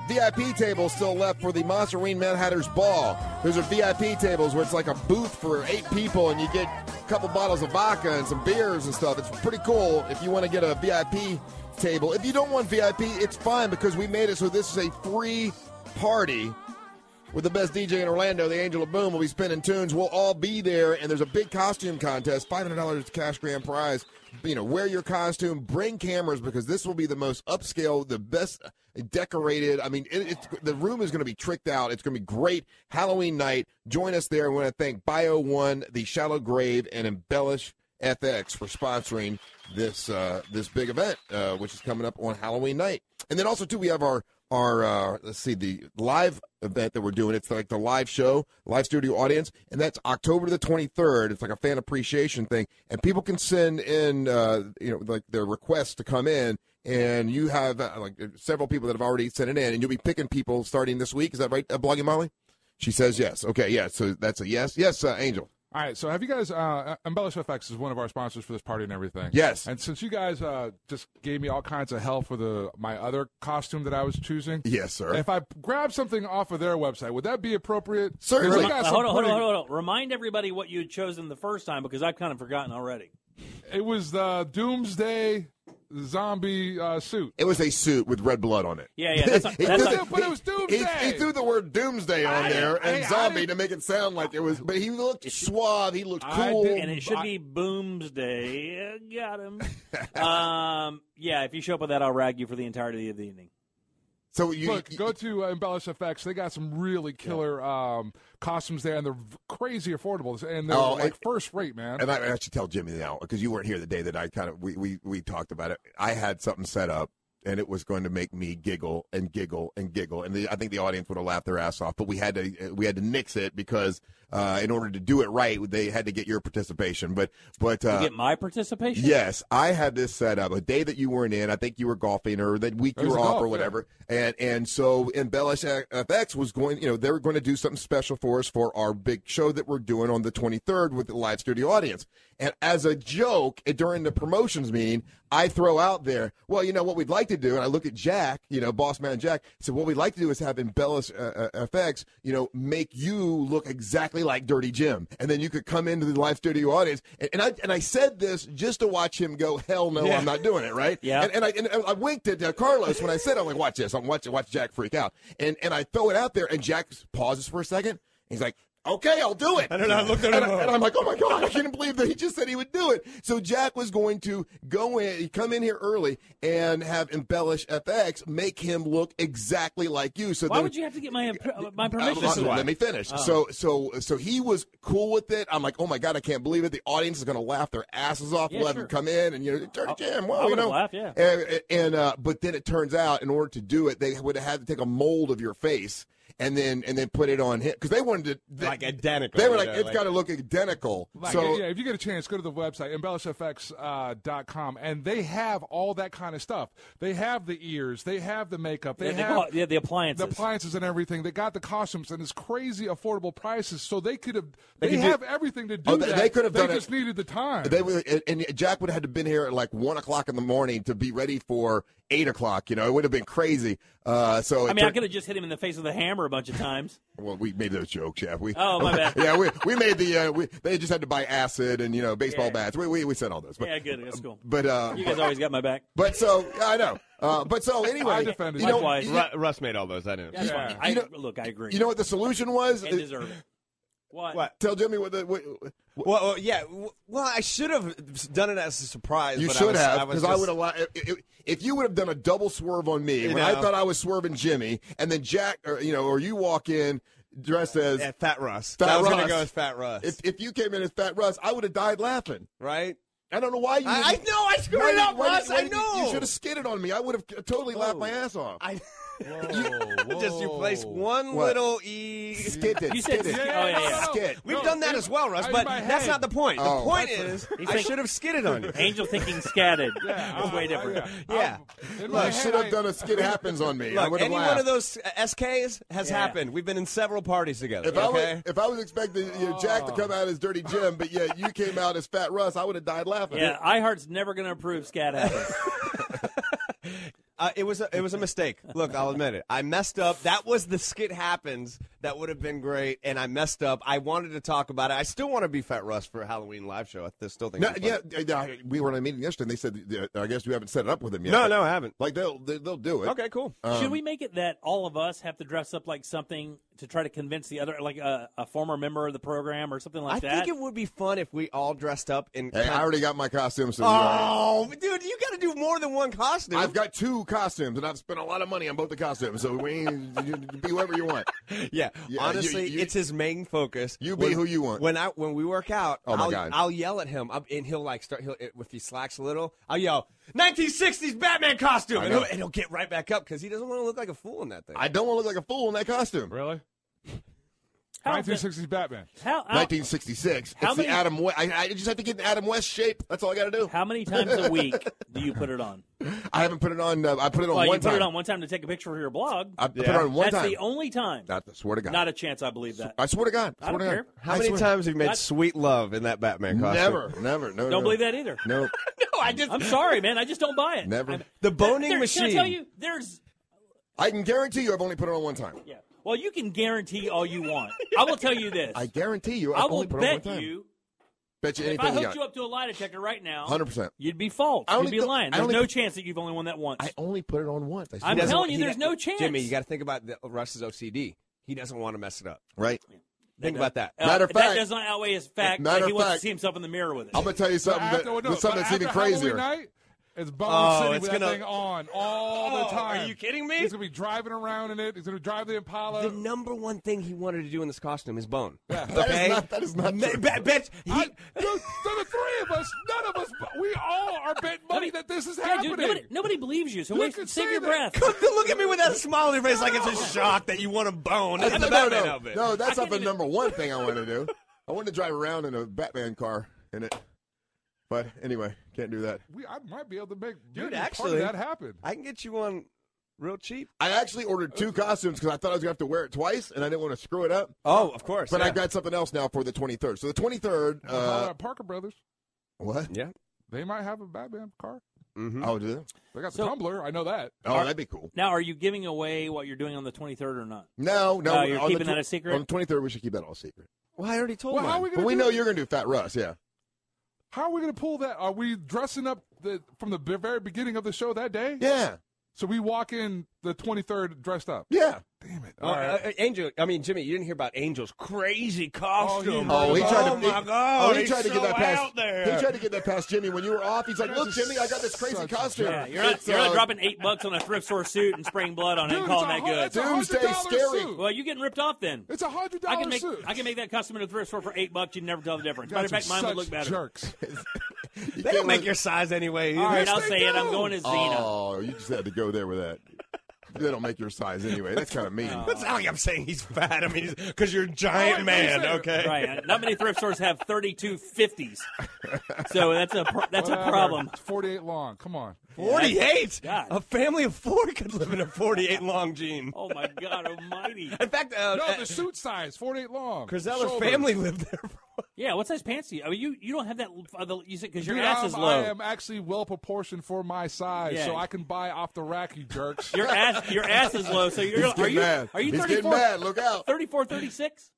[SPEAKER 2] VIP tables still left for the Monsterine Mad Hatter's Ball. Those are VIP tables where it's like a booth for eight people, and you get a couple bottles of vodka and some beers and stuff. It's pretty cool if you want to get a VIP table. If you don't want VIP, it's fine because we made it so this is a free party with the best DJ in Orlando, the Angel of Boom, will be spinning tunes. We'll all be there, and there's a big costume contest, five hundred dollars cash grand prize. You know, wear your costume, bring cameras because this will be the most upscale, the best decorated. I mean, it, it's, the room is going to be tricked out. It's going to be great Halloween night. Join us there. We want to thank Bio One, the Shallow Grave, and Embellish FX for sponsoring this uh, this big event, uh, which is coming up on Halloween night. And then also too, we have our our uh, let's see the live event that we're doing. It's like the live show, live studio audience, and that's October the twenty third. It's like a fan appreciation thing, and people can send in uh, you know like their requests to come in. And you have uh, like several people that have already sent it in, and you'll be picking people starting this week. Is that right, uh, Bloggy Molly? She says yes. Okay, yeah. So that's a yes. Yes, uh, Angel.
[SPEAKER 5] All right, so have you guys? Uh, Embellish FX is one of our sponsors for this party and everything.
[SPEAKER 2] Yes.
[SPEAKER 5] And since you guys uh, just gave me all kinds of hell for the my other costume that I was choosing,
[SPEAKER 2] Yes, sir.
[SPEAKER 5] if I grab something off of their website, would that be appropriate? 'Cause
[SPEAKER 3] Remi-
[SPEAKER 5] they got some
[SPEAKER 3] hold, on, hold on,
[SPEAKER 5] pretty-
[SPEAKER 3] hold on, hold on. Remind everybody what you had chosen the first time because I've kind of forgotten already.
[SPEAKER 5] It was the Doomsday zombie uh, suit.
[SPEAKER 2] It was a suit with red blood on it.
[SPEAKER 3] Yeah,
[SPEAKER 2] He threw-
[SPEAKER 5] but it was
[SPEAKER 2] he,
[SPEAKER 5] Doomsday.
[SPEAKER 2] he threw the word doomsday on
[SPEAKER 5] I-
[SPEAKER 2] there
[SPEAKER 5] I-
[SPEAKER 2] and
[SPEAKER 5] I
[SPEAKER 2] zombie
[SPEAKER 5] didn't-
[SPEAKER 2] to make it sound like it was. But he looked suave. He looked
[SPEAKER 3] I
[SPEAKER 2] cool.
[SPEAKER 3] did- and it should be Boomsday. Uh, Got him. um, yeah, if you show up with that, I'll rag you for the entirety of the evening.
[SPEAKER 2] So
[SPEAKER 5] look, go to uh, Embellish FX. They got some really killer um, costumes there, and they're v- crazy affordable, and they're
[SPEAKER 2] Oh,
[SPEAKER 5] like
[SPEAKER 2] and-
[SPEAKER 5] first rate, man.
[SPEAKER 2] And I, I should tell Jimmy now because you weren't here the day that I kind of we, we we talked about it. I had something set up and it was going to make me giggle and giggle and giggle, and the, I think the audience would have laughed their ass off. But we had to we had to nix it because uh, in order to do it right, they had to get your participation. But but uh,
[SPEAKER 3] you get my participation?
[SPEAKER 2] Yes, I had this set up a day that you weren't in. I think you were golfing, or that week
[SPEAKER 3] It
[SPEAKER 2] you
[SPEAKER 3] was
[SPEAKER 2] were off,
[SPEAKER 3] golf,
[SPEAKER 2] or whatever. And and so Embellish FX was going. You know, they were going to do something special for us for our big show that we're doing on the 23rd with the live studio audience. And as a joke eh, during the promotions meeting, I throw out there, well, you know what we'd like to do, and I look at Jack, you know, boss man Jack. So what we'd like to do is have Embellish uh, uh, FX, you know, make you look exactly like Dirty Jim, and then you could come into the live studio audience. And, and I and I said this just to watch him go, hell no,
[SPEAKER 3] Yeah.
[SPEAKER 2] I'm not doing it, right?
[SPEAKER 3] Yeah.
[SPEAKER 2] And, and I and I winked at uh, Carlos when I said, I'm like, watch this, I'm watching, watch Jack freak out, and and I throw it out there, and Jack pauses for a second. He's like. Okay, I'll do it.
[SPEAKER 7] And then I looked at
[SPEAKER 2] And
[SPEAKER 7] him,
[SPEAKER 2] I- and I'm like, oh my god, I couldn't believe that he just said he would do it. So Jack was going to go in, come in here early, and have embellish FX make him look exactly like you. So
[SPEAKER 3] Why
[SPEAKER 2] then-
[SPEAKER 3] would you have to get my imp- my
[SPEAKER 2] uh,
[SPEAKER 3] permission?
[SPEAKER 2] let-
[SPEAKER 3] for that?
[SPEAKER 2] let me finish.
[SPEAKER 3] Oh.
[SPEAKER 2] So so so he was cool with it. I'm like, oh my god, I can't believe it. The audience is gonna laugh their asses off.
[SPEAKER 3] Yeah,
[SPEAKER 2] we'll have
[SPEAKER 3] sure.
[SPEAKER 2] him come in and you know, Dirty Jim.
[SPEAKER 3] I
[SPEAKER 2] Well, you
[SPEAKER 3] would've
[SPEAKER 2] know,
[SPEAKER 3] laughed, yeah.
[SPEAKER 2] And, and, uh, but then it turns out, in order to do it, they would have had to take a mold of your face and then and then put it on him because they wanted to they,
[SPEAKER 7] Like identical,
[SPEAKER 2] They were
[SPEAKER 7] you
[SPEAKER 2] like,
[SPEAKER 7] know,
[SPEAKER 2] it's
[SPEAKER 7] like-
[SPEAKER 2] got to look identical.
[SPEAKER 5] Like,
[SPEAKER 2] so
[SPEAKER 5] yeah, if you get a chance, go to the website embellishfx.com, and they have all that kind of stuff. They have the ears, they have the makeup, they
[SPEAKER 3] Yeah, they
[SPEAKER 5] have
[SPEAKER 3] call it- yeah, the appliances.
[SPEAKER 5] the appliances and everything. They got the costumes and it's crazy affordable prices, so they could have
[SPEAKER 2] They
[SPEAKER 5] they,
[SPEAKER 2] could do-
[SPEAKER 5] have everything to do.
[SPEAKER 2] Oh, they-
[SPEAKER 5] that.
[SPEAKER 2] they could have done it-
[SPEAKER 5] just needed the time.
[SPEAKER 2] They would, and- and Jack would have had to been here at like one o'clock in the morning to be ready for eight o'clock. You know, it would have been crazy. Uh, so it
[SPEAKER 3] I mean, I
[SPEAKER 2] turned-
[SPEAKER 3] could have just hit him in the face with a hammer a bunch of times.
[SPEAKER 2] Well, we made those jokes, yeah. We,
[SPEAKER 3] Oh, my bad.
[SPEAKER 2] yeah, we, we made the. Uh, we, they just had to buy acid and you know baseball bats. We, we we said all those, but
[SPEAKER 3] yeah, good. That's cool.
[SPEAKER 2] but uh,
[SPEAKER 3] you guys always got my back.
[SPEAKER 2] but so I know. Uh, but so anyway, you know,
[SPEAKER 3] Likewise.
[SPEAKER 2] you-
[SPEAKER 7] Russ made all those. I didn't.
[SPEAKER 3] That's fine. I, look, I agree.
[SPEAKER 2] you know what the solution was? Uh,
[SPEAKER 3] And deserve it. What?
[SPEAKER 2] Tell Jimmy what the. What,
[SPEAKER 7] well, well, yeah. w- Well, I should have done it as a surprise.
[SPEAKER 2] You
[SPEAKER 7] but
[SPEAKER 2] should
[SPEAKER 7] I was,
[SPEAKER 2] have,
[SPEAKER 7] I was
[SPEAKER 2] because I,
[SPEAKER 7] just-
[SPEAKER 2] would have. li- If, if- if you would have done a double swerve on me,
[SPEAKER 7] You
[SPEAKER 2] when I
[SPEAKER 7] know.
[SPEAKER 2] thought I was swerving Jimmy, and then Jack, or you know, or you walk in dressed as
[SPEAKER 7] Yeah, Fat Russ.
[SPEAKER 2] Fat
[SPEAKER 7] I was
[SPEAKER 2] Russ.
[SPEAKER 7] gonna go with Fat Russ.
[SPEAKER 2] If, if you came in as Fat Russ, I would have died laughing.
[SPEAKER 7] Right.
[SPEAKER 2] I don't know why you.
[SPEAKER 7] I- I
[SPEAKER 2] didn't-
[SPEAKER 7] know, I screwed
[SPEAKER 2] why
[SPEAKER 7] it
[SPEAKER 2] did-
[SPEAKER 7] up,
[SPEAKER 2] why did-
[SPEAKER 7] Russ,
[SPEAKER 2] why
[SPEAKER 7] I
[SPEAKER 2] did you- You
[SPEAKER 7] know.
[SPEAKER 2] should have skidded on me. I would have totally laughed my ass off.
[SPEAKER 7] I just you place one
[SPEAKER 2] What?
[SPEAKER 7] little e.
[SPEAKER 2] Skidded, You said skidded. skid-
[SPEAKER 3] oh, yeah, yeah.
[SPEAKER 2] Skid.
[SPEAKER 7] We've
[SPEAKER 2] No,
[SPEAKER 7] done that
[SPEAKER 2] in-
[SPEAKER 7] as well, Russ,
[SPEAKER 2] in
[SPEAKER 7] but
[SPEAKER 2] my
[SPEAKER 7] that's
[SPEAKER 2] head.
[SPEAKER 7] not the point. The
[SPEAKER 2] Oh.
[SPEAKER 7] point
[SPEAKER 2] That's
[SPEAKER 7] is,
[SPEAKER 2] what- He's
[SPEAKER 7] I
[SPEAKER 2] like-
[SPEAKER 7] should have skidded on you.
[SPEAKER 3] Angel thinking scattered. it's way different.
[SPEAKER 2] Oh,
[SPEAKER 7] Yeah.
[SPEAKER 2] I should have done a skid happens on me. I
[SPEAKER 7] Look,
[SPEAKER 2] would have
[SPEAKER 7] any
[SPEAKER 2] laughed.
[SPEAKER 7] one of those uh, SKs has
[SPEAKER 2] Yeah.
[SPEAKER 7] happened. We've been in several parties together.
[SPEAKER 2] If I
[SPEAKER 7] okay? Oh.
[SPEAKER 2] was if I was expecting you know, Jack to come out as Dirty Jim, but yet you came out as Fat Russ, I would have died laughing.
[SPEAKER 3] Yeah, iHeart's never going to approve scat happens.
[SPEAKER 7] Uh, it was a, it was a mistake. Look, I'll admit it. I messed up. That was the skit happens. That would have been great, and I messed up. I wanted to talk about it. I still want to be Fat Russ for a Halloween live show. I th- still think.
[SPEAKER 2] No,
[SPEAKER 7] it'd be
[SPEAKER 2] yeah,
[SPEAKER 7] fun.
[SPEAKER 2] yeah, we were in a meeting yesterday, and they said, "I guess you haven't set it up with them yet."
[SPEAKER 7] No, no, I haven't.
[SPEAKER 2] Like they'll they- they'll do it.
[SPEAKER 7] Okay, cool.
[SPEAKER 2] Um,
[SPEAKER 3] Should we make it that all of us have to dress up like something to try to convince the other, like a, a former member of the program or something like
[SPEAKER 7] I
[SPEAKER 3] that?
[SPEAKER 7] think it would be fun if we all dressed up in.
[SPEAKER 2] Hey, I already got my costume. So you're all
[SPEAKER 7] Oh, dude, you got to do more than one costume.
[SPEAKER 2] right. uh, I've got two costumes, and I've spent a lot of money on both the costumes. So we you- you be whoever you want.
[SPEAKER 7] Yeah,
[SPEAKER 2] you-
[SPEAKER 7] honestly,
[SPEAKER 2] you-
[SPEAKER 7] it's his main focus.
[SPEAKER 2] You be
[SPEAKER 7] When-
[SPEAKER 2] who you want.
[SPEAKER 7] When I when we work out,
[SPEAKER 2] Oh, my
[SPEAKER 7] I'll,
[SPEAKER 2] God.
[SPEAKER 7] I'll yell at him, i and he'll like start. He'll if he slacks a little, I'll yell 1960s Batman costume,
[SPEAKER 2] I
[SPEAKER 7] and
[SPEAKER 2] know.
[SPEAKER 7] he'll, and he'll get right back up because he doesn't want to look like a fool in that thing.
[SPEAKER 2] I don't want to look like a fool in that costume.
[SPEAKER 5] Really? 1960s Batman.
[SPEAKER 3] How,
[SPEAKER 2] 1966.
[SPEAKER 3] How
[SPEAKER 2] it's the
[SPEAKER 3] many-
[SPEAKER 2] Adam. We- I, I just have to get in Adam West shape. That's all I got to do.
[SPEAKER 3] How many times a week do you put it on?
[SPEAKER 2] I haven't put it on. Uh, I put it on
[SPEAKER 3] well,
[SPEAKER 2] one
[SPEAKER 3] you put
[SPEAKER 2] time.
[SPEAKER 3] it on one time to take a picture for your blog.
[SPEAKER 2] I- I put it on one
[SPEAKER 3] That's
[SPEAKER 2] time.
[SPEAKER 3] the only time.
[SPEAKER 2] I swear to God.
[SPEAKER 3] Not a chance I believe that.
[SPEAKER 2] I swear to God.
[SPEAKER 3] I don't
[SPEAKER 2] swear to
[SPEAKER 3] care.
[SPEAKER 2] God.
[SPEAKER 7] How
[SPEAKER 2] I
[SPEAKER 7] many
[SPEAKER 2] swear-
[SPEAKER 7] times have you made
[SPEAKER 2] That's-
[SPEAKER 7] sweet love in that Batman costume?
[SPEAKER 2] Never, never, no.
[SPEAKER 3] Don't
[SPEAKER 2] no.
[SPEAKER 3] believe that either.
[SPEAKER 2] No,
[SPEAKER 7] No, I just.
[SPEAKER 3] I'm sorry, man. I just don't buy it.
[SPEAKER 2] never.
[SPEAKER 7] The boning
[SPEAKER 3] There-
[SPEAKER 7] machine.
[SPEAKER 3] Can I tell you? There's.
[SPEAKER 2] I can guarantee you, I've only put it on one time.
[SPEAKER 3] Yeah. Well, you can guarantee all you want. I will tell you this.
[SPEAKER 2] I guarantee you, I've
[SPEAKER 3] I will
[SPEAKER 2] only put it on one
[SPEAKER 3] bet
[SPEAKER 2] time.
[SPEAKER 3] you.
[SPEAKER 2] bet you
[SPEAKER 3] If I
[SPEAKER 2] anything you
[SPEAKER 3] hooked
[SPEAKER 2] got.
[SPEAKER 3] you up to a lie detector right now,
[SPEAKER 2] 100%.
[SPEAKER 3] Oh, you'd be false.
[SPEAKER 2] I
[SPEAKER 3] You'd
[SPEAKER 2] only
[SPEAKER 3] be
[SPEAKER 2] put-
[SPEAKER 3] lying.
[SPEAKER 2] I
[SPEAKER 3] There's
[SPEAKER 2] only
[SPEAKER 3] no
[SPEAKER 2] put-
[SPEAKER 3] chance that you've only won that once.
[SPEAKER 2] I only put it on once. I
[SPEAKER 3] I'm
[SPEAKER 2] swear.
[SPEAKER 3] telling
[SPEAKER 7] He
[SPEAKER 3] you, there's
[SPEAKER 7] doesn't-
[SPEAKER 3] no chance.
[SPEAKER 7] Jimmy, you got to think about the, Russ's OCD. He doesn't want to mess it up.
[SPEAKER 2] right.
[SPEAKER 7] Think about that.
[SPEAKER 3] Uh,
[SPEAKER 2] Matter of
[SPEAKER 3] that
[SPEAKER 2] fact-
[SPEAKER 3] does not outweigh his fact
[SPEAKER 2] Matter
[SPEAKER 3] that he
[SPEAKER 2] of
[SPEAKER 3] wants to
[SPEAKER 2] fact-
[SPEAKER 3] see himself in the mirror with it.
[SPEAKER 2] I'm gonna tell you something
[SPEAKER 5] But
[SPEAKER 2] that,
[SPEAKER 5] after- no,
[SPEAKER 2] that's something
[SPEAKER 5] but
[SPEAKER 2] that's even
[SPEAKER 5] after Halloween
[SPEAKER 2] crazier.
[SPEAKER 5] Night, it's Bone
[SPEAKER 7] Oh,
[SPEAKER 5] City
[SPEAKER 7] it's
[SPEAKER 5] with
[SPEAKER 7] gonna-
[SPEAKER 5] that thing on all
[SPEAKER 7] Oh,
[SPEAKER 5] the
[SPEAKER 7] are
[SPEAKER 5] time.
[SPEAKER 7] you kidding me?
[SPEAKER 5] He's gonna be driving around in it. He's gonna drive the Impala.
[SPEAKER 7] The number one thing he wanted to do in this costume is bone.
[SPEAKER 2] That is
[SPEAKER 7] Okay?
[SPEAKER 2] not. That is not.
[SPEAKER 7] Ma-
[SPEAKER 2] true.
[SPEAKER 7] bet- bet- he-
[SPEAKER 5] I, dude, so the three of us, none of us, we all are betting money that this is
[SPEAKER 3] Yeah,
[SPEAKER 5] happening.
[SPEAKER 3] dude, nobody, nobody believes you, so
[SPEAKER 5] You
[SPEAKER 3] wait,
[SPEAKER 5] could
[SPEAKER 3] save
[SPEAKER 5] say
[SPEAKER 3] your
[SPEAKER 5] that.
[SPEAKER 3] breath.
[SPEAKER 7] Come to look at me with that smile on your face like it's a shock that you want a bone in the
[SPEAKER 2] no, no,
[SPEAKER 7] Batman
[SPEAKER 2] no,
[SPEAKER 7] outfit.
[SPEAKER 2] no, that's
[SPEAKER 3] I
[SPEAKER 2] not the
[SPEAKER 3] can't even-
[SPEAKER 2] number one thing I want to do. I want to drive around in a Batman car in it. But anyway, can't do that.
[SPEAKER 5] we, I might be able to make
[SPEAKER 7] Dude,
[SPEAKER 5] maybe
[SPEAKER 7] actually-
[SPEAKER 5] part of that happen.
[SPEAKER 7] I can get you one real cheap.
[SPEAKER 2] I actually ordered two costumes because I thought I was gonna have to wear it twice, and I didn't want to screw it up.
[SPEAKER 7] Oh, of course.
[SPEAKER 2] But
[SPEAKER 7] yeah.
[SPEAKER 2] I got something else now for the 23rd. So the 23rd.
[SPEAKER 5] I'll holler
[SPEAKER 2] Uh,
[SPEAKER 5] at Parker Brothers,
[SPEAKER 2] what?
[SPEAKER 7] Yeah.
[SPEAKER 5] they might have a Batman car.
[SPEAKER 7] Mm-hmm.
[SPEAKER 2] Oh, do they?
[SPEAKER 5] They got the
[SPEAKER 3] So-
[SPEAKER 5] tumbler. I know that.
[SPEAKER 2] Oh, that'd be cool.
[SPEAKER 3] Now, are you giving away what you're doing on the 23rd or not?
[SPEAKER 2] No, no.
[SPEAKER 3] Oh, you're
[SPEAKER 2] on the
[SPEAKER 3] keeping that a secret?
[SPEAKER 2] On the 23rd, we should keep that all secret.
[SPEAKER 7] Well, I already told
[SPEAKER 5] Well, how are
[SPEAKER 7] mine.
[SPEAKER 5] we gonna?
[SPEAKER 2] But we
[SPEAKER 5] do
[SPEAKER 2] know
[SPEAKER 5] that?
[SPEAKER 2] you're gonna do Fat Russ, yeah.
[SPEAKER 5] How are we gonna pull that? Are we dressing up the from the be- very beginning of the show that day?
[SPEAKER 2] Yeah,
[SPEAKER 5] So we walk in the 23rd dressed up.
[SPEAKER 2] yeah.
[SPEAKER 5] Damn it!
[SPEAKER 7] Uh,
[SPEAKER 5] All right.
[SPEAKER 7] uh, Angel, I mean Jimmy, you didn't hear about Angel's crazy costume.
[SPEAKER 2] Oh, he tried
[SPEAKER 7] Oh,
[SPEAKER 2] to.
[SPEAKER 7] my
[SPEAKER 2] he,
[SPEAKER 7] God!
[SPEAKER 2] oh, he
[SPEAKER 7] it's
[SPEAKER 2] tried to
[SPEAKER 7] so
[SPEAKER 2] get that past.
[SPEAKER 7] out there.
[SPEAKER 2] He tried to get that past Jimmy when you were off. He's like,
[SPEAKER 5] That's
[SPEAKER 2] "Look,
[SPEAKER 5] just
[SPEAKER 2] Jimmy, I got this crazy
[SPEAKER 5] such a
[SPEAKER 2] costume.
[SPEAKER 5] jerk.
[SPEAKER 3] Yeah, you're not,
[SPEAKER 2] It's,
[SPEAKER 3] you're not
[SPEAKER 2] uh,
[SPEAKER 3] dropping eight bucks on a thrift store suit and spraying blood on it
[SPEAKER 5] Dude,
[SPEAKER 3] and
[SPEAKER 5] it's
[SPEAKER 3] calling
[SPEAKER 5] a
[SPEAKER 3] that
[SPEAKER 5] hu-
[SPEAKER 3] good.
[SPEAKER 5] it's a hundred
[SPEAKER 2] Doomsday
[SPEAKER 5] dollar
[SPEAKER 2] scary.
[SPEAKER 5] suit.
[SPEAKER 3] Well, you're getting ripped off then.
[SPEAKER 5] It's a hundred
[SPEAKER 3] I
[SPEAKER 5] dollar
[SPEAKER 3] can make
[SPEAKER 5] suit.
[SPEAKER 3] I can make that custom in a thrift store for eight bucks. You'd never tell the difference. Matter
[SPEAKER 5] Guys
[SPEAKER 3] of
[SPEAKER 5] are
[SPEAKER 3] fact, mine
[SPEAKER 5] such
[SPEAKER 3] would look better.
[SPEAKER 5] Jerks.
[SPEAKER 2] you
[SPEAKER 7] They
[SPEAKER 2] can't
[SPEAKER 7] don't make
[SPEAKER 2] let-
[SPEAKER 7] your size anyway.
[SPEAKER 3] All right,
[SPEAKER 5] Yes,
[SPEAKER 3] I'll
[SPEAKER 5] they
[SPEAKER 3] say it. I'm
[SPEAKER 5] do.
[SPEAKER 3] going to Xena.
[SPEAKER 2] Oh, you just had to go there with that. They don't make your size anyway. That's kind of mean.
[SPEAKER 7] It's not like I'm saying he's fat. I mean, because you're a
[SPEAKER 5] Oh,
[SPEAKER 7] giant
[SPEAKER 5] wait,
[SPEAKER 7] man,
[SPEAKER 5] wait a second.
[SPEAKER 7] okay?
[SPEAKER 3] Right, uh, not many thrift stores have 3250s, so that's a pro- that's
[SPEAKER 5] Whatever.
[SPEAKER 3] a problem.
[SPEAKER 5] It's 48 long. Come on.
[SPEAKER 7] 48?
[SPEAKER 3] God.
[SPEAKER 7] A family of four could live in a 48 long jean.
[SPEAKER 3] Oh my God, Almighty!
[SPEAKER 7] In fact, uh,
[SPEAKER 5] No,
[SPEAKER 7] uh,
[SPEAKER 5] the suit size, 48 long.
[SPEAKER 7] Crizella's
[SPEAKER 5] Shoulder.
[SPEAKER 7] family lived there. For,
[SPEAKER 3] Yeah, what size pants do you? I mean, you you don't have that. Uh, the, you said because your
[SPEAKER 5] Dude,
[SPEAKER 3] ass
[SPEAKER 5] I'm-
[SPEAKER 3] is
[SPEAKER 5] I
[SPEAKER 3] low.
[SPEAKER 5] am actually well proportioned for my size,
[SPEAKER 3] Yeah.
[SPEAKER 5] so I can buy off the rack, you jerks.
[SPEAKER 3] Your ass, your ass is low. So you're
[SPEAKER 2] He's
[SPEAKER 3] are
[SPEAKER 2] getting
[SPEAKER 3] you
[SPEAKER 2] mad.
[SPEAKER 3] are you
[SPEAKER 2] He's
[SPEAKER 3] 34,
[SPEAKER 2] getting mad. Look out.
[SPEAKER 3] 34, 36,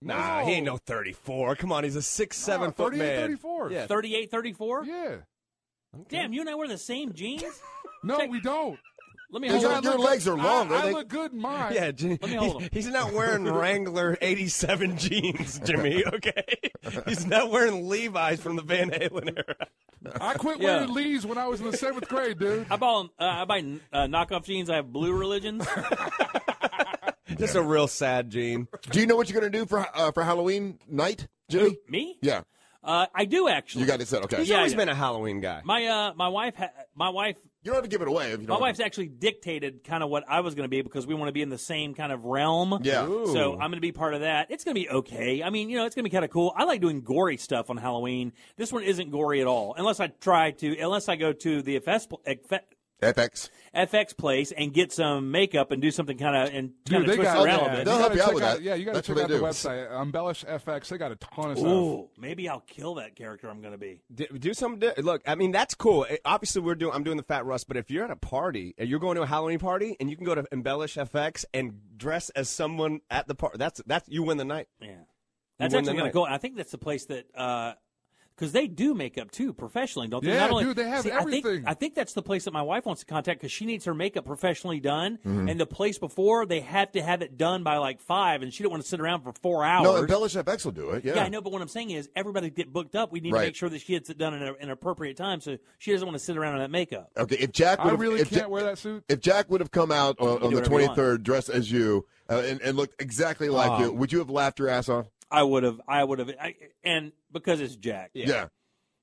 [SPEAKER 7] nah,
[SPEAKER 5] No.
[SPEAKER 7] he ain't no 34. Come on, he's a six, seven
[SPEAKER 5] No,
[SPEAKER 7] foot
[SPEAKER 5] 38,
[SPEAKER 7] man.
[SPEAKER 5] 34.
[SPEAKER 7] Yeah.
[SPEAKER 3] 38, 34?
[SPEAKER 5] Yeah.
[SPEAKER 3] Damn, you and I wear the same jeans.
[SPEAKER 5] No,
[SPEAKER 3] Check-
[SPEAKER 5] we don't.
[SPEAKER 3] Let me
[SPEAKER 2] Your-
[SPEAKER 3] hold
[SPEAKER 2] your-
[SPEAKER 3] on.
[SPEAKER 2] your
[SPEAKER 3] Look,
[SPEAKER 2] legs are
[SPEAKER 3] I-
[SPEAKER 2] longer.
[SPEAKER 3] I
[SPEAKER 2] They-
[SPEAKER 3] look good in mine.
[SPEAKER 7] Yeah, Jim,
[SPEAKER 3] Let me hold
[SPEAKER 7] he's-
[SPEAKER 3] him.
[SPEAKER 7] He's not wearing Wrangler 87 jeans, Jimmy, okay? He's not wearing Levi's from the Van Halen era.
[SPEAKER 5] I quit
[SPEAKER 3] Yeah.
[SPEAKER 5] wearing leaves when I was in the seventh grade, dude.
[SPEAKER 3] I buy, uh, I buy uh, knockoff jeans. I have blue religions.
[SPEAKER 7] Just a real sad gene.
[SPEAKER 2] Do you know what you're going to do for uh, for Halloween night, Jimmy?
[SPEAKER 3] Me?
[SPEAKER 2] Yeah.
[SPEAKER 3] Uh, I do actually.
[SPEAKER 2] You got it set. Okay.
[SPEAKER 3] He's Yeah, always yeah. been
[SPEAKER 7] a Halloween guy.
[SPEAKER 3] My uh, my wife, ha- my wife.
[SPEAKER 2] You don't have to give it away. If you
[SPEAKER 3] my
[SPEAKER 2] don't
[SPEAKER 3] wife's actually dictated kind of what I was going to be because we want to be in the same kind of realm.
[SPEAKER 2] Yeah. Ooh.
[SPEAKER 3] So I'm going to be part of that. It's going to be okay. I mean, you know, it's going to be kind of cool. I like doing gory stuff on Halloween. This one isn't gory at all, unless I try to, unless I go to the FS, pl- FX
[SPEAKER 2] FX
[SPEAKER 3] FX place and get some makeup and do something kind of and
[SPEAKER 5] Dude,
[SPEAKER 3] kind of
[SPEAKER 5] they
[SPEAKER 3] twist
[SPEAKER 5] got,
[SPEAKER 3] it around a bit.
[SPEAKER 5] you gotta check Yeah, you got to check out the website, Embellish FX. They got a ton of
[SPEAKER 3] Ooh, maybe I'll kill that character I'm going to be.
[SPEAKER 7] D- Do some di- look. I mean, that's cool. It- obviously, we're doing. I'm doing the Fat Rust, but if you're at a party and you're going to a Halloween party and you can go to Embellish FX and dress as someone at the party, that's that's you win the night.
[SPEAKER 3] Yeah, That's
[SPEAKER 7] You win the
[SPEAKER 3] actually going to
[SPEAKER 7] night.
[SPEAKER 3] go. I think that's the place that because they do makeup too professionally, don't they?
[SPEAKER 5] Yeah,
[SPEAKER 3] Not only-
[SPEAKER 5] dude, they have
[SPEAKER 3] See, I think,
[SPEAKER 5] everything.
[SPEAKER 3] I think that's the place that my wife wants to contact because she needs her makeup professionally done,
[SPEAKER 2] Mhm.
[SPEAKER 3] and the place before they have to have it done by like five, and she don't want to sit around for four hours.
[SPEAKER 2] No, embellish FX will do it. Yeah.
[SPEAKER 3] I know, but what I'm saying is everybody get booked up. We need
[SPEAKER 2] Right.
[SPEAKER 3] to make sure that she gets it done in a, an appropriate time, so she doesn't want to sit around in that makeup.
[SPEAKER 2] Okay, if Jack
[SPEAKER 3] I
[SPEAKER 2] would have,
[SPEAKER 3] really
[SPEAKER 2] if
[SPEAKER 3] can't
[SPEAKER 2] Ja-
[SPEAKER 3] wear that suit.
[SPEAKER 2] If Jack would have come out on,
[SPEAKER 3] can
[SPEAKER 2] on
[SPEAKER 3] do
[SPEAKER 2] the
[SPEAKER 3] whatever you want.
[SPEAKER 2] 23rd dressed as you uh, and, and looked exactly like
[SPEAKER 3] Oh.
[SPEAKER 2] you, would you have laughed your ass off?
[SPEAKER 3] I would have. I would have. I, and because it's Jack,
[SPEAKER 2] Yeah. Yeah.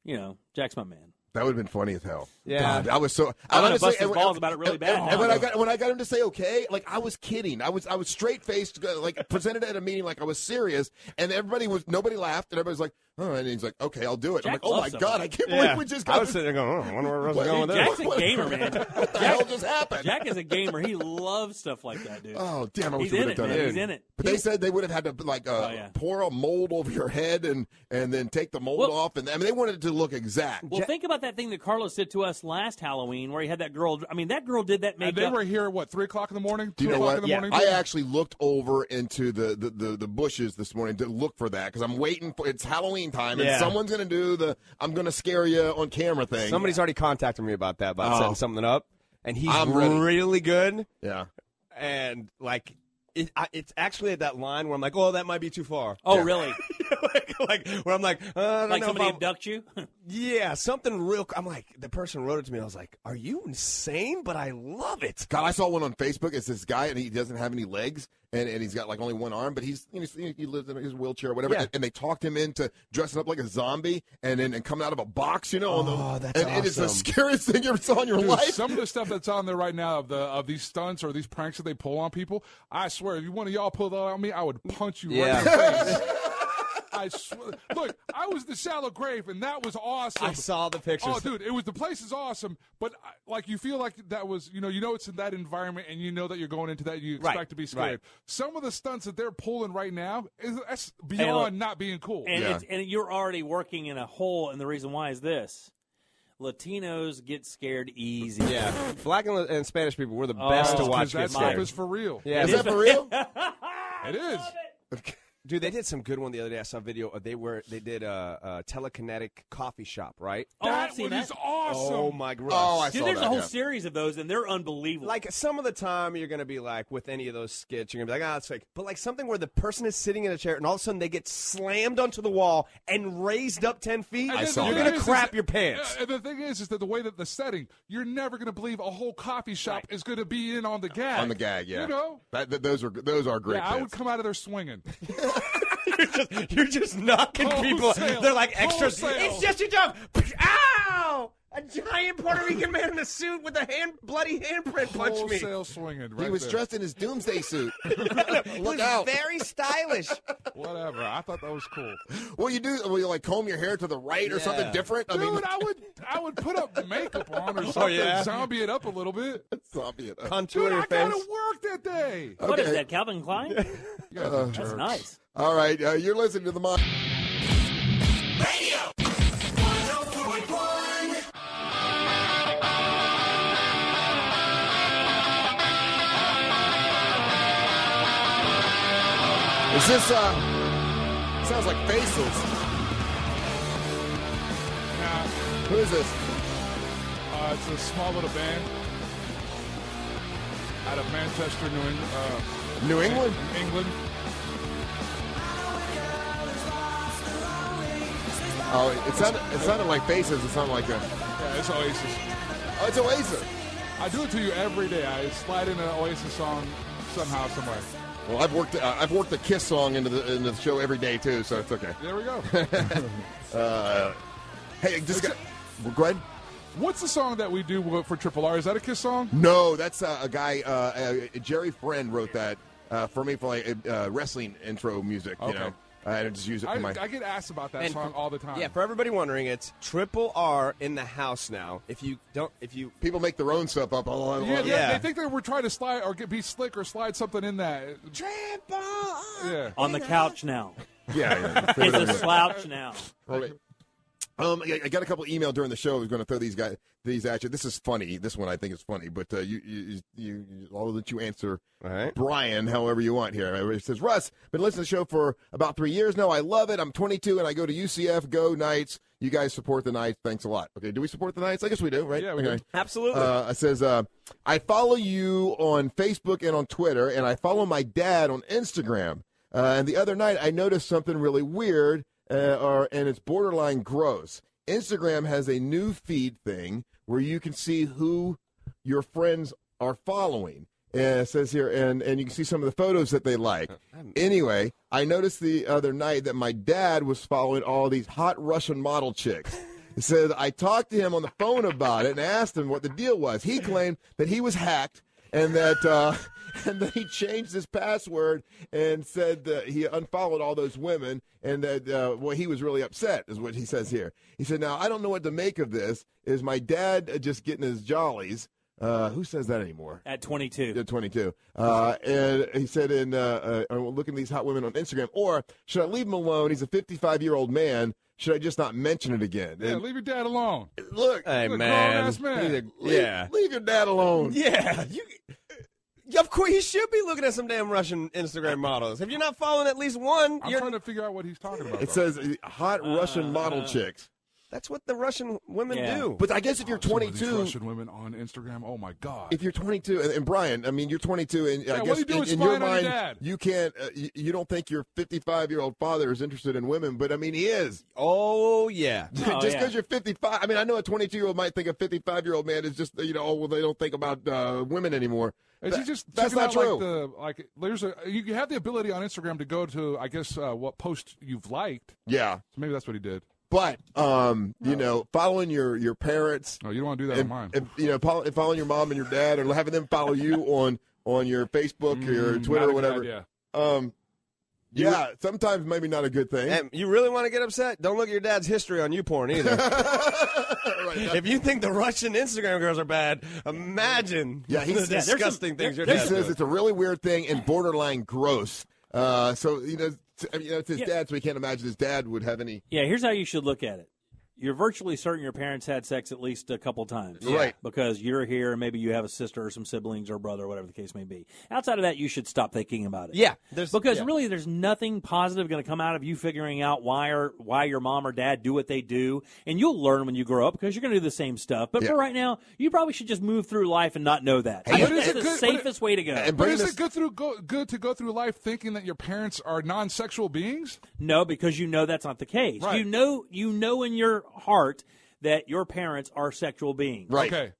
[SPEAKER 3] you know, Jack's my man.
[SPEAKER 2] That would have been funny as hell.
[SPEAKER 3] Yeah.
[SPEAKER 2] God, I was so.
[SPEAKER 3] I'm
[SPEAKER 2] I
[SPEAKER 3] gonna
[SPEAKER 2] honestly-
[SPEAKER 3] bust his
[SPEAKER 2] and-
[SPEAKER 3] balls
[SPEAKER 2] and-
[SPEAKER 3] about it really
[SPEAKER 2] and-
[SPEAKER 3] bad
[SPEAKER 2] And,
[SPEAKER 3] now,
[SPEAKER 2] when I
[SPEAKER 3] though.
[SPEAKER 2] got when I got him to say okay, like I was kidding. I was I was straight faced, like presented at a meeting like I was serious, and everybody was nobody laughed, and everybody's like, oh, and he's like, okay, I'll do it. I'm
[SPEAKER 7] Jack
[SPEAKER 2] like, oh my
[SPEAKER 7] loves him.
[SPEAKER 2] god, I can't
[SPEAKER 7] Yeah.
[SPEAKER 2] believe we just
[SPEAKER 7] I
[SPEAKER 2] got.
[SPEAKER 7] was sitting there going, oh, I wonder where Russ is
[SPEAKER 2] What-
[SPEAKER 7] going with
[SPEAKER 3] Jack's
[SPEAKER 7] this.
[SPEAKER 3] a gamer, man. What
[SPEAKER 2] the hell just happened?
[SPEAKER 3] Jack is a gamer. He loves stuff like that, dude.
[SPEAKER 2] Oh damn! I wish
[SPEAKER 3] He's
[SPEAKER 2] we
[SPEAKER 3] in
[SPEAKER 2] would
[SPEAKER 3] it,
[SPEAKER 2] have done
[SPEAKER 3] man.
[SPEAKER 2] that.
[SPEAKER 3] He's Oh, in it.
[SPEAKER 2] But they said they would have had to like uh, pour a mold over your head and and then take the mold off, and I mean they wanted it to look exact.
[SPEAKER 3] Well, think about that thing that Carlos did to us last Halloween, where he had that girl. I mean, that girl did that
[SPEAKER 5] And
[SPEAKER 3] makeup.
[SPEAKER 5] they were here what three o'clock in the morning,
[SPEAKER 2] Do
[SPEAKER 5] two
[SPEAKER 2] you know
[SPEAKER 5] o'clock in
[SPEAKER 2] what?
[SPEAKER 5] the morning.
[SPEAKER 2] I actually looked over into the, the, the, the bushes this morning to look for that because I'm waiting for it's Halloween time and
[SPEAKER 7] Yeah.
[SPEAKER 2] someone's gonna do the I'm gonna scare you on camera thing.
[SPEAKER 7] Somebody's already contacted me about that, about
[SPEAKER 2] Oh.
[SPEAKER 7] setting something up, and he's
[SPEAKER 2] I'm ready.
[SPEAKER 7] really good.
[SPEAKER 2] Yeah,
[SPEAKER 7] and like. It, I, it's actually at that line where I'm like, oh, that might be too far.
[SPEAKER 3] Oh,
[SPEAKER 7] Yeah.
[SPEAKER 3] really?
[SPEAKER 7] like, like, where I'm like, uh, I don't
[SPEAKER 3] like
[SPEAKER 7] know if
[SPEAKER 3] somebody
[SPEAKER 7] I'm-
[SPEAKER 3] abduct you?
[SPEAKER 7] Yeah, something real. I'm like, the person wrote it to me. I was like, are you insane? But I love it.
[SPEAKER 2] God, I saw one on Facebook. It's this guy and he doesn't have any legs and, and he's got like only one arm, but he's you know, he lives in his wheelchair or whatever.
[SPEAKER 7] Yeah.
[SPEAKER 2] And, and they talked him into dressing up like a zombie and then and coming out of a box, you know. on the-
[SPEAKER 7] Oh, that's
[SPEAKER 2] and it is the
[SPEAKER 7] awesome.
[SPEAKER 2] scariest thing you ever saw in your
[SPEAKER 5] Dude,
[SPEAKER 2] life.
[SPEAKER 5] Some of the stuff that's on there right now of the of these stunts or these pranks that they pull on people, I swear, if you one of y'all pulled that on me, I would punch you right in the face. I swear. Look, I was the shallow grave, and that was awesome.
[SPEAKER 7] I saw the pictures.
[SPEAKER 5] Oh, dude, it was the place is awesome, but I, like you feel like that was you know you know it's in that environment, and you know that you're going into that, you expect
[SPEAKER 7] Right,
[SPEAKER 5] to be scared.
[SPEAKER 7] right.
[SPEAKER 5] Some of the stunts that they're pulling right now is that's
[SPEAKER 3] Hey,
[SPEAKER 5] beyond
[SPEAKER 3] look.
[SPEAKER 5] not being cool.
[SPEAKER 3] And, it's, and you're already working in a hole, and the reason why is this: Latinos get scared easy.
[SPEAKER 7] Yeah, black and, and Spanish people were the
[SPEAKER 3] Oh,
[SPEAKER 7] best to
[SPEAKER 3] it's 'cause
[SPEAKER 7] watch
[SPEAKER 3] that
[SPEAKER 7] get
[SPEAKER 3] stuff
[SPEAKER 7] scared.
[SPEAKER 3] is
[SPEAKER 5] for real.
[SPEAKER 7] Yeah,
[SPEAKER 3] Is
[SPEAKER 7] it's-
[SPEAKER 3] that for real?
[SPEAKER 5] it is.
[SPEAKER 7] Dude, they did some good one the other day. I saw a video. Of they were they did a, a telekinetic coffee shop, right?
[SPEAKER 3] Oh, I've That seen one that. is awesome.
[SPEAKER 7] Oh my gosh!
[SPEAKER 3] Dude, there's a whole series of those, and they're unbelievable.
[SPEAKER 7] Like some of the time, you're gonna be like with any of those skits, you're gonna be like, ah, it's fake. But like something where the person is sitting in a chair and all of a sudden they get slammed onto the wall and raised up ten feet.
[SPEAKER 5] And then the
[SPEAKER 7] You're
[SPEAKER 5] thing
[SPEAKER 7] gonna
[SPEAKER 5] is,
[SPEAKER 7] crap
[SPEAKER 5] is-
[SPEAKER 7] your pants.
[SPEAKER 5] Yeah, and the thing is, is that the way that the setting, you're never going to believe a whole coffee shop is going to be in on the gag.
[SPEAKER 2] on the gag, yeah.
[SPEAKER 5] You know?
[SPEAKER 2] That- that- those are those are great.
[SPEAKER 5] yeah, I
[SPEAKER 2] bits.
[SPEAKER 5] would come out of there swinging.
[SPEAKER 7] you're just knocking
[SPEAKER 5] Wholesale.
[SPEAKER 7] people. They're like extras.
[SPEAKER 5] Wholesale.
[SPEAKER 7] It's just a job. Ow! A giant Puerto Rican man in a suit with a hand bloody handprint punched me.
[SPEAKER 5] Wholesale swinging.
[SPEAKER 2] he
[SPEAKER 5] right
[SPEAKER 2] was
[SPEAKER 5] there.
[SPEAKER 2] dressed in his doomsday suit.
[SPEAKER 7] It
[SPEAKER 2] Look
[SPEAKER 7] was
[SPEAKER 2] out!
[SPEAKER 7] Very stylish.
[SPEAKER 5] Whatever. I thought that was cool.
[SPEAKER 2] Well, you do? Will you like comb your hair to the right or something
[SPEAKER 5] Yeah.
[SPEAKER 2] different? I
[SPEAKER 5] Dude,
[SPEAKER 2] mean,
[SPEAKER 5] I would, I would put up makeup on or
[SPEAKER 2] Oh,
[SPEAKER 5] something,
[SPEAKER 2] yeah.
[SPEAKER 5] zombie it up a little bit.
[SPEAKER 2] zombie it up.
[SPEAKER 5] Dude, I got to work that day.
[SPEAKER 3] What is
[SPEAKER 2] Okay.
[SPEAKER 3] that, Calvin Klein?
[SPEAKER 2] Uh,
[SPEAKER 3] That's nice.
[SPEAKER 2] All right, uh, you're listening to the Mon. Is this uh? Sounds like faces. Who is this?
[SPEAKER 5] Uh, it's a small little band. out of Manchester, New England. Uh,
[SPEAKER 2] New England?
[SPEAKER 5] England.
[SPEAKER 2] Oh, it sounded, it sounded like bases. It sounded like that.
[SPEAKER 5] Yeah, it's Oasis.
[SPEAKER 2] Oh, it's Oasis.
[SPEAKER 5] I do it to you every day. I slide in an Oasis song somehow, somewhere.
[SPEAKER 2] Well, I've worked uh, I've worked the Kiss song into the into the show every day too, so it's okay.
[SPEAKER 5] There we go.
[SPEAKER 2] uh, hey, just got, well, go ahead.
[SPEAKER 5] What's the song that we do for Triple R? Is that a Kiss song?
[SPEAKER 2] No, that's uh, a guy. Uh, uh, Jerry Friend wrote that uh, for me for like uh, wrestling intro music. You
[SPEAKER 5] Okay.
[SPEAKER 2] know, I just use it for
[SPEAKER 5] I,
[SPEAKER 2] my.
[SPEAKER 5] I get asked about that
[SPEAKER 7] And
[SPEAKER 5] song
[SPEAKER 7] for-
[SPEAKER 5] all the time.
[SPEAKER 7] Yeah, for everybody wondering, it's Triple R in the house now. If you don't, if you
[SPEAKER 2] people make their own stuff up. All, all,
[SPEAKER 5] Yeah, they- They, think they were trying to slide or get, be slick or slide something in that. Yeah.
[SPEAKER 3] On the couch now.
[SPEAKER 2] Yeah, yeah.
[SPEAKER 3] it's a slouch now.
[SPEAKER 2] All right. Um, I, I got a couple email during the show. I was going to throw these guys these at you. This is funny. This one I think is funny, but uh, you, you, you, you, I'll let you answer Brian however you want here. It says Russ, been listening to the show for about three years now. I love it. I'm 22 and I go to UCF. Go Knights! You guys support the Knights. Thanks a lot. Okay, do we support the Knights? I guess we do, right? Yeah, we do.
[SPEAKER 7] Absolutely.
[SPEAKER 2] Uh, it says, uh, I follow you on Facebook and on Twitter, and I follow my dad on Instagram. Uh, and the other night, I noticed something really weird, uh, or, and it's borderline gross. Instagram has a new feed thing where you can see who your friends are following. Uh, it says here, and, and you can see some of the photos that they like. Anyway, I noticed the other night that my dad was following all these hot Russian model chicks. It says I talked to him on the phone about it and asked him what the deal was. He claimed that he was hacked and that uh, and that he changed his password and said that he unfollowed all those women and that uh, well he was really upset is what he says here. He said, "Now I don't know what to make of this. Is my dad uh, just getting his jollies?" Uh, who says that anymore?
[SPEAKER 3] At 22.
[SPEAKER 2] At 22. Uh, and he said, in uh, uh, looking at these hot women on Instagram, or should I leave him alone? He's a 55 year old man. Should I just not mention it again?
[SPEAKER 5] Yeah,
[SPEAKER 2] And-
[SPEAKER 5] leave your dad alone.
[SPEAKER 2] Look,
[SPEAKER 7] hey
[SPEAKER 5] He's a
[SPEAKER 7] man,
[SPEAKER 5] grown-ass man.
[SPEAKER 7] He's a-
[SPEAKER 2] Leave-
[SPEAKER 7] yeah,
[SPEAKER 2] leave your dad alone.
[SPEAKER 7] Yeah, you. yeah, Of course, he should be looking at some damn Russian Instagram models. If you're not following at least one,
[SPEAKER 5] I'm
[SPEAKER 7] you're
[SPEAKER 5] trying to figure out what he's talking about.
[SPEAKER 2] It
[SPEAKER 5] though.
[SPEAKER 2] says uh, hot Russian model
[SPEAKER 5] Uh,
[SPEAKER 2] chicks.
[SPEAKER 7] That's what the Russian women do.
[SPEAKER 2] But I guess if you're
[SPEAKER 5] Some of these
[SPEAKER 2] 22
[SPEAKER 5] Russian women on Instagram. Oh my god.
[SPEAKER 2] If you're 22, and, and Brian, I mean, you're 22, and
[SPEAKER 5] Yeah,
[SPEAKER 2] I
[SPEAKER 5] what
[SPEAKER 2] guess
[SPEAKER 5] do you do
[SPEAKER 2] in,
[SPEAKER 5] is
[SPEAKER 2] in your
[SPEAKER 5] spying on your
[SPEAKER 2] mind,
[SPEAKER 5] dad?
[SPEAKER 2] you can't, uh, you, you don't think your 55 year old father is interested in women, but I mean, he is.
[SPEAKER 7] Oh yeah.
[SPEAKER 2] just because you're 55, I mean, I know a 22 year old might think a 55 year old man is just, you know, oh, well, they don't think about uh, women anymore.
[SPEAKER 5] Is he
[SPEAKER 2] That-
[SPEAKER 5] just
[SPEAKER 2] that's
[SPEAKER 5] checking
[SPEAKER 2] not
[SPEAKER 5] out,
[SPEAKER 2] true.
[SPEAKER 5] Like, the, like there's a you you have the ability on Instagram to go to I guess uh, what post you've liked.
[SPEAKER 2] yeah.
[SPEAKER 5] So maybe that's what he did.
[SPEAKER 2] But um, you know, following your your parents.
[SPEAKER 5] No, Oh, you don't want to do that
[SPEAKER 2] and,
[SPEAKER 5] on mine.
[SPEAKER 2] and, you know, follow, following your mom and your dad, or having them follow you on on your Facebook or your
[SPEAKER 5] Mm, not
[SPEAKER 2] Twitter
[SPEAKER 5] a
[SPEAKER 2] or
[SPEAKER 5] good
[SPEAKER 2] whatever.
[SPEAKER 5] idea.
[SPEAKER 2] Um, yeah, sometimes maybe not a good thing.
[SPEAKER 7] And you really want to get upset? Don't look at your dad's history on YouPorn either. if you think the Russian Instagram girls are bad, imagine
[SPEAKER 2] yeah, he
[SPEAKER 7] the
[SPEAKER 2] says- there's some-
[SPEAKER 7] disgusting things your
[SPEAKER 2] He
[SPEAKER 7] dad
[SPEAKER 2] says
[SPEAKER 7] does.
[SPEAKER 2] it's a really weird thing and borderline gross. Uh, so you know, t- I mean, you know, it's his
[SPEAKER 3] Yeah.
[SPEAKER 2] dad, so we can't imagine his dad would have any.
[SPEAKER 3] Yeah, here's how you should look at it. You're virtually certain your parents had sex at least a couple times.
[SPEAKER 2] Right.
[SPEAKER 3] Because you're here and maybe you have a sister or some siblings or brother or whatever the case may be. Outside of that, you should stop thinking about it.
[SPEAKER 7] Yeah,
[SPEAKER 3] because
[SPEAKER 7] yeah.
[SPEAKER 3] really there's nothing positive going to come out of you figuring out why or why your mom or dad do what they do and you'll learn when you grow up because you're going to do the same stuff. But for right now, you probably should just move through life and not know that.
[SPEAKER 5] Hey,
[SPEAKER 3] I
[SPEAKER 5] but
[SPEAKER 3] think
[SPEAKER 5] is
[SPEAKER 3] it's
[SPEAKER 5] it
[SPEAKER 3] the
[SPEAKER 5] good- but it-
[SPEAKER 3] safest way to go.
[SPEAKER 5] But is it good through go, good to go through life thinking that your parents are non-sexual beings?
[SPEAKER 3] No, because you know that's not the case.
[SPEAKER 5] Right.
[SPEAKER 3] You know, you know in your heart that your parents are sexual beings.
[SPEAKER 2] Right.
[SPEAKER 5] Okay.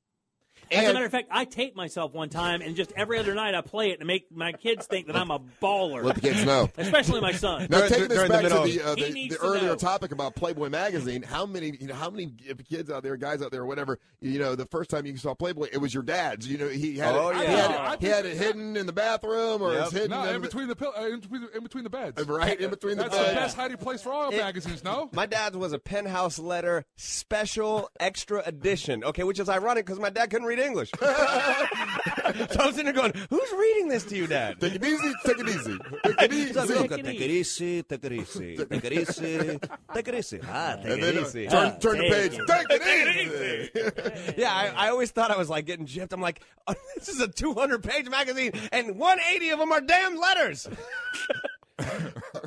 [SPEAKER 3] As a
[SPEAKER 2] And-
[SPEAKER 3] matter of fact, I tape myself one time, and just every other night I play it to make my kids think that I'm a baller.
[SPEAKER 2] Let the kids know.
[SPEAKER 3] especially my son.
[SPEAKER 2] Now take this back to the, uh,
[SPEAKER 3] He
[SPEAKER 2] the,
[SPEAKER 3] needs
[SPEAKER 2] the
[SPEAKER 3] to
[SPEAKER 2] earlier
[SPEAKER 3] know.
[SPEAKER 2] topic about Playboy magazine. How many you know how many kids out there, guys out there, whatever you know, the first time you saw Playboy, it was your dad's. You know, he had
[SPEAKER 5] Oh,
[SPEAKER 2] it, he
[SPEAKER 5] yeah.
[SPEAKER 2] had,
[SPEAKER 5] I
[SPEAKER 2] it, he
[SPEAKER 5] think-
[SPEAKER 2] had it hidden in the bathroom or it's hidden
[SPEAKER 5] no, in
[SPEAKER 2] under the-
[SPEAKER 5] between the, pill- uh, in, between, in between the beds.
[SPEAKER 2] Right, in between the
[SPEAKER 5] That's
[SPEAKER 2] beds.
[SPEAKER 5] the best hiding place for all magazines. No,
[SPEAKER 7] My dad's was a penthouse letter special extra edition. Okay, which is ironic because my dad couldn't read English. so I was sitting there going, "Who's reading this to you, Dad?"
[SPEAKER 2] Take it easy. Take it easy.
[SPEAKER 7] Take it easy.
[SPEAKER 17] Just look at take it easy, take it easy, take it easy, take it easy. Ah, take it
[SPEAKER 7] And then, uh,
[SPEAKER 17] easy.
[SPEAKER 7] turn- turn the
[SPEAKER 17] Take
[SPEAKER 7] page.
[SPEAKER 17] it.
[SPEAKER 2] Take
[SPEAKER 7] yeah, I, I always thought I was like getting gypped. I'm like, "Oh, this is a 200 page magazine, and 180 of them are damn letters.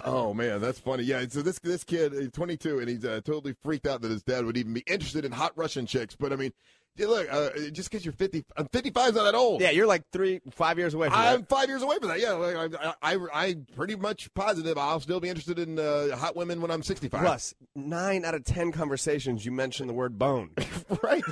[SPEAKER 2] Oh man, that's funny. Yeah, so this this kid, he's 22, and he's uh, totally freaked out that his dad would even be interested in hot Russian chicks. But I mean, Yeah, look, uh, just because you're 50, I'm 55 is not that old.
[SPEAKER 7] Yeah, you're like three, five years away from that.
[SPEAKER 2] I'm five years away from that. Yeah, like, I, I, I, am pretty much positive I'll still be interested in uh, hot women when I'm 65.
[SPEAKER 7] Russ, nine out of ten conversations you mention the word bone. right.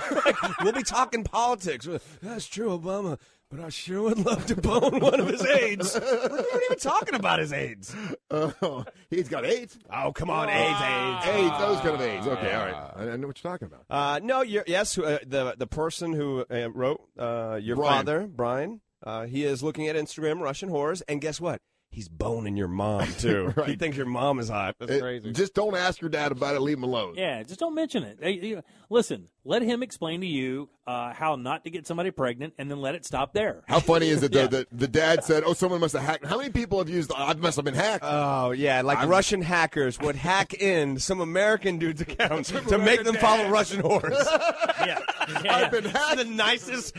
[SPEAKER 7] we'll be talking politics. "Ah, That's true, Obama. But I sure would love to bone one of his aides. We're not even talking about his aides.
[SPEAKER 2] Oh, he's got AIDS.
[SPEAKER 7] Oh, come on, AIDS, AIDS,
[SPEAKER 2] AIDS. Those kind of AIDS. Okay, all
[SPEAKER 7] Ah.
[SPEAKER 2] right. I, I know what you're talking about.
[SPEAKER 7] Uh, no, you're, yes, uh, the the person who uh, wrote uh, your
[SPEAKER 2] Brian.
[SPEAKER 7] father, Brian, uh, he is looking at Instagram Russian whores, and guess what? He's boning your mom too. He
[SPEAKER 2] Right.
[SPEAKER 7] thinks your mom is hot. That's
[SPEAKER 2] It-
[SPEAKER 7] crazy.
[SPEAKER 2] Just don't ask your dad about it. Leave him alone.
[SPEAKER 3] Yeah, just don't mention it. Hey, you- Listen, let him explain to you uh, how not to get somebody pregnant, and then let it stop there.
[SPEAKER 2] How funny is it that the, the dad said, "Oh, someone must have hacked." How many people have used? I must have been hacked.
[SPEAKER 7] Oh yeah, like
[SPEAKER 2] I'm-
[SPEAKER 7] Russian hackers would hack in some American dude's accounts to make them follow Russian whores.
[SPEAKER 3] Yeah.
[SPEAKER 7] been hacked. The nicest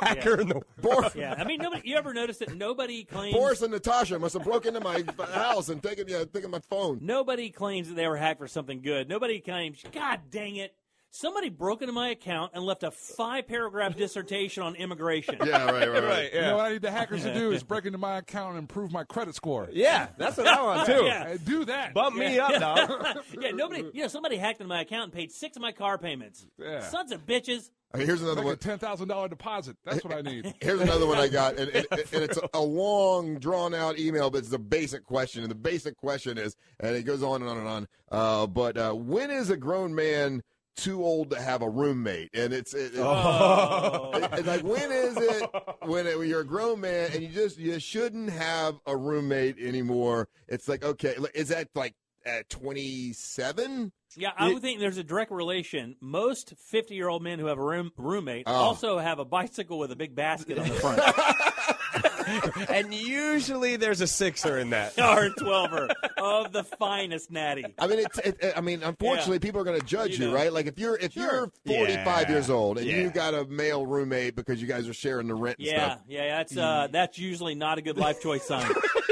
[SPEAKER 7] hacker in the world.
[SPEAKER 3] yeah, I mean, nobody. You ever notice that nobody claims
[SPEAKER 2] Boris and Natasha must have broken into my house and taken yeah, taken my phone.
[SPEAKER 3] Nobody claims that they were hacked for something good. Nobody claims, God dang it, somebody broke into my account and left a five paragraph dissertation on immigration.
[SPEAKER 2] Yeah, right, right,
[SPEAKER 7] right.
[SPEAKER 5] You know what I need the hackers to do is break into my account and improve my credit score.
[SPEAKER 7] Yeah, that's what I want too.
[SPEAKER 5] Uh, Do that.
[SPEAKER 7] Bump me up, dog.
[SPEAKER 3] yeah, nobody. You know, somebody hacked into my account and paid six of my car payments.
[SPEAKER 5] Yeah.
[SPEAKER 3] Sons of bitches.
[SPEAKER 2] Okay, here's another
[SPEAKER 5] Make
[SPEAKER 2] one.
[SPEAKER 5] a ten thousand dollar deposit. That's what I need.
[SPEAKER 2] Here's another one I got, and, and, and it's a long, drawn out email, but it's a basic question. And the basic question is, and it goes on and on and on. Uh, but uh, when is a grown man too old to have a roommate? And it's, it, it- it- it's like when is it when, it when you're a grown man and you just you shouldn't have a roommate anymore? It's like okay, like, is that like at 27?
[SPEAKER 3] Yeah, I
[SPEAKER 2] It-
[SPEAKER 3] would think there's a direct relation. Most 50 year old men who have a room, roommate
[SPEAKER 2] Oh.
[SPEAKER 3] also have a bicycle with a big basket on the front
[SPEAKER 7] and usually there's a sixer in that.
[SPEAKER 3] or a 12er of the finest natty.
[SPEAKER 2] I mean, it's, it, I mean, unfortunately, people are going to judge
[SPEAKER 3] You
[SPEAKER 2] you,
[SPEAKER 3] know.
[SPEAKER 2] right? Like if you're if
[SPEAKER 3] Sure.
[SPEAKER 2] you're 45
[SPEAKER 7] Yeah.
[SPEAKER 2] years old and
[SPEAKER 7] Yeah.
[SPEAKER 2] you got a male roommate because you guys are sharing the rent and
[SPEAKER 3] Yeah,
[SPEAKER 2] stuff. Mm.
[SPEAKER 3] yeah, that's uh, that's usually not a good life choice sign.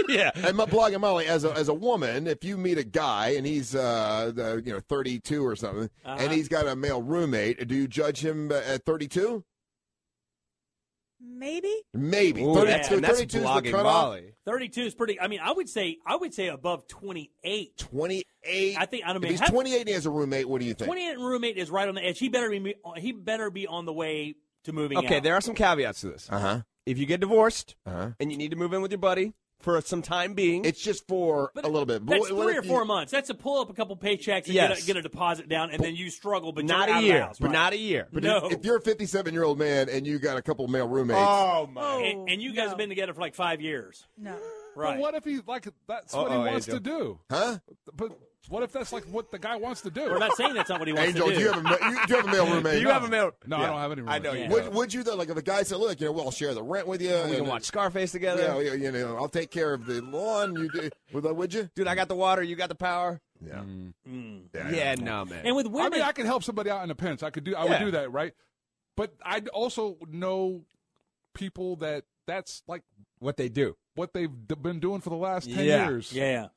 [SPEAKER 7] yeah.
[SPEAKER 2] And my blog and Molly, as a as a woman, if you meet a guy and he's uh the, you know 32 or something,
[SPEAKER 3] Uh-huh.
[SPEAKER 2] and he's got a male roommate, do you judge him uh, at 32?
[SPEAKER 15] Maybe.
[SPEAKER 2] Maybe
[SPEAKER 7] Ooh,
[SPEAKER 2] 32.
[SPEAKER 7] that's- and that's
[SPEAKER 2] 32 is the
[SPEAKER 7] blogging
[SPEAKER 2] cutoff.
[SPEAKER 7] Molly.
[SPEAKER 3] 32 is pretty. I mean, I would say I would say above 28.
[SPEAKER 2] 28.
[SPEAKER 3] I think I don't
[SPEAKER 2] If
[SPEAKER 3] mean
[SPEAKER 2] he's
[SPEAKER 3] have-
[SPEAKER 2] 28 and he has a roommate, what do you think?
[SPEAKER 3] 28 roommate is right on the edge. He better be he better be on the way to moving.
[SPEAKER 7] Okay,
[SPEAKER 3] out.
[SPEAKER 7] there are some caveats to this.
[SPEAKER 2] Uh huh.
[SPEAKER 7] If you get divorced
[SPEAKER 2] Uh-huh.
[SPEAKER 7] and you need to move in with your buddy for some time being,
[SPEAKER 2] It's just for a little bit.
[SPEAKER 3] That's
[SPEAKER 2] What- what
[SPEAKER 3] three
[SPEAKER 2] if
[SPEAKER 3] or
[SPEAKER 2] you-
[SPEAKER 3] four months. That's to pull up a couple paychecks and get,
[SPEAKER 7] Yes.
[SPEAKER 3] a, get a deposit down, and then you struggle. But you're out
[SPEAKER 7] not a
[SPEAKER 3] of the
[SPEAKER 7] year,
[SPEAKER 3] house,
[SPEAKER 7] but
[SPEAKER 3] right.
[SPEAKER 7] not a year.
[SPEAKER 2] But
[SPEAKER 3] No.
[SPEAKER 2] if, if you're a 57 year old man and you got a couple male roommates,
[SPEAKER 7] Oh my!
[SPEAKER 3] and, and you guys have been together for like five years,
[SPEAKER 15] No.
[SPEAKER 5] But
[SPEAKER 3] right?
[SPEAKER 5] what if he like that's what he
[SPEAKER 7] Uh-oh,
[SPEAKER 5] wants
[SPEAKER 7] Angel.
[SPEAKER 5] to do?
[SPEAKER 2] huh?
[SPEAKER 5] But what if that's like what the guy wants to do?
[SPEAKER 3] We're not saying that's not what he wants
[SPEAKER 2] Angel,
[SPEAKER 3] to
[SPEAKER 2] do
[SPEAKER 3] do.
[SPEAKER 2] you have a ma- you, do you have a male roommate?
[SPEAKER 7] You have a male.
[SPEAKER 5] No, I
[SPEAKER 7] Yeah.
[SPEAKER 5] don't have any.
[SPEAKER 7] I know
[SPEAKER 5] roommates.
[SPEAKER 7] you.
[SPEAKER 3] Yeah.
[SPEAKER 7] Don't.
[SPEAKER 2] Would, would you though? Like if a guy said, "Look, you know, we'll share the rent with you.
[SPEAKER 7] we can
[SPEAKER 2] and,
[SPEAKER 7] watch Scarface
[SPEAKER 2] You
[SPEAKER 7] together.
[SPEAKER 2] know, you you know, I'll take care of the lawn. You do, would, would you?
[SPEAKER 7] Dude, I got the water. You got the power.
[SPEAKER 2] Yeah.
[SPEAKER 3] Mm.
[SPEAKER 7] Yeah, no, man.
[SPEAKER 3] And with women,
[SPEAKER 5] I mean, I could help somebody out in a pinch. I could do. I would
[SPEAKER 7] Yeah.
[SPEAKER 5] do that, right? But I also know people that that's like
[SPEAKER 7] what they do.
[SPEAKER 5] what they've d- been doing for the last ten
[SPEAKER 7] Yeah.
[SPEAKER 5] years.
[SPEAKER 3] yeah,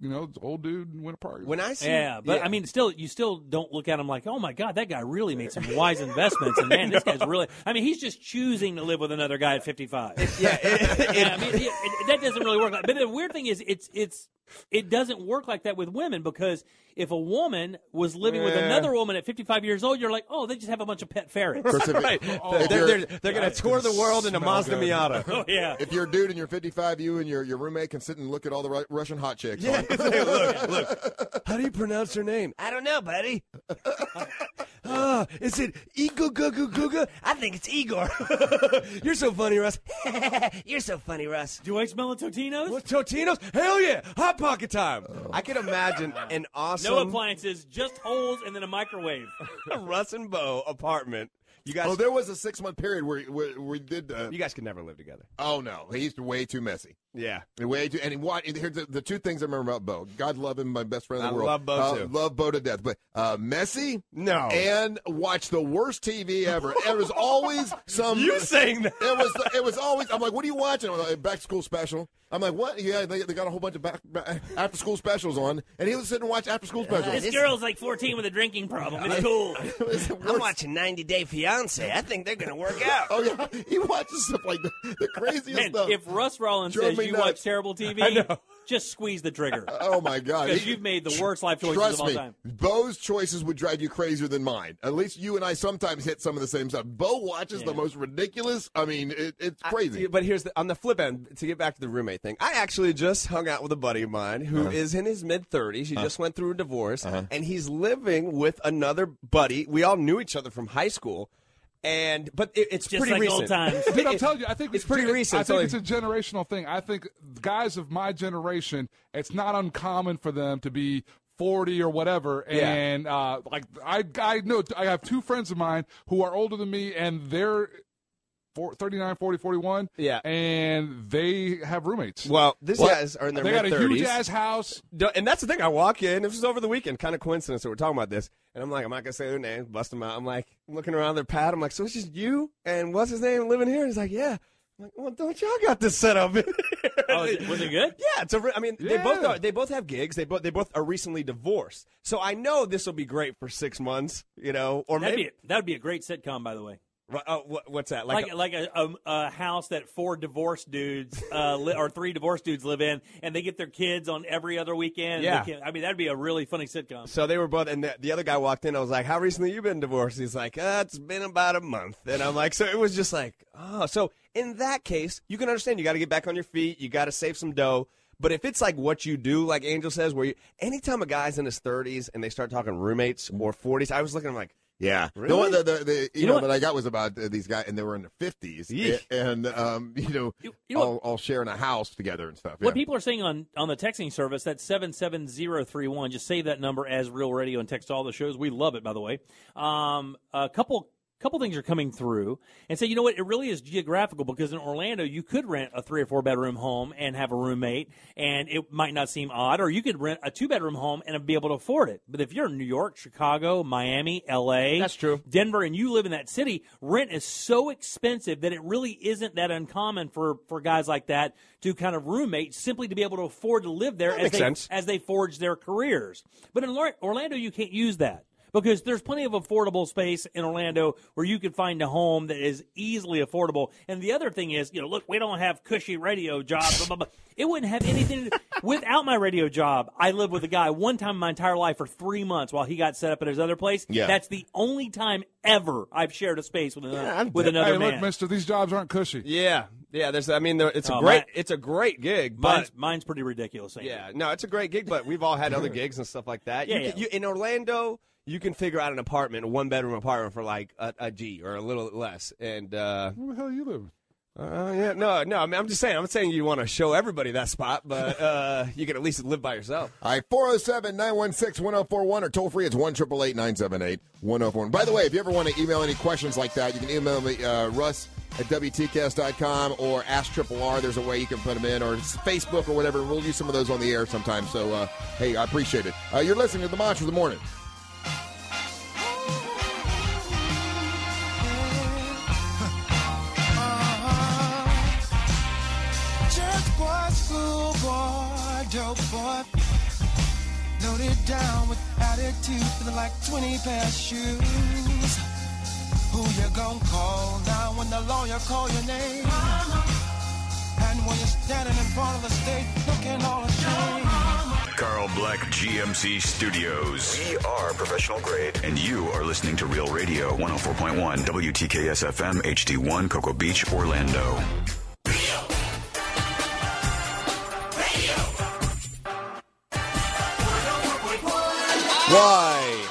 [SPEAKER 5] You know, the old dude went apart.
[SPEAKER 7] When I see,
[SPEAKER 3] yeah, but I mean, still, you still don't look at him like, oh my god, that guy really made some wise investments, and man, this guy's really. I mean, he's just choosing to live with another guy at fifty-five.
[SPEAKER 7] yeah, it- it-
[SPEAKER 3] yeah, I mean, it, it- that doesn't really work. But the weird thing is, it's it's it doesn't work like that with women because if a woman was living with
[SPEAKER 7] Yeah.
[SPEAKER 3] another woman at 55 years old, you're like, oh, they just have a bunch of pet ferrets.
[SPEAKER 2] Of course, if,
[SPEAKER 7] right.
[SPEAKER 5] Oh.
[SPEAKER 2] if
[SPEAKER 7] they're
[SPEAKER 2] you're-
[SPEAKER 7] they're, they're gonna tour the world in a
[SPEAKER 5] smell
[SPEAKER 7] Mazda
[SPEAKER 5] good.
[SPEAKER 7] Miata.
[SPEAKER 3] oh yeah.
[SPEAKER 2] if you're a dude and you're 55, you and your, your roommate can sit and look at all the Ru- Russian hot chicks.
[SPEAKER 7] Yeah, Hey, look, look. How do you pronounce her name? I don't know, buddy. Ah, is it Guga? I think it's Igor. You're so funny, Russ. You're so funny, Russ.
[SPEAKER 3] Do I smell a Totino's?
[SPEAKER 7] What Totino's? Hell yeah! Hot pocket time.
[SPEAKER 2] Oh.
[SPEAKER 7] I could imagine an
[SPEAKER 3] No
[SPEAKER 7] awesome
[SPEAKER 3] appliances, just holes, and then a microwave.
[SPEAKER 7] Russ and Bo apartment. You guys,
[SPEAKER 2] Oh, there was a six month period where, where we did. Uh,
[SPEAKER 7] you guys could never live together.
[SPEAKER 2] oh no, he's way too messy.
[SPEAKER 7] Yeah.
[SPEAKER 2] Way too, and what? and Here's the, the two things I remember about Bo. God love him, my best friend in the
[SPEAKER 7] I
[SPEAKER 2] world.
[SPEAKER 7] love Bo,
[SPEAKER 2] Uh,
[SPEAKER 7] too.
[SPEAKER 2] Love Bo to death, but uh, messy.
[SPEAKER 7] No.
[SPEAKER 2] and watch the worst TV ever. It was always some.
[SPEAKER 7] You saying that?
[SPEAKER 2] It was. It was always. I'm like, what are you watching? I'm like, back to school special. I'm like, what? Yeah, they, they got a whole bunch of back, back- after school specials on, and he was sitting and watch after school specials.
[SPEAKER 3] This girl's like 14 with a drinking problem. It's cool.
[SPEAKER 2] It was the worst.
[SPEAKER 7] watching 90 Day
[SPEAKER 4] Beyonce. I think they're gonna work out.
[SPEAKER 2] oh yeah, he watches stuff like the, the craziest
[SPEAKER 3] Man,
[SPEAKER 2] stuff.
[SPEAKER 3] if Russ Rollins
[SPEAKER 2] Drove
[SPEAKER 3] says
[SPEAKER 2] me
[SPEAKER 3] you
[SPEAKER 2] nuts.
[SPEAKER 3] watch terrible
[SPEAKER 2] I
[SPEAKER 3] TV,
[SPEAKER 2] know.
[SPEAKER 3] just squeeze the trigger.
[SPEAKER 2] Oh my god!
[SPEAKER 3] Because
[SPEAKER 2] He-
[SPEAKER 3] you've made the worst life choices
[SPEAKER 2] Trust
[SPEAKER 3] of all
[SPEAKER 2] me,
[SPEAKER 3] time.
[SPEAKER 2] Bo's choices would drive you crazier than mine. At least you and I sometimes hit some of the same stuff. Bo watches the most ridiculous. I mean, it, it's crazy.
[SPEAKER 7] Yeah, but here's the, on the flip end to get back to the roommate thing. I actually just hung out with a buddy of mine who is
[SPEAKER 2] Uh-huh.
[SPEAKER 7] in his mid 30s. He
[SPEAKER 2] Uh-huh.
[SPEAKER 7] just went through a divorce, and he's living with another buddy. We all knew each other from high school, and but it, it's
[SPEAKER 5] Just
[SPEAKER 7] pretty
[SPEAKER 5] like
[SPEAKER 7] recent.
[SPEAKER 5] old times. Dude, I'm telling you, I think
[SPEAKER 7] it's pretty recent.
[SPEAKER 5] I
[SPEAKER 7] It's only-
[SPEAKER 5] think it's a generational thing. I think guys of my generation, it's not uncommon for them to be. 40 or whatever
[SPEAKER 7] Yeah.
[SPEAKER 5] and uh like I I know I have two friends of mine who are older than me and they're four, 39 40 41
[SPEAKER 7] Yeah.
[SPEAKER 5] and they have roommates
[SPEAKER 7] Well, these guys are in their
[SPEAKER 5] they got a
[SPEAKER 7] mid-thirties.
[SPEAKER 5] huge ass house
[SPEAKER 7] D- And that's the thing. I walk in. This was over the weekend. Kind of coincidence that we're talking about this. And I'm like, I'm not gonna say their name. Bust them out. I'm like looking around their pad. I'm like, so it's just you and what's his name living here? And he's like, yeah. I'm like, well, don't y'all got this set up?
[SPEAKER 3] Oh, is it- was it good?
[SPEAKER 7] Yeah, it's a. re- I mean, they both
[SPEAKER 3] Yeah.
[SPEAKER 7] are, they both have gigs. They both they both are recently divorced. So I know this will be great for six months. You know, or
[SPEAKER 3] That'd be,
[SPEAKER 7] maybe
[SPEAKER 3] that would be a great sitcom, by the way.
[SPEAKER 7] Right, oh, what, what's that?
[SPEAKER 3] Like like,
[SPEAKER 7] Like a-
[SPEAKER 3] a, um, a house that four divorced dudes uh, li- or three divorced dudes live in, and they get their kids on every other weekend. and they
[SPEAKER 7] Yeah.
[SPEAKER 3] can- I mean that'd be a really funny sitcom.
[SPEAKER 7] So they were both, and the, the other guy walked in. I was like, "How recently you been divorced?" He's like, uh, "It's been about a month." And I'm like, "So it was just like, oh." So in that case, you can understand. You got to get back on your feet. You got to save some dough. But if it's like what you do, like Angel says, where you, anytime a guy's in his 30s and they start talking roommates or 40s, I was looking. I'm like,
[SPEAKER 2] yeah,
[SPEAKER 7] really?
[SPEAKER 2] The one that the, the, you,
[SPEAKER 7] You know
[SPEAKER 2] know,
[SPEAKER 7] what-
[SPEAKER 2] that I got was about uh, these guys, and they were in their fifties,
[SPEAKER 3] Yeesh.
[SPEAKER 2] and um, you know,
[SPEAKER 3] you know
[SPEAKER 2] all, all sharing a house together and stuff.
[SPEAKER 3] What
[SPEAKER 2] yeah.
[SPEAKER 3] people are saying on, on the texting service, that's 77031. Just save that number as real radio and text all the shows. We love it, by the way. Um, a couple couple things are coming through and say, you know what, it really is geographical because in Orlando, you could rent a three or four bedroom home and have a roommate, and it might not seem odd, or you could rent a two bedroom home and be able to afford it. But if you're in New York, Chicago, Miami, LA, that's true. Denver, and you live in that city, rent is so expensive that it really isn't that uncommon for, for guys like that to kind of roommate simply to be able to afford to live there as
[SPEAKER 7] makes
[SPEAKER 3] they,
[SPEAKER 7] sense.
[SPEAKER 3] as they forge their careers. But in Lor- Orlando, you can't use that because there's plenty of affordable space in Orlando where you can find a home that is easily affordable. And the other thing is, you know, look, we don't have cushy radio jobs. Blah, blah, blah. It wouldn't have anything to do. without my radio job. I lived with a guy one time in my entire life for three months while he got set up at his other place.
[SPEAKER 5] Yeah.
[SPEAKER 3] That's the only time ever I've shared a space with another, with
[SPEAKER 5] hey
[SPEAKER 3] another man.
[SPEAKER 5] look mister these jobs aren't cushy
[SPEAKER 7] yeah yeah there's i mean there, it's a
[SPEAKER 3] Oh,
[SPEAKER 7] great
[SPEAKER 3] my-
[SPEAKER 7] it's a great gig but
[SPEAKER 3] mine's, mine's pretty ridiculous. Andy.
[SPEAKER 7] Yeah, no, it's a great gig, but we've all had other gigs and stuff like that. You
[SPEAKER 3] Yeah,
[SPEAKER 7] can- you- in Orlando, you can figure out an apartment, a one bedroom apartment for like a, a G or a little less. And uh,
[SPEAKER 5] where the hell you live
[SPEAKER 7] uh, yeah, no, no, I mean, I'm just saying, I'm not saying you want to show everybody that spot, but uh, you can at least live by yourself.
[SPEAKER 2] All right, 407 916 1041 or toll free. It's 1 978 1041. By the way, if you ever want to email any questions like that, you can email me, uh, Russ at WTCast.com or Ask Triple R. There's a way you can put them in or it's Facebook or whatever. We'll use some of those on the air sometime. So, uh, hey, I appreciate it. Uh, you're listening to The Monster of the Morning.
[SPEAKER 18] Church boy, school boy, dope boy. Loaded down with attitude, feeling like 20 pair shoes. Who you gonna call now when the lawyer call your name? Uh-huh. And when you're standing in front of the state, looking all ashamed.
[SPEAKER 1] Carl Black GMC Studios. We are professional grade, and you are listening to Real Radio 104.1 WTKS FM HD1 Cocoa Beach, Orlando.
[SPEAKER 2] Why?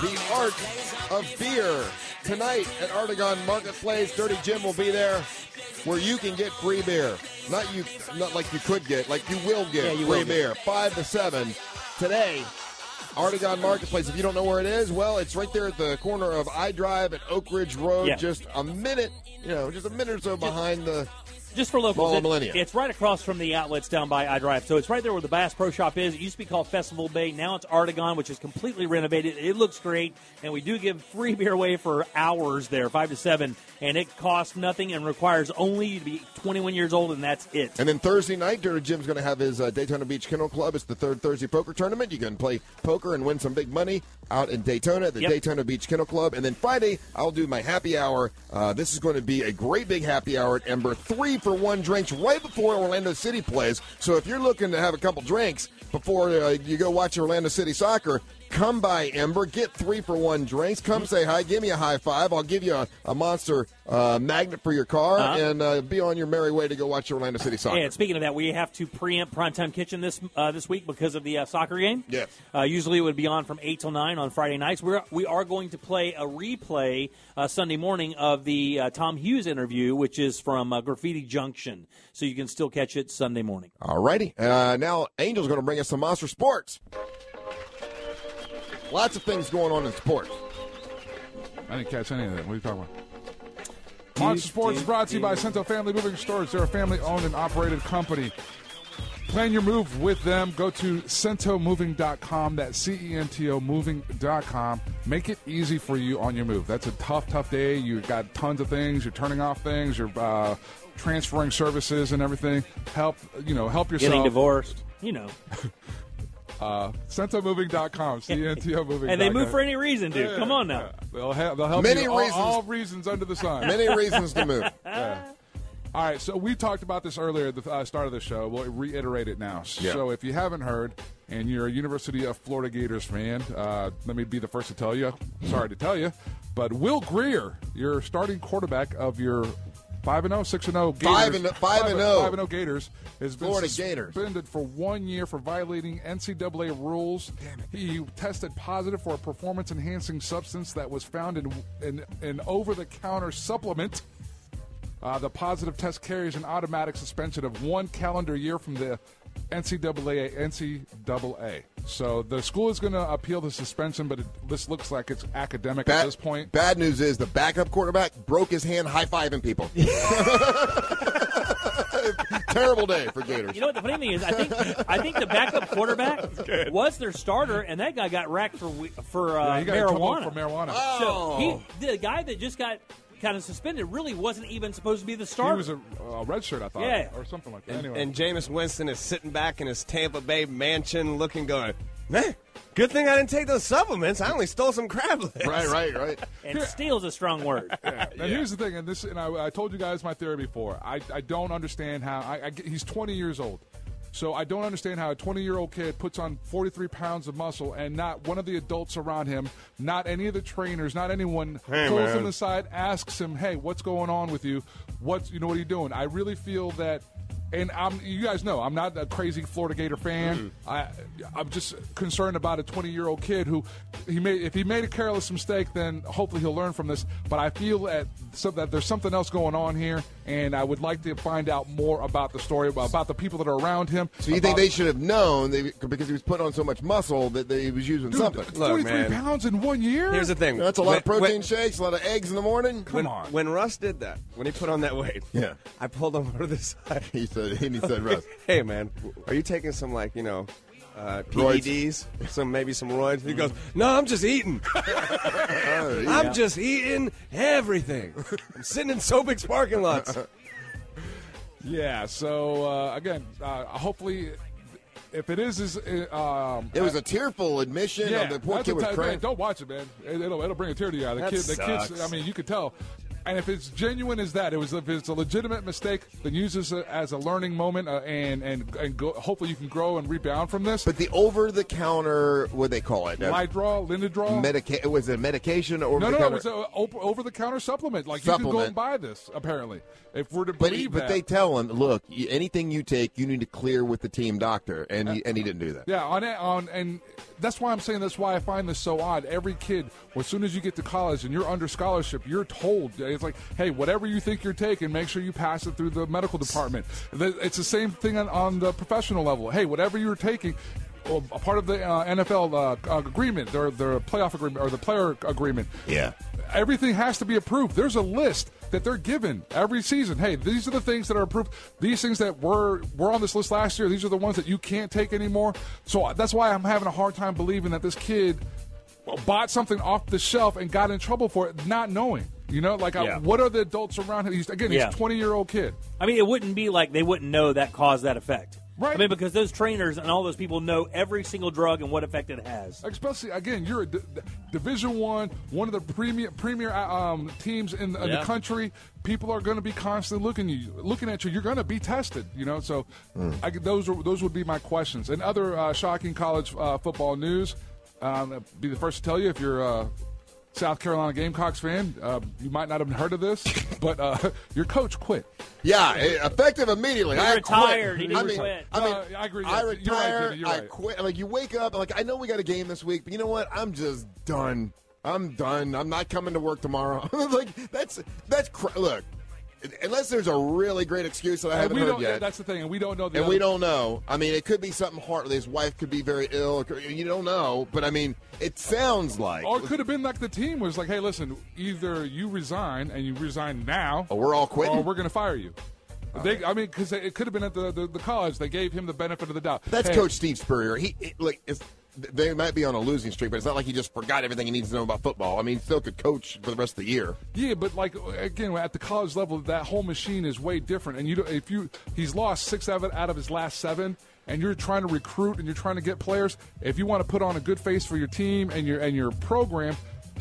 [SPEAKER 2] The Art of Beer tonight at Artagon Marketplace. Dirty Jim will be there, where you can get free beer. Not you, not like you could get, like you will get
[SPEAKER 7] Yeah, you
[SPEAKER 2] free
[SPEAKER 7] will get.
[SPEAKER 2] beer. Five to seven today. Artagon Marketplace. If you don't know where it is, well, it's right there at the corner of I Drive and Oak Ridge Road.
[SPEAKER 7] Yeah.
[SPEAKER 2] Just a minute, you know, just a minute or so behind the
[SPEAKER 3] Just for locals,
[SPEAKER 2] Mall of
[SPEAKER 3] it-
[SPEAKER 2] Millennia.
[SPEAKER 3] it's right across from the outlets down by iDrive. So it's right there where the Bass Pro Shop is. It used to be called Festival Bay. Now it's Artagon, which is completely renovated. It looks great, and we do give free beer away for hours there, five to seven, and it costs nothing and requires only you to be 21 years old, and that's it.
[SPEAKER 2] And then Thursday night, Dirty Jim's going to have his uh, Daytona Beach Kennel Club. It's the third Thursday poker tournament. You can play poker and win some big money out in Daytona at the
[SPEAKER 3] Yep.
[SPEAKER 2] Daytona Beach Kennel Club. And then Friday, I'll do my happy hour. Uh, this is going to be a great big happy hour at Ember. Three for one drinks right before Orlando City plays. So if you're looking to have a couple drinks before uh, you go watch Orlando City soccer, Come by Ember, get three for one drinks. Come say hi, give me a high five. I'll give you a, a monster uh, magnet for your car,
[SPEAKER 3] Uh-huh.
[SPEAKER 2] and uh, be on your merry way to go watch Orlando City soccer.
[SPEAKER 3] Yeah, And speaking of that, we have to preempt Primetime Kitchen this uh, this week because of the uh, soccer game.
[SPEAKER 2] Yes.
[SPEAKER 3] Uh, usually it would be on from 8 till 9 on Friday nights. We're, we are going to play a replay uh, Sunday morning of the uh, Tom Hughes interview, which is from uh, Graffiti Junction. So you can still catch it Sunday morning.
[SPEAKER 2] All righty. Uh, now, Angel's going to bring us some monster sports. Lots of things going on in sports.
[SPEAKER 5] I didn't catch any of that. What are you talking about? Monster Sports is brought to you by Cento Family Moving Stores. They're a family owned and operated company. Plan your move with them. Go to centomoving.com. That's C E N T O moving.com. Make it easy for you on your move. That's a tough, tough day. You've got tons of things. You're turning off things. You're uh, transferring services and everything. Help, you know, help yourself.
[SPEAKER 3] Getting divorced. You know.
[SPEAKER 5] Uh, centomoving.com. C E N T O moving.
[SPEAKER 3] And they move for any reason, dude. Come on now.
[SPEAKER 5] They'll, ha- they'll help
[SPEAKER 3] Many
[SPEAKER 5] you all-
[SPEAKER 3] reasons.
[SPEAKER 5] all reasons under the sun.
[SPEAKER 2] Many reasons to move.
[SPEAKER 5] Yeah. All right, so we talked about this earlier at the uh, start of the show. We'll reiterate it now.
[SPEAKER 2] Yeah.
[SPEAKER 5] So if you haven't heard and you're a University of Florida Gators fan, uh, let me be the first to tell you. Sorry to tell you, but Will Greer, your starting quarterback of your 5 and 0, 6 and 0 Gators.
[SPEAKER 2] Five and- five and
[SPEAKER 5] 5
[SPEAKER 2] oh. 0.
[SPEAKER 5] 5 and 0 Gators has been
[SPEAKER 2] Florida Gators.
[SPEAKER 5] suspended for 1 year for violating NCAA rules. He tested positive for a performance enhancing substance that was found in an an over the counter supplement. Uh, the positive test carries an automatic suspension of one calendar year from the NCAA. NCAA. So the school is going to appeal the suspension, but it, this looks like it's academic at this point.
[SPEAKER 2] Bad news is the backup quarterback broke his hand high fiving people. Terrible day for Gators.
[SPEAKER 3] You know what the funny thing is? I think I think the backup quarterback was their starter, and that guy got racked for we- for uh,
[SPEAKER 5] Yeah, he got in trouble
[SPEAKER 3] marijuana.
[SPEAKER 5] for marijuana.
[SPEAKER 4] Oh.
[SPEAKER 3] So he, the guy that just got kind of suspended really wasn't even supposed to be the starter.
[SPEAKER 5] He was a, a red shirt, I thought,
[SPEAKER 3] Yeah.
[SPEAKER 5] or something like that.
[SPEAKER 4] And,
[SPEAKER 5] anyway,
[SPEAKER 4] and Jameis Winston is sitting back in his Tampa Bay mansion looking, going, man, good thing I didn't take those supplements. I only stole some crab legs.
[SPEAKER 2] Right, right, right.
[SPEAKER 3] and steals a strong word.
[SPEAKER 5] Now here's the thing, and this, and I, I told you guys my theory before. I, I don't understand how I, I get- he's 20 years old, so I don't understand how a 20 year old kid puts on 43 pounds of muscle and not one of the adults around him, not any of the trainers, not anyone
[SPEAKER 17] Hey,
[SPEAKER 5] pulls
[SPEAKER 17] man.
[SPEAKER 5] him aside, asks him, "Hey, what's going on with you? What's you know what are you doing?" I really feel that. And I'm, you guys know I'm not a crazy Florida Gator
[SPEAKER 2] Mm.
[SPEAKER 5] fan. I, I'm just concerned about a 20 year old kid who, he made if he made a careless mistake, then hopefully he'll learn from this. But I feel that so that there's something else going on here, and I would like to find out more about the story about, about the people that are around him.
[SPEAKER 2] So you
[SPEAKER 5] about-
[SPEAKER 2] think they should have known they, because he was putting on so much muscle that they, he was using something?
[SPEAKER 5] 43 pounds in one year?
[SPEAKER 4] Here's the thing.
[SPEAKER 2] That's a lot of
[SPEAKER 4] When-
[SPEAKER 2] protein shakes, a lot of eggs in the morning.
[SPEAKER 4] when, When Russ did that, when he put on that weight,
[SPEAKER 2] Yeah.
[SPEAKER 4] I pulled him over to the side.
[SPEAKER 2] He said, and he said, Russ.
[SPEAKER 4] hey, man, are you taking some, like, you know, uh,
[SPEAKER 2] Roids.
[SPEAKER 4] PEDs? Some, maybe some roids? He goes, no, I'm just eating.
[SPEAKER 2] Oh,
[SPEAKER 4] I'm just eating everything. I'm sitting in Sobik's parking lots.
[SPEAKER 5] Yeah. So uh, again, uh, hopefully, if it is, is uh, um,
[SPEAKER 2] It was a tearful admission.
[SPEAKER 5] yeah,
[SPEAKER 2] of the poor
[SPEAKER 5] that's
[SPEAKER 2] kid
[SPEAKER 5] the
[SPEAKER 2] was
[SPEAKER 5] type-
[SPEAKER 2] crying.
[SPEAKER 5] man, Don't watch it, man. It, will it'll bring a tear to your eye. The
[SPEAKER 2] That
[SPEAKER 5] kid, the kids.
[SPEAKER 2] sucks.
[SPEAKER 5] I mean, you could tell. And if it's genuine as that, it was if it's a legitimate mistake, then use this uh, as a learning moment, uh, and and and go, hopefully you can grow and rebound from this.
[SPEAKER 2] But the over the counter, what they call it?
[SPEAKER 5] Light draw, Lindadraw.
[SPEAKER 2] Medica- was it medication or
[SPEAKER 5] no, no,
[SPEAKER 2] over the
[SPEAKER 5] no,
[SPEAKER 2] counter?
[SPEAKER 5] it's an over the counter supplement. Like you can go
[SPEAKER 2] Supplement.
[SPEAKER 5] and buy this. Apparently, if we're to
[SPEAKER 2] But, he,
[SPEAKER 5] believe
[SPEAKER 2] but
[SPEAKER 5] that.
[SPEAKER 2] they tell him, look, y anything you take, you need to clear with the team doctor, and he, and he didn't do that.
[SPEAKER 5] Yeah, on on and that's why I'm saying that's why I find this so odd. Every kid, as soon as you get to college and you're under scholarship, you're told it's like, hey, whatever you think you're taking, make sure you pass it through the medical department. The- It's the same thing on, on the professional level. Hey, whatever you're taking. well, A part of the uh, NFL uh, uh, agreement, their their playoff agreement or the player agreement.
[SPEAKER 2] Yeah.
[SPEAKER 5] everything has to be approved. There's a list that they're given every season. Hey, these are the things that are approved. These things that were were on this list last year. These are the ones that you can't take anymore. So that's why I'm having a hard time believing that this kid bought something off the shelf and got in trouble for it, not knowing. You know, like I-
[SPEAKER 3] Yeah.
[SPEAKER 5] what are the adults around him? He's again, he's
[SPEAKER 3] Yeah.
[SPEAKER 5] a 20 year old kid.
[SPEAKER 3] I mean, it wouldn't be like they wouldn't know that caused that effect.
[SPEAKER 5] Right.
[SPEAKER 3] I mean, because those trainers and all those people know every single drug and what effect it has.
[SPEAKER 5] Especially again, you're a D- D- Division One, one of the premier premier uh, um, teams in, in
[SPEAKER 3] Yeah.
[SPEAKER 5] the country. People are going to be constantly looking you, looking at you. You're going to be tested, you know. So,
[SPEAKER 2] Hmm.
[SPEAKER 5] I, could- those are, those would be my questions. And other uh, shocking college uh, football news. Um, I'll be the first to tell you if you're a South Carolina Gamecocks fan, uh, you might not have heard of this, but uh, your coach quit.
[SPEAKER 2] Yeah, eh, effective immediately. I quit. I mean, I mean,
[SPEAKER 5] I agree.
[SPEAKER 2] I
[SPEAKER 5] You're right,
[SPEAKER 2] retire.
[SPEAKER 5] Jimmy, you're
[SPEAKER 2] I
[SPEAKER 5] right.
[SPEAKER 2] quit. Like you wake up. Like I know we got a game this week, but you know what? I'm just done. I'm done. I'm not coming to work tomorrow. like that's that's cr- look. Unless there's a really great excuse that I
[SPEAKER 5] and
[SPEAKER 2] haven't
[SPEAKER 5] we
[SPEAKER 2] heard
[SPEAKER 5] don't.
[SPEAKER 2] yet,
[SPEAKER 5] That's the thing, and we don't know. The
[SPEAKER 2] and
[SPEAKER 5] other-
[SPEAKER 2] we don't know. I mean, it could be something hard. His wife could be very ill. You don't know, but I mean, it sounds like
[SPEAKER 5] Or it could have been like the team was like, hey, listen, either you resign and you resign now,
[SPEAKER 2] or Oh, we're all quitting.
[SPEAKER 5] or Oh, we're going to fire you. They, I mean, because it could have been at the, the, the college. They gave him the benefit of the doubt.
[SPEAKER 2] That's
[SPEAKER 5] Hey,
[SPEAKER 2] Coach Steve Spurrier. He it, like it's, they might be on a losing streak, but it's not like he just forgot everything he needs to know about football. I mean, he still could coach for the rest of the year.
[SPEAKER 5] Yeah, but like again, at the college level, that whole machine is way different. And you, don't- if you, he's lost six out of, out of his last seven, and you're trying to recruit and you're trying to get players. If you want to put on a good face for your team and your and your program,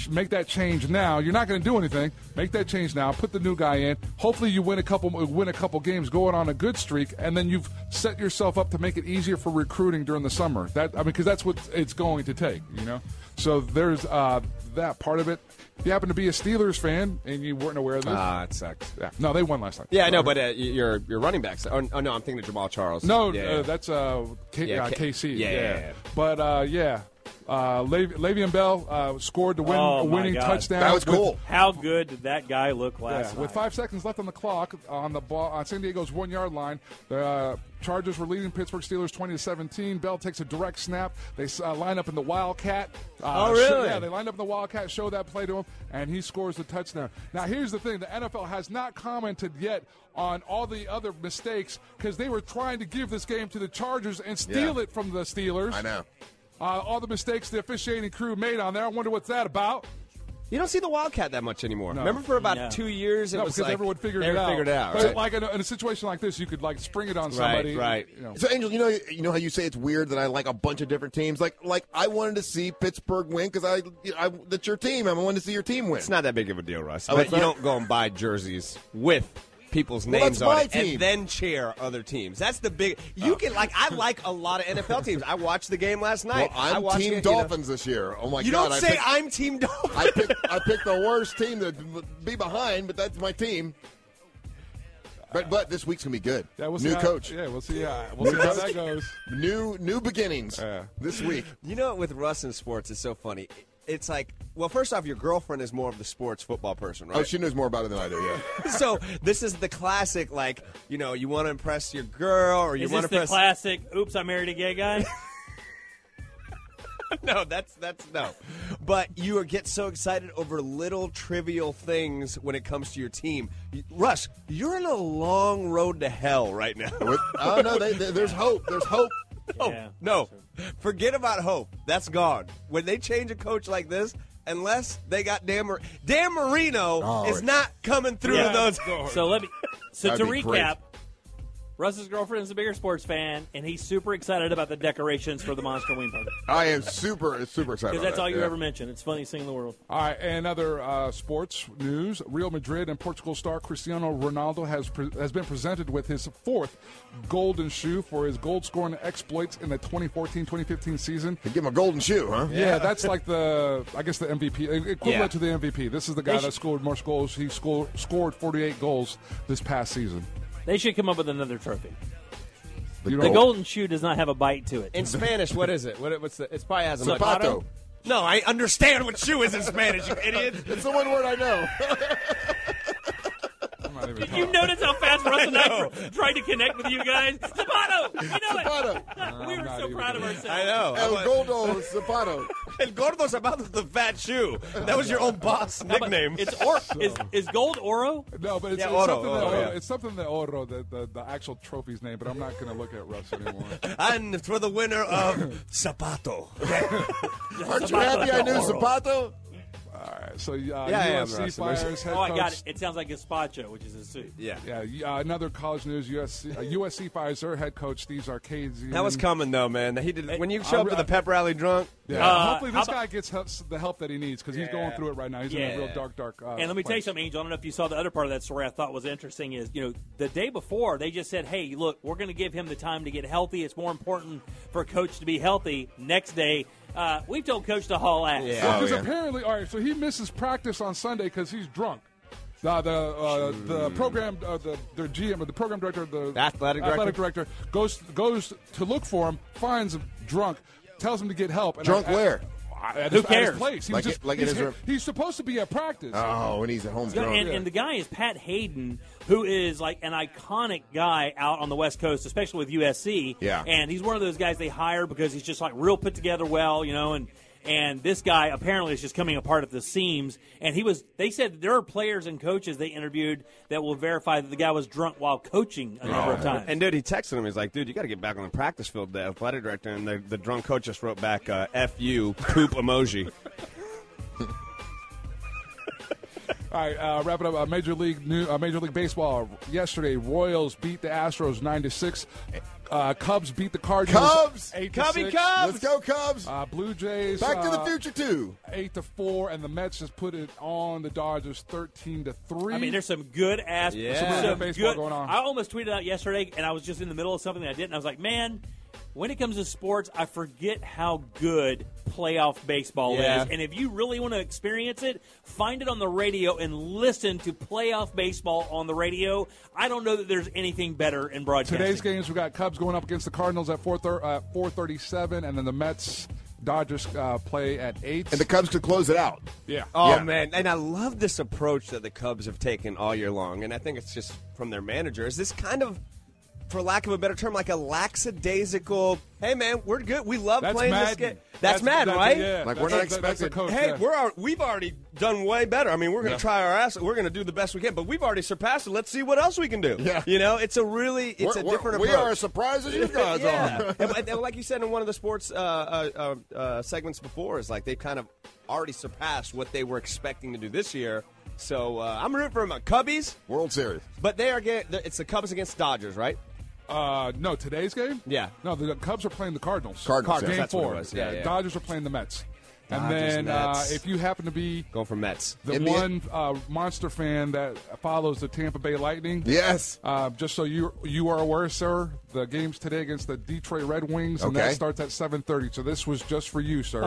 [SPEAKER 5] make that change now. You're not going to do anything. Make that change now. Put the new guy in. Hopefully, you win a couple win a couple games, going on a good streak, and then you've set yourself up to make it easier for recruiting during the summer. That I mean, because that's what it's going to take. You know. So there's uh, that part of it. If you happen to be a Steelers fan and you weren't aware of this,
[SPEAKER 7] Ah, it sucks.
[SPEAKER 5] Yeah. No, they won last night.
[SPEAKER 7] Yeah, I know, but uh, y- your your running backs. Oh, n- oh, no, I'm thinking of Jamal Charles.
[SPEAKER 5] No,
[SPEAKER 7] yeah,
[SPEAKER 5] uh, that's uh, K-
[SPEAKER 7] Yeah,
[SPEAKER 5] uh,
[SPEAKER 7] K-
[SPEAKER 5] KC.
[SPEAKER 7] yeah, yeah, yeah.
[SPEAKER 5] But uh, yeah, uh, Le- Le'Veon Bell uh, scored the win,
[SPEAKER 3] oh, my
[SPEAKER 5] winning
[SPEAKER 3] God.
[SPEAKER 5] touchdown. with-
[SPEAKER 3] How good did that guy look last
[SPEAKER 5] Yeah, with
[SPEAKER 3] night?
[SPEAKER 5] five seconds left on the clock on the ball on San Diego's one yard line, the uh, Chargers were leading Pittsburgh Steelers twenty to seventeen. Bell takes a direct snap. They uh, line up in the Wildcat. Uh,
[SPEAKER 7] Oh,
[SPEAKER 5] show-
[SPEAKER 7] really?
[SPEAKER 5] yeah, they line up in the Wildcat. Show that play to him, and he scores the touchdown. Now here's the thing: the NFL has not commented yet on all the other mistakes because they were trying to give this game to the Chargers and steal
[SPEAKER 2] Yeah.
[SPEAKER 5] it from the Steelers.
[SPEAKER 2] I know.
[SPEAKER 5] Uh, all the mistakes the officiating crew made on there. I wonder what's that about.
[SPEAKER 7] You don't see the Wildcat that much anymore.
[SPEAKER 5] No.
[SPEAKER 7] Remember, for about
[SPEAKER 5] No.
[SPEAKER 7] two years, it
[SPEAKER 5] No,
[SPEAKER 7] was
[SPEAKER 5] because
[SPEAKER 7] like,
[SPEAKER 5] everyone figured
[SPEAKER 7] they
[SPEAKER 5] it out.
[SPEAKER 7] Figured it out.
[SPEAKER 5] But
[SPEAKER 7] right?
[SPEAKER 5] like in a, in a situation like this, you could like spring it on
[SPEAKER 7] Right,
[SPEAKER 5] somebody.
[SPEAKER 7] right.
[SPEAKER 5] You know.
[SPEAKER 2] So, Angel, you know, you know how you say it's weird that I like a bunch of different teams. Like, like I wanted to see Pittsburgh win because I, I, that's your team. I wanted to see your team win.
[SPEAKER 7] It's not that big of a deal, Russ.
[SPEAKER 2] Oh,
[SPEAKER 7] but
[SPEAKER 2] it's
[SPEAKER 7] you
[SPEAKER 2] not?
[SPEAKER 7] don't go and buy jerseys with people's
[SPEAKER 2] Well,
[SPEAKER 7] names
[SPEAKER 2] that's
[SPEAKER 7] on
[SPEAKER 2] my
[SPEAKER 7] it
[SPEAKER 2] team. Oh.
[SPEAKER 7] and then cheer other teams. That's the big. You can like I like a lot of NFL teams. I watched the game last
[SPEAKER 2] Well,
[SPEAKER 7] night. I
[SPEAKER 2] I'm
[SPEAKER 7] watched
[SPEAKER 2] Team
[SPEAKER 7] it, you know.
[SPEAKER 2] Dolphins this year. Oh my
[SPEAKER 7] You
[SPEAKER 2] god!
[SPEAKER 7] don't say
[SPEAKER 2] I
[SPEAKER 7] I'm Team Dolphins.
[SPEAKER 2] I picked, I picked the worst team to be behind, but that's my team. But but this week's gonna be good.
[SPEAKER 5] Yeah, we'll see
[SPEAKER 2] new
[SPEAKER 5] how-
[SPEAKER 2] coach.
[SPEAKER 5] yeah, we'll see how- we'll see how that goes.
[SPEAKER 2] New new beginnings this week.
[SPEAKER 7] You know, with Russ in sports, it's so funny. It's like, well, first off, your girlfriend is more of the sports football person, right?
[SPEAKER 2] Oh, she knows more about it than I do. Yeah.
[SPEAKER 7] so this is the classic, like, you know, you want to impress your girl or you
[SPEAKER 3] Is
[SPEAKER 7] want
[SPEAKER 3] this
[SPEAKER 7] to
[SPEAKER 3] the
[SPEAKER 7] impress.
[SPEAKER 3] classic, oops, I married a gay guy?
[SPEAKER 7] no, that's that's no. But you are- get so excited over little trivial things when it comes to your team. You- Russ, you're in a long road to hell right now.
[SPEAKER 2] oh, no, they- they- there's hope. There's hope.
[SPEAKER 7] No, no. Forget about hope. That's gone. When they change a coach like this, unless they got Dan, Mar- Dan Marino
[SPEAKER 3] Oh,
[SPEAKER 7] is
[SPEAKER 3] it's-
[SPEAKER 7] not coming through
[SPEAKER 3] Yeah.
[SPEAKER 7] to those.
[SPEAKER 3] So let me. So
[SPEAKER 7] That'd
[SPEAKER 3] to
[SPEAKER 7] be great.
[SPEAKER 3] recap, Russ's girlfriend is a bigger sports fan, and he's super excited about the decorations for the Monster Wing Party
[SPEAKER 2] I am super super excited.
[SPEAKER 3] because that's
[SPEAKER 2] about
[SPEAKER 3] all
[SPEAKER 2] that,
[SPEAKER 3] you
[SPEAKER 2] yeah.
[SPEAKER 3] ever mention. It's funniest thing in the world.
[SPEAKER 5] All right, and other uh, sports news: Real Madrid and Portugal star Cristiano Ronaldo has pre- has been presented with his fourth golden shoe for his gold scoring exploits in the 2014-2015 season.
[SPEAKER 2] They give him a golden shoe, huh?
[SPEAKER 5] Yeah, that's like the I guess the MVP e, equivalent
[SPEAKER 2] Yeah.
[SPEAKER 5] to the MVP. This is the
[SPEAKER 3] They
[SPEAKER 5] guy
[SPEAKER 3] should-
[SPEAKER 5] that scored more goals. He scored scored 48 goals this past season.
[SPEAKER 3] They should come up with another trophy.
[SPEAKER 5] The,
[SPEAKER 3] The golden shoe does not have a bite to it.
[SPEAKER 7] In Spanish, what is it? What, what's the? It's probably has a
[SPEAKER 3] Zapato.
[SPEAKER 7] No, I understand what shoe is in Spanish, you idiot.
[SPEAKER 2] It's the one word I know.
[SPEAKER 5] not even
[SPEAKER 3] Did you notice how fast Russell and I tr- tried to connect with you guys? Zapato! You know it! we were so proud of ourselves.
[SPEAKER 7] I know.
[SPEAKER 2] El Gordo Zapato.
[SPEAKER 7] El Gordo Zapato, the fat shoe. That was your own boss
[SPEAKER 3] How about-
[SPEAKER 7] nickname.
[SPEAKER 3] It's or- is, is gold oro?
[SPEAKER 5] No, but it's,
[SPEAKER 7] Yeah,
[SPEAKER 5] it's
[SPEAKER 7] Oro,
[SPEAKER 5] something that
[SPEAKER 7] Oro, Oh,
[SPEAKER 5] Oro,
[SPEAKER 7] yeah.
[SPEAKER 5] it's something that Oro, the, the, the actual trophy's name, but I'm not going to look at Russ anymore.
[SPEAKER 7] and for the winner of Zapato.
[SPEAKER 2] Aren't you happy I knew Zapato?
[SPEAKER 5] All right, so uh,
[SPEAKER 7] I am,
[SPEAKER 5] USC
[SPEAKER 7] Russ.
[SPEAKER 5] fires head
[SPEAKER 3] Oh, I got
[SPEAKER 5] coach
[SPEAKER 3] it. It sounds like gazpacho, which is a soup.
[SPEAKER 5] Yeah, y- uh, another college news. USC, uh, USC fires their head coach, Steve Sarkisian.
[SPEAKER 7] That was coming though, man. He did when you show
[SPEAKER 5] I-
[SPEAKER 7] up to the pep rally drunk.
[SPEAKER 5] Yeah. Hopefully, this guy gets help, the help that he needs because he's
[SPEAKER 3] Uh, Yeah.
[SPEAKER 5] going through it right now. He's in a real dark, dark. Uh,
[SPEAKER 3] and let me tell you
[SPEAKER 5] place.
[SPEAKER 3] something, Angel. I don't know if you saw the other part of that story. I thought was interesting is you know the day before they just said, "Hey, look, we're going to give him the time to get healthy. It's more important for coach to be healthy." Next day, uh, we told coach to haul ass.
[SPEAKER 2] Oh,
[SPEAKER 5] Well,
[SPEAKER 7] Oh,
[SPEAKER 5] 'cause apparently, all right. So he misses practice on Sunday because he's drunk. Uh, the uh,
[SPEAKER 2] Hmm.
[SPEAKER 5] the program uh, the their GM or the program director the
[SPEAKER 7] Athletic director?
[SPEAKER 5] director goes goes to look for him finds him drunk tells him to get help
[SPEAKER 2] Drunk
[SPEAKER 5] I- I-
[SPEAKER 2] where?
[SPEAKER 5] at
[SPEAKER 2] Who
[SPEAKER 5] his- at his
[SPEAKER 2] cares?
[SPEAKER 5] place he
[SPEAKER 2] Like
[SPEAKER 5] was just,
[SPEAKER 2] it- like in
[SPEAKER 5] he's,
[SPEAKER 2] his room.
[SPEAKER 5] he's supposed to be at practice
[SPEAKER 2] Oh, and he's at home
[SPEAKER 3] It's gonna-
[SPEAKER 2] drunk.
[SPEAKER 3] and, and the guy is Pat Hayden, who is like an iconic guy out on the West Coast, especially with USC.
[SPEAKER 2] Yeah.
[SPEAKER 3] And he's one of those guys they hire because he's just like real put together well, you know, and and this guy apparently is just coming apart at the seams. And he was they said there are players and coaches they interviewed that will verify that the guy was drunk while coaching a number
[SPEAKER 5] Oh.
[SPEAKER 2] Oh,
[SPEAKER 3] of times.
[SPEAKER 7] And dude, he texted him. He's like, "Dude, you got to get back on the practice field." The athletic director and the, the drunk coach just wrote back, uh, "F you, poop emoji."
[SPEAKER 5] All right, uh, wrapping up uh, Major League New, uh, Major League Baseball yesterday. Royals beat the Astros nine to six. Uh, Cubs beat the Cardinals.
[SPEAKER 2] Cubs!
[SPEAKER 5] eight to
[SPEAKER 2] Cubby
[SPEAKER 5] six.
[SPEAKER 2] Cubs! Let's go, Cubs!
[SPEAKER 5] Uh, Blue Jays
[SPEAKER 2] Back to the
[SPEAKER 5] uh,
[SPEAKER 2] future, too.
[SPEAKER 5] eight to four, and the Mets just put it on the Dodgers thirteen to three.
[SPEAKER 3] I mean, there's some good ass,
[SPEAKER 5] Yeah.
[SPEAKER 3] some
[SPEAKER 5] Some good baseball
[SPEAKER 3] good-
[SPEAKER 5] going on.
[SPEAKER 3] I almost tweeted out yesterday, and I was just in the middle of something that I didn't. I was like, man, when it comes to sports, I forget how good playoff baseball
[SPEAKER 7] Yeah.
[SPEAKER 3] is. And if you really want to experience it, find it on the radio and listen to playoff baseball on the radio. I don't know that there's anything better in broadcasting.
[SPEAKER 5] Today's games we got Cubs going up against the Cardinals at four thir- uh, four thirty seven, and then the Mets Dodgers uh, play at eight.
[SPEAKER 2] And the Cubs to close it out.
[SPEAKER 5] Yeah.
[SPEAKER 7] Oh
[SPEAKER 5] Yeah.
[SPEAKER 7] man, and I love this approach that the Cubs have taken all year long, and I think it's just from their manager. Is this kind of, for lack of a better term, like a lackadaisical? Hey man, we're good. We love
[SPEAKER 5] That's
[SPEAKER 7] playing this
[SPEAKER 5] Madden.
[SPEAKER 7] game. That's,
[SPEAKER 5] That's-
[SPEAKER 7] mad,
[SPEAKER 5] that's-
[SPEAKER 7] right?
[SPEAKER 5] yeah, Like, we're that's- not that's- that's the expected- coach,
[SPEAKER 7] hey,
[SPEAKER 5] yeah.
[SPEAKER 7] we're al- we've already done way better. I mean, we're going to
[SPEAKER 5] Yeah.
[SPEAKER 7] try our ass. We're going to do the best we can, but we've already surpassed it. Let's see what else we can do. Yeah. You know, it's a really it's
[SPEAKER 2] We're-
[SPEAKER 7] a
[SPEAKER 2] we're-
[SPEAKER 7] different
[SPEAKER 2] we
[SPEAKER 7] approach.
[SPEAKER 2] are as surprised as you guys
[SPEAKER 7] Yeah.
[SPEAKER 2] are.
[SPEAKER 7] and, and- and like you said in one of the sports uh, uh, uh, uh, segments before, is like they've kind of already surpassed what they were expecting to do this year. So uh, I'm rooting for my Cubbies
[SPEAKER 2] World Series,
[SPEAKER 7] but they are getting it's the Cubs against Dodgers, right?
[SPEAKER 5] Uh, no, today's game.
[SPEAKER 7] Yeah.
[SPEAKER 5] No, the Cubs are playing the Cardinals.
[SPEAKER 7] Cardinals, yes,
[SPEAKER 5] game
[SPEAKER 7] that's what it
[SPEAKER 5] four.
[SPEAKER 7] was. Yeah, yeah.
[SPEAKER 5] Dodgers are playing the Mets. and
[SPEAKER 7] Dodgers,
[SPEAKER 5] then uh,
[SPEAKER 7] Mets.
[SPEAKER 5] if you happen to be
[SPEAKER 7] Going for Mets.
[SPEAKER 5] the
[SPEAKER 7] In the-
[SPEAKER 5] one uh, monster fan that follows the Tampa Bay Lightning,
[SPEAKER 2] Yes.
[SPEAKER 5] Uh, just so you you are aware, sir, the game's today against the Detroit Red Wings, and
[SPEAKER 2] Okay.
[SPEAKER 5] that starts at seven thirty. So this was just for you, sir.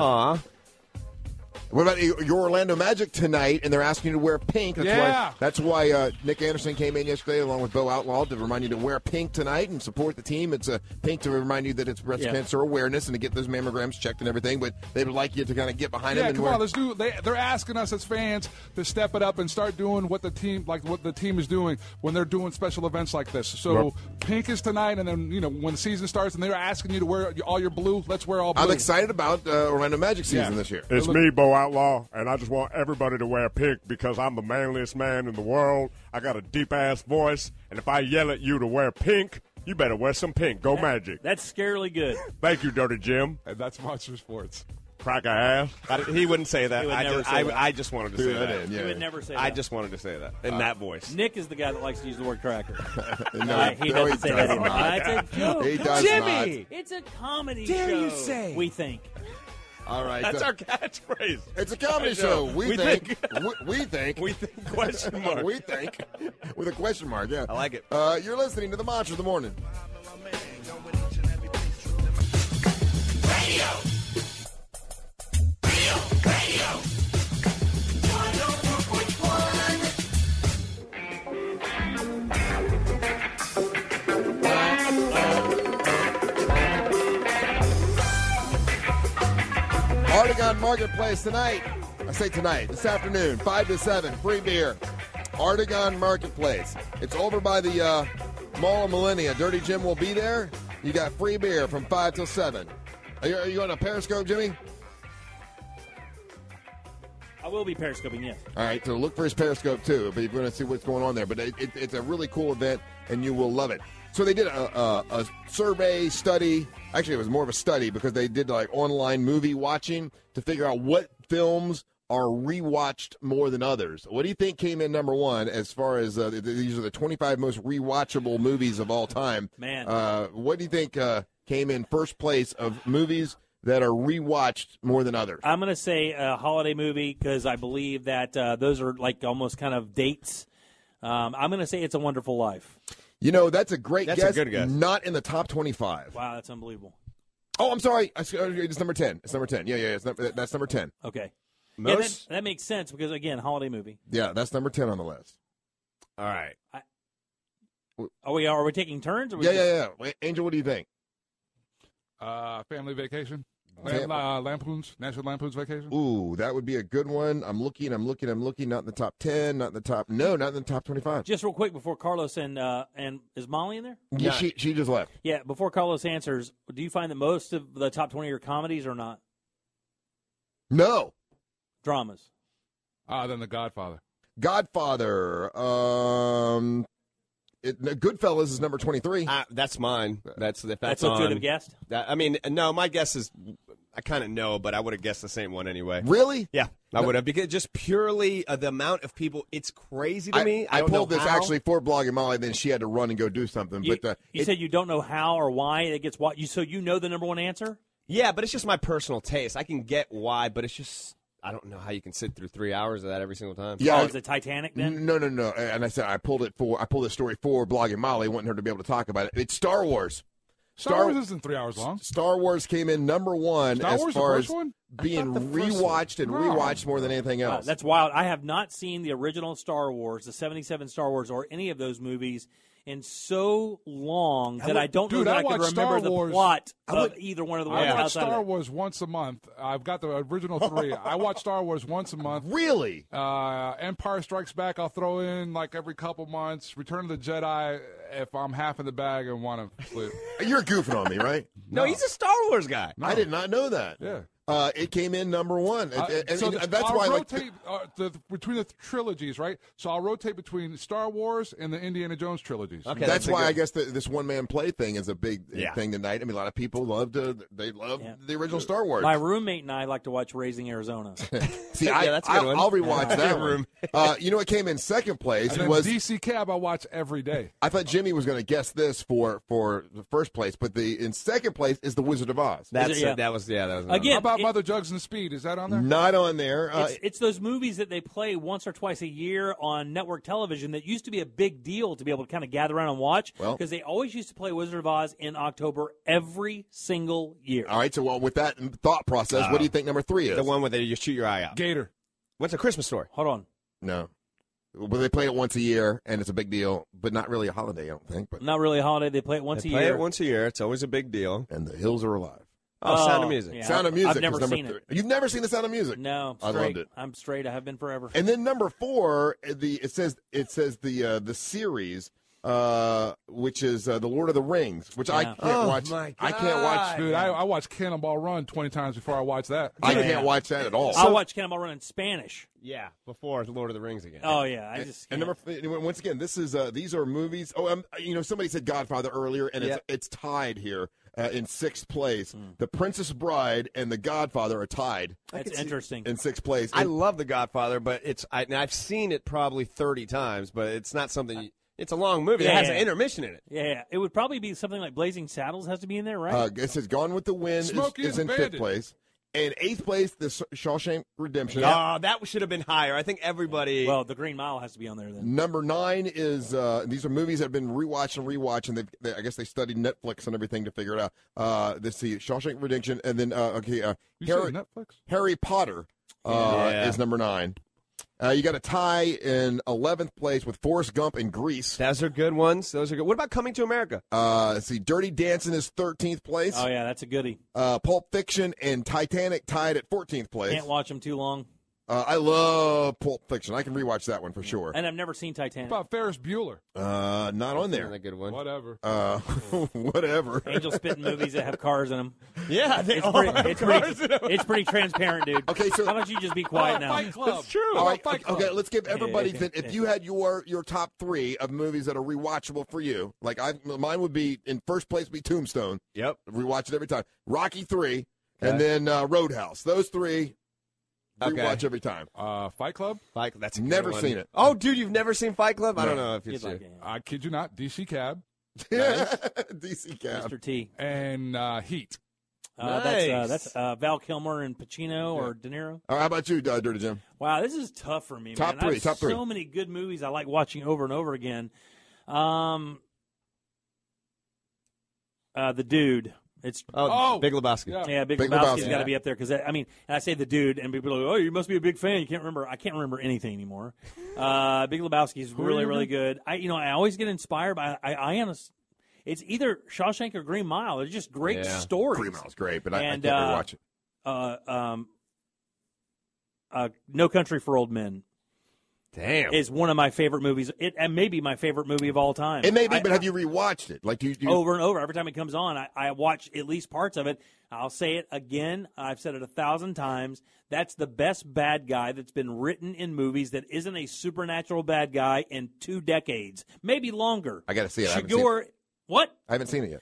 [SPEAKER 2] What about your Orlando Magic tonight? And they're asking you to wear pink. That's
[SPEAKER 5] Yeah.
[SPEAKER 2] why. That's why uh, Nick Anderson came in yesterday along with Bill Outlaw to remind you to wear pink tonight and support the team. It's a pink to remind you that it's breast
[SPEAKER 5] Yeah.
[SPEAKER 2] cancer awareness and to get those mammograms checked and everything. But they would like you to kind of get behind
[SPEAKER 5] Yeah,
[SPEAKER 2] them.
[SPEAKER 5] come
[SPEAKER 2] and
[SPEAKER 5] on,
[SPEAKER 2] wear,
[SPEAKER 5] let's do. They, they're asking us as fans to step it up and start doing what the team, like what the team is doing when they're doing special events like this. So
[SPEAKER 2] Well-
[SPEAKER 5] pink is tonight, and then you know when the season starts, and they're asking you to wear all your blue. Let's wear all blue.
[SPEAKER 2] I'm excited about uh, Orlando Magic season
[SPEAKER 5] Yeah.
[SPEAKER 2] this year.
[SPEAKER 19] It's me, Bo Outlaw, and I just want everybody to wear pink because I'm the manliest man in the world. I got a deep ass voice, and if I yell at you to wear pink, you better wear some pink. Go Magic.
[SPEAKER 3] That's scarily good.
[SPEAKER 19] Thank you, Dirty Jim.
[SPEAKER 5] And that's Monster Sports.
[SPEAKER 19] Crack a ass.
[SPEAKER 7] he wouldn't say that.
[SPEAKER 3] He would
[SPEAKER 7] I,
[SPEAKER 3] never
[SPEAKER 7] just,
[SPEAKER 3] say
[SPEAKER 7] I,
[SPEAKER 3] that.
[SPEAKER 7] I just wanted to
[SPEAKER 3] Threw
[SPEAKER 7] say
[SPEAKER 3] that
[SPEAKER 7] that.
[SPEAKER 3] in, yeah. He would never say
[SPEAKER 7] I
[SPEAKER 3] that.
[SPEAKER 7] just wanted to say that
[SPEAKER 2] Uh,
[SPEAKER 7] in that voice.
[SPEAKER 3] Nick is the guy that likes to use the word cracker.
[SPEAKER 7] No,
[SPEAKER 3] Uh, he
[SPEAKER 7] no,
[SPEAKER 3] doesn't
[SPEAKER 7] he
[SPEAKER 3] say
[SPEAKER 7] does
[SPEAKER 3] that. anymore.
[SPEAKER 7] not.
[SPEAKER 3] That's a joke.
[SPEAKER 7] He does
[SPEAKER 3] Jimmy,
[SPEAKER 7] not.
[SPEAKER 3] it's a comedy
[SPEAKER 7] Dare
[SPEAKER 3] show.
[SPEAKER 7] you say.
[SPEAKER 3] We think.
[SPEAKER 2] All right,
[SPEAKER 7] That's
[SPEAKER 2] uh,
[SPEAKER 7] our catchphrase.
[SPEAKER 2] It's a comedy show. We, think, we- we think.
[SPEAKER 7] We think. Question mark.
[SPEAKER 2] we think. With a question mark. Yeah. I
[SPEAKER 7] like it.
[SPEAKER 2] Uh, you're listening to the Monster of the Morning. Artagon Marketplace tonight. I say tonight, this afternoon, 5 to 7, free beer. Artagon Marketplace. It's over by the uh, Mall of Millennia. Dirty Jim will be there. You got free beer from 5 till 7. Are you, are you going to Periscope, Jimmy?
[SPEAKER 3] I will be periscoping, yes.
[SPEAKER 2] All right, so look for his Periscope too, but you're going to see what's going on there. But it, it, it's a really cool event, and you will love it. So they did a, a, a survey study. Actually, it was more of a study because they did like online movie watching to figure out what films are rewatched more than others. What do you think came in number one as far as uh, th- these are the 25 most rewatchable movies of all time?
[SPEAKER 3] Man.
[SPEAKER 2] uh, what do you think uh, came in first place of movies that are rewatched more than others?
[SPEAKER 3] I'm going to say a holiday movie because I believe that uh, those are like almost kind of dates. Um, I'm going to say It's a Wonderful Life.
[SPEAKER 2] You know, that's a great
[SPEAKER 3] That's a
[SPEAKER 2] guess.
[SPEAKER 3] good guess.
[SPEAKER 2] Not in the top 25.
[SPEAKER 3] Wow, that's unbelievable.
[SPEAKER 2] Oh, I'm sorry. I s- uh, It's number 10. It's number 10. Yeah, yeah, yeah. It's num- uh, that's number 10.
[SPEAKER 3] Okay. Yeah, that,
[SPEAKER 2] Most?
[SPEAKER 3] that makes sense because again, holiday movie.
[SPEAKER 2] Yeah, that's number 10 on the list.
[SPEAKER 7] All right.
[SPEAKER 3] Are we are we taking turns? Or we
[SPEAKER 2] Yeah,
[SPEAKER 3] just-
[SPEAKER 2] yeah, yeah. Wait, Angel, what do you think?
[SPEAKER 5] Uh, family vacation.
[SPEAKER 2] Fam-
[SPEAKER 5] Lam- uh, Lampoons, National Lampoons Vacation.
[SPEAKER 2] Ooh, that would be a good one. I'm looking, I'm looking, I'm looking. Not in the top 10, not in the top. No, not in the top 25.
[SPEAKER 3] Just real quick before Carlos and uh, and is Molly in there?
[SPEAKER 2] Yeah, she, she just left.
[SPEAKER 3] Yeah, before Carlos answers, do you find that most of the top twenty are comedies or not
[SPEAKER 2] No.
[SPEAKER 3] dramas?
[SPEAKER 5] Ah, then The Godfather.
[SPEAKER 2] Godfather. Um, it, no, Goodfellas is number 23.
[SPEAKER 7] Uh, that's mine. That's if
[SPEAKER 2] That's
[SPEAKER 7] that's,
[SPEAKER 2] what you
[SPEAKER 7] on-
[SPEAKER 2] would've guessed?
[SPEAKER 7] That- I mean, no, my guess is I kind of know, but I would have guessed the same one anyway.
[SPEAKER 2] Really?
[SPEAKER 7] Yeah, I
[SPEAKER 2] No.
[SPEAKER 7] would have because just purely uh, the amount of people. It's crazy to
[SPEAKER 2] I,
[SPEAKER 7] me.
[SPEAKER 2] I
[SPEAKER 7] don't
[SPEAKER 2] pulled
[SPEAKER 7] know
[SPEAKER 2] this
[SPEAKER 7] how.
[SPEAKER 2] actually for blogging Molly, then she had to run and go do something.
[SPEAKER 3] You,
[SPEAKER 2] but uh,
[SPEAKER 3] you
[SPEAKER 2] it-
[SPEAKER 3] said you don't know how or why it gets what you so you know the number one answer?
[SPEAKER 7] Yeah, but it's just my personal taste. I can get why, but it's just I don't know how you can sit through three hours of that every single time.
[SPEAKER 2] Yeah. Oh,
[SPEAKER 3] is it Titanic
[SPEAKER 2] N- No, no, no. And I said I pulled it for I pulled this story for blogging Molly, wanting her to be able to talk about it. It's Star Wars.
[SPEAKER 5] Star, Wars isn't three hours long.
[SPEAKER 2] Star Wars came in number one
[SPEAKER 5] Star
[SPEAKER 2] as
[SPEAKER 5] Wars, the
[SPEAKER 2] far
[SPEAKER 5] first
[SPEAKER 2] as
[SPEAKER 5] one? I
[SPEAKER 2] being
[SPEAKER 5] thought the first one-
[SPEAKER 2] rewatched and
[SPEAKER 5] No.
[SPEAKER 2] rewatched more than anything
[SPEAKER 3] Wow,
[SPEAKER 2] else.
[SPEAKER 3] that's wild. I have not seen the original Star Wars, the 77 Star Wars, or any of those movies in so long that
[SPEAKER 5] would-
[SPEAKER 3] I don't know
[SPEAKER 5] Dude,
[SPEAKER 3] that
[SPEAKER 5] I
[SPEAKER 3] I, can
[SPEAKER 5] watch
[SPEAKER 3] remember
[SPEAKER 5] Star
[SPEAKER 3] the
[SPEAKER 5] Wars-
[SPEAKER 3] plot
[SPEAKER 5] I would-
[SPEAKER 3] of either one of the ones
[SPEAKER 5] I watch
[SPEAKER 3] outside of
[SPEAKER 5] Star
[SPEAKER 3] that.
[SPEAKER 5] Wars once a month. I've got the original three. I watch Star Wars once a month.
[SPEAKER 2] Really?
[SPEAKER 5] Uh, Empire Strikes Back. I'll throw in like every couple months. Return of the Jedi. If I'm half in the bag and want to sleep.
[SPEAKER 2] You're goofing on me, right?
[SPEAKER 5] No, he's a
[SPEAKER 7] Star Wars guy.
[SPEAKER 2] I did not know that.
[SPEAKER 5] Yeah.
[SPEAKER 2] Uh, it came in number one,
[SPEAKER 5] Uh,
[SPEAKER 2] and, and-
[SPEAKER 5] so
[SPEAKER 2] and
[SPEAKER 5] th-
[SPEAKER 2] that's
[SPEAKER 5] I'll
[SPEAKER 2] why. Like,
[SPEAKER 5] rotate uh, the, between the trilogies, right? So I'll rotate between Star Wars and the Indiana Jones trilogies.
[SPEAKER 2] that's, why I guess the, this one man play thing is a big
[SPEAKER 5] Yeah.
[SPEAKER 2] thing tonight. I mean, a lot of people love to. They love
[SPEAKER 3] Yeah.
[SPEAKER 2] the original Star Wars.
[SPEAKER 3] My roommate and I like to watch Raising Arizona.
[SPEAKER 2] See, I, I, will rewatch that one. Uh, you know what came in second place
[SPEAKER 5] And then
[SPEAKER 2] was
[SPEAKER 5] DC Cab. I watch every day.
[SPEAKER 2] I thought Jimmy was going to guess this for for the first place, but the in second place is the Wizard of Oz.
[SPEAKER 7] That's it, that was yeah that was
[SPEAKER 5] How about Mother Jugs and Speed? Is that on there?
[SPEAKER 2] not on there. Uh,
[SPEAKER 3] it's, it's those movies that they play once or twice a year on network television that used to be a big deal to be able to kind of gather around and watch
[SPEAKER 2] Well-
[SPEAKER 3] because they always used to play Wizard of Oz in October every single year.
[SPEAKER 2] all right, so well, with that thought process, what do you think number three is?
[SPEAKER 7] Uh, The one where they you shoot your eye out.
[SPEAKER 5] Gator.
[SPEAKER 7] What's a Christmas story?
[SPEAKER 3] Hold on.
[SPEAKER 2] No, well, they play it once a year, and it's a big deal, but not really a holiday, I don't think. But
[SPEAKER 3] Not really a holiday. They play it once
[SPEAKER 7] They
[SPEAKER 3] a
[SPEAKER 7] play
[SPEAKER 3] year.
[SPEAKER 7] it once a year. It's always a big deal.
[SPEAKER 2] And the hills are alive.
[SPEAKER 7] Oh, Sound of
[SPEAKER 3] Oh,
[SPEAKER 7] Music.
[SPEAKER 3] yeah.
[SPEAKER 2] Sound of
[SPEAKER 3] I've
[SPEAKER 2] Music.
[SPEAKER 3] never
[SPEAKER 2] is number
[SPEAKER 3] seen it.
[SPEAKER 2] three. You've never seen the Sound of Music?
[SPEAKER 3] No,
[SPEAKER 2] I
[SPEAKER 3] I'm straight.
[SPEAKER 2] loved it.
[SPEAKER 3] I'm straight. I have been forever.
[SPEAKER 2] And then number four, uh, the it says it says the uh, the series, uh, which is uh, the Lord of the Rings, which I
[SPEAKER 5] Yeah.
[SPEAKER 2] can't
[SPEAKER 3] Oh.
[SPEAKER 2] watch. I can't watch.
[SPEAKER 5] Dude, I, I watch Cannonball Run 20 times before I watch that.
[SPEAKER 2] I can't watch that at all.
[SPEAKER 3] I watch Cannonball Run in Spanish.
[SPEAKER 7] Yeah, before Lord of the Rings again.
[SPEAKER 3] Oh yeah, I
[SPEAKER 2] And-
[SPEAKER 3] just
[SPEAKER 2] and number f- anyway, once again, this is uh, these are movies. Oh, um, you know, somebody said Godfather earlier, and it's it's tied here uh, in sixth place.
[SPEAKER 3] Hmm.
[SPEAKER 2] The Princess Bride and The Godfather are tied.
[SPEAKER 3] That's interesting.
[SPEAKER 2] in sixth place.
[SPEAKER 7] I
[SPEAKER 2] And-
[SPEAKER 7] love The Godfather, but it's I, and I've seen it probably thirty times, but it's not something. you- it's a long movie.
[SPEAKER 3] Yeah,
[SPEAKER 7] that has
[SPEAKER 3] yeah.
[SPEAKER 7] an intermission in it.
[SPEAKER 3] Yeah, yeah, it would probably be something like Blazing Saddles has to be in there, right?
[SPEAKER 2] Uh, it says Gone with the Wind is,
[SPEAKER 3] Smokey
[SPEAKER 2] is
[SPEAKER 3] and
[SPEAKER 2] in
[SPEAKER 3] the
[SPEAKER 2] fifth
[SPEAKER 3] Bandit.
[SPEAKER 2] place. In eighth place, the Sh- Shawshank Redemption.
[SPEAKER 7] Oh, that should have been higher. I think everybody.
[SPEAKER 3] Well, The Green Mile has to be on there then.
[SPEAKER 2] Number nine is uh, these are movies that have been rewatched and rewatched, and they've, they, I guess they studied Netflix and everything to figure it out. Uh, let's see, Shawshank Redemption, and then uh, okay, uh,
[SPEAKER 5] You said
[SPEAKER 2] Harry,
[SPEAKER 5] Netflix?
[SPEAKER 2] Harry Potter uh,
[SPEAKER 5] Yeah.
[SPEAKER 2] is number nine. Uh, you got a tie in eleventh place with Forrest Gump and Grease.
[SPEAKER 7] Those are good ones. Those are good. What about Coming to America?
[SPEAKER 2] Uh, let's see, Dirty Dancing is thirteenth place.
[SPEAKER 3] Oh yeah, that's a goodie.
[SPEAKER 2] Uh, Pulp Fiction and Titanic tied at fourteenth place.
[SPEAKER 3] Can't watch them too long.
[SPEAKER 2] Uh, I love Pulp Fiction. I can rewatch that one for sure.
[SPEAKER 3] And I've never seen Titanic.
[SPEAKER 5] About Ferris Bueller.
[SPEAKER 2] Uh, not on there.
[SPEAKER 7] good one.
[SPEAKER 5] Whatever.
[SPEAKER 2] Uh, whatever.
[SPEAKER 3] Angel spitting movies that have cars in them.
[SPEAKER 7] Yeah, they
[SPEAKER 3] it's
[SPEAKER 7] all
[SPEAKER 3] pretty,
[SPEAKER 7] have
[SPEAKER 3] it's,
[SPEAKER 7] cars in
[SPEAKER 3] pretty,
[SPEAKER 7] 'em.
[SPEAKER 3] it's pretty transparent, dude.
[SPEAKER 2] Okay, so
[SPEAKER 3] how about you just be quiet now? Oh
[SPEAKER 2] All right, okay, okay, let's give everybody.
[SPEAKER 3] Yeah, yeah,
[SPEAKER 2] then, if you had your your top three of movies that are rewatchable for you, like I, mine would be in first place would be Tombstone.
[SPEAKER 7] Yep,
[SPEAKER 2] rewatch it every time. Rocky three, and
[SPEAKER 7] Okay.
[SPEAKER 2] then uh, Roadhouse. Those three,
[SPEAKER 7] Okay.
[SPEAKER 2] rewatch every time.
[SPEAKER 5] Uh, Fight Club.
[SPEAKER 7] Fight. That's
[SPEAKER 5] a good
[SPEAKER 2] never
[SPEAKER 5] one.
[SPEAKER 2] seen it.
[SPEAKER 7] Oh, dude, you've never seen Fight Club? I don't
[SPEAKER 5] No.
[SPEAKER 7] know if it's
[SPEAKER 5] You'd
[SPEAKER 7] you.
[SPEAKER 5] like I kid you not. DC Cab.
[SPEAKER 2] DC Cab.
[SPEAKER 3] Mr. T.
[SPEAKER 5] And uh, Heat.
[SPEAKER 3] Uh, That's, uh, that's uh, Val Kilmer and Pacino Oh, or De Niro.
[SPEAKER 2] All right, how about you, uh, Dirty Jim?
[SPEAKER 3] Wow, this is tough for me.
[SPEAKER 2] Top
[SPEAKER 3] man. I
[SPEAKER 2] three,
[SPEAKER 3] have
[SPEAKER 2] top three.
[SPEAKER 3] So many good movies I like watching over and over again. Um, uh, the dude. It's
[SPEAKER 7] Oh, Oh, Big Lebowski.
[SPEAKER 3] Yeah,
[SPEAKER 7] yeah.
[SPEAKER 3] Big,
[SPEAKER 7] Big
[SPEAKER 3] Lebowski's
[SPEAKER 7] Lebowski,
[SPEAKER 3] got
[SPEAKER 7] yeah.
[SPEAKER 3] to be up there because I, mean, and I say the dude, and people are like, "Oh, you must be a big fan." You can't remember. I can't remember anything anymore. Uh, Big Lebowski is
[SPEAKER 7] Who are
[SPEAKER 3] really,
[SPEAKER 7] you
[SPEAKER 3] really
[SPEAKER 7] again?
[SPEAKER 3] good. I, you know, I always get inspired by. I, I honest, it's either Shawshank or Green Mile. They're just great
[SPEAKER 2] Yeah.
[SPEAKER 3] stories.
[SPEAKER 2] Green Mile's great, but I- I
[SPEAKER 3] And,
[SPEAKER 2] can't
[SPEAKER 3] uh,
[SPEAKER 2] rewatch it.
[SPEAKER 3] Uh, um, uh, No Country for Old Men.
[SPEAKER 7] Damn.
[SPEAKER 3] Is one of my favorite movies. It and may be my favorite movie of all time.
[SPEAKER 2] It may be,
[SPEAKER 3] I-
[SPEAKER 2] but have you rewatched it? Like do you, do you
[SPEAKER 3] over and over. Every time it comes on, I, I watch at least parts of it. I'll say it again. I've said it a thousand times. That's the best bad guy that's been written in movies that isn't a supernatural bad guy in two decades, maybe longer.
[SPEAKER 2] I got to see it. I haven't seen
[SPEAKER 3] Shigor,
[SPEAKER 2] it.
[SPEAKER 3] what?
[SPEAKER 2] I haven't seen it yet.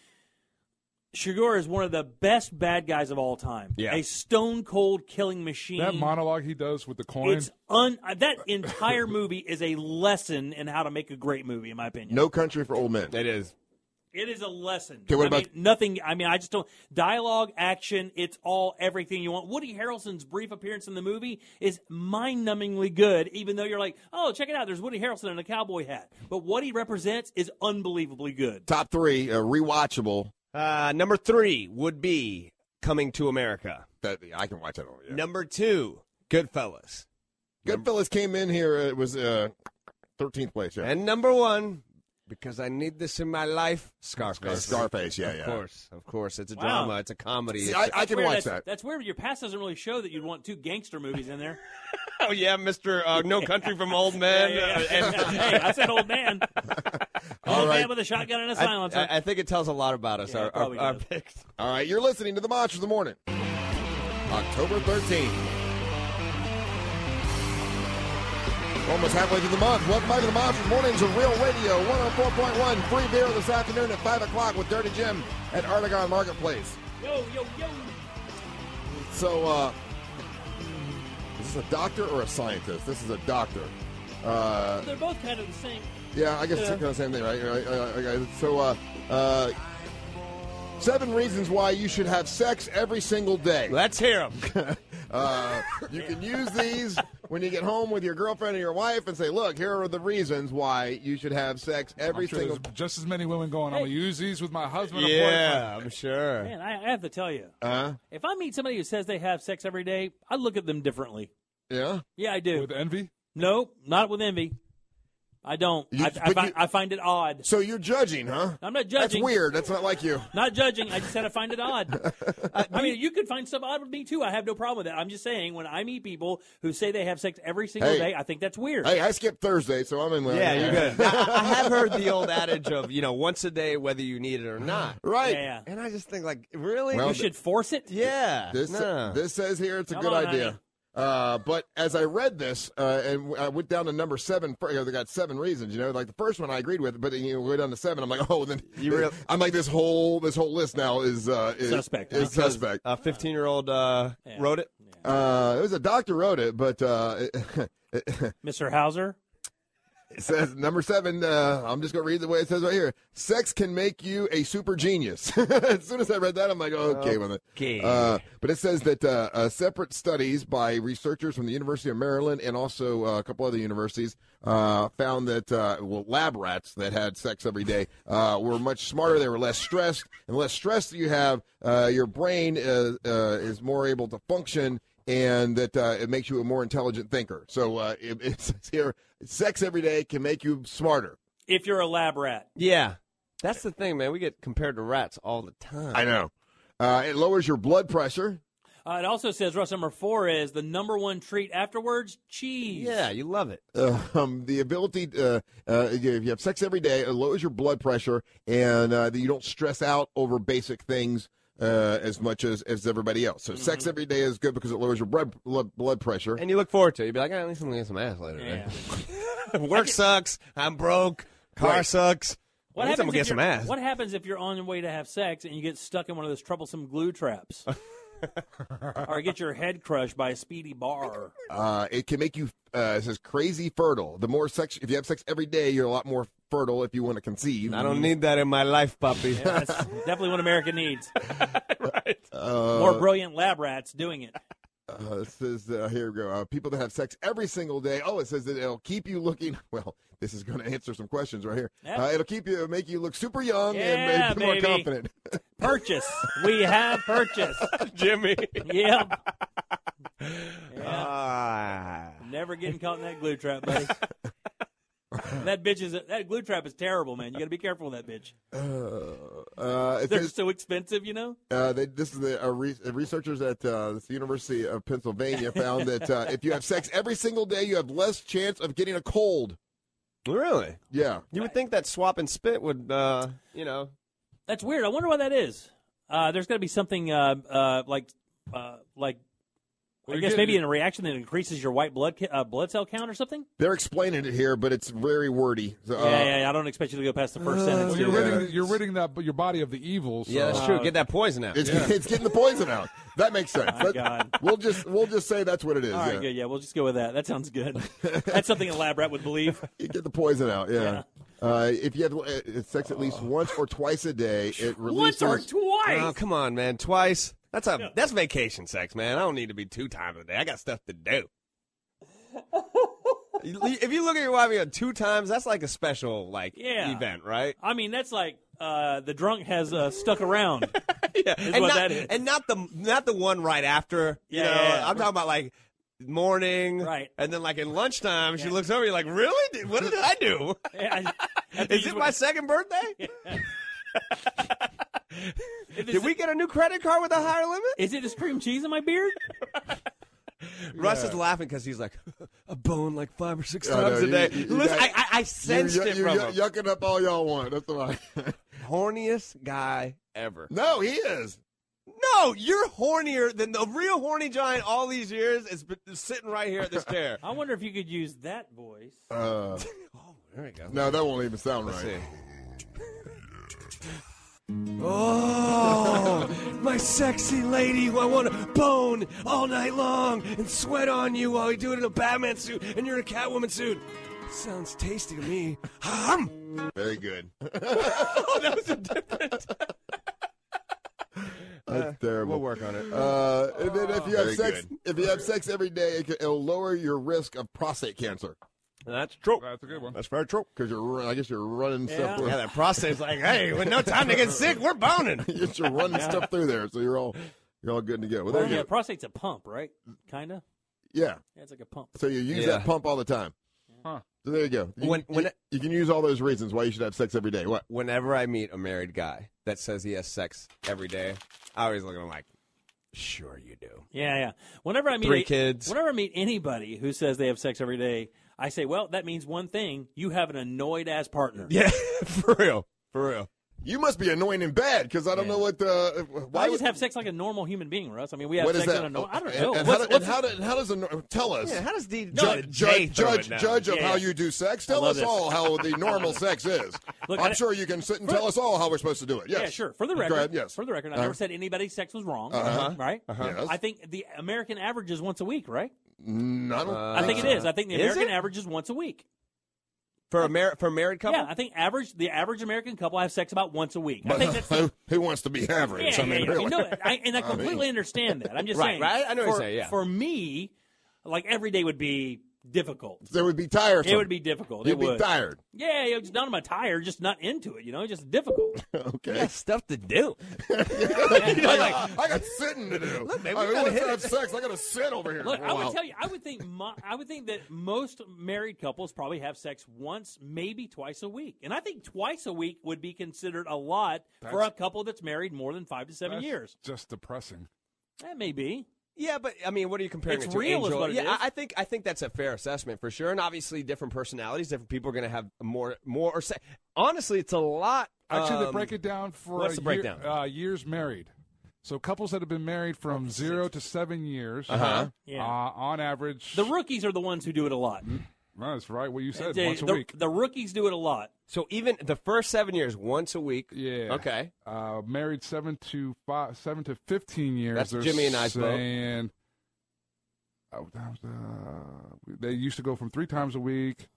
[SPEAKER 3] Shigor is one of the best bad guys of all time.
[SPEAKER 5] Yeah.
[SPEAKER 3] A stone cold killing machine.
[SPEAKER 5] That monologue he does with the coin.
[SPEAKER 3] It's un. uh, That entire movie is a lesson in how to make a great movie, in my opinion.
[SPEAKER 2] No Country for Old Men.
[SPEAKER 7] It is.
[SPEAKER 3] It is a lesson.
[SPEAKER 2] Okay, what
[SPEAKER 3] I
[SPEAKER 2] about-
[SPEAKER 3] mean, nothing? I mean, I just don't. Dialogue, action, it's all everything you want. Woody Harrelson's brief appearance in the movie is mind-numbingly good, even though you're like, oh, check it out. There's Woody Harrelson in a cowboy hat, but what he represents is unbelievably good.
[SPEAKER 2] Top three, uh, rewatchable.
[SPEAKER 7] Uh, number three would be Coming to America.
[SPEAKER 2] That I can watch that over. Yeah.
[SPEAKER 7] Number two, Goodfellas.
[SPEAKER 2] Goodfellas came in here. uh, It was uh, 13th place. Yeah.
[SPEAKER 7] And number one, because I need this in my life, Scarface.
[SPEAKER 2] Scarface, yeah,
[SPEAKER 7] of
[SPEAKER 2] yeah.
[SPEAKER 7] Of course, of course. It's a
[SPEAKER 3] Wow.
[SPEAKER 7] drama. It's a comedy.
[SPEAKER 2] See,
[SPEAKER 7] It's
[SPEAKER 2] I-
[SPEAKER 7] a-
[SPEAKER 2] I can
[SPEAKER 3] Weird,
[SPEAKER 2] watch
[SPEAKER 3] that's-
[SPEAKER 2] that.
[SPEAKER 3] That's weird. Your past doesn't really show that you'd want two gangster movies in there.
[SPEAKER 7] Oh yeah, Mister uh, No Country from Old Men.
[SPEAKER 3] Yeah, yeah, yeah.
[SPEAKER 7] uh, and-
[SPEAKER 3] hey, I said old man.
[SPEAKER 7] All
[SPEAKER 3] old
[SPEAKER 7] right.
[SPEAKER 3] man with a shotgun and a
[SPEAKER 7] I-
[SPEAKER 3] silencer.
[SPEAKER 7] I, I think it tells a lot about us.
[SPEAKER 3] Yeah,
[SPEAKER 7] our,
[SPEAKER 3] it
[SPEAKER 7] our,
[SPEAKER 3] probably
[SPEAKER 7] our
[SPEAKER 3] does.
[SPEAKER 7] picks.
[SPEAKER 2] All right, you're listening to the Monster of the Morning, October 13th. Almost halfway through the month. Welcome back to the Monster Mornings of Real Radio 104.1. Free beer this afternoon at 5 o'clock with Dirty Jim at Artagon Marketplace.
[SPEAKER 3] Yo, yo, yo.
[SPEAKER 2] So, uh, is this a doctor or a scientist? This is a doctor. Uh,
[SPEAKER 3] They're both kind of the same.
[SPEAKER 2] yeah, I guess it's kind of the same thing, right? Right, uh, okay, So, uh, uh, seven reasons why you should have sex every single day.
[SPEAKER 7] Let's hear
[SPEAKER 2] them. uh, you can use these when you get home with your girlfriend or your wife and say, "Look, here are the reasons why you should have sex every
[SPEAKER 5] I'm sure
[SPEAKER 2] single."
[SPEAKER 5] there's just as many women going. I'm gonna use these with my husband. or
[SPEAKER 7] Yeah,
[SPEAKER 5] boyfriend.
[SPEAKER 7] I'm sure.
[SPEAKER 3] Man, I, I have to tell you,
[SPEAKER 2] Uh,
[SPEAKER 3] if I meet somebody who says they have sex every day, I look at them differently.
[SPEAKER 2] yeah.
[SPEAKER 3] Yeah, I do. With
[SPEAKER 5] envy?
[SPEAKER 3] No, not with envy. I don't. I, I, find, I find it odd.
[SPEAKER 2] So you're judging, huh?
[SPEAKER 3] I'm not judging.
[SPEAKER 2] That's weird. That's not like you.
[SPEAKER 3] Not judging. I just said I find it odd. I mean, you could find stuff odd with me too. I have no problem with that. I'm just saying when I meet people who say they have sex every single
[SPEAKER 2] Hey.
[SPEAKER 3] day, I think that's weird.
[SPEAKER 2] Hey, I skipped Thursday, so I'm in.
[SPEAKER 7] Yeah, you're good. Now, I, I have heard the old adage of you know once a day whether you need it or not.
[SPEAKER 2] Right.
[SPEAKER 3] Yeah.
[SPEAKER 7] And I just think like really
[SPEAKER 2] Well,
[SPEAKER 7] you
[SPEAKER 2] th-
[SPEAKER 7] should
[SPEAKER 3] force it.
[SPEAKER 7] Yeah.
[SPEAKER 2] This
[SPEAKER 7] no.
[SPEAKER 2] this says here it's a
[SPEAKER 7] Come
[SPEAKER 2] good
[SPEAKER 7] on,
[SPEAKER 2] idea.
[SPEAKER 7] honey.
[SPEAKER 2] Uh, but as I read this, uh, and w- I went down to number seven. fir- uh, They got seven reasons, you know. Like the first one I agreed with, but you know, go down to seven. I'm like, oh, then
[SPEAKER 7] You real-
[SPEAKER 2] I'm like, this whole this whole list now is uh, is
[SPEAKER 7] Suspect.
[SPEAKER 2] Is
[SPEAKER 7] Because
[SPEAKER 2] suspect.
[SPEAKER 7] A 15 year old uh, wrote it.
[SPEAKER 2] Uh, it was a doctor wrote it, but uh,
[SPEAKER 3] Mr. Hauser.
[SPEAKER 2] It says number seven. Uh, I'm just gonna read the way it says right here. Sex can make you a super genius. as soon as I read that, I'm like, okay, with it.
[SPEAKER 7] Okay.
[SPEAKER 2] Uh, but it says that uh, uh, separate studies by researchers from the University of Maryland and also uh, a couple other universities uh, found that uh, well, lab rats that had sex every day uh, were much smarter. They were less stressed, and the less stress that you have, uh, your brain is, uh, is more able to function. And that uh, it makes you a more intelligent thinker. So uh, it, it says here, sex every day can make you smarter.
[SPEAKER 3] If you're a lab rat.
[SPEAKER 7] Yeah. That's the thing, man. We get compared to rats all the time.
[SPEAKER 2] I know. Uh, it lowers your blood pressure.
[SPEAKER 3] Uh, it also says rule number four is the number one treat afterwards cheese.
[SPEAKER 2] Yeah,
[SPEAKER 7] you love it.
[SPEAKER 2] Um, the ability, uh, uh, if you have sex every day, it lowers your blood pressure, and uh, that you don't stress out over basic things uh, as much as, as everybody else. So,
[SPEAKER 3] Mm-hmm.
[SPEAKER 2] sex every day is good because it lowers your blood blood, blood pressure.
[SPEAKER 7] And you look forward to it. You'd be like, "Eh, at least I'm going to get some ass later. right?" Work sucks. I'm broke. Car
[SPEAKER 3] Right.
[SPEAKER 7] sucks.
[SPEAKER 3] What
[SPEAKER 7] at
[SPEAKER 3] happens
[SPEAKER 7] least I'm going to
[SPEAKER 3] if
[SPEAKER 7] get some
[SPEAKER 3] you're-
[SPEAKER 7] ass.
[SPEAKER 3] What happens if you're on your way to have sex and you get stuck in one of those troublesome glue traps? or get your head crushed by a speedy bar.
[SPEAKER 2] Uh, it can make you, uh, it says, crazy fertile. The more sex, if you have sex every day, you're a lot more fertile if you want to conceive.
[SPEAKER 7] I don't need that in my life, puppy.
[SPEAKER 3] Yeah, that's definitely what America needs.
[SPEAKER 2] Uh,
[SPEAKER 3] More brilliant lab rats doing it.
[SPEAKER 2] Uh, it says uh, here we go. Uh, people that have sex every single day. Oh, it says that it'll keep you looking. Well, this is going to answer some questions right here.
[SPEAKER 3] Yeah.
[SPEAKER 2] Uh, it'll keep you, make you look super young
[SPEAKER 3] Yeah,
[SPEAKER 2] and make you
[SPEAKER 3] baby.
[SPEAKER 2] more confident.
[SPEAKER 3] Purchase. We have purchase.
[SPEAKER 7] Jimmy.
[SPEAKER 3] Yep.
[SPEAKER 7] Ah.
[SPEAKER 3] Never getting caught in that glue trap, buddy. that bitch is that glue trap is terrible, man. You got to be careful with that bitch.
[SPEAKER 2] Uh, uh, it
[SPEAKER 3] They're
[SPEAKER 2] says,
[SPEAKER 3] so expensive, you know.
[SPEAKER 2] uh, they, this is the uh, re- researchers at uh, the University of Pennsylvania found that uh, if you have sex every single day, you have less chance of getting a cold.
[SPEAKER 7] Really?
[SPEAKER 2] Yeah.
[SPEAKER 7] You would think that swap and spit would, uh, you know.
[SPEAKER 3] That's weird. I wonder why that is. Uh, there's got to be something uh, uh, like uh, like
[SPEAKER 7] Well,
[SPEAKER 3] I
[SPEAKER 7] you're
[SPEAKER 3] guess
[SPEAKER 7] getting-
[SPEAKER 3] maybe in a reaction that increases your white blood ca- uh, blood cell count or something.
[SPEAKER 2] They're explaining it here, but it's very wordy. So, uh,
[SPEAKER 3] yeah, yeah, yeah. I don't expect you to go past the first sentence.
[SPEAKER 5] Well, you're,
[SPEAKER 3] either.
[SPEAKER 5] ridding, you're ridding that your body of the evil. So. uh,
[SPEAKER 2] Yeah, that's true. Get
[SPEAKER 7] that poison out.
[SPEAKER 2] It's,
[SPEAKER 5] Yeah.
[SPEAKER 2] it's getting the poison out. That makes sense.
[SPEAKER 3] My
[SPEAKER 2] That-
[SPEAKER 3] God.
[SPEAKER 2] We'll just we'll just say that's what it is.
[SPEAKER 3] All right,
[SPEAKER 2] yeah.
[SPEAKER 3] good. Yeah, we'll just go with that. That sounds good. That's something a lab rat would believe.
[SPEAKER 2] You get the poison out. Yeah. Uh, if you have uh, sex at
[SPEAKER 3] Oh.
[SPEAKER 2] least once or twice a day, it releases.
[SPEAKER 7] Oh, come on, man. Twice. That's a that's vacation sex, man. I don't need to be two times a day. I got stuff to do. You- if you look at your wife, you got two times. That's like a special like
[SPEAKER 3] Yeah.
[SPEAKER 7] event, right?
[SPEAKER 3] I mean, that's like uh, the drunk has uh, stuck around.
[SPEAKER 7] yeah,
[SPEAKER 3] is
[SPEAKER 7] and
[SPEAKER 3] what
[SPEAKER 7] not,
[SPEAKER 3] that is.
[SPEAKER 7] and not the not the one right after. You
[SPEAKER 3] Yeah,
[SPEAKER 7] know,
[SPEAKER 3] yeah, yeah.
[SPEAKER 7] I'm talking about like morning,
[SPEAKER 3] Right.
[SPEAKER 7] And then like in lunchtime, she looks over. You're like, really? Did- What did I do? Is it my second birthday? Did we get a new credit card with a higher limit?
[SPEAKER 3] Is it just cream cheese in my beard?
[SPEAKER 7] Russ
[SPEAKER 3] Yeah.
[SPEAKER 7] is laughing because he's like, a bone like five or six
[SPEAKER 2] I know,
[SPEAKER 7] times
[SPEAKER 2] you-
[SPEAKER 7] a day.
[SPEAKER 2] you- you
[SPEAKER 7] Listen,
[SPEAKER 2] got-
[SPEAKER 7] I, I, I sensed
[SPEAKER 2] you're,
[SPEAKER 7] it
[SPEAKER 2] You're
[SPEAKER 7] from
[SPEAKER 2] yuck-
[SPEAKER 7] him.
[SPEAKER 2] yucking up all y'all want. That's what I.
[SPEAKER 7] Horniest guy ever.
[SPEAKER 2] No, he is.
[SPEAKER 7] No, you're hornier than the real horny giant all these years is b- sitting right here at this chair.
[SPEAKER 3] I wonder if you could use that voice.
[SPEAKER 2] Uh,
[SPEAKER 7] Oh, there we go.
[SPEAKER 2] No, that won't even sound
[SPEAKER 7] Let's
[SPEAKER 2] right.
[SPEAKER 7] Oh, my sexy lady who I want to bone all night long and sweat on you while you do it in a Batman suit and you're in a Catwoman suit. Sounds tasty to me. Hum.
[SPEAKER 2] Very good.
[SPEAKER 7] oh, that was a different.
[SPEAKER 3] Uh,
[SPEAKER 2] That's terrible.
[SPEAKER 7] we'll work on it.
[SPEAKER 2] Uh, and then if you have
[SPEAKER 7] Very
[SPEAKER 2] sex,
[SPEAKER 7] good.
[SPEAKER 2] if you have sex every day, it can, it'll lower your risk of prostate cancer.
[SPEAKER 7] That's true.
[SPEAKER 5] That's a good one.
[SPEAKER 2] That's very true. Because you're, run- I guess you're running stuff. through-
[SPEAKER 7] Yeah, that prostate's like, hey, with no time to get sick, we're boning.
[SPEAKER 2] you're running stuff through there, so you're all you're all good to go. Well, there
[SPEAKER 3] Well,
[SPEAKER 2] you
[SPEAKER 3] yeah,
[SPEAKER 2] go.
[SPEAKER 3] prostate's a pump, right? Kinda.
[SPEAKER 2] Yeah.
[SPEAKER 3] Yeah, it's like a pump.
[SPEAKER 2] So you use that
[SPEAKER 7] Yeah.
[SPEAKER 2] pump all the time.
[SPEAKER 5] Huh.
[SPEAKER 2] So there you go. You,
[SPEAKER 7] When- when
[SPEAKER 2] you, you can use all those reasons why you should have sex every day. What?
[SPEAKER 7] Whenever I meet a married guy that says he has sex every day, I always look at him like, sure you do.
[SPEAKER 3] Yeah, yeah. Whenever I meet
[SPEAKER 7] Three
[SPEAKER 3] a-
[SPEAKER 7] kids.
[SPEAKER 3] whenever I meet anybody who says they have sex every day, I say, well, that means one thing: you have an annoyed ass partner.
[SPEAKER 7] Yeah, for real, for real.
[SPEAKER 2] You must be annoying in bed because I don't know what. Uh,
[SPEAKER 3] I
[SPEAKER 2] why
[SPEAKER 3] just
[SPEAKER 2] would-
[SPEAKER 3] have sex like a normal human being, Russ. I mean, we have
[SPEAKER 2] What is
[SPEAKER 3] sex
[SPEAKER 2] that?
[SPEAKER 3] in a normal. I don't
[SPEAKER 2] And-
[SPEAKER 3] know.
[SPEAKER 2] And,
[SPEAKER 3] What's-
[SPEAKER 2] how, do- and
[SPEAKER 3] what's-
[SPEAKER 2] how, do- how does a nor- tell us?
[SPEAKER 7] Yeah, how does the
[SPEAKER 2] Ju-
[SPEAKER 7] no, Jay
[SPEAKER 2] judge
[SPEAKER 7] throw it
[SPEAKER 2] judge,
[SPEAKER 7] down?
[SPEAKER 2] judge of
[SPEAKER 7] Yeah,
[SPEAKER 2] how
[SPEAKER 7] yeah.
[SPEAKER 2] you do sex?
[SPEAKER 7] I
[SPEAKER 2] Tell
[SPEAKER 7] love
[SPEAKER 2] us
[SPEAKER 7] this.
[SPEAKER 2] all how the normal sex is.
[SPEAKER 3] Look,
[SPEAKER 2] I'm
[SPEAKER 3] I-
[SPEAKER 2] sure you can sit and
[SPEAKER 3] for-
[SPEAKER 2] tell us all how we're supposed to do it. Yes.
[SPEAKER 3] Yeah, sure. For the
[SPEAKER 2] Go
[SPEAKER 3] record,
[SPEAKER 2] ahead, yes.
[SPEAKER 3] For the record, I
[SPEAKER 2] Uh-huh.
[SPEAKER 3] never said anybody's sex was wrong.
[SPEAKER 2] Uh-huh.
[SPEAKER 3] Right?
[SPEAKER 2] Uh-huh. Yes.
[SPEAKER 3] I think the American average is once a week, right?
[SPEAKER 2] Mm, I, don't
[SPEAKER 3] I think it
[SPEAKER 7] so.
[SPEAKER 3] is. I think the
[SPEAKER 7] Uh-huh. Is
[SPEAKER 3] American
[SPEAKER 7] it?
[SPEAKER 3] average is once a week.
[SPEAKER 7] For a mar- for a married couple?
[SPEAKER 3] Yeah, I think average the average American couple have sex about once a week. I
[SPEAKER 2] But
[SPEAKER 3] think that's
[SPEAKER 2] who, who wants to be
[SPEAKER 3] yeah,
[SPEAKER 2] average?
[SPEAKER 3] yeah,
[SPEAKER 2] I mean,
[SPEAKER 3] yeah.
[SPEAKER 2] really.
[SPEAKER 3] No, I, and I
[SPEAKER 2] mean-
[SPEAKER 3] completely understand that. I'm just
[SPEAKER 7] Right,
[SPEAKER 3] saying,
[SPEAKER 7] right? I know what
[SPEAKER 3] for,
[SPEAKER 7] you're saying, yeah.
[SPEAKER 3] For me, like every day would be difficult.
[SPEAKER 2] It would be tiresome.
[SPEAKER 3] It would be difficult.
[SPEAKER 2] You'd
[SPEAKER 3] it
[SPEAKER 2] be
[SPEAKER 3] would.
[SPEAKER 2] tired.
[SPEAKER 3] Yeah, yeah, just not on my tired, just not into it. You know, just difficult.
[SPEAKER 2] okay.
[SPEAKER 7] stuff to do.
[SPEAKER 2] I, got, I got sitting to do.
[SPEAKER 3] Look, man,
[SPEAKER 2] I
[SPEAKER 3] we
[SPEAKER 2] mean,
[SPEAKER 3] gotta
[SPEAKER 2] once
[SPEAKER 3] hit
[SPEAKER 2] I
[SPEAKER 3] it.
[SPEAKER 2] have sex, I got to sit over here.
[SPEAKER 3] Look,
[SPEAKER 2] for a
[SPEAKER 3] I would
[SPEAKER 2] while.
[SPEAKER 3] tell you, I would think, my, I would think that most married couples probably have sex once, maybe twice a week, and I think twice a week would be considered a lot for a
[SPEAKER 5] That's-
[SPEAKER 3] couple that's married more than five to seven
[SPEAKER 5] That's
[SPEAKER 3] years.
[SPEAKER 5] Just depressing.
[SPEAKER 3] That may be.
[SPEAKER 7] Yeah, but I mean, what are you comparing?
[SPEAKER 3] It's
[SPEAKER 7] it to?
[SPEAKER 3] real is
[SPEAKER 7] Angel?
[SPEAKER 3] what it
[SPEAKER 7] yeah,
[SPEAKER 3] is.
[SPEAKER 7] I, I think I think that's a fair assessment for sure. And obviously, different personalities, different people are going to have more more or say. Honestly, it's a lot.
[SPEAKER 5] Actually, they
[SPEAKER 7] um,
[SPEAKER 5] break it down for
[SPEAKER 7] what's
[SPEAKER 5] a
[SPEAKER 7] the
[SPEAKER 5] year-
[SPEAKER 7] breakdown?
[SPEAKER 5] uh, years married. So couples that have been married from zero to seven years,
[SPEAKER 3] Uh-huh.
[SPEAKER 5] uh,
[SPEAKER 3] Yeah.
[SPEAKER 5] on average.
[SPEAKER 3] The rookies are the ones who do it a lot.
[SPEAKER 5] That's right. What you said
[SPEAKER 3] They-
[SPEAKER 5] once a
[SPEAKER 3] the,
[SPEAKER 5] week.
[SPEAKER 3] The rookies do it a lot.
[SPEAKER 7] So even the first seven years, once a week.
[SPEAKER 5] Yeah.
[SPEAKER 7] Okay.
[SPEAKER 5] Uh, married seven to five, seven to fifteen years.
[SPEAKER 7] That's
[SPEAKER 5] they're
[SPEAKER 7] Jimmy and I's boat.
[SPEAKER 5] saying, oh, that was, uh, they used to go from three times a week.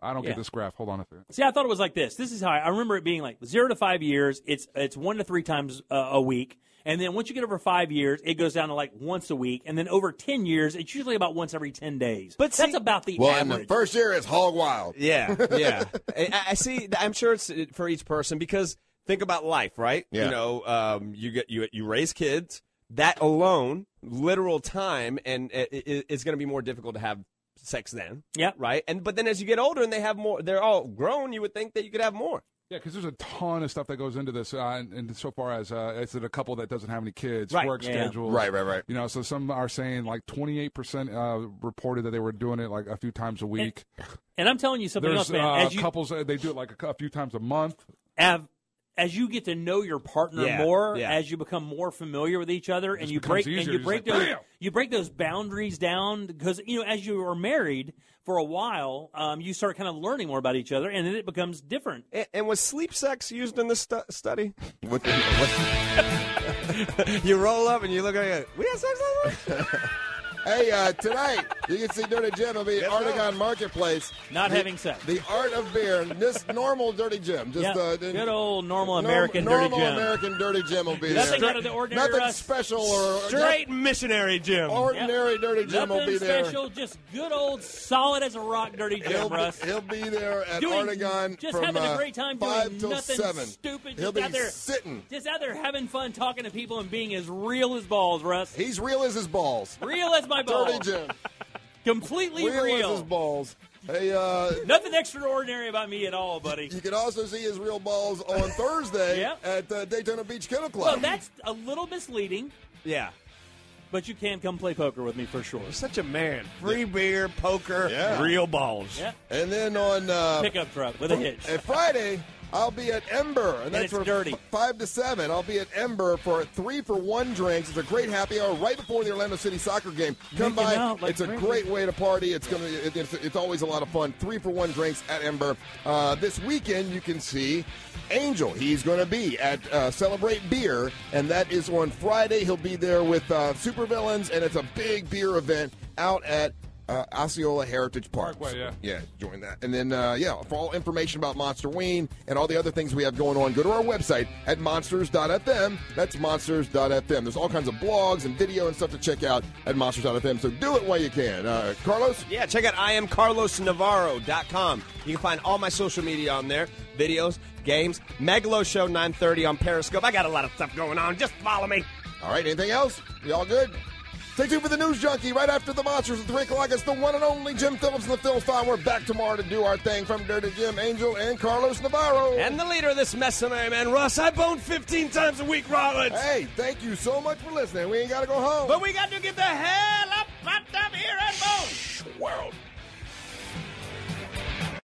[SPEAKER 5] I don't
[SPEAKER 3] Yeah.
[SPEAKER 5] get this graph. Hold on a second.
[SPEAKER 3] See, I thought it was like this. This is how I, I remember it being like zero to five years. It's it's one to three times uh, a week, and then once you get over five years, it goes down to like once a week, and then over ten years, it's usually about once every ten days. But that's about the
[SPEAKER 2] Well, in the
[SPEAKER 3] average.
[SPEAKER 2] first year, it's hog wild.
[SPEAKER 7] Yeah, yeah. I, I see. I'm sure it's for each person because think about life, right?
[SPEAKER 2] Yeah.
[SPEAKER 7] You know, um, you get you you raise kids. That alone, literal time, and it, it, it's going to be more difficult to have sex then.
[SPEAKER 3] Yeah.
[SPEAKER 7] Right. And but then as you get older and they have more, they're all grown. You would think that you could have more.
[SPEAKER 5] Yeah, because there's a ton of stuff that goes into this, uh, and, and so far as uh, is it a couple that doesn't have any kids,
[SPEAKER 7] Right,
[SPEAKER 5] work
[SPEAKER 7] yeah.
[SPEAKER 5] schedules,
[SPEAKER 7] Right, right, right.
[SPEAKER 5] You know, so some are saying like 28 percent uh, reported that they were doing it like a few times a week.
[SPEAKER 3] And I'm telling you something
[SPEAKER 5] there's
[SPEAKER 3] else, man.
[SPEAKER 5] uh,
[SPEAKER 3] as you
[SPEAKER 5] couples uh, they do it like a, cou- a few times a month.
[SPEAKER 3] have, as you get to know your partner
[SPEAKER 5] Yeah,
[SPEAKER 3] more,
[SPEAKER 5] yeah.
[SPEAKER 3] as you become more familiar with each other, and you
[SPEAKER 5] becomes
[SPEAKER 3] break and
[SPEAKER 5] easier.
[SPEAKER 3] you
[SPEAKER 5] It's
[SPEAKER 3] break
[SPEAKER 5] like,
[SPEAKER 3] those
[SPEAKER 5] "Bam!"
[SPEAKER 3] you break those boundaries down because you know as you are married for a while, um, you start kind of learning more about each other, and then it becomes different.
[SPEAKER 7] And, and was sleep sex used in this stu- study? you roll up and you look at it. We had sex last night.
[SPEAKER 2] Hey, uh, tonight you can see Dirty Jim will be at Artagon Marketplace.
[SPEAKER 3] Not
[SPEAKER 2] The-
[SPEAKER 3] having sex.
[SPEAKER 2] The art of beer. This normal Dirty Jim. Just
[SPEAKER 3] Yeah,
[SPEAKER 2] uh,
[SPEAKER 3] good old normal
[SPEAKER 2] norm-
[SPEAKER 3] American dirty
[SPEAKER 2] normal
[SPEAKER 3] Jim.
[SPEAKER 2] American Dirty Jim will be
[SPEAKER 3] Nothing
[SPEAKER 2] there.
[SPEAKER 3] out of the ordinary,
[SPEAKER 2] Nothing
[SPEAKER 3] Russ.
[SPEAKER 2] special or
[SPEAKER 3] Straight
[SPEAKER 7] missionary Jim.
[SPEAKER 2] Ordinary
[SPEAKER 3] Yep.
[SPEAKER 2] Dirty Jim will
[SPEAKER 3] Nothing
[SPEAKER 2] be there.
[SPEAKER 3] special, just good old solid as a rock, dirty Jim
[SPEAKER 2] He'll be,
[SPEAKER 3] Russ.
[SPEAKER 2] he'll be there at
[SPEAKER 3] Doing-
[SPEAKER 2] Artagon
[SPEAKER 3] just
[SPEAKER 2] from
[SPEAKER 3] having
[SPEAKER 2] uh,
[SPEAKER 3] a great time
[SPEAKER 2] five
[SPEAKER 3] doing
[SPEAKER 2] till
[SPEAKER 3] nothing
[SPEAKER 2] seven.
[SPEAKER 3] stupid.
[SPEAKER 2] He'll
[SPEAKER 3] just
[SPEAKER 2] be
[SPEAKER 3] out there
[SPEAKER 2] sitting.
[SPEAKER 3] just out there having fun, talking to people, and being as real as balls, Russ.
[SPEAKER 2] He's real as his balls.
[SPEAKER 3] Real as my balls.
[SPEAKER 2] Dirty Jim.
[SPEAKER 3] Completely real.
[SPEAKER 2] Real as his balls. Hey, uh,
[SPEAKER 3] Nothing extraordinary about me at all, buddy.
[SPEAKER 2] you can also see his real balls on Thursday
[SPEAKER 3] Yep.
[SPEAKER 2] at uh, Daytona Beach Kennel Club.
[SPEAKER 3] Well, that's a little misleading,
[SPEAKER 7] Yeah.
[SPEAKER 3] but you can come play poker with me for sure.
[SPEAKER 7] Such a man. Free beer, poker,
[SPEAKER 2] Yeah.
[SPEAKER 7] real balls.
[SPEAKER 3] Yeah.
[SPEAKER 2] And then on uh,
[SPEAKER 3] Pickup truck with a hitch.
[SPEAKER 2] And Friday, I'll be at Ember, and, that's
[SPEAKER 3] it's
[SPEAKER 2] from
[SPEAKER 3] dirty.
[SPEAKER 2] f- five to seven. I'll be at Ember for three for one drinks. It's a great happy hour right before the Orlando City soccer game. Come
[SPEAKER 3] Making
[SPEAKER 2] by.
[SPEAKER 3] out like
[SPEAKER 2] it's a
[SPEAKER 3] crazy.
[SPEAKER 2] great way to party. It's gonna. It, it's, it's always a lot of fun. Three for one drinks at Ember. Uh, this weekend, you can see. Angel, he's going to be at uh, Celebrate Beer, and that is on Friday. He'll be there with uh, Supervillains, and it's a big beer event out at uh, Osceola Heritage Park.
[SPEAKER 7] Oh,
[SPEAKER 5] Parkway, yeah.
[SPEAKER 2] Yeah, join that. And then, uh, yeah, for all information about Monster Ween and all the other things we have going on, go to our website at monsters.fm. That's monsters.fm. There's all kinds of blogs and video and stuff to check out at monsters.fm. So do it while you can. Uh, Carlos?
[SPEAKER 7] Yeah, check out IamCarlosNavarro.com. You can find all my social media on there videos, games, Megalo Show 930 on Periscope. I got a lot of stuff going on. Just follow me.
[SPEAKER 2] All right, anything else? Y'all good? Stay tuned for the news junkie right after the monsters at 3 o'clock. It's the one and only Jim Phillips and the Phil Stein. We're back tomorrow to do our thing from Dirty Jim, Angel, and Carlos Navarro.
[SPEAKER 7] And the leader of this mercenary man, Russ, I bone 15 times a week, Rollins.
[SPEAKER 2] Hey, thank you so much for listening. We ain't got to go home.
[SPEAKER 7] But we got to get the hell up out of here and bone.
[SPEAKER 2] world.